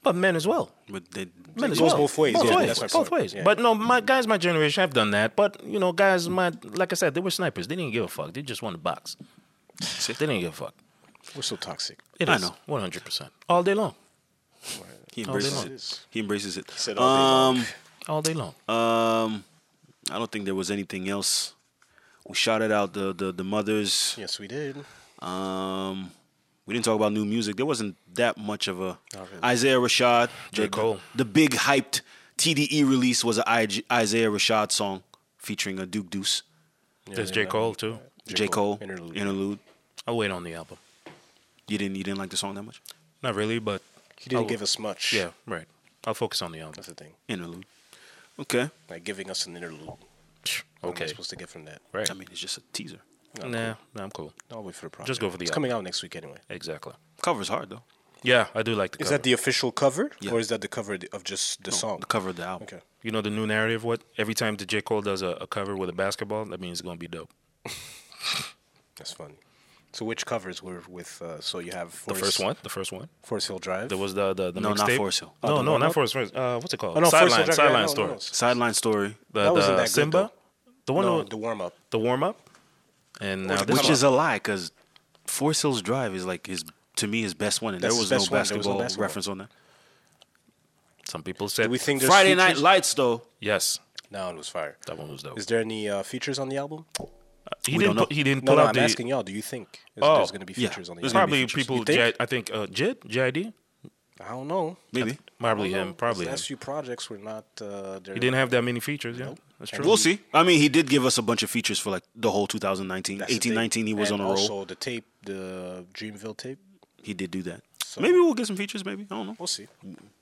[SPEAKER 2] But men as well.
[SPEAKER 1] But they,
[SPEAKER 2] Men
[SPEAKER 3] It
[SPEAKER 2] as
[SPEAKER 3] goes
[SPEAKER 2] well.
[SPEAKER 3] both ways,
[SPEAKER 2] Both
[SPEAKER 3] yeah,
[SPEAKER 2] ways.
[SPEAKER 3] that's my
[SPEAKER 2] both
[SPEAKER 3] point,
[SPEAKER 2] ways.
[SPEAKER 3] yeah.
[SPEAKER 2] But no, my guys, my generation, have done that. But you know, guys, my like I said, they were snipers. They didn't give a fuck. They just wanted to box. they didn't give a fuck.
[SPEAKER 3] We're so toxic.
[SPEAKER 2] It
[SPEAKER 1] I
[SPEAKER 2] is
[SPEAKER 1] know.
[SPEAKER 2] one hundred percent all day long,
[SPEAKER 1] he
[SPEAKER 2] all day
[SPEAKER 1] embraces
[SPEAKER 2] long,
[SPEAKER 1] it. He embraces it.
[SPEAKER 3] Said all
[SPEAKER 1] Um,
[SPEAKER 2] all day long.
[SPEAKER 1] um, I don't think there was anything else. We shouted out the the, the mothers.
[SPEAKER 3] Yes, we did.
[SPEAKER 1] Um, we didn't talk about new music. There wasn't that much of a
[SPEAKER 3] Not really.
[SPEAKER 1] Isaiah Rashad,
[SPEAKER 2] J.
[SPEAKER 1] the-
[SPEAKER 2] Cole.
[SPEAKER 1] The big hyped TDE release was an IG Isaiah Rashad song featuring a Duke Deuce,
[SPEAKER 2] There's J Cole too.
[SPEAKER 1] J, Cole,
[SPEAKER 3] Cole,
[SPEAKER 1] interlude.
[SPEAKER 3] interlude.
[SPEAKER 2] I'll wait on the album.
[SPEAKER 1] You didn't you didn't like the song that much?
[SPEAKER 2] Not really, but
[SPEAKER 3] He didn't
[SPEAKER 2] I'll-
[SPEAKER 3] give us much.
[SPEAKER 2] Yeah, right. I'll focus on the album.
[SPEAKER 3] that's the thing.
[SPEAKER 1] Interlude. Okay.
[SPEAKER 3] Like giving us an interlude. What am I
[SPEAKER 2] Okay.
[SPEAKER 3] supposed to get from that?
[SPEAKER 2] Right.
[SPEAKER 1] I mean, it's just a teaser.
[SPEAKER 2] Nah, nah, I'm cool.
[SPEAKER 3] I'll wait for the project.
[SPEAKER 2] Just go for the
[SPEAKER 3] It's
[SPEAKER 2] album.
[SPEAKER 3] coming out next week anyway.
[SPEAKER 2] Exactly.
[SPEAKER 1] Cover's hard though.
[SPEAKER 2] Yeah, I do like the
[SPEAKER 3] Is
[SPEAKER 2] cover.
[SPEAKER 3] that the official cover,
[SPEAKER 1] Yeah.
[SPEAKER 3] or is that the cover of just the song?
[SPEAKER 1] Oh, The cover of the album.
[SPEAKER 3] Okay.
[SPEAKER 2] you know the new narrative? What every time the J Cole does a, a cover with a basketball, that means it's gonna be dope.
[SPEAKER 3] That's funny. So which covers were with? Uh, so you have
[SPEAKER 2] The
[SPEAKER 3] Forest,
[SPEAKER 2] first one, the first one.
[SPEAKER 3] Forest Hill Drive.
[SPEAKER 2] There was the the, the
[SPEAKER 1] No, not
[SPEAKER 2] mixtape.
[SPEAKER 1] Forest Hill.
[SPEAKER 2] No,
[SPEAKER 3] Oh, the
[SPEAKER 2] no,
[SPEAKER 3] one
[SPEAKER 2] not
[SPEAKER 3] up?
[SPEAKER 2] Forest Hill. Uh, what's it called?
[SPEAKER 3] Oh, no, Forest Hill
[SPEAKER 2] sideline,
[SPEAKER 3] Drive,
[SPEAKER 2] sideline
[SPEAKER 3] yeah, no,
[SPEAKER 2] story.
[SPEAKER 3] no, no.
[SPEAKER 1] Sideline story.
[SPEAKER 2] The,
[SPEAKER 3] That wasn't
[SPEAKER 2] the
[SPEAKER 3] that good,
[SPEAKER 2] Simba, the one,
[SPEAKER 3] No,
[SPEAKER 2] who-
[SPEAKER 3] the warm up.
[SPEAKER 2] the warm up, and now
[SPEAKER 3] the
[SPEAKER 2] this
[SPEAKER 1] Which
[SPEAKER 3] cover.
[SPEAKER 2] one.
[SPEAKER 1] is a lie, because Forest Hills Drive is like his to me his best one, and
[SPEAKER 3] That's
[SPEAKER 1] there was
[SPEAKER 3] his
[SPEAKER 1] no
[SPEAKER 3] best one. There was no
[SPEAKER 1] basketball
[SPEAKER 3] basketball.
[SPEAKER 1] reference on that.
[SPEAKER 2] some people said
[SPEAKER 3] Do we think there's
[SPEAKER 1] Friday
[SPEAKER 3] features?
[SPEAKER 1] Night Lights though.
[SPEAKER 2] yes.
[SPEAKER 3] No, it was fire.
[SPEAKER 2] That one was dope.
[SPEAKER 3] Is there any uh, features on the album?
[SPEAKER 2] he
[SPEAKER 1] We don't
[SPEAKER 2] didn't.
[SPEAKER 1] know.
[SPEAKER 2] Put, he didn't
[SPEAKER 3] No,
[SPEAKER 2] pull
[SPEAKER 3] no.
[SPEAKER 2] out
[SPEAKER 3] I'm
[SPEAKER 2] the.
[SPEAKER 3] asking y'all. Do you think is,
[SPEAKER 2] Oh,
[SPEAKER 3] there's going to be
[SPEAKER 1] yeah.
[SPEAKER 3] features on the
[SPEAKER 1] There's
[SPEAKER 3] album?
[SPEAKER 1] gonna be features.
[SPEAKER 2] Probably people.
[SPEAKER 3] You think?
[SPEAKER 2] J- I think uh, Jid JID.
[SPEAKER 3] I don't know.
[SPEAKER 1] Maybe.
[SPEAKER 2] Probably
[SPEAKER 3] I don't
[SPEAKER 2] him.
[SPEAKER 3] know.
[SPEAKER 2] Probably
[SPEAKER 3] His
[SPEAKER 2] him.
[SPEAKER 3] last few projects were not. Uh,
[SPEAKER 2] He didn't have that many features. Yeah, that's true.
[SPEAKER 1] We'll see. I mean, he did give us a bunch of features for like the whole 2019, 18, 19. He was on a roll.
[SPEAKER 3] Also, the tape, the Dreamville tape.
[SPEAKER 1] He did do that.
[SPEAKER 3] So-
[SPEAKER 1] Maybe we'll get some features. Maybe I don't know.
[SPEAKER 3] We'll see.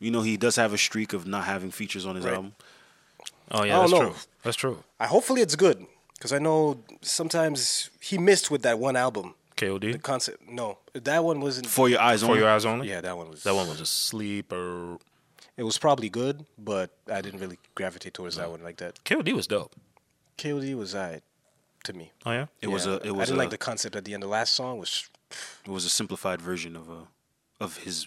[SPEAKER 1] You know, he does have a streak of not having features on his
[SPEAKER 3] Right.
[SPEAKER 1] album.
[SPEAKER 2] Oh
[SPEAKER 3] I
[SPEAKER 2] yeah,
[SPEAKER 3] don't
[SPEAKER 2] that's
[SPEAKER 3] know.
[SPEAKER 2] true. That's true.
[SPEAKER 3] I hopefully it's good because I know sometimes he missed with that one album. The
[SPEAKER 2] KOD
[SPEAKER 3] concept, no, that one wasn't.
[SPEAKER 1] For your eyes
[SPEAKER 2] for
[SPEAKER 1] only.
[SPEAKER 2] your eyes only.
[SPEAKER 3] yeah, that one was.
[SPEAKER 2] that one was a sleeper.
[SPEAKER 3] It was probably good, but I didn't really gravitate towards that one like that.
[SPEAKER 2] KOD was dope.
[SPEAKER 3] KOD was I, to me.
[SPEAKER 2] Oh yeah.
[SPEAKER 1] It was
[SPEAKER 3] Yeah,
[SPEAKER 1] a. It
[SPEAKER 3] I
[SPEAKER 1] was a.
[SPEAKER 3] didn't like the concept at the end of last song. Was
[SPEAKER 1] it was a simplified version of a, of his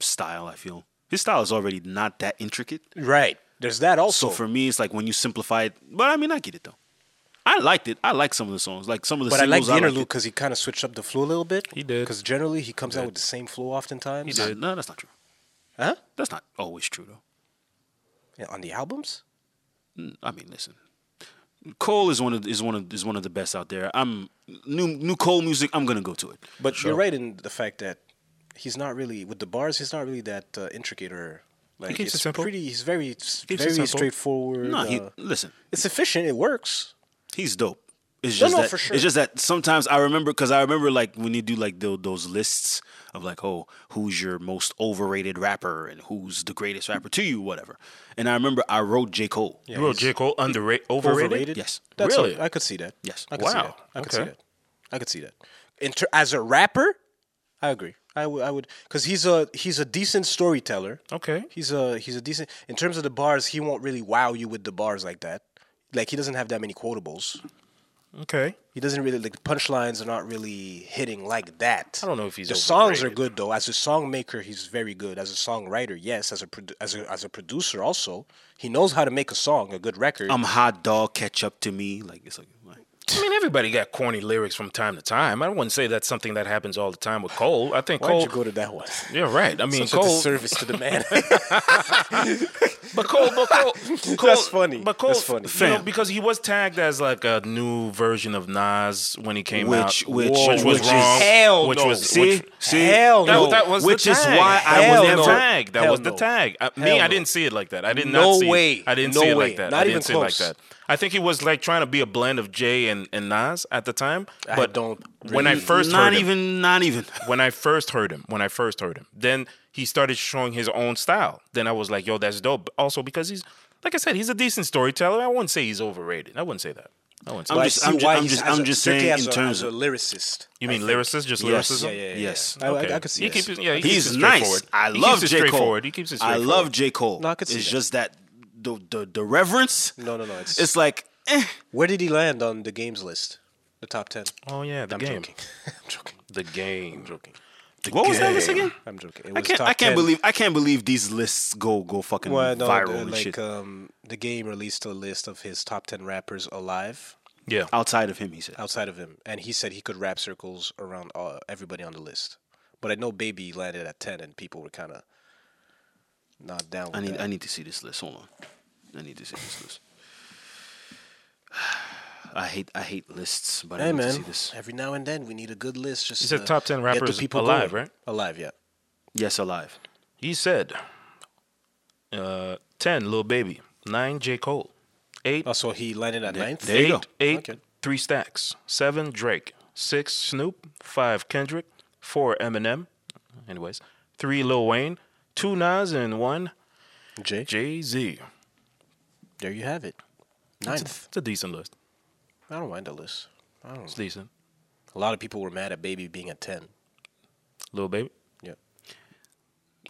[SPEAKER 1] style. I feel his style is already not that intricate.
[SPEAKER 3] right. There's that also.
[SPEAKER 1] So for me, it's like when you simplify it. But I mean, I get it though. I liked it. I like some of the songs, like some of the.
[SPEAKER 3] but I like
[SPEAKER 1] singles,
[SPEAKER 3] the
[SPEAKER 1] liked
[SPEAKER 3] interlude
[SPEAKER 1] it.
[SPEAKER 3] because he kind of switched up the flow a little bit.
[SPEAKER 2] He did.
[SPEAKER 3] Because generally he comes out with the same flow oftentimes.
[SPEAKER 1] No, no, that's not true.
[SPEAKER 3] Huh?
[SPEAKER 1] That's not always true though.
[SPEAKER 3] Yeah, on the albums?
[SPEAKER 1] I mean, listen, Cole is one of is one of is one of the best out there. I'm new new Cole music. I'm gonna go to it.
[SPEAKER 3] But you're right in the fact that he's not really with the bars. He's not really that uh, intricate or like
[SPEAKER 2] keeps it
[SPEAKER 3] it's
[SPEAKER 2] simple.
[SPEAKER 3] pretty. He's very
[SPEAKER 2] it
[SPEAKER 3] very
[SPEAKER 2] simple.
[SPEAKER 3] straightforward.
[SPEAKER 1] No, he
[SPEAKER 3] uh,
[SPEAKER 1] listen.
[SPEAKER 3] it's efficient. It works.
[SPEAKER 1] He's dope. It's
[SPEAKER 3] No,
[SPEAKER 1] just
[SPEAKER 3] no,
[SPEAKER 1] that
[SPEAKER 3] for sure.
[SPEAKER 1] it's just that sometimes I remember because I remember like when you do like tho- those lists of like oh who's your most overrated rapper and who's the greatest rapper to you whatever. And I remember I wrote J Cole.
[SPEAKER 2] You wrote J Cole underrated, overrated.
[SPEAKER 3] Overrated.
[SPEAKER 1] Yes.
[SPEAKER 3] That's
[SPEAKER 2] Really?
[SPEAKER 3] A, I could see that.
[SPEAKER 1] Yes.
[SPEAKER 3] I could see
[SPEAKER 2] Wow.
[SPEAKER 3] that. I could see
[SPEAKER 2] Okay.
[SPEAKER 3] that. I could see that. In ter- as a rapper, I agree. I would. I would because he's a he's a decent storyteller.
[SPEAKER 2] Okay.
[SPEAKER 3] He's a he's a decent in terms of the bars. He won't really wow you with the bars like that. Like he doesn't have that many quotables.
[SPEAKER 2] Okay.
[SPEAKER 3] He doesn't really like the punchlines are not really hitting like that.
[SPEAKER 2] I don't know if he's
[SPEAKER 3] the songs are
[SPEAKER 2] overrated.
[SPEAKER 3] good though. As a song maker, he's very good. As a songwriter, yes. As a produ- as a as a producer, also he knows how to make a song, a good record.
[SPEAKER 1] I'm Um, hot dog. Catch up to me. Like it's like, like
[SPEAKER 2] I mean, everybody got corny lyrics from time to time. I wouldn't say that's something that happens all the time with Cole. I think
[SPEAKER 3] Why'd
[SPEAKER 2] Cole.
[SPEAKER 3] you go to that one?
[SPEAKER 2] yeah, right. I mean,
[SPEAKER 3] Such a
[SPEAKER 2] Cole.
[SPEAKER 3] disservice to the man.
[SPEAKER 2] But Cole, but Cole, Cole
[SPEAKER 3] That's funny.
[SPEAKER 2] But Cole,
[SPEAKER 3] That's funny.
[SPEAKER 2] You know,
[SPEAKER 1] Fam.
[SPEAKER 2] because he was tagged as like a new version of Nas when he came
[SPEAKER 1] Which-
[SPEAKER 2] out,
[SPEAKER 1] which-
[SPEAKER 2] which was
[SPEAKER 1] which is-
[SPEAKER 2] wrong.
[SPEAKER 3] Hell
[SPEAKER 2] which
[SPEAKER 3] no.
[SPEAKER 2] was
[SPEAKER 1] see
[SPEAKER 2] which,
[SPEAKER 1] see
[SPEAKER 3] Hell
[SPEAKER 2] that,
[SPEAKER 3] no.
[SPEAKER 2] was- that was
[SPEAKER 1] which
[SPEAKER 2] the
[SPEAKER 1] is
[SPEAKER 2] tag.
[SPEAKER 1] why I
[SPEAKER 3] Hell
[SPEAKER 1] was
[SPEAKER 3] no.
[SPEAKER 1] never
[SPEAKER 2] tag. That
[SPEAKER 3] Hell
[SPEAKER 2] was the
[SPEAKER 3] no.
[SPEAKER 2] tag. I, me,
[SPEAKER 3] Hell
[SPEAKER 2] I
[SPEAKER 3] no.
[SPEAKER 2] didn't see it like that. I did
[SPEAKER 3] No
[SPEAKER 2] not see
[SPEAKER 3] way.
[SPEAKER 2] It. I didn't
[SPEAKER 3] No
[SPEAKER 2] see it
[SPEAKER 3] way.
[SPEAKER 2] like that.
[SPEAKER 3] Not
[SPEAKER 2] I didn't
[SPEAKER 3] even
[SPEAKER 2] see
[SPEAKER 3] close.
[SPEAKER 2] it like that. I think he was like trying to be a blend of Jay and, and Nas at the time.
[SPEAKER 3] I
[SPEAKER 2] But
[SPEAKER 3] don't
[SPEAKER 2] when I
[SPEAKER 3] really-
[SPEAKER 2] first
[SPEAKER 1] not
[SPEAKER 2] heard him,
[SPEAKER 1] even not even
[SPEAKER 2] when I first heard him, when I first heard him, then he started showing his own style. Then I was like, yo, that's dope. Also because he's like I said, he's a decent storyteller. I wouldn't say he's overrated. I wouldn't say that. I wouldn't say.
[SPEAKER 1] I'm
[SPEAKER 3] But I
[SPEAKER 1] just,
[SPEAKER 3] see
[SPEAKER 1] I'm just,
[SPEAKER 3] why
[SPEAKER 1] I'm
[SPEAKER 3] he's-
[SPEAKER 1] just,
[SPEAKER 3] as
[SPEAKER 1] I'm
[SPEAKER 3] a-
[SPEAKER 1] just
[SPEAKER 3] strictly
[SPEAKER 1] saying
[SPEAKER 3] as
[SPEAKER 1] in
[SPEAKER 3] a-
[SPEAKER 1] terms
[SPEAKER 3] as a
[SPEAKER 1] of
[SPEAKER 3] lyricist.
[SPEAKER 2] you mean lyricist, just
[SPEAKER 1] Yes.
[SPEAKER 2] lyricism?
[SPEAKER 1] Yeah, yeah, yeah, yeah.
[SPEAKER 3] Yes.
[SPEAKER 1] Yes.
[SPEAKER 3] I, I, I could see
[SPEAKER 2] He
[SPEAKER 3] this.
[SPEAKER 2] keeps it- yeah, he keeps
[SPEAKER 1] He's
[SPEAKER 2] it
[SPEAKER 1] nice.
[SPEAKER 2] straightforward.
[SPEAKER 1] I
[SPEAKER 2] He
[SPEAKER 1] love
[SPEAKER 2] keeps it
[SPEAKER 1] J Cole.
[SPEAKER 2] straightforward. He keeps it
[SPEAKER 1] I
[SPEAKER 2] straightforward.
[SPEAKER 1] love J Cole.
[SPEAKER 3] No, I could see
[SPEAKER 1] it's
[SPEAKER 3] that.
[SPEAKER 1] just that the the the reverence.
[SPEAKER 3] No, no, no, it's-
[SPEAKER 1] it's like eh.
[SPEAKER 3] Where did he land on the games list? The top 10.
[SPEAKER 2] Oh yeah, the
[SPEAKER 3] I'm
[SPEAKER 2] game.
[SPEAKER 3] joking. I'm joking. The game. I'm joking.
[SPEAKER 1] What was that list again?
[SPEAKER 3] I'm joking. It
[SPEAKER 1] I
[SPEAKER 3] was
[SPEAKER 1] can't.
[SPEAKER 3] top
[SPEAKER 1] I can't
[SPEAKER 3] 10.
[SPEAKER 1] believe. I can't believe these lists go go fucking
[SPEAKER 3] Well, no,
[SPEAKER 1] viral
[SPEAKER 3] the,
[SPEAKER 1] and
[SPEAKER 3] like,
[SPEAKER 1] shit.
[SPEAKER 3] Um, the game released a list of his top 10 rappers alive
[SPEAKER 2] Yeah.
[SPEAKER 1] Outside of him, he said.
[SPEAKER 3] outside of him. And he said he could rap circles around uh, everybody on the list. But I know Baby landed at 10 and people were kind of not down with
[SPEAKER 1] I need.
[SPEAKER 3] that.
[SPEAKER 1] I need to see this list. Hold on. I need to see this list. I hate. I hate lists, but I
[SPEAKER 3] Hey
[SPEAKER 1] need to
[SPEAKER 3] man,
[SPEAKER 1] see this.
[SPEAKER 3] every now and then we need a good list. Just
[SPEAKER 2] said
[SPEAKER 3] to
[SPEAKER 2] top 10
[SPEAKER 3] get the
[SPEAKER 2] rappers
[SPEAKER 3] people
[SPEAKER 2] alive,
[SPEAKER 3] going.
[SPEAKER 2] right?
[SPEAKER 3] Alive, yeah.
[SPEAKER 1] Yes, alive.
[SPEAKER 2] He said, uh, ten, Lil Baby, nine, J Cole, eight,
[SPEAKER 3] Oh, so he landed at ninth.
[SPEAKER 1] there you
[SPEAKER 2] eight,
[SPEAKER 1] go.
[SPEAKER 2] eight,
[SPEAKER 3] Okay.
[SPEAKER 2] three stacks, seven, Drake, six, Snoop, five, Kendrick, four, Eminem, anyways, three, Lil Wayne, two, Nas, and one,
[SPEAKER 3] Jay,
[SPEAKER 2] Jay Z.
[SPEAKER 3] there you have it. Ninth.
[SPEAKER 2] It's a decent list.
[SPEAKER 3] I I don't mind the list. I
[SPEAKER 2] It's
[SPEAKER 3] don't.
[SPEAKER 2] decent.
[SPEAKER 3] A lot of people were mad at Baby being at ten.
[SPEAKER 2] Lil Baby.
[SPEAKER 3] Yeah.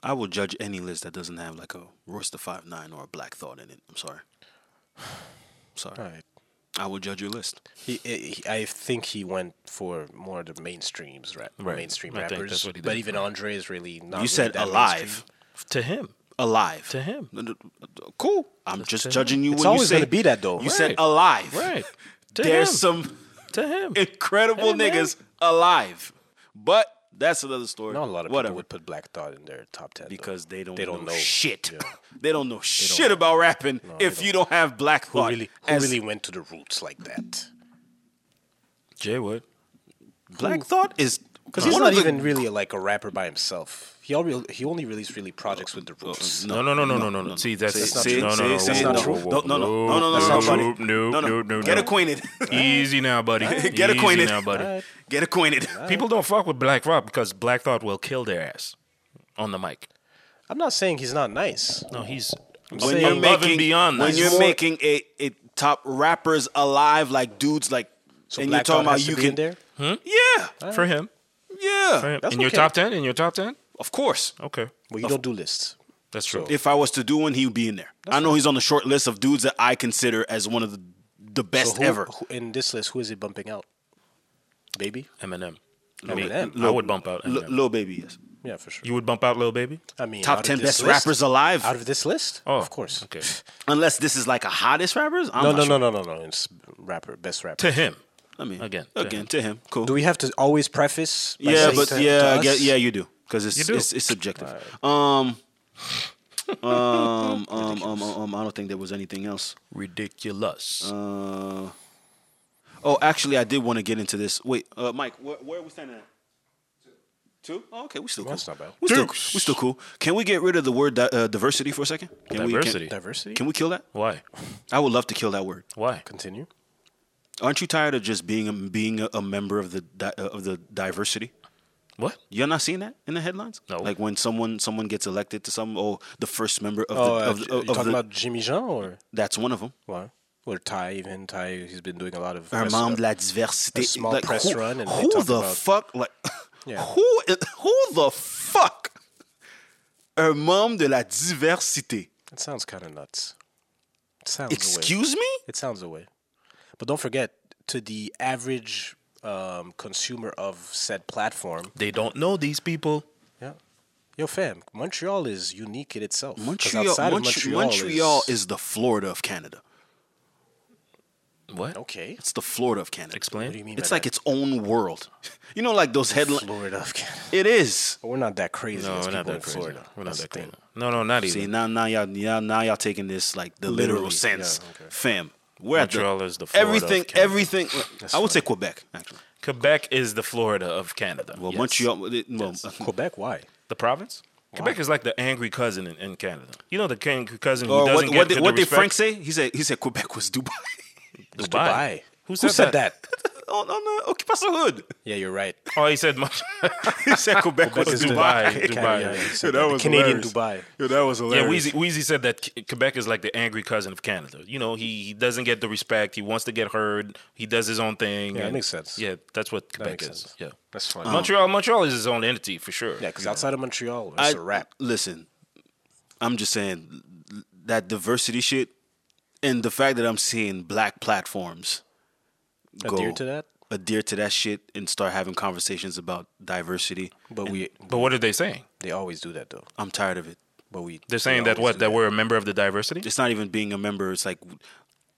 [SPEAKER 1] I will judge any list that doesn't have like a Royster Five Nine or a Black Thought in it. I'm sorry. Sorry.
[SPEAKER 3] All right.
[SPEAKER 1] I will judge your list.
[SPEAKER 3] He, eh, he, I think he went for more of the mainstreams, rap,
[SPEAKER 2] Right.
[SPEAKER 3] mainstream
[SPEAKER 2] I think
[SPEAKER 3] rappers.
[SPEAKER 2] that's what he
[SPEAKER 3] But
[SPEAKER 2] did.
[SPEAKER 3] even Andre is really not.
[SPEAKER 1] you
[SPEAKER 3] really
[SPEAKER 1] said
[SPEAKER 3] that
[SPEAKER 1] alive,
[SPEAKER 3] mainstream.
[SPEAKER 2] To him.
[SPEAKER 1] alive
[SPEAKER 2] To him.
[SPEAKER 1] N- n- Cool. I'm just
[SPEAKER 2] to
[SPEAKER 1] judging you
[SPEAKER 3] It's
[SPEAKER 1] when you
[SPEAKER 3] always
[SPEAKER 1] say
[SPEAKER 3] gonna be that though.
[SPEAKER 1] You said
[SPEAKER 2] Right.
[SPEAKER 1] alive.
[SPEAKER 2] Right. To
[SPEAKER 1] There's
[SPEAKER 2] him.
[SPEAKER 1] some
[SPEAKER 2] to him.
[SPEAKER 1] incredible
[SPEAKER 2] Hey, man.
[SPEAKER 1] niggas alive, but that's another story.
[SPEAKER 3] Not a lot of
[SPEAKER 1] Whatever.
[SPEAKER 3] people would put Black Thought in their top ten though.
[SPEAKER 1] because they don't
[SPEAKER 3] They don't
[SPEAKER 1] know,
[SPEAKER 3] know.
[SPEAKER 1] shit. They don't know shit about rapping if you don't have black
[SPEAKER 3] who
[SPEAKER 1] thought.
[SPEAKER 3] really, who
[SPEAKER 1] as-
[SPEAKER 3] really went to the roots like that.
[SPEAKER 2] Jay Wood.
[SPEAKER 1] black thought is
[SPEAKER 3] Because he's not even really like a rapper by himself. He already he only released really projects with the roots.
[SPEAKER 1] mm.
[SPEAKER 2] No, no, no, no, no, no, no. See, that's
[SPEAKER 1] See,
[SPEAKER 2] not
[SPEAKER 1] see,
[SPEAKER 2] true. no,
[SPEAKER 1] see,
[SPEAKER 2] no, no,
[SPEAKER 1] see,
[SPEAKER 2] whoa,
[SPEAKER 1] no,
[SPEAKER 2] whoa, whoa,
[SPEAKER 1] no, no, no,
[SPEAKER 2] whoa.
[SPEAKER 1] no, no, that's not funny.
[SPEAKER 2] Nope, nope,
[SPEAKER 1] No, no,
[SPEAKER 2] nope, nope,
[SPEAKER 1] get
[SPEAKER 2] nope.
[SPEAKER 1] acquainted.
[SPEAKER 2] Easy now, buddy.
[SPEAKER 1] Get acquainted.
[SPEAKER 2] Easy now, buddy.
[SPEAKER 1] Get acquainted.
[SPEAKER 2] People don't fuck with Black Rob because Black Thought will kill their ass on the mic.
[SPEAKER 3] I'm not saying he's not nice.
[SPEAKER 2] No, he's
[SPEAKER 1] when
[SPEAKER 3] saying
[SPEAKER 1] you're
[SPEAKER 2] above
[SPEAKER 1] making
[SPEAKER 2] and beyond
[SPEAKER 1] when
[SPEAKER 2] that.
[SPEAKER 1] you're
[SPEAKER 3] More-
[SPEAKER 1] making a, a top rappers alive like dudes like
[SPEAKER 3] So
[SPEAKER 1] and
[SPEAKER 3] Black
[SPEAKER 1] you're talking
[SPEAKER 3] Thought
[SPEAKER 1] about
[SPEAKER 3] has to
[SPEAKER 1] you
[SPEAKER 3] be
[SPEAKER 1] can
[SPEAKER 3] in there.
[SPEAKER 1] yeah
[SPEAKER 2] for him.
[SPEAKER 1] yeah
[SPEAKER 2] For him.
[SPEAKER 3] That's
[SPEAKER 2] in your
[SPEAKER 3] okay.
[SPEAKER 2] top ten? In your top ten?
[SPEAKER 1] of course
[SPEAKER 2] Okay.
[SPEAKER 3] Well, you don't do lists.
[SPEAKER 2] That's true.
[SPEAKER 1] if I was to do one he would be in there I know he's on the short list of dudes that I consider as one of the the
[SPEAKER 3] So
[SPEAKER 1] best
[SPEAKER 3] who-
[SPEAKER 1] ever
[SPEAKER 3] who- in this list, who is he bumping out? Baby.
[SPEAKER 2] Eminem.
[SPEAKER 3] I mean,
[SPEAKER 2] I
[SPEAKER 3] Eminem.
[SPEAKER 2] would bump out
[SPEAKER 1] L-
[SPEAKER 2] Eminem.
[SPEAKER 1] Lil Baby yes
[SPEAKER 3] Yeah, for sure.
[SPEAKER 2] you would bump out Lil Baby?
[SPEAKER 3] I mean, out
[SPEAKER 1] top
[SPEAKER 3] of
[SPEAKER 1] 10
[SPEAKER 3] this
[SPEAKER 1] best
[SPEAKER 3] list-
[SPEAKER 1] rappers alive
[SPEAKER 3] out of this list.
[SPEAKER 2] Oh,
[SPEAKER 3] of course.
[SPEAKER 2] Okay.
[SPEAKER 1] unless this is like a hottest rappers I'm
[SPEAKER 3] No,
[SPEAKER 1] not
[SPEAKER 3] no,
[SPEAKER 1] sure.
[SPEAKER 3] no, no, no, no. It's rapper, best rapper.
[SPEAKER 2] to him.
[SPEAKER 1] I mean
[SPEAKER 2] Again, to
[SPEAKER 1] again to him cool
[SPEAKER 3] Do we have to always preface? by
[SPEAKER 1] yeah
[SPEAKER 3] saying
[SPEAKER 1] but
[SPEAKER 3] to- to
[SPEAKER 1] yeah I
[SPEAKER 3] us?
[SPEAKER 1] guess- yeah you do because it's,
[SPEAKER 2] You do.
[SPEAKER 1] it's it's subjective um um, um, um, um, um, I don't think there was anything else.
[SPEAKER 2] Ridiculous.
[SPEAKER 1] Uh, oh, actually, I did want to get into this. Wait, uh, Mike, where, where are we standing at? Two? Oh, okay, we still cool.
[SPEAKER 3] That's not bad.
[SPEAKER 1] We still, we still cool. Can we get rid of the word di- uh, diversity for a second? Can we- can-
[SPEAKER 2] Diversity.
[SPEAKER 3] Diversity.
[SPEAKER 1] can we kill that?
[SPEAKER 2] Why?
[SPEAKER 1] I would love to kill that word.
[SPEAKER 2] Why?
[SPEAKER 3] continue?
[SPEAKER 1] Aren't you tired of just being a, being a, a member of the di- uh, of the diversity?
[SPEAKER 2] What?
[SPEAKER 1] You're not seeing that in the headlines.
[SPEAKER 2] No.
[SPEAKER 1] Like when someone someone gets elected to some oh the first member of
[SPEAKER 3] Oh,
[SPEAKER 1] the,
[SPEAKER 3] uh,
[SPEAKER 1] of, the-
[SPEAKER 3] you
[SPEAKER 1] of
[SPEAKER 3] talking
[SPEAKER 1] the
[SPEAKER 3] about Jimmy Jean or
[SPEAKER 1] that's one of them.
[SPEAKER 3] what? Or Ty? Even Ty, he's been doing a lot of. press-
[SPEAKER 1] Herman
[SPEAKER 3] uh,
[SPEAKER 1] la diversité.
[SPEAKER 3] a small press
[SPEAKER 1] who,
[SPEAKER 3] run and they
[SPEAKER 1] who
[SPEAKER 3] talk
[SPEAKER 1] the
[SPEAKER 3] about-
[SPEAKER 1] fuck like
[SPEAKER 3] Yeah.
[SPEAKER 1] who is, who the fuck Herman de la diversité.
[SPEAKER 3] It sounds kind of nuts. It sounds away.
[SPEAKER 1] Excuse me?
[SPEAKER 3] It sounds away. But don't forget, to the average um, consumer of said platform,
[SPEAKER 2] They don't know these people.
[SPEAKER 3] yeah. Yo, fam, Montreal is unique in itself. 'Cause
[SPEAKER 1] Montreal
[SPEAKER 3] outside of
[SPEAKER 1] Mont- Montreal, is...
[SPEAKER 3] is,
[SPEAKER 1] the Florida of Canada.
[SPEAKER 2] What?
[SPEAKER 3] okay.
[SPEAKER 1] It's the Florida of Canada.
[SPEAKER 2] Explain.
[SPEAKER 3] What do you mean?
[SPEAKER 1] It's
[SPEAKER 3] by
[SPEAKER 1] like
[SPEAKER 3] that?
[SPEAKER 1] its own world. You know like those headlines
[SPEAKER 3] Florida. of Canada.
[SPEAKER 1] It is.
[SPEAKER 3] But we're not that crazy.
[SPEAKER 2] No,
[SPEAKER 3] as
[SPEAKER 2] we're
[SPEAKER 3] people
[SPEAKER 2] not that
[SPEAKER 3] in
[SPEAKER 2] crazy.
[SPEAKER 3] Florida.
[SPEAKER 2] We're not
[SPEAKER 3] That's
[SPEAKER 2] that
[SPEAKER 3] the thing.
[SPEAKER 2] crazy. No, no, not
[SPEAKER 1] See
[SPEAKER 2] even.
[SPEAKER 1] now now y'all now, now y'all taking this like the literal
[SPEAKER 3] Literally,
[SPEAKER 1] sense.
[SPEAKER 3] yeah, okay.
[SPEAKER 1] Fam. We're at
[SPEAKER 2] Montreal is the Florida of
[SPEAKER 1] everything
[SPEAKER 2] Canada.
[SPEAKER 1] everything I would say Quebec actually.
[SPEAKER 2] Quebec is the Florida of Canada.
[SPEAKER 1] Well, Montreal well, uh,
[SPEAKER 3] Quebec, why?
[SPEAKER 2] the province. Quebec is like the angry cousin in, in Canada. You know the angry cousin who
[SPEAKER 1] Or
[SPEAKER 2] doesn't
[SPEAKER 1] Oh, what,
[SPEAKER 2] get
[SPEAKER 1] what, did,
[SPEAKER 2] the
[SPEAKER 1] what did
[SPEAKER 2] respect?
[SPEAKER 1] Frank say? He said he said Quebec was Dubai.
[SPEAKER 2] Dubai.
[SPEAKER 3] Dubai.
[SPEAKER 2] Who said, that?
[SPEAKER 1] on, on uh, Occupation Hood.
[SPEAKER 3] Yeah, you're right.
[SPEAKER 2] Oh, he said much.
[SPEAKER 1] he said Quebec,
[SPEAKER 3] Quebec
[SPEAKER 1] was
[SPEAKER 3] is
[SPEAKER 1] Dubai.
[SPEAKER 2] Dubai. Dubai.
[SPEAKER 3] Yeah, yeah,
[SPEAKER 1] Dude,
[SPEAKER 3] yeah.
[SPEAKER 1] that
[SPEAKER 3] The
[SPEAKER 1] was
[SPEAKER 3] Canadian
[SPEAKER 1] hilarious.
[SPEAKER 3] Dubai.
[SPEAKER 1] Dude, that was
[SPEAKER 2] Yeah,
[SPEAKER 1] hilarious.
[SPEAKER 2] Weezy, Weezy said that Q- Quebec is like the angry cousin of Canada. You know, he, he doesn't get the respect. He wants to get heard. He does his own thing.
[SPEAKER 3] Yeah, that
[SPEAKER 2] and-
[SPEAKER 3] makes sense.
[SPEAKER 2] Yeah, that's what Quebec
[SPEAKER 3] makes
[SPEAKER 2] is.
[SPEAKER 3] sense.
[SPEAKER 2] Yeah,
[SPEAKER 3] That's fine.
[SPEAKER 2] Montreal. Montreal is his own entity for sure.
[SPEAKER 3] yeah, because outside of Montreal,
[SPEAKER 1] I-
[SPEAKER 3] it's a wrap.
[SPEAKER 1] Listen, I'm just saying that diversity shit and the fact that I'm seeing black platforms go
[SPEAKER 3] Adhere to that?
[SPEAKER 1] adhere to that shit and start having conversations about diversity.
[SPEAKER 3] But we,
[SPEAKER 2] But what are they saying?
[SPEAKER 3] they always do that though.
[SPEAKER 1] I'm tired of it.
[SPEAKER 3] But we,
[SPEAKER 2] They're saying
[SPEAKER 3] they
[SPEAKER 2] that
[SPEAKER 3] always
[SPEAKER 2] what
[SPEAKER 3] do
[SPEAKER 2] that we're a member of the diversity.
[SPEAKER 1] It's not even being a member. It's like,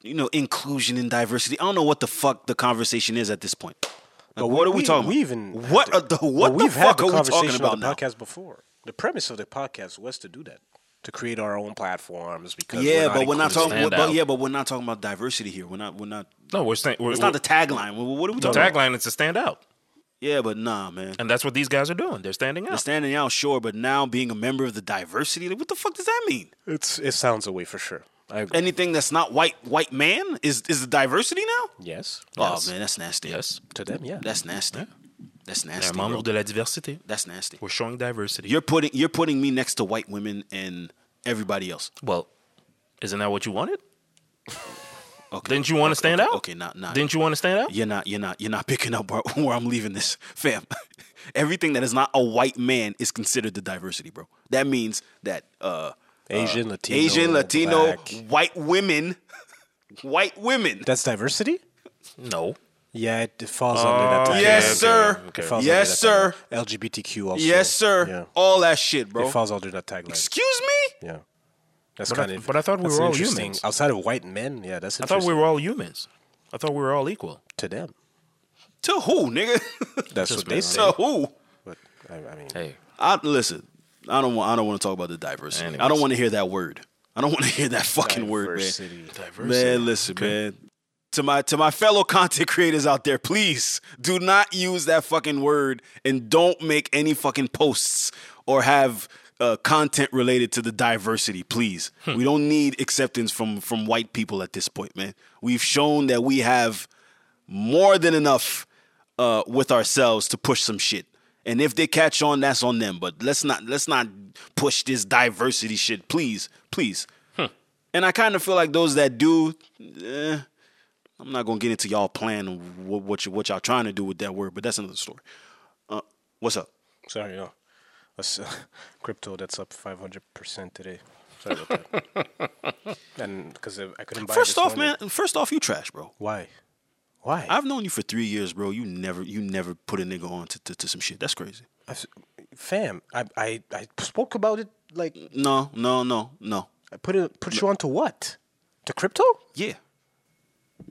[SPEAKER 1] you know, inclusion and diversity. I don't know what the fuck the conversation is at this point. Like,
[SPEAKER 3] But
[SPEAKER 1] what
[SPEAKER 3] we-
[SPEAKER 1] are we
[SPEAKER 3] we-
[SPEAKER 1] talking
[SPEAKER 3] we
[SPEAKER 1] about?
[SPEAKER 3] even had
[SPEAKER 1] what
[SPEAKER 3] the-
[SPEAKER 1] are the, what
[SPEAKER 3] But
[SPEAKER 1] the
[SPEAKER 3] we've had
[SPEAKER 1] fuck
[SPEAKER 3] the
[SPEAKER 1] are we talking
[SPEAKER 3] conversation
[SPEAKER 1] about
[SPEAKER 3] on the
[SPEAKER 1] now?
[SPEAKER 3] podcast before. The premise of the podcast was to do that, to create our own platforms because
[SPEAKER 1] Yeah,
[SPEAKER 3] we're
[SPEAKER 1] but we're not
[SPEAKER 3] inclusive.
[SPEAKER 1] talking.
[SPEAKER 2] Stand
[SPEAKER 1] But
[SPEAKER 2] out.
[SPEAKER 1] yeah, but we're not talking about diversity here. We're not. We're not.
[SPEAKER 2] No, we're saying we're,
[SPEAKER 1] It's not the
[SPEAKER 2] we're-
[SPEAKER 1] tagline. What what are we
[SPEAKER 2] the
[SPEAKER 1] talking about?
[SPEAKER 2] tagline is to stand out,
[SPEAKER 1] Yeah, but nah, man.
[SPEAKER 2] and that's what these guys are doing. They're standing
[SPEAKER 1] They're
[SPEAKER 2] out.
[SPEAKER 1] standing out, sure, but now being a member of the diversity, like, what the fuck does that mean?
[SPEAKER 3] It's it sounds away for sure. I agree.
[SPEAKER 1] Anything that's not white, white man is is the diversity now?
[SPEAKER 3] yes. yes.
[SPEAKER 1] Oh man, that's nasty.
[SPEAKER 2] yes,
[SPEAKER 3] To them, yeah.
[SPEAKER 1] that's nasty. That's
[SPEAKER 2] they're
[SPEAKER 1] nasty. bro.
[SPEAKER 2] membres de la diversité.
[SPEAKER 1] That's nasty.
[SPEAKER 2] We're showing diversity.
[SPEAKER 1] You're putting you're putting me next to white women and everybody else.
[SPEAKER 2] well, isn't that what you wanted?
[SPEAKER 1] Okay.
[SPEAKER 2] Didn't you want to stand out?
[SPEAKER 1] Okay, not not.
[SPEAKER 2] Didn't you want to stand out?
[SPEAKER 1] You're not you're not you're not picking up where, where I'm leaving this, fam. Everything that is not a white man is considered the diversity, bro. That means that uh
[SPEAKER 3] Asian, Latino,
[SPEAKER 1] Asian, Latino,
[SPEAKER 3] black.
[SPEAKER 1] white women, white women.
[SPEAKER 3] That's diversity.
[SPEAKER 2] No.
[SPEAKER 3] Yeah, it, it falls under that. Type.
[SPEAKER 1] Uh, yes, sir.
[SPEAKER 3] It falls
[SPEAKER 1] Yes,
[SPEAKER 3] under
[SPEAKER 1] sir.
[SPEAKER 3] that tagline. LGBTQ also.
[SPEAKER 1] Yes, sir.
[SPEAKER 3] Yeah.
[SPEAKER 1] All that shit, bro.
[SPEAKER 3] It falls under that tagline.
[SPEAKER 1] Excuse me?
[SPEAKER 3] Yeah. That's
[SPEAKER 2] But I-
[SPEAKER 3] kind of.
[SPEAKER 2] but I thought we
[SPEAKER 3] that's
[SPEAKER 2] were all
[SPEAKER 3] interesting.
[SPEAKER 2] humans.
[SPEAKER 3] Outside of white men, yeah, that's
[SPEAKER 2] I
[SPEAKER 3] interesting.
[SPEAKER 2] thought we were all humans. I thought we were all equal.
[SPEAKER 3] to them.
[SPEAKER 1] To who, nigga?
[SPEAKER 3] That's
[SPEAKER 2] Just
[SPEAKER 3] what they
[SPEAKER 2] based
[SPEAKER 3] say.
[SPEAKER 1] to who?
[SPEAKER 3] But I, I mean,
[SPEAKER 2] Hey,
[SPEAKER 1] I listen. I don't want. I don't want to talk about the diversity. I don't
[SPEAKER 2] Anyways.
[SPEAKER 1] want to hear that word. I don't want to hear that fucking word, man. Man, listen, man. To my to my fellow content creators out there, please do not use that fucking word and don't make any fucking posts or have uh, content related to the diversity, please. We don't need acceptance from from white people at this point, man. We've shown that we have more than enough uh, with ourselves to push some shit. And if they catch on, that's on them. But let's not let's not push this diversity shit, please, please. And I kind of feel like those that do, eh, I'm not gonna get into y'all plan and what what, you, what y'all trying to do with that word, but that's another story. Uh, what's up?
[SPEAKER 3] Sorry, no. That's, uh, crypto that's up 500% today. Sorry about that. and because I, I couldn't buy it
[SPEAKER 1] First
[SPEAKER 3] this
[SPEAKER 1] off,
[SPEAKER 3] morning.
[SPEAKER 1] man. First off, you trash, bro.
[SPEAKER 3] Why? Why?
[SPEAKER 1] I've known you for three years, bro. You never you never put a nigga on to, to, to some shit. That's crazy.
[SPEAKER 3] I s- fam, I, I, I spoke about it like
[SPEAKER 1] No, no, no, no.
[SPEAKER 3] I put it put you on to what? To crypto?
[SPEAKER 1] Yeah.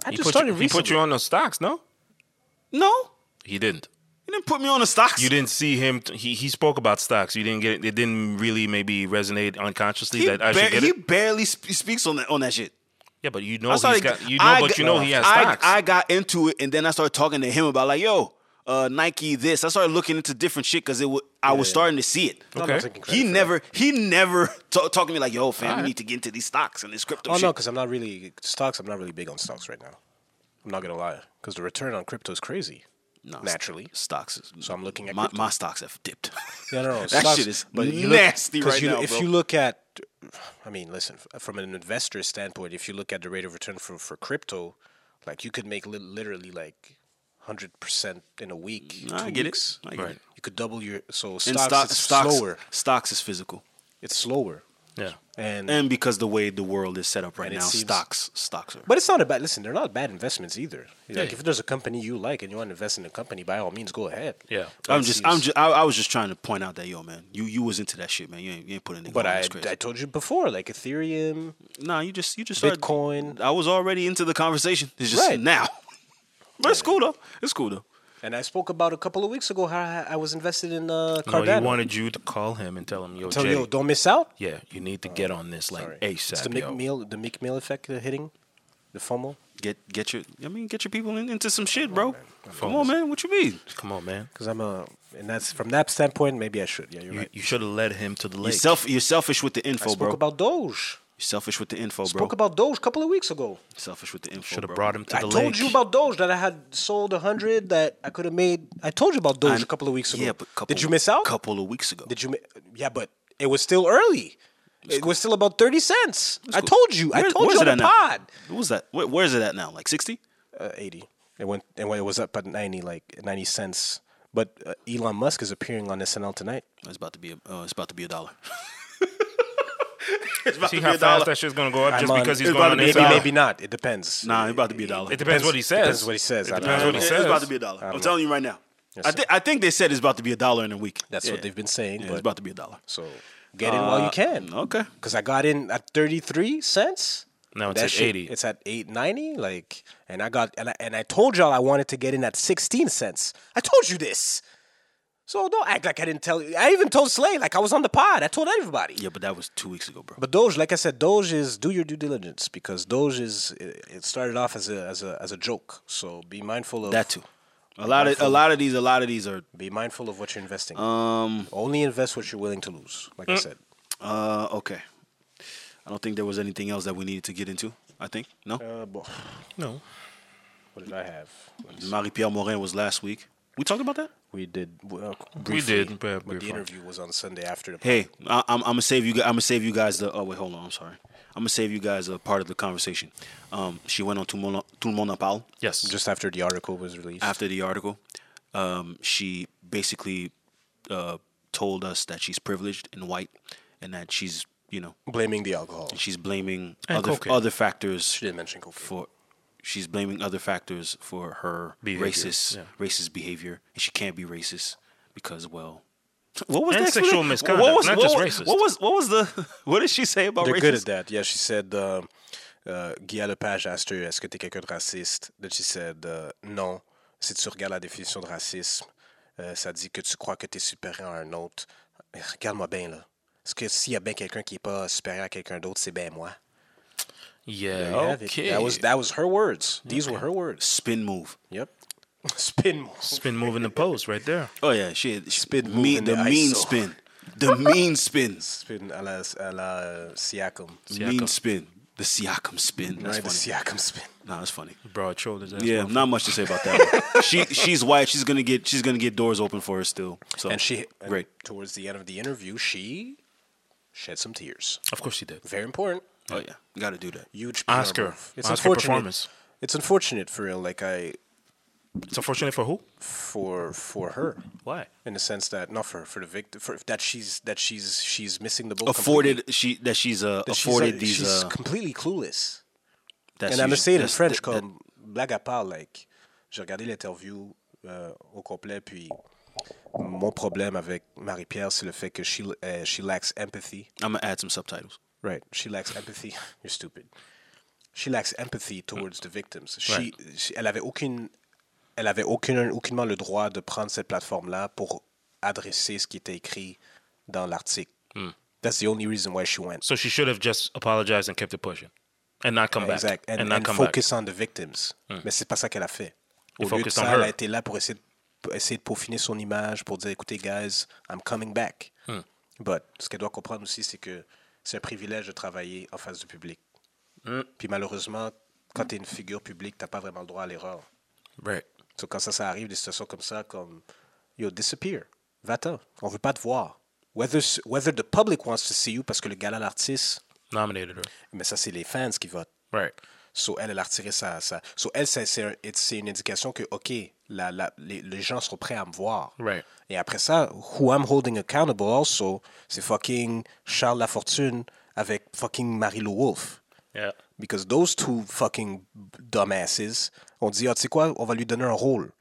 [SPEAKER 3] I
[SPEAKER 2] he
[SPEAKER 3] just
[SPEAKER 2] put,
[SPEAKER 3] started
[SPEAKER 2] you, he put you on those stocks, no?
[SPEAKER 1] No,
[SPEAKER 2] He didn't.
[SPEAKER 1] you didn't put me on the stocks.
[SPEAKER 2] You didn't see him. T- he he spoke about stocks. You didn't get it. Didn't really maybe resonate unconsciously
[SPEAKER 1] He,
[SPEAKER 2] that I
[SPEAKER 1] bar-
[SPEAKER 2] should get
[SPEAKER 1] he
[SPEAKER 2] it.
[SPEAKER 1] barely sp- speaks on that on that shit.
[SPEAKER 2] Yeah, but you know
[SPEAKER 1] I
[SPEAKER 3] Oh,
[SPEAKER 2] he's
[SPEAKER 1] started,
[SPEAKER 2] got. You know,
[SPEAKER 1] I
[SPEAKER 2] but
[SPEAKER 1] got-
[SPEAKER 2] you know he has
[SPEAKER 1] I,
[SPEAKER 2] stocks.
[SPEAKER 1] I got into it, and then I started talking to him about like, yo, uh, Nike this. I started looking into different shit because it w- I was starting to see it.
[SPEAKER 3] I'm not
[SPEAKER 2] Okay.
[SPEAKER 3] taking credit
[SPEAKER 1] He
[SPEAKER 3] for that.
[SPEAKER 1] never, he never ta- talked to me like, yo, fam, we need to get into these stocks and this crypto
[SPEAKER 3] Oh
[SPEAKER 1] shit.
[SPEAKER 3] no, because I'm not really stocks. I'm not really big on stocks right now. I'm not gonna lie, because the return on crypto is crazy.
[SPEAKER 1] No,
[SPEAKER 3] naturally.
[SPEAKER 1] st- stocks. is-
[SPEAKER 3] So I'm looking at
[SPEAKER 1] my,
[SPEAKER 3] crypto.
[SPEAKER 1] my stocks have dipped.
[SPEAKER 3] Yeah, no, no,
[SPEAKER 1] that
[SPEAKER 3] stocks-
[SPEAKER 1] shit is
[SPEAKER 3] you look-
[SPEAKER 1] nasty
[SPEAKER 3] 'cause
[SPEAKER 1] right
[SPEAKER 3] you-
[SPEAKER 1] now,
[SPEAKER 3] If
[SPEAKER 1] bro.
[SPEAKER 3] you look at, I mean, listen, f- from an investor standpoint, if you look at the rate of return for, for crypto, like you could make li- literally like hundred percent in a week.
[SPEAKER 1] Mm, I
[SPEAKER 3] two
[SPEAKER 1] get it.
[SPEAKER 3] weeks.
[SPEAKER 1] I get Right. it.
[SPEAKER 3] You could double your so
[SPEAKER 1] and
[SPEAKER 3] stocks.
[SPEAKER 1] stocks,
[SPEAKER 3] it's
[SPEAKER 1] stocks,
[SPEAKER 3] slower.
[SPEAKER 1] stocks is physical,
[SPEAKER 3] It's slower,
[SPEAKER 2] yeah.
[SPEAKER 3] and,
[SPEAKER 1] and because the way the world is set up right
[SPEAKER 3] Mm. And it
[SPEAKER 1] now,
[SPEAKER 3] seems-
[SPEAKER 1] stocks, stocks are.
[SPEAKER 3] but it's not a bad. Listen, they're not bad investments either. Like if there's a company you like and you want to invest in a company, by all means, go ahead.
[SPEAKER 2] Yeah.
[SPEAKER 3] But
[SPEAKER 1] I'm
[SPEAKER 3] it
[SPEAKER 1] just,
[SPEAKER 3] seems-
[SPEAKER 1] I'm just, I, I was just trying to point out that yo, man, you you was into that shit, man. You ain't, you ain't putting it.
[SPEAKER 3] But I,
[SPEAKER 1] that's crazy.
[SPEAKER 3] I told you before, like Ethereum,
[SPEAKER 1] Nah, you just you just started-
[SPEAKER 3] Bitcoin,
[SPEAKER 1] I was already into the conversation. It's just
[SPEAKER 3] Right.
[SPEAKER 1] now. But it's cool though. It's cool though.
[SPEAKER 3] and I spoke about a couple of weeks ago how I- I was invested in uh,
[SPEAKER 2] No,
[SPEAKER 3] Cardano.
[SPEAKER 2] he wanted you to call him and tell him, yo,
[SPEAKER 3] Tell
[SPEAKER 2] Jay,
[SPEAKER 3] yo, don't miss out.
[SPEAKER 2] yeah, you need to get on this like
[SPEAKER 3] Sorry.
[SPEAKER 2] ASAP.
[SPEAKER 3] It's the
[SPEAKER 2] yo.
[SPEAKER 3] McMill, the McMill effect uh, hitting, the FOMO.
[SPEAKER 1] Get get your I mean get your people in, into some shit, bro. Come on, man. What you mean?
[SPEAKER 2] Come on, man.
[SPEAKER 3] Because I'm a, and that's from that standpoint, maybe I should. Yeah, you're
[SPEAKER 2] You,
[SPEAKER 3] right.
[SPEAKER 2] you should have led him to the lake.
[SPEAKER 1] You self you're selfish with the
[SPEAKER 3] I
[SPEAKER 1] info,
[SPEAKER 3] spoke
[SPEAKER 1] bro.
[SPEAKER 3] about Doge.
[SPEAKER 1] You're selfish with the info, bro.
[SPEAKER 3] Spoke about Doge a couple of weeks ago.
[SPEAKER 1] selfish with the info.
[SPEAKER 2] Should have
[SPEAKER 1] bro.
[SPEAKER 2] brought him to
[SPEAKER 3] I
[SPEAKER 2] the
[SPEAKER 3] told
[SPEAKER 2] lake.
[SPEAKER 3] you about Doge that I had sold a hundred that I could have made. I told you about Doge
[SPEAKER 1] I'm-
[SPEAKER 3] a couple of weeks ago.
[SPEAKER 1] Yeah, but couple,
[SPEAKER 3] did you miss out?
[SPEAKER 1] Couple of weeks ago.
[SPEAKER 3] Did you? Ma- yeah, but it was still early. It was still about thirty cents. I told you. I
[SPEAKER 1] Where-
[SPEAKER 3] told
[SPEAKER 1] where's
[SPEAKER 3] you
[SPEAKER 1] it
[SPEAKER 3] on
[SPEAKER 1] at
[SPEAKER 3] the
[SPEAKER 1] now?
[SPEAKER 3] pod.
[SPEAKER 1] What was that? Where, where's it at now? Like sixty?
[SPEAKER 3] Uh, Eighty. It went and it was up at ninety, like ninety cents. But uh, Elon Musk is appearing on SNL tonight.
[SPEAKER 1] It's about to be. A, oh, it's about to be a dollar.
[SPEAKER 2] See how fast that shit's gonna go up just
[SPEAKER 3] I'm on-
[SPEAKER 2] because he's
[SPEAKER 1] It's about
[SPEAKER 2] going on
[SPEAKER 1] to be-
[SPEAKER 3] Maybe,
[SPEAKER 2] his own.
[SPEAKER 3] maybe not. It depends.
[SPEAKER 1] Nah, it's about to be a dollar.
[SPEAKER 2] It depends what he says.
[SPEAKER 3] Depends what he says. I
[SPEAKER 2] It
[SPEAKER 3] don't
[SPEAKER 2] depends
[SPEAKER 3] know.
[SPEAKER 2] what he
[SPEAKER 1] It's about
[SPEAKER 2] says.
[SPEAKER 1] to be a dollar. I'm telling you right now. I,
[SPEAKER 3] sir.
[SPEAKER 1] thi- I think they said it's about to be a dollar in a week.
[SPEAKER 3] That's
[SPEAKER 1] Yeah.
[SPEAKER 3] what they've been saying.
[SPEAKER 1] Yeah,
[SPEAKER 3] but
[SPEAKER 1] it's about to be a dollar.
[SPEAKER 3] so get in
[SPEAKER 2] Uh,
[SPEAKER 3] while you can.
[SPEAKER 1] Okay.
[SPEAKER 3] Because I got in at thirty three cents.
[SPEAKER 2] Now it's
[SPEAKER 3] That
[SPEAKER 2] at
[SPEAKER 3] shit-
[SPEAKER 2] 80.
[SPEAKER 3] It's at eight ninety. Like, and I got and I, and I told y'all I wanted to get in at sixteen cents. I told you this. So don't act like I didn't tell you. I even told Slay like I was on the pod. I told everybody.
[SPEAKER 1] Yeah, but that was two weeks ago, bro.
[SPEAKER 3] But Doge, like I said, Doge is do your due diligence because Doge is it, it started off as a as a as a joke. So be mindful of
[SPEAKER 1] that too. A lot of a lot of these a lot of these are
[SPEAKER 3] Be mindful of what you're investing. Um, only invest what you're willing to lose. Like I
[SPEAKER 2] Mm.
[SPEAKER 3] said,
[SPEAKER 1] uh, okay. I don't think there was anything else that we needed to get into. I think no.
[SPEAKER 3] uh, bo-
[SPEAKER 2] No.
[SPEAKER 3] what did I have?
[SPEAKER 1] Marie Pierre Morin was last week. We talked about that.
[SPEAKER 3] We did well,
[SPEAKER 2] We
[SPEAKER 3] briefly,
[SPEAKER 2] did. but
[SPEAKER 3] but the
[SPEAKER 2] briefly.
[SPEAKER 3] interview was on Sunday after the
[SPEAKER 1] Hey, I, I'm, I'm gonna save you. I'm gonna save you guys the. Oh wait, hold on. I'm sorry. I'm gonna save you guys a part of the conversation. Um, she went on Tout le monde- Tout le monde en parle
[SPEAKER 2] Yes.
[SPEAKER 3] just after the article was released.
[SPEAKER 1] after the article. Um, she basically uh, told us that she's privileged and white, and that she's you know
[SPEAKER 3] blaming the alcohol.
[SPEAKER 1] she's blaming
[SPEAKER 2] And
[SPEAKER 1] other
[SPEAKER 2] cocaine.
[SPEAKER 1] other factors.
[SPEAKER 3] She didn't mention cocaine.
[SPEAKER 1] for she's blaming other factors for her
[SPEAKER 2] Behavior,
[SPEAKER 1] racist
[SPEAKER 2] yeah.
[SPEAKER 1] racist behavior, and she can't be racist because well, what was
[SPEAKER 2] And
[SPEAKER 1] the
[SPEAKER 2] sexual
[SPEAKER 1] explanation?
[SPEAKER 2] misconduct,
[SPEAKER 1] What was,
[SPEAKER 2] not
[SPEAKER 1] what,
[SPEAKER 2] just
[SPEAKER 1] was-
[SPEAKER 2] racist.
[SPEAKER 1] What was what was the what did she say about
[SPEAKER 3] They're
[SPEAKER 1] racist?
[SPEAKER 3] good at that. Yeah, she said. Uh, uh, Guy Lepage asked her, "Est-ce que t'es quelqu'un de raciste?" Then she said, uh, "Non. Si tu regardes la définition de racisme, euh, ça dit que tu crois que t'es supérieur à un autre. Eh, Regarde-moi bien là. Est-ce que s'il y a bien quelqu'un qui est pas supérieur à quelqu'un d'autre, c'est bien moi."
[SPEAKER 2] yeah.
[SPEAKER 3] You have it.
[SPEAKER 2] Okay.
[SPEAKER 3] That was that was her words. These were her words.
[SPEAKER 1] Spin move.
[SPEAKER 3] Yep. Spin more.
[SPEAKER 2] It's been moving the post right there.
[SPEAKER 1] Oh yeah, she, she
[SPEAKER 3] Spin move
[SPEAKER 1] mean
[SPEAKER 3] in
[SPEAKER 1] the,
[SPEAKER 3] the
[SPEAKER 1] mean
[SPEAKER 3] ISO.
[SPEAKER 1] spin, the mean spins,
[SPEAKER 3] Spin à la, à la euh, Siakam.
[SPEAKER 1] mean
[SPEAKER 2] Siakam.
[SPEAKER 1] spin, the Siakam spin. That's
[SPEAKER 3] Right, the
[SPEAKER 1] funny.
[SPEAKER 3] Siakam spin.
[SPEAKER 1] nah, that's funny.
[SPEAKER 2] Broad shoulders. that's
[SPEAKER 1] Yeah,
[SPEAKER 2] one.
[SPEAKER 1] not much to say about that. she she's white. She's gonna get she's gonna get doors open for her still. So
[SPEAKER 3] And she and
[SPEAKER 1] great.
[SPEAKER 3] towards the end of the interview, she shed some tears.
[SPEAKER 2] Of course she did.
[SPEAKER 3] Very important.
[SPEAKER 1] Oh yeah, got to do that.
[SPEAKER 3] Huge PR
[SPEAKER 2] Oscar.
[SPEAKER 3] move.
[SPEAKER 2] Oscar performance.
[SPEAKER 3] It's unfortunate for real. Like I
[SPEAKER 2] It's unfortunate for who?
[SPEAKER 3] for for her
[SPEAKER 2] Why?
[SPEAKER 3] in the sense that not for her, for the victim for that she's that she's she's missing the boat. completely.
[SPEAKER 1] afforded she that she's uh,
[SPEAKER 3] That she's, uh,
[SPEAKER 1] afforded these
[SPEAKER 3] She's
[SPEAKER 1] uh,
[SPEAKER 3] completely clueless.
[SPEAKER 1] that's
[SPEAKER 3] And I'm gonna
[SPEAKER 1] usually-
[SPEAKER 3] say it in
[SPEAKER 1] that's-
[SPEAKER 3] French
[SPEAKER 1] that- that-
[SPEAKER 3] comme blague à part, like j'ai regardé l'interview euh, au complet, puis mon problème avec Marie-Pierre, c'est le fait que she, eh, she lacks empathy.
[SPEAKER 1] I'm gonna add some subtitles.
[SPEAKER 3] Right. She lacks empathy. You're stupid. She lacks empathy towards the victims. She,
[SPEAKER 2] Right.
[SPEAKER 3] she- elle avait aucune, elle avait aucun, aucunement le droit de prendre cette plateforme-là pour adresser ce qui était écrit dans l'article. That's the only reason why she went.
[SPEAKER 2] So she should have just apologized and kept it pushing, and not come back.
[SPEAKER 3] Exact. And,
[SPEAKER 2] not
[SPEAKER 3] and
[SPEAKER 2] come back.
[SPEAKER 3] focus on the victims. Mais c'est pas ça qu'elle a fait. Au
[SPEAKER 2] And
[SPEAKER 3] lieu de
[SPEAKER 2] focus on
[SPEAKER 3] ça, elle a
[SPEAKER 2] her.
[SPEAKER 3] été là pour essayer, de, pour essayer de peaufiner son image, pour dire écoutez, guys, I'm coming back.
[SPEAKER 2] Hmm.
[SPEAKER 3] But ce qu'elle doit comprendre aussi, c'est que c'est un privilège de travailler en face du public.
[SPEAKER 2] Hmm.
[SPEAKER 3] Puis malheureusement, quand tu es une figure publique, tu pas vraiment le droit à l'erreur.
[SPEAKER 2] Right.
[SPEAKER 3] So, quand ça, ça arrive, des situations comme ça, comme yo, disappear, va-t'en, on veut pas te voir. Whether, whether the public wants to see you, parce que le gala l'artiste,
[SPEAKER 2] Nominated her.
[SPEAKER 3] mais ça, c'est les fans qui votent.
[SPEAKER 2] Right.
[SPEAKER 3] So, elle, elle a retiré sa. sa so, elle, c'est- c'est un- c'est une indication que, OK, la, la, les, les gens seront prêts à me voir.
[SPEAKER 2] Right.
[SPEAKER 3] Et après ça, who I'm holding accountable also, c'est fucking Charles Lafortune avec fucking Marie-Lou Wolfe.
[SPEAKER 2] Yeah.
[SPEAKER 3] Because those two fucking dumbasses ont dit, ah, tu sais quoi, on va lui donner un rôle.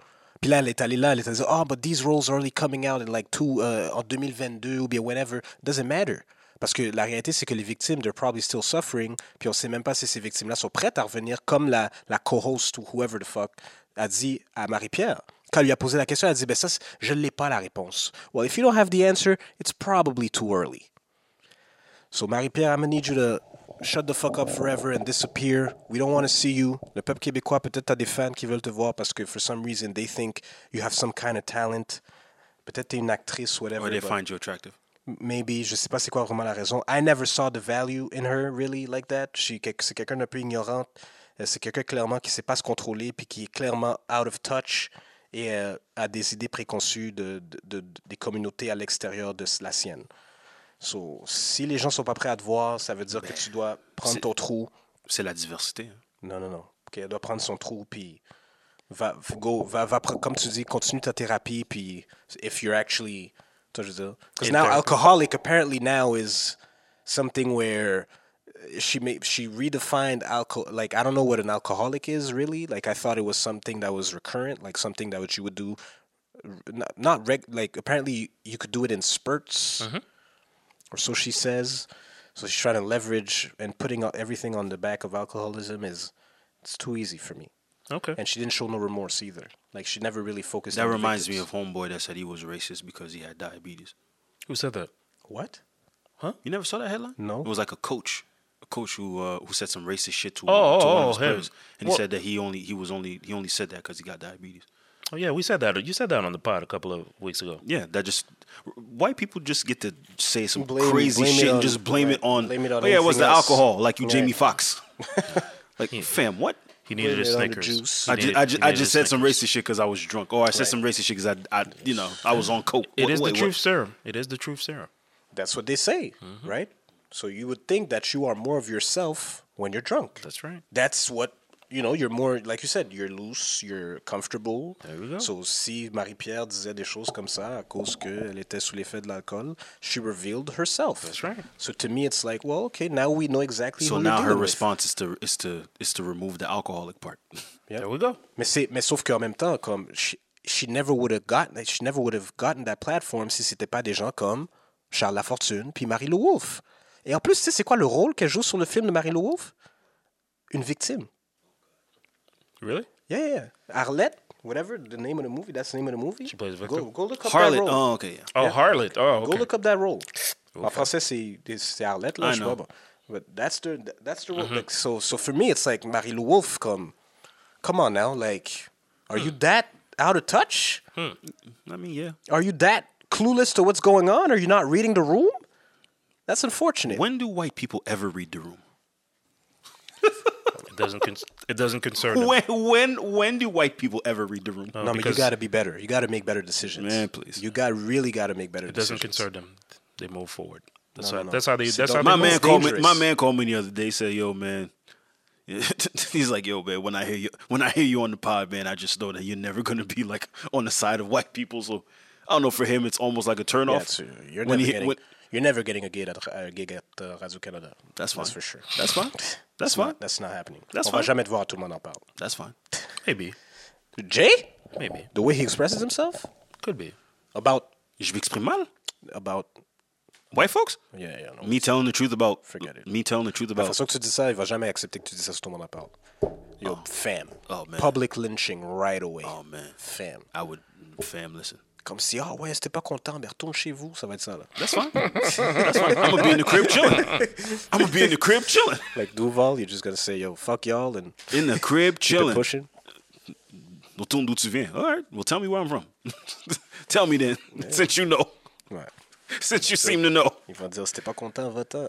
[SPEAKER 3] Puis là, elle est allée là, elle est allée dire, ah, but these roles are only coming out in like two, euh, en 2022 ou bien whenever. Doesn't matter. Parce que la réalité, c'est que les victimes, they're probably still suffering. Puis on sait même pas si ces victimes-là sont prêtes à revenir, comme la, la co-host ou whoever the fuck a dit à Marie-Pierre. Quand elle lui a posé la question, elle a dit, ben ça, c'est- je l'ai pas la réponse. Well, if you don't have the answer, it's probably too early. So Marie-Pierre, I'm gonna need you to shut the fuck up forever and disappear. We don't want to see you. Le peuple québécois, peut-être t'as des fans qui veulent te voir parce que for some reason they think you have some kind of talent. Peut-être t'es une actrice, whatever.
[SPEAKER 1] Or they
[SPEAKER 3] but-
[SPEAKER 1] find you attractive.
[SPEAKER 3] maybe, je sais pas c'est quoi vraiment la raison. I never saw the value in her really like that. Je suis quel- C'est quelqu'un d'un peu ignorante. Euh, C'est quelqu'un clairement qui sait pas se contrôler puis qui est clairement out of touch et euh, a des idées préconçues de, de- de- de- des communautés à l'extérieur de s- la sienne. So, si les gens sont pas prêts à te voir, ça veut dire que tu dois prendre
[SPEAKER 1] c'est-
[SPEAKER 3] ton trou.
[SPEAKER 1] C'est la diversité. hein.
[SPEAKER 3] Non, non, non. Ok, elle doit prendre son trou, puis va, go, va, va, pre- comme tu dis, continue ta thérapie, puis if you're actually, tu vois, je veux dire. Because
[SPEAKER 2] In
[SPEAKER 3] now,
[SPEAKER 2] therapy.
[SPEAKER 3] alcoholic apparently now is something where uh, she made she redefined alcohol. Like I don't know what an alcoholic is really. Like I thought it was something that was recurrent, like something that what you would do, r- not not reg. Like apparently you could do it in spurts or so she says. So she's trying to leverage and putting out everything on the back of alcoholism is it's too easy for me.
[SPEAKER 2] Okay.
[SPEAKER 3] And she didn't show no remorse either. Like she never really focused.
[SPEAKER 1] That
[SPEAKER 3] on the
[SPEAKER 1] reminds me of
[SPEAKER 3] victims.
[SPEAKER 1] homeboy that said he was racist because he had diabetes.
[SPEAKER 2] Who said that?
[SPEAKER 3] what?
[SPEAKER 1] You never saw that headline?
[SPEAKER 3] No.
[SPEAKER 1] It was like a coach, a coach who uh, who said some racist shit to,
[SPEAKER 2] Oh,
[SPEAKER 1] to
[SPEAKER 2] oh,
[SPEAKER 1] one of
[SPEAKER 2] oh,
[SPEAKER 1] his
[SPEAKER 2] him.
[SPEAKER 1] players, and he
[SPEAKER 2] Well-
[SPEAKER 1] said that he only he was only he only said that because he got diabetes.
[SPEAKER 2] Oh yeah, we said that. You said that on the pod a couple of weeks ago.
[SPEAKER 1] Yeah, that just white people just get to say some
[SPEAKER 3] Blame-
[SPEAKER 1] crazy
[SPEAKER 3] blame it
[SPEAKER 1] shit
[SPEAKER 3] on-
[SPEAKER 1] and just blame it
[SPEAKER 3] right,
[SPEAKER 1] on.
[SPEAKER 3] blame it on
[SPEAKER 1] "Oh, yeah, it was
[SPEAKER 3] anything
[SPEAKER 1] the
[SPEAKER 3] else."
[SPEAKER 1] alcohol, like you,
[SPEAKER 3] Right.
[SPEAKER 1] Jamie Foxx. like, fam, what?
[SPEAKER 2] He needed
[SPEAKER 3] Blame
[SPEAKER 2] a
[SPEAKER 3] it on the
[SPEAKER 2] Snickers.
[SPEAKER 3] juice.
[SPEAKER 2] He
[SPEAKER 1] I just,
[SPEAKER 2] needed-
[SPEAKER 1] I
[SPEAKER 2] he
[SPEAKER 1] just, I
[SPEAKER 2] needed
[SPEAKER 1] just
[SPEAKER 2] a
[SPEAKER 1] said some
[SPEAKER 2] Snickers.
[SPEAKER 1] racist shit because I was drunk, or I said some racist shit because I, I, you know, I was on coke.
[SPEAKER 2] It is
[SPEAKER 1] Wait,
[SPEAKER 2] the
[SPEAKER 1] what?
[SPEAKER 2] truth serum. It is the truth serum.
[SPEAKER 3] That's what they say,
[SPEAKER 1] Mm-hmm.
[SPEAKER 3] right? So you would think that you are more of yourself when you're drunk.
[SPEAKER 2] That's right.
[SPEAKER 3] That's what you know. You're more like you said. You're loose. You're comfortable.
[SPEAKER 2] There we go.
[SPEAKER 3] So si Marie-Pierre disait des choses comme ça à cause qu'elle était sous l'effet de l'alcool, she revealed herself. That's
[SPEAKER 2] right.
[SPEAKER 3] So to me, it's like, well, okay, now we know exactly.
[SPEAKER 1] So
[SPEAKER 3] who
[SPEAKER 1] now
[SPEAKER 3] you're
[SPEAKER 1] her
[SPEAKER 3] dealing with.
[SPEAKER 1] response is to is to is to remove the alcoholic part.
[SPEAKER 3] Yeah.
[SPEAKER 2] There we go.
[SPEAKER 3] Mais c'est mais sauf qu'en même temps comme she, she never would have gotten she never would have gotten that platform si c'était pas des gens comme Charles Lafortune puis Marie Lou Wolfe. Et en plus, tu sais c'est quoi le rôle qu'elle joue sur le film de Marie Lou Wolfe Une victime.
[SPEAKER 2] Really?
[SPEAKER 3] Yeah, yeah, yeah. Arlette, whatever the name of the movie, that's the name of the movie.
[SPEAKER 2] She plays a
[SPEAKER 3] go,
[SPEAKER 2] victim.
[SPEAKER 3] go look up that
[SPEAKER 1] Harlot.
[SPEAKER 3] role.
[SPEAKER 1] Oh, okay. Yeah.
[SPEAKER 2] Oh, harlot. Oh,
[SPEAKER 3] Go
[SPEAKER 2] okay.
[SPEAKER 3] look up that role. En français, c'est c'est Arlette là,
[SPEAKER 1] I
[SPEAKER 3] je sais pas.
[SPEAKER 1] know.
[SPEAKER 3] bon. But that's the that's the role.
[SPEAKER 2] Mm-hmm.
[SPEAKER 3] Like, so so for me, it's like Marie Lou Wolfe come come on now, like are you
[SPEAKER 2] Mm.
[SPEAKER 3] that out of touch?
[SPEAKER 1] I mean, yeah.
[SPEAKER 3] Are you that clueless to what's going on? Are you not reading the room? That's unfortunate.
[SPEAKER 1] When do white people ever read the room?
[SPEAKER 2] It doesn't. Con- it doesn't concern. Him.
[SPEAKER 1] When when when do white people ever read the room?
[SPEAKER 3] no, but you
[SPEAKER 2] because-
[SPEAKER 3] got to be better. You got to make better decisions.
[SPEAKER 1] Man, please.
[SPEAKER 3] You got really got to make better
[SPEAKER 2] It doesn't
[SPEAKER 3] decisions.
[SPEAKER 2] concern them. They move forward. That's
[SPEAKER 3] No,
[SPEAKER 2] how.
[SPEAKER 3] no, no.
[SPEAKER 2] That's how they.
[SPEAKER 3] See,
[SPEAKER 2] That's
[SPEAKER 3] don't-
[SPEAKER 2] how
[SPEAKER 1] my
[SPEAKER 3] most
[SPEAKER 2] they
[SPEAKER 1] man
[SPEAKER 2] move.
[SPEAKER 1] called me.
[SPEAKER 3] dangerous.
[SPEAKER 1] My man called me the other day. Said, "Yo, man." He's like, "Yo, man. When I hear you, when I hear you on the pod, man, I just know that you're never gonna be like on the side of white people." So I don't know. For him, it's almost like a
[SPEAKER 3] Yeah,
[SPEAKER 1] turnoff.
[SPEAKER 3] it's- uh, you're,
[SPEAKER 1] When
[SPEAKER 3] never
[SPEAKER 1] he-
[SPEAKER 3] getting,
[SPEAKER 1] when-
[SPEAKER 3] you're never getting a gig at, a gig at uh, Radio Canada.
[SPEAKER 1] That's fine.
[SPEAKER 3] That's for sure.
[SPEAKER 1] That's fine. That's fine.
[SPEAKER 3] Not, that's not happening.
[SPEAKER 1] That's
[SPEAKER 3] On va
[SPEAKER 1] fine.
[SPEAKER 3] jamais te voir, tout le monde en parle.
[SPEAKER 1] That's fine.
[SPEAKER 2] Maybe.
[SPEAKER 3] Jay,
[SPEAKER 2] Maybe.
[SPEAKER 3] the way he expresses himself
[SPEAKER 2] Could be.
[SPEAKER 3] about
[SPEAKER 1] Je m'exprime mal.
[SPEAKER 3] about
[SPEAKER 1] White folks.
[SPEAKER 3] yeah, yeah, no.
[SPEAKER 1] Me telling the truth about.
[SPEAKER 3] Forget it.
[SPEAKER 1] Me telling the truth
[SPEAKER 3] La
[SPEAKER 1] about.
[SPEAKER 3] façon que tu dis ça, il va jamais accepter que tu dis ça sur tout le monde en parle. Yo, fam.
[SPEAKER 1] Oh, man.
[SPEAKER 3] Public lynching right away.
[SPEAKER 1] Oh man,
[SPEAKER 3] Fam.
[SPEAKER 1] I would. Fam, listen.
[SPEAKER 3] Comme si, ah ouais, c'était pas content, ben retourne chez vous, ça va être ça là.
[SPEAKER 1] That's fine. That's fine. I'm gonna be in the crib chilling. I'm gonna be in the crib chilling.
[SPEAKER 3] Like Duval, you're just gonna say, yo, fuck y'all and
[SPEAKER 1] In the crib
[SPEAKER 3] keep it
[SPEAKER 1] chilling.
[SPEAKER 3] pushing.
[SPEAKER 1] Retourne d'où tu viens. All right. Well, tell me where I'm from. tell me then, since you know,
[SPEAKER 3] Ouais.
[SPEAKER 1] since you seem to know.
[SPEAKER 3] Ils vont dire, c'était pas content, va-t'en.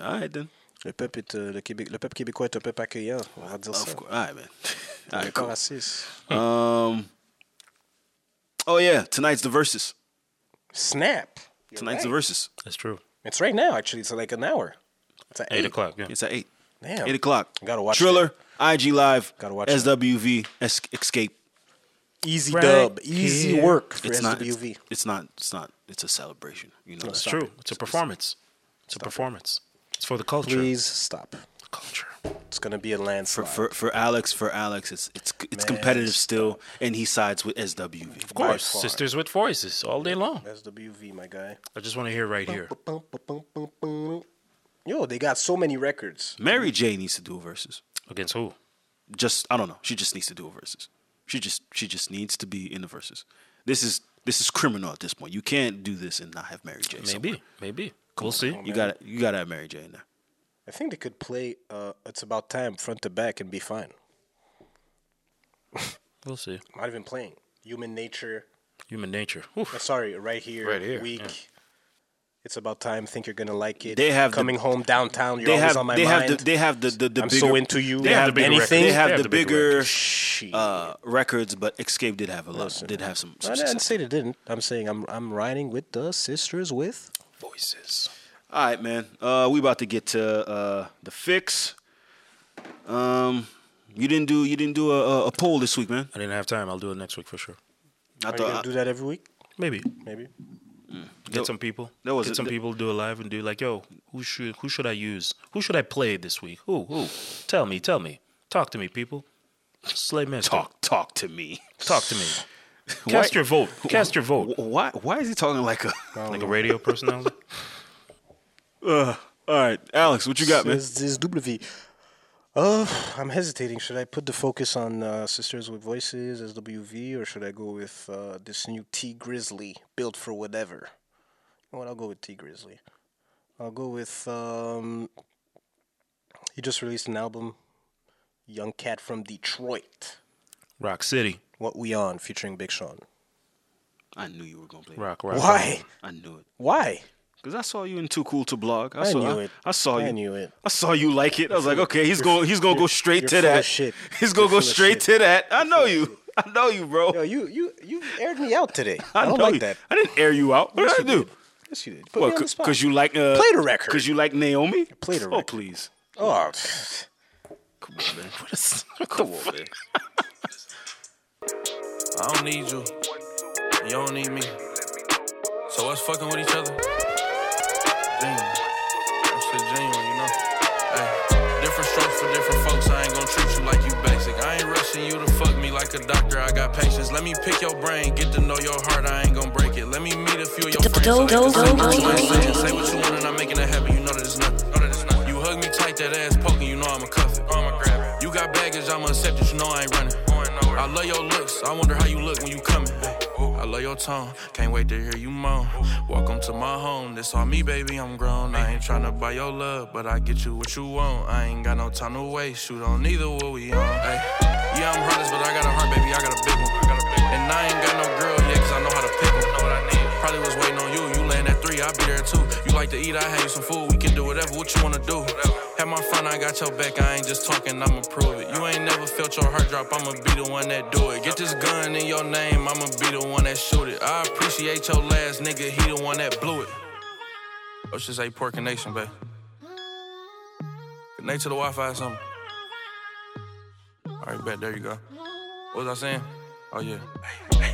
[SPEAKER 1] All right then.
[SPEAKER 3] Le peuple, est, euh, le, Québec, le peuple québécois est un peuple accueillant. On va dire ça.
[SPEAKER 1] Of course. All right, man. All
[SPEAKER 3] On
[SPEAKER 1] right,
[SPEAKER 3] est pas
[SPEAKER 1] cool.
[SPEAKER 3] raciste.
[SPEAKER 1] Um. Oh yeah, tonight's the verses.
[SPEAKER 3] Snap. You're
[SPEAKER 1] Tonight's the
[SPEAKER 3] right.
[SPEAKER 1] verses.
[SPEAKER 2] That's true.
[SPEAKER 3] It's right now, actually. It's like an hour. It's at
[SPEAKER 2] Eight o'clock. Yeah.
[SPEAKER 1] It's at eight.
[SPEAKER 3] Damn.
[SPEAKER 1] Eight o'clock.
[SPEAKER 3] Gotta watch
[SPEAKER 1] Triller. IG Live.
[SPEAKER 3] Gotta watch that.
[SPEAKER 1] SWV. Es- Escape.
[SPEAKER 3] Easy
[SPEAKER 2] Right
[SPEAKER 3] dub. Easy
[SPEAKER 2] here.
[SPEAKER 3] work for
[SPEAKER 1] It's not.
[SPEAKER 3] SWV.
[SPEAKER 1] It's, it's not. It's not. It's a celebration. You know.
[SPEAKER 2] It's
[SPEAKER 1] that.
[SPEAKER 2] true. It's a performance. It's a performance. It's for the culture.
[SPEAKER 3] Please stop.
[SPEAKER 2] Culture.
[SPEAKER 3] It's gonna be a
[SPEAKER 1] For,
[SPEAKER 3] landslide.
[SPEAKER 1] for for Alex, for Alex, it's it's it's
[SPEAKER 3] Man,
[SPEAKER 1] competitive still, and he sides with SWV.
[SPEAKER 2] Of course.
[SPEAKER 3] far.
[SPEAKER 2] Sisters with voices all day long.
[SPEAKER 3] SWV, my guy.
[SPEAKER 2] I just want to hear right here.
[SPEAKER 3] Yo, they got so many records.
[SPEAKER 1] Mary J needs to do a versus.
[SPEAKER 2] Against who?
[SPEAKER 1] Just I don't know. She just needs to do a versus. She just she just needs to be in the verses. This is this is criminal at this point. You can't do this and not have Mary J. somewhere.
[SPEAKER 2] Maybe. Maybe. We'll see.
[SPEAKER 1] you got to you got to have Mary J in there.
[SPEAKER 3] I think they could play uh, It's About Time front to back and be fine.
[SPEAKER 2] We'll see.
[SPEAKER 3] Not even playing. Human Nature.
[SPEAKER 2] Human nature. Oof.
[SPEAKER 3] uh, sorry, right here.
[SPEAKER 2] Right here,
[SPEAKER 3] Week. It's about time. Think you're gonna like it.
[SPEAKER 1] They have the-
[SPEAKER 3] coming home downtown. You're
[SPEAKER 1] They
[SPEAKER 3] always
[SPEAKER 1] have,
[SPEAKER 3] on my
[SPEAKER 1] they
[SPEAKER 3] mind.
[SPEAKER 1] have the, they have the the, the
[SPEAKER 3] I'm
[SPEAKER 1] bigger,
[SPEAKER 3] so into you.
[SPEAKER 1] They,
[SPEAKER 3] They have
[SPEAKER 1] have,
[SPEAKER 3] the big
[SPEAKER 1] anything. They
[SPEAKER 3] records.
[SPEAKER 1] have,
[SPEAKER 2] They have
[SPEAKER 1] the,
[SPEAKER 2] the big
[SPEAKER 1] bigger
[SPEAKER 3] Shit.
[SPEAKER 1] uh, records, but Escape did have a lot. did have some, some
[SPEAKER 3] I
[SPEAKER 1] success.
[SPEAKER 3] didn't say they didn't. I'm saying I'm I'm riding with the sisters with.
[SPEAKER 2] Voices.
[SPEAKER 1] All right, man. Uh, we about to get to uh, the fix. Um, you didn't do you didn't do a, a, a poll this week, man.
[SPEAKER 2] I didn't have time. I'll do it next week for sure.
[SPEAKER 1] I
[SPEAKER 3] Are you gonna
[SPEAKER 1] thought
[SPEAKER 3] do that every week?
[SPEAKER 2] Maybe
[SPEAKER 3] Maybe.
[SPEAKER 2] get some people.
[SPEAKER 1] that was
[SPEAKER 2] get
[SPEAKER 1] it.
[SPEAKER 2] some
[SPEAKER 1] Th-
[SPEAKER 2] people do a live and do like, yo, who should who should I use? Who should I play this week? Who who? Tell me, tell me, talk to me, people. Slay Mister.
[SPEAKER 1] talk talk to me.
[SPEAKER 2] talk to me. Cast your vote. Cast your vote.
[SPEAKER 1] Wh- Why why is he talking like a?
[SPEAKER 2] Like a radio personality.
[SPEAKER 1] uh, All right, Alex, what you got, man?
[SPEAKER 3] This is W. Uh, I'm hesitating. Should I put the focus on uh, Sisters with Voices as WV, or should I go with uh, this new T Grizzly built for whatever? You know what? I'll go with T Grizzly. I'll go with. Um, he just released an album, Young Cat from Detroit.
[SPEAKER 2] Rock City.
[SPEAKER 3] What We On featuring Big Sean.
[SPEAKER 1] I knew you were gonna play.
[SPEAKER 2] Rock. Rock.
[SPEAKER 3] Why?
[SPEAKER 1] I knew it
[SPEAKER 3] Why?
[SPEAKER 1] because I saw you in Too Cool to Blog. I,
[SPEAKER 3] I
[SPEAKER 1] saw,
[SPEAKER 3] knew
[SPEAKER 1] I,
[SPEAKER 3] it.
[SPEAKER 1] I saw you.
[SPEAKER 3] I knew it.
[SPEAKER 1] I saw you like it. I was like, okay, he's going. He's gonna go straight
[SPEAKER 3] you're
[SPEAKER 1] to
[SPEAKER 3] full
[SPEAKER 1] that.
[SPEAKER 3] of shit.
[SPEAKER 1] He's gonna
[SPEAKER 3] You're
[SPEAKER 1] go
[SPEAKER 3] full of
[SPEAKER 1] straight to that. I know you. I know you, bro.
[SPEAKER 3] Yo, you you you aired me out today.
[SPEAKER 1] I,
[SPEAKER 3] I don't
[SPEAKER 1] know
[SPEAKER 3] like
[SPEAKER 1] you.
[SPEAKER 3] that.
[SPEAKER 1] I didn't air you out. What
[SPEAKER 3] Yes,
[SPEAKER 1] did I
[SPEAKER 3] you
[SPEAKER 1] do?
[SPEAKER 3] did. Yes, you did. Put me on the spot.
[SPEAKER 1] Because you like uh,
[SPEAKER 3] Play the record.
[SPEAKER 1] Because you like Naomi.
[SPEAKER 3] Play the
[SPEAKER 1] Oh
[SPEAKER 3] record.
[SPEAKER 1] please.
[SPEAKER 3] Oh,
[SPEAKER 1] Come on, man.
[SPEAKER 7] I don't need you. and You don't need me. So what's fucking with each other? Genuine. That shit genuine, you know? Ay, different strokes for different folks. I ain't gonna treat you like you basic. I ain't rushing you to fuck me like a doctor. I got patience. Let me pick your brain, get to know your heart. I ain't gonna break it. Let me meet a few of your friends. so they can see what you ain't saying. Say what you want and I'm making it happen. You know that it's nothing. Know that it's nothing. You hug me tight, that ass poking. You know I'ma cuff it. I'ma grab it. You got baggage, I'ma accept it. You know I ain't running. I love your looks. I wonder how you look when you coming. I love your tone. Can't wait to hear you moan. Welcome to my home. This on me, baby. I'm grown. I ain't tryna buy your love, but I get you what you want. I ain't got no time to waste. Shoot on either what we on. Ay. Yeah, I'm heartless, but I got a heart, baby. I got a big one. And I ain't got no girl yet, cause I know how to pick one. Probably was waiting on you. You laying at three, I be there too. You like to eat, I have you some food. We can do whatever, what you wanna do. Have my fun, I got your back. I ain't just talking, I'ma prove it. You ain't never felt your heart drop, I'ma be the one that do it. Get this gun in your name, I'ma be the one that shoot it. I appreciate your last nigga, he the one that blew it. Let's just Oh, say Pork and Nation, babe. Connect to the Wi Fi or something. Alright, bet, there you go. What was I saying? Oh, yeah.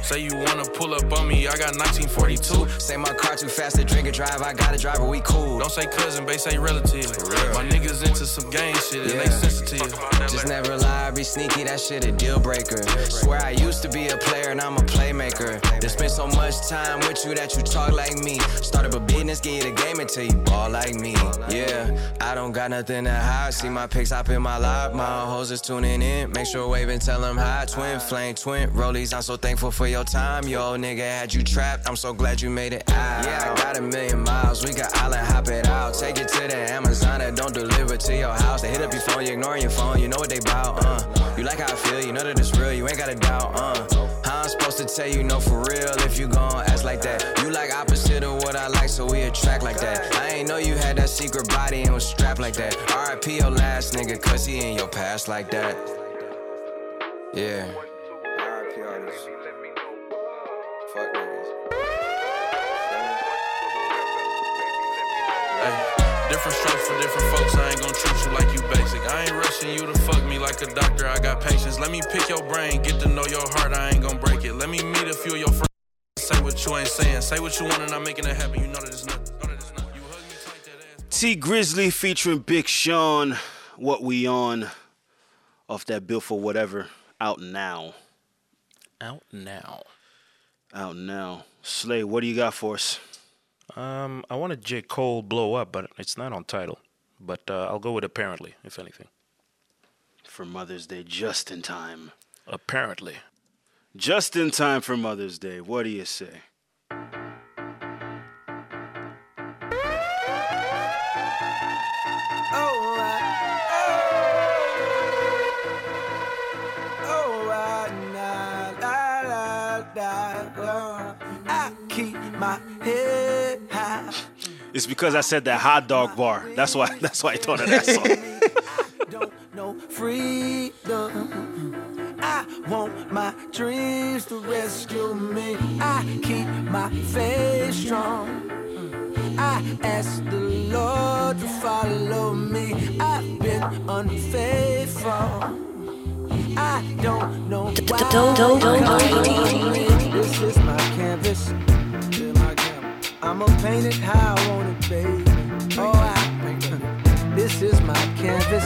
[SPEAKER 7] Say you wanna pull up on me, I got 1942.
[SPEAKER 8] Say my car too fast to drink and drive. I got to drive or we cool.
[SPEAKER 7] Don't say cousin, they say relative. My niggas into some gang shit and they
[SPEAKER 8] Yeah.
[SPEAKER 7] sensitive.
[SPEAKER 8] Just never lie, be sneaky, that shit a deal breaker. Swear I used to be a player and I'm a playmaker. They spent so much time with you that you talk like me. Start up a business, get you the game until you ball like me. Yeah, I don't got nothing to hide. See my pics up in my live, my own hoes is tuning in. Make sure wave and tell them hi. Twin flame, twin rollies. I'm so thankful for your time. Yo, nigga had you trapped. I'm so glad you made it out. Yeah, I got a million miles. We can island hop it out. Take it to the Amazon and don't deliver to your house. They hit up your phone, you ignoring your phone. You know what they bout, uh. You like how I feel, you know that it's real. You ain't got to doubt, uh. How I'm supposed to tell you no for real if you gon' act like that. You like opposite of what I like, so we attract like that. I ain't know you had that secret body and was strapped like that. RIP your last nigga, cause he in your past like that. Yeah.
[SPEAKER 7] Ay, Different strokes for different folks. I ain't gonna treat you like you basic. I ain't rushing you to fuck me like a doctor. I got patience. Let me pick your brain, get to know your heart. I ain't gonna break it. Let me meet a few of your friends. Say what you ain't saying. Say what you want and I'm making it happen. You know that it's nothing. Know that it's nothing. You hug me tight, that ass.
[SPEAKER 1] T Grizzly featuring Big Sean. What we on? Off that bill for whatever. Out now.
[SPEAKER 2] Out now.
[SPEAKER 1] Out now. Slay, what do you got for us?
[SPEAKER 2] Um, I wanted J Cole blow up, but it's not on title. But uh, I'll go with apparently, if anything.
[SPEAKER 1] For Mother's Day, just in time.
[SPEAKER 2] Apparently.
[SPEAKER 1] Just in time for Mother's Day. What do you say?
[SPEAKER 8] Oh, I, oh, oh, I, la, la, la, la. I keep my head high.
[SPEAKER 1] It's because I said that hot dog bar. That's why. That's why I thought of that song.
[SPEAKER 9] don't know freedom. I want my dreams to rescue me. I keep my faith strong. I ask the Lord to follow me. I've been unfaithful. I don't know why. This is my canvas. This is my canvas. I'ma paint it how I want it, baby. Oh, I, this is my canvas.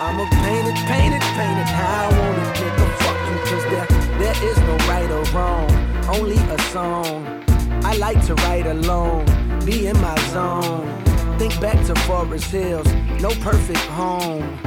[SPEAKER 9] I'ma paint it, paint it, paint it how I want it. Give a fucking cause there, there is no right or wrong, only a song. I like to write alone, be in my zone. Think back to Forest Hills, no perfect home.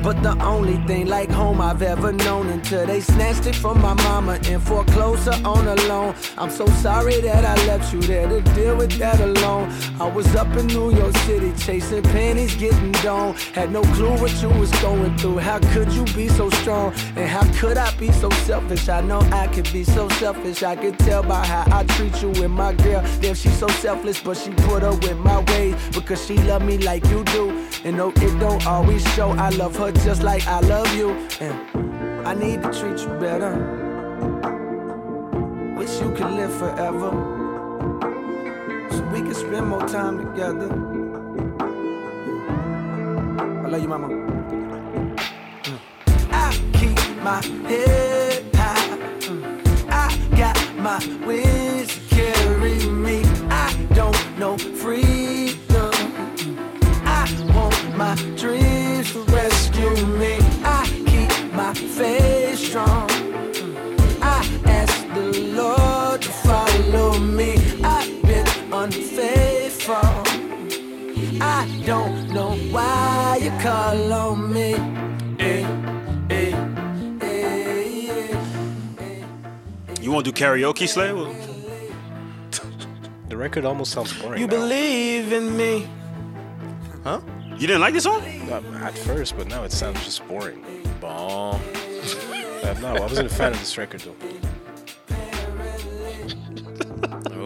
[SPEAKER 9] But the only thing like home I've ever known until they snatched it from my mama and foreclosed her on a loan. I'm so sorry that I left you there to deal with that alone. I was up in New York City chasing pennies, getting gone. Had no clue what you was going through. How could you be so strong? And how could I be so selfish? I know I could be so selfish. I could tell by how I treat you and my girl. Damn, she's so selfless, but she put her with my ways because she love me like you do. And no, it don't always show. I love her just like I love you. And I need to treat you better. Wish you could live forever. So we could spend more time together. I love you, mama. I keep my head high. Mm. I got my wings to carry me. I don't know freedom. Mm. I want my dreams to rescue me. I keep my faith strong. Mm. I ask the Lord to follow me. I've been unfaithful. I don't know why you call on me. Hey, hey, hey, hey.
[SPEAKER 1] You want to do karaoke, Slay? Well,
[SPEAKER 3] The record almost sounds boring.
[SPEAKER 9] You
[SPEAKER 3] now.
[SPEAKER 9] believe in me.
[SPEAKER 1] You didn't like this song?
[SPEAKER 3] Uh, at first, but now it sounds just boring. Bomb. Uh, no, I wasn't a fan of this record though.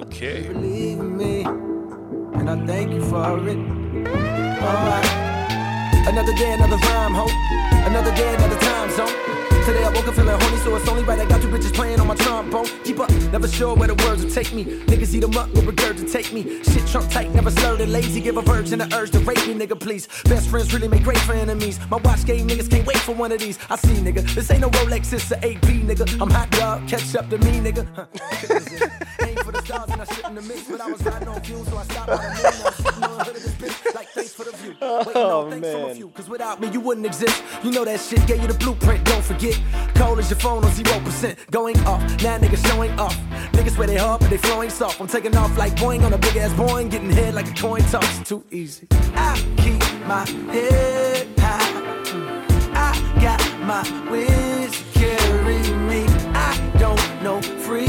[SPEAKER 2] Okay.
[SPEAKER 9] believe in me, and I thank you for it. Alright. Another day, another rhyme, ho. Another day, another time zone. Today I woke up feeling horny, so it's only right I got two bitches playing on my trombone. Keep up, never sure where the words will take me. Niggas eat them up, will regurgitate me. Shit trunk tight, never slurred and lazy. Give a virgin the urge to rape me, nigga, please. Best friends really make great for enemies. My watch game niggas can't wait for one of these. I see, nigga, this ain't no Rolex, it's a AP, nigga. I'm hot dog, catch up to me, nigga. Huh. Aim for the stars and I shouldn't have missed, but I was riding on fumes, so I stopped by the moon. I was sitting on the hood of this bitch, like thanks for the view. Wait, no, thanks for a few, cause without me you wouldn't exist. You know that shit gave you the blueprint, don't forget. Cold as your phone on 0%, going off. Now niggas showing off. Niggas where they hard, but they flowing soft. I'm taking off like Boeing on a big ass Boeing, getting head like a coin toss. Too easy. I keep my head high. Mm. I got my wings to carry me. I don't know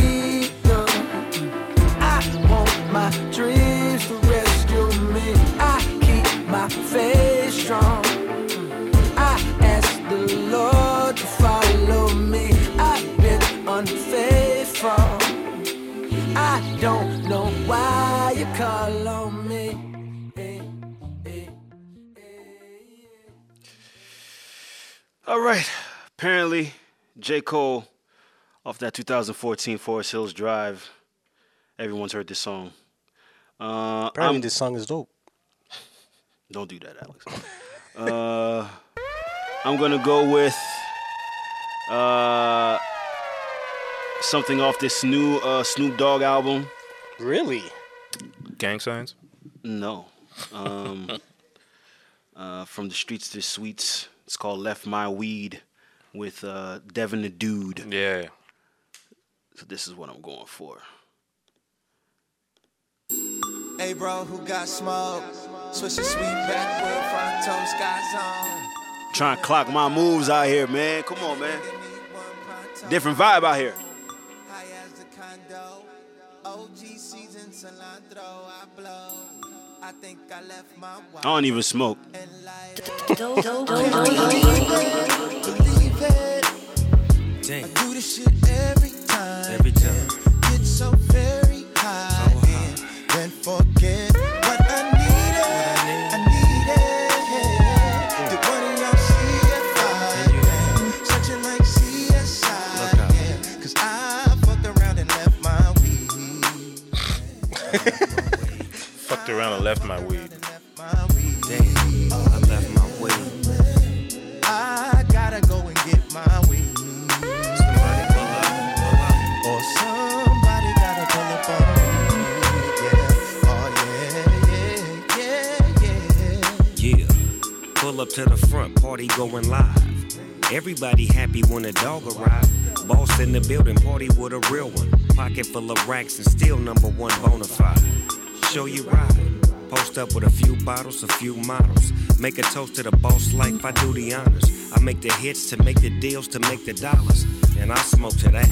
[SPEAKER 9] freedom. Mm. I want my dreams to rescue me. I keep my faith strong. Mm. I ask the Lord to follow me. I've been unfaithful. I don't know why you call on me.
[SPEAKER 1] All right. Apparently, J. Cole, off that 2014 Forest Hills Drive, everyone's heard this song. Uh,
[SPEAKER 3] Apparently,
[SPEAKER 1] I'm-
[SPEAKER 3] this song is dope.
[SPEAKER 1] Don't do that, Alex. uh, I'm gonna go with uh, something off this new uh, Snoop Dogg album.
[SPEAKER 3] Really?
[SPEAKER 2] Gang signs.
[SPEAKER 1] No, um, uh, from the streets to sweets. It's called "Left My Weed" with uh, Devin the Dude.
[SPEAKER 2] Yeah.
[SPEAKER 1] So this is what I'm going for.
[SPEAKER 10] Hey bro, who got smoke? Switch your sweet backward front toe sky zone.
[SPEAKER 1] Trying to clock my moves out here, man. Come on, man.
[SPEAKER 10] Give me one pronto.
[SPEAKER 1] Different vibe out here.
[SPEAKER 10] High as the condo. OG season cilantro, I blow. I think I left my
[SPEAKER 1] I
[SPEAKER 10] wife
[SPEAKER 1] don't even smoke.
[SPEAKER 10] in life. Believe it. I do this shit every time. Every time. Get so very high. and Then forget.
[SPEAKER 2] around and left my weed.
[SPEAKER 11] Damn, I left my weed.
[SPEAKER 10] I gotta go and get my weed.
[SPEAKER 11] Somebody pull up, pull up.
[SPEAKER 10] Or somebody gotta pull up on me. Yeah. Oh, yeah, yeah, yeah, yeah.
[SPEAKER 11] Yeah, pull up to the front, party going live. Everybody happy when a dog arrive. Boss in the building, party with a real one. Pocket full of racks and still number one bona fide. Show you ride. Post up with a few bottles, a few models. Make a toast to the boss life, I do the honors. I make the hits to make the deals to make the dollars. And I smoke to that.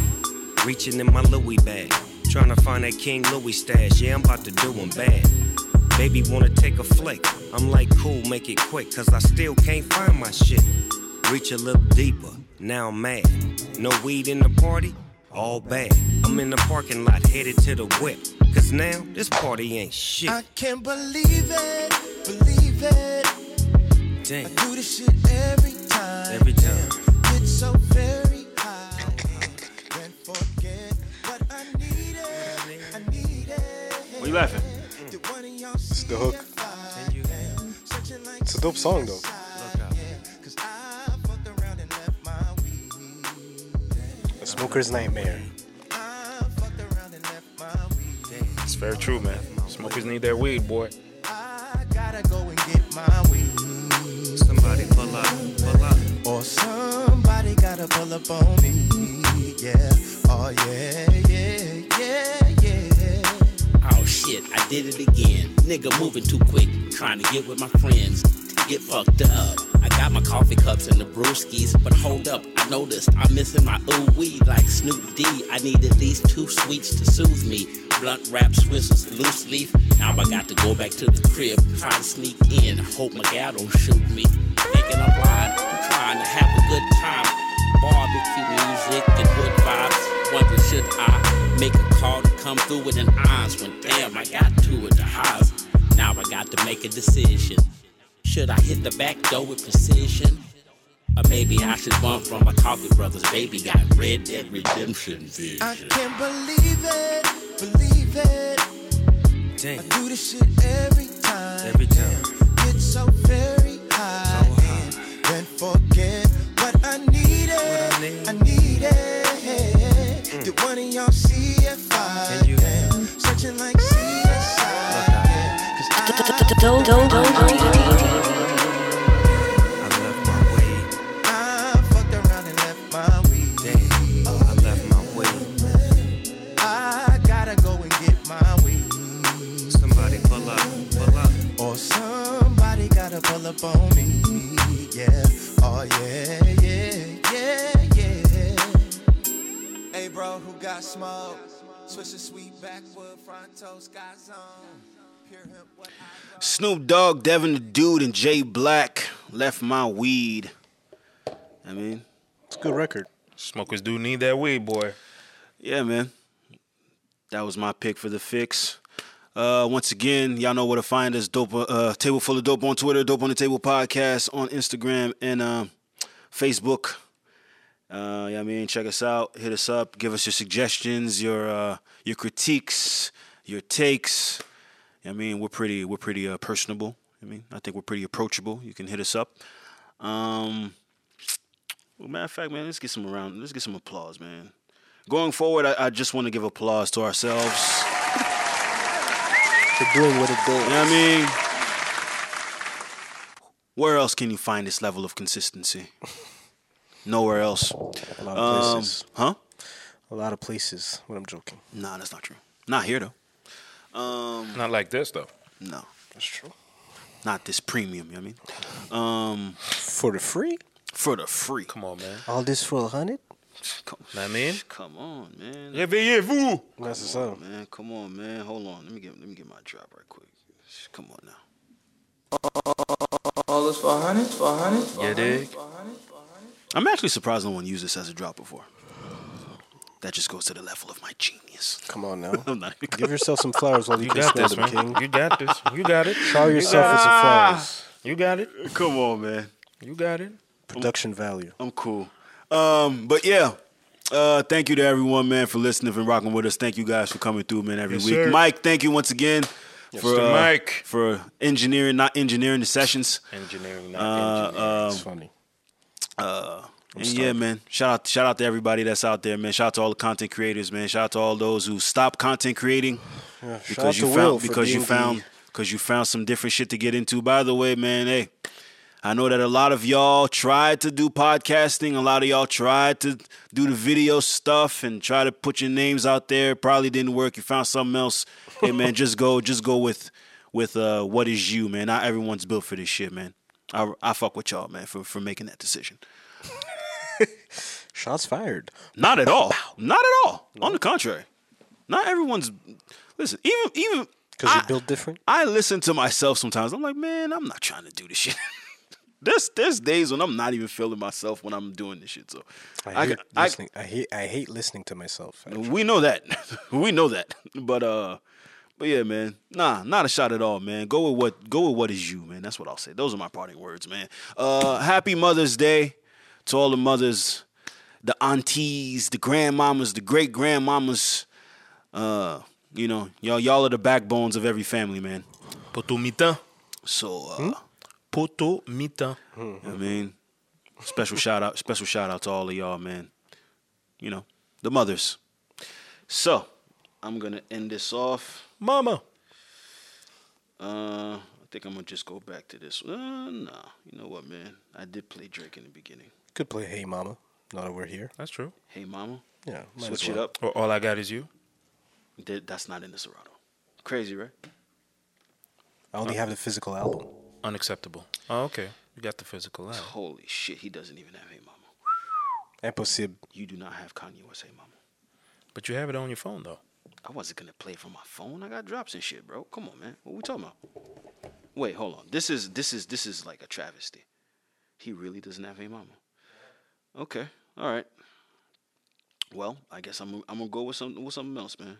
[SPEAKER 11] Reaching in my Louis bag. Trying to find that King Louis stash. Yeah, I'm about to do 'em bad. Baby, wanna take a flick. I'm like, cool, make it quick, cause I still can't find my shit. Reach a little deeper, now I'm mad. No weed in the party? All bad. I'm in the parking lot, headed to the whip. Cause now, this party ain't shit.
[SPEAKER 10] I can't believe it, believe it. I
[SPEAKER 11] Damn.
[SPEAKER 10] do this shit every time.
[SPEAKER 11] Every time.
[SPEAKER 10] Yeah. It's so very high. Can't forget what I needed. I needed.
[SPEAKER 1] What you laughing?
[SPEAKER 10] Did one of y'all
[SPEAKER 3] It's the hook.
[SPEAKER 10] searching like
[SPEAKER 3] It's a dope song though.
[SPEAKER 10] Cause I fucked around and left my weed.
[SPEAKER 3] A smoker's nightmare.
[SPEAKER 10] I fucked around and left my weed.
[SPEAKER 2] It's very true, man. Smokers need their weed, boy.
[SPEAKER 10] I gotta go and get my weed.
[SPEAKER 11] Somebody pull up, pull up.
[SPEAKER 10] Or somebody gotta pull up on me. Yeah. Oh yeah, yeah, yeah, yeah.
[SPEAKER 12] Oh shit, I did it again. Nigga moving too quick, trying to get with my friends. to Get fucked up. I got my coffee cups and the brewskis, but hold up, I noticed I'm missing my ooh wee like Snoop D. I need at least two sweets to soothe me. Blunt wrap Swizzles, loose leaf. Now I got to go back to the crib, try to sneak in. Hope my gal don't shoot me. Thinking I'm blind, trying to have a good time barbecue music and good vibes. Wonder should I make a call to come through with an eyes when damn I got two at the highs. Now I got to make a decision. Should I hit the back door with precision? Or maybe I should bump from my coffee brothers. Baby got red dead redemption
[SPEAKER 10] I
[SPEAKER 12] vision.
[SPEAKER 10] can't believe it, believe it. I
[SPEAKER 11] Damn,
[SPEAKER 10] do this shit every time.
[SPEAKER 11] every time.
[SPEAKER 10] It's so very high.
[SPEAKER 11] So high.
[SPEAKER 10] And then forget what I needed.
[SPEAKER 11] What I need. Mm.
[SPEAKER 10] I needed. Did one of y'all see if I
[SPEAKER 11] Can you-
[SPEAKER 10] am searching like CSI? Yeah, 'cause I,
[SPEAKER 11] I left my weed.
[SPEAKER 10] I fucked around and left my weed.
[SPEAKER 11] Damn,
[SPEAKER 10] Oh,
[SPEAKER 11] I left my weed.
[SPEAKER 10] I gotta go and get my weed.
[SPEAKER 11] Somebody pull up, pull up.
[SPEAKER 10] Or somebody gotta pull up on me. Yeah, oh yeah, yeah, yeah, yeah. Hey bro, who got smoke? Switch the sweet backwood, front toes, got zone. Pure hemp, what I grow.
[SPEAKER 1] Snoop Dogg, Devin the Dude, and Jay Black left my weed. I mean,
[SPEAKER 3] It's a good record.
[SPEAKER 2] Smokers do need their weed, boy.
[SPEAKER 1] yeah, man. That was my pick for the fix. Uh, once again, y'all know where to find us. Dope, uh, table full of dope on Twitter, dope on the table podcast on Instagram and uh, Facebook. Uh, yeah, I mean, check us out, hit us up, give us your suggestions, your uh, your critiques, your takes. I mean, we're pretty we're pretty uh, personable. I mean, I think we're pretty approachable. You can hit us up. Um, well, matter of fact, man, let's get some around. Let's get some applause, man. Going forward, I, I just want to give applause to ourselves.
[SPEAKER 3] For doing what it
[SPEAKER 1] You
[SPEAKER 3] did.
[SPEAKER 1] know what I mean? Where else can you find this level of consistency? Nowhere else.
[SPEAKER 3] A lot of
[SPEAKER 1] Um,
[SPEAKER 3] places.
[SPEAKER 1] huh?
[SPEAKER 3] A lot of places. What I'm joking.
[SPEAKER 1] Nah, that's not true. Not here though. Um,
[SPEAKER 2] Not like this though.
[SPEAKER 1] no,
[SPEAKER 3] That's true.
[SPEAKER 1] not this premium. You know what I mean, um,
[SPEAKER 3] For the free?
[SPEAKER 1] for the free.
[SPEAKER 2] Come on, man.
[SPEAKER 3] All this for a hundred?
[SPEAKER 1] Come,
[SPEAKER 2] Know what I mean?
[SPEAKER 1] come on, man.
[SPEAKER 2] Réveillez-vous.
[SPEAKER 3] That's what's up.
[SPEAKER 1] Man, come on, man. Hold on. Let me get let me get my drop right quick. Come on now.
[SPEAKER 13] All this for hundred, for hundred.
[SPEAKER 3] Uh-huh.
[SPEAKER 2] You dig?
[SPEAKER 1] I'm actually surprised no one used this as a drop before. That just goes to the level of my genius.
[SPEAKER 3] Come on now.
[SPEAKER 1] I'm not even
[SPEAKER 3] Give yourself some flowers while you,
[SPEAKER 2] You
[SPEAKER 3] can
[SPEAKER 2] got
[SPEAKER 3] smell
[SPEAKER 2] this,
[SPEAKER 3] them,
[SPEAKER 2] man.
[SPEAKER 3] King.
[SPEAKER 2] You got this. You got it.
[SPEAKER 3] Shower yourself with some
[SPEAKER 1] Ah!
[SPEAKER 3] flowers.
[SPEAKER 2] You got it.
[SPEAKER 1] gonna- Come on, man.
[SPEAKER 2] You got it.
[SPEAKER 3] Production value.
[SPEAKER 1] I'm cool. Um, but yeah. Uh, thank you to everyone, man, for listening and rocking with us. Thank you guys for coming through, man, every week. Mike, thank you once again
[SPEAKER 2] Yes,
[SPEAKER 1] for
[SPEAKER 2] the
[SPEAKER 1] uh,
[SPEAKER 2] mic.
[SPEAKER 1] for engineering, not engineering the sessions. Uh,
[SPEAKER 3] Engineering,
[SPEAKER 1] not engineering. it's
[SPEAKER 3] funny.
[SPEAKER 1] Uh, and yeah,
[SPEAKER 3] starving.
[SPEAKER 1] man. Shout out, shout out to everybody that's out there, man. Shout out to all the content creators, man. Shout out to all those who stopped content creating
[SPEAKER 3] Yeah, shout out
[SPEAKER 1] because you
[SPEAKER 3] to Will
[SPEAKER 1] found
[SPEAKER 3] for
[SPEAKER 1] because you
[SPEAKER 3] being
[SPEAKER 1] found
[SPEAKER 3] the-
[SPEAKER 1] because you found some different shit to get into. By the way, man, hey, I know that a lot of y'all tried to do podcasting. A lot of y'all tried to do the video stuff and try to put your names out there. Probably didn't work. You found something else. Hey, man, just go, just go with with uh, what is you, man. Not everyone's built for this shit, man. I, I fuck with y'all, man, for, for making that decision.
[SPEAKER 3] Shots fired.
[SPEAKER 1] Not at all. Not at all. On the contrary, not everyone's. Listen, even even
[SPEAKER 3] because you're built different.
[SPEAKER 1] I listen to myself sometimes. I'm like, man, I'm not trying to do this shit. there's there's days when I'm not even feeling myself when I'm doing this shit. So
[SPEAKER 3] I hate,
[SPEAKER 1] I-
[SPEAKER 3] listening. I, hate I hate listening to myself.
[SPEAKER 1] we know that. we know that. But uh but yeah, man. Nah, not a shot at all, man. Go with what go with what is you, man. That's what I'll say. Those are my parting words, man. Uh happy Mother's Day to all the mothers, the aunties, the grandmamas, the great grandmamas. Uh, you know, y'all y'all are the backbones of every family, man.
[SPEAKER 2] Potomita.
[SPEAKER 1] So uh
[SPEAKER 2] Potomita.
[SPEAKER 1] I mean, special shout out, special shout out to all of y'all, man. You know, the mothers. So, I'm gonna end this off.
[SPEAKER 2] Mama.
[SPEAKER 1] Uh, I think I'm gonna just go back to this. Uh, nah, you know what, man? I did play Drake in the beginning.
[SPEAKER 3] Could play Hey Mama. Now that we're here.
[SPEAKER 2] That's true.
[SPEAKER 1] Hey, mama.
[SPEAKER 3] Yeah, might as
[SPEAKER 1] switch it
[SPEAKER 3] well.
[SPEAKER 1] up.
[SPEAKER 2] Or all I got is you.
[SPEAKER 1] Did- That's not in the Serato. Crazy, right?
[SPEAKER 3] I only have the physical album.
[SPEAKER 2] Unacceptable. Oh, okay. You got the physical out.
[SPEAKER 1] Holy shit, he doesn't even have Hey Mama.
[SPEAKER 3] Impossible.
[SPEAKER 1] You do not have Kanye West Hey Mama.
[SPEAKER 2] But you have it on your phone though.
[SPEAKER 1] I wasn't gonna play from my phone. I got drops and shit, bro. Come on, man. What we talking about? Wait, hold on. This is this is this is like a travesty. He really doesn't have a mama. Okay, all right. Well, I guess I'm I'm gonna go with something with something else, man.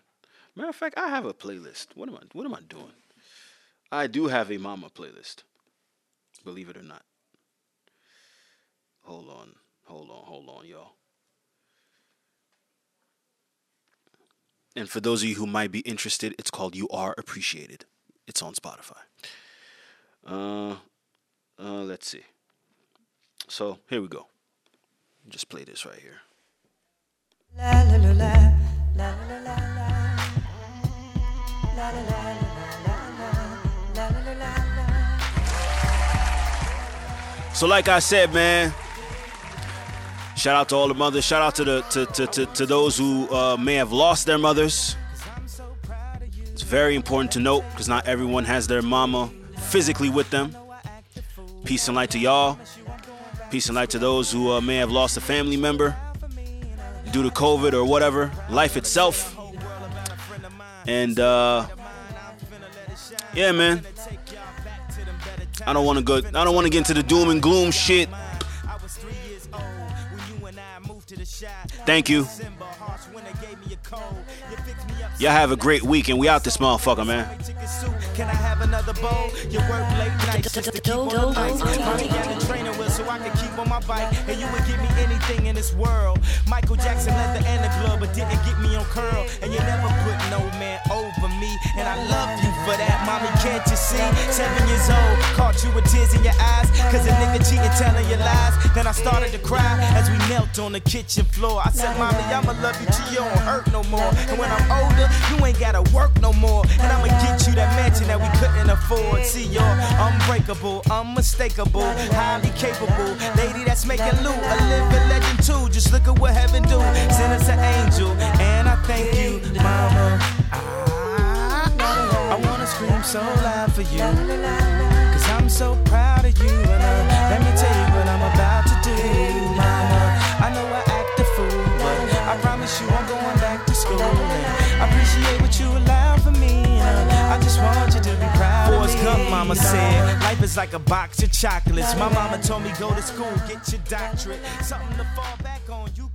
[SPEAKER 1] Matter of fact, I have a playlist. What am I What am I doing? I do have a mama playlist. Believe it or not. Hold on, hold on, hold on, y'all. And for those of you who might be interested, it's called You Are Appreciated. It's on Spotify. Uh, uh, let's see. So here we go. Just play this right here. So like I said, man, shout out to all the mothers. Shout out to the to to, to, to those who uh, may have lost their mothers. It's very important to note because not everyone has their mama physically with them. Peace and light to y'all. Peace and light to those who uh, may have lost a family member due to COVID or whatever, life itself. And uh, yeah, man, I don't want to go. I don't want to get into the doom and gloom shit. Thank you.
[SPEAKER 14] oh,
[SPEAKER 1] Y'all have a great week, and we out this motherfucker, man.
[SPEAKER 14] Can I have another bowl? You work late nights just to keep on the lights. Mommy got a trainer wheel so I can keep on my bike. And you would give me anything in this world. Michael Jackson leather and a glove, but didn't get me on curl. And you never put no man over me. And I love you for that, mommy. Can't you see? Seven years old, caught you with tears in your eyes. Cause a nigga cheating, telling you lies. Then I started to cry as we knelt on the kitchen floor. I said, Mommy, I'ma love you till you don't hurt no more. And when I'm older, you ain't gotta work no more. And I'ma get you that mansion that we couldn't afford. See, you're unbreakable, unmistakable, highly capable. Lady that's making loot, a living legend too. Just look at what heaven do. Send us an angel, and I thank you, Mama. I, I wanna scream so loud for you. Cause I'm so proud of you, and uh, let me tell you what I'm about to do, Mama. I know I act a fool, but I promise you I'm going back to school. And I appreciate what you allowed for me, and uh, I just want you to be proud of me. Gump, Mama said, life is like a box of chocolates. My mama told me go to school, get your doctorate, something to fall back on. You.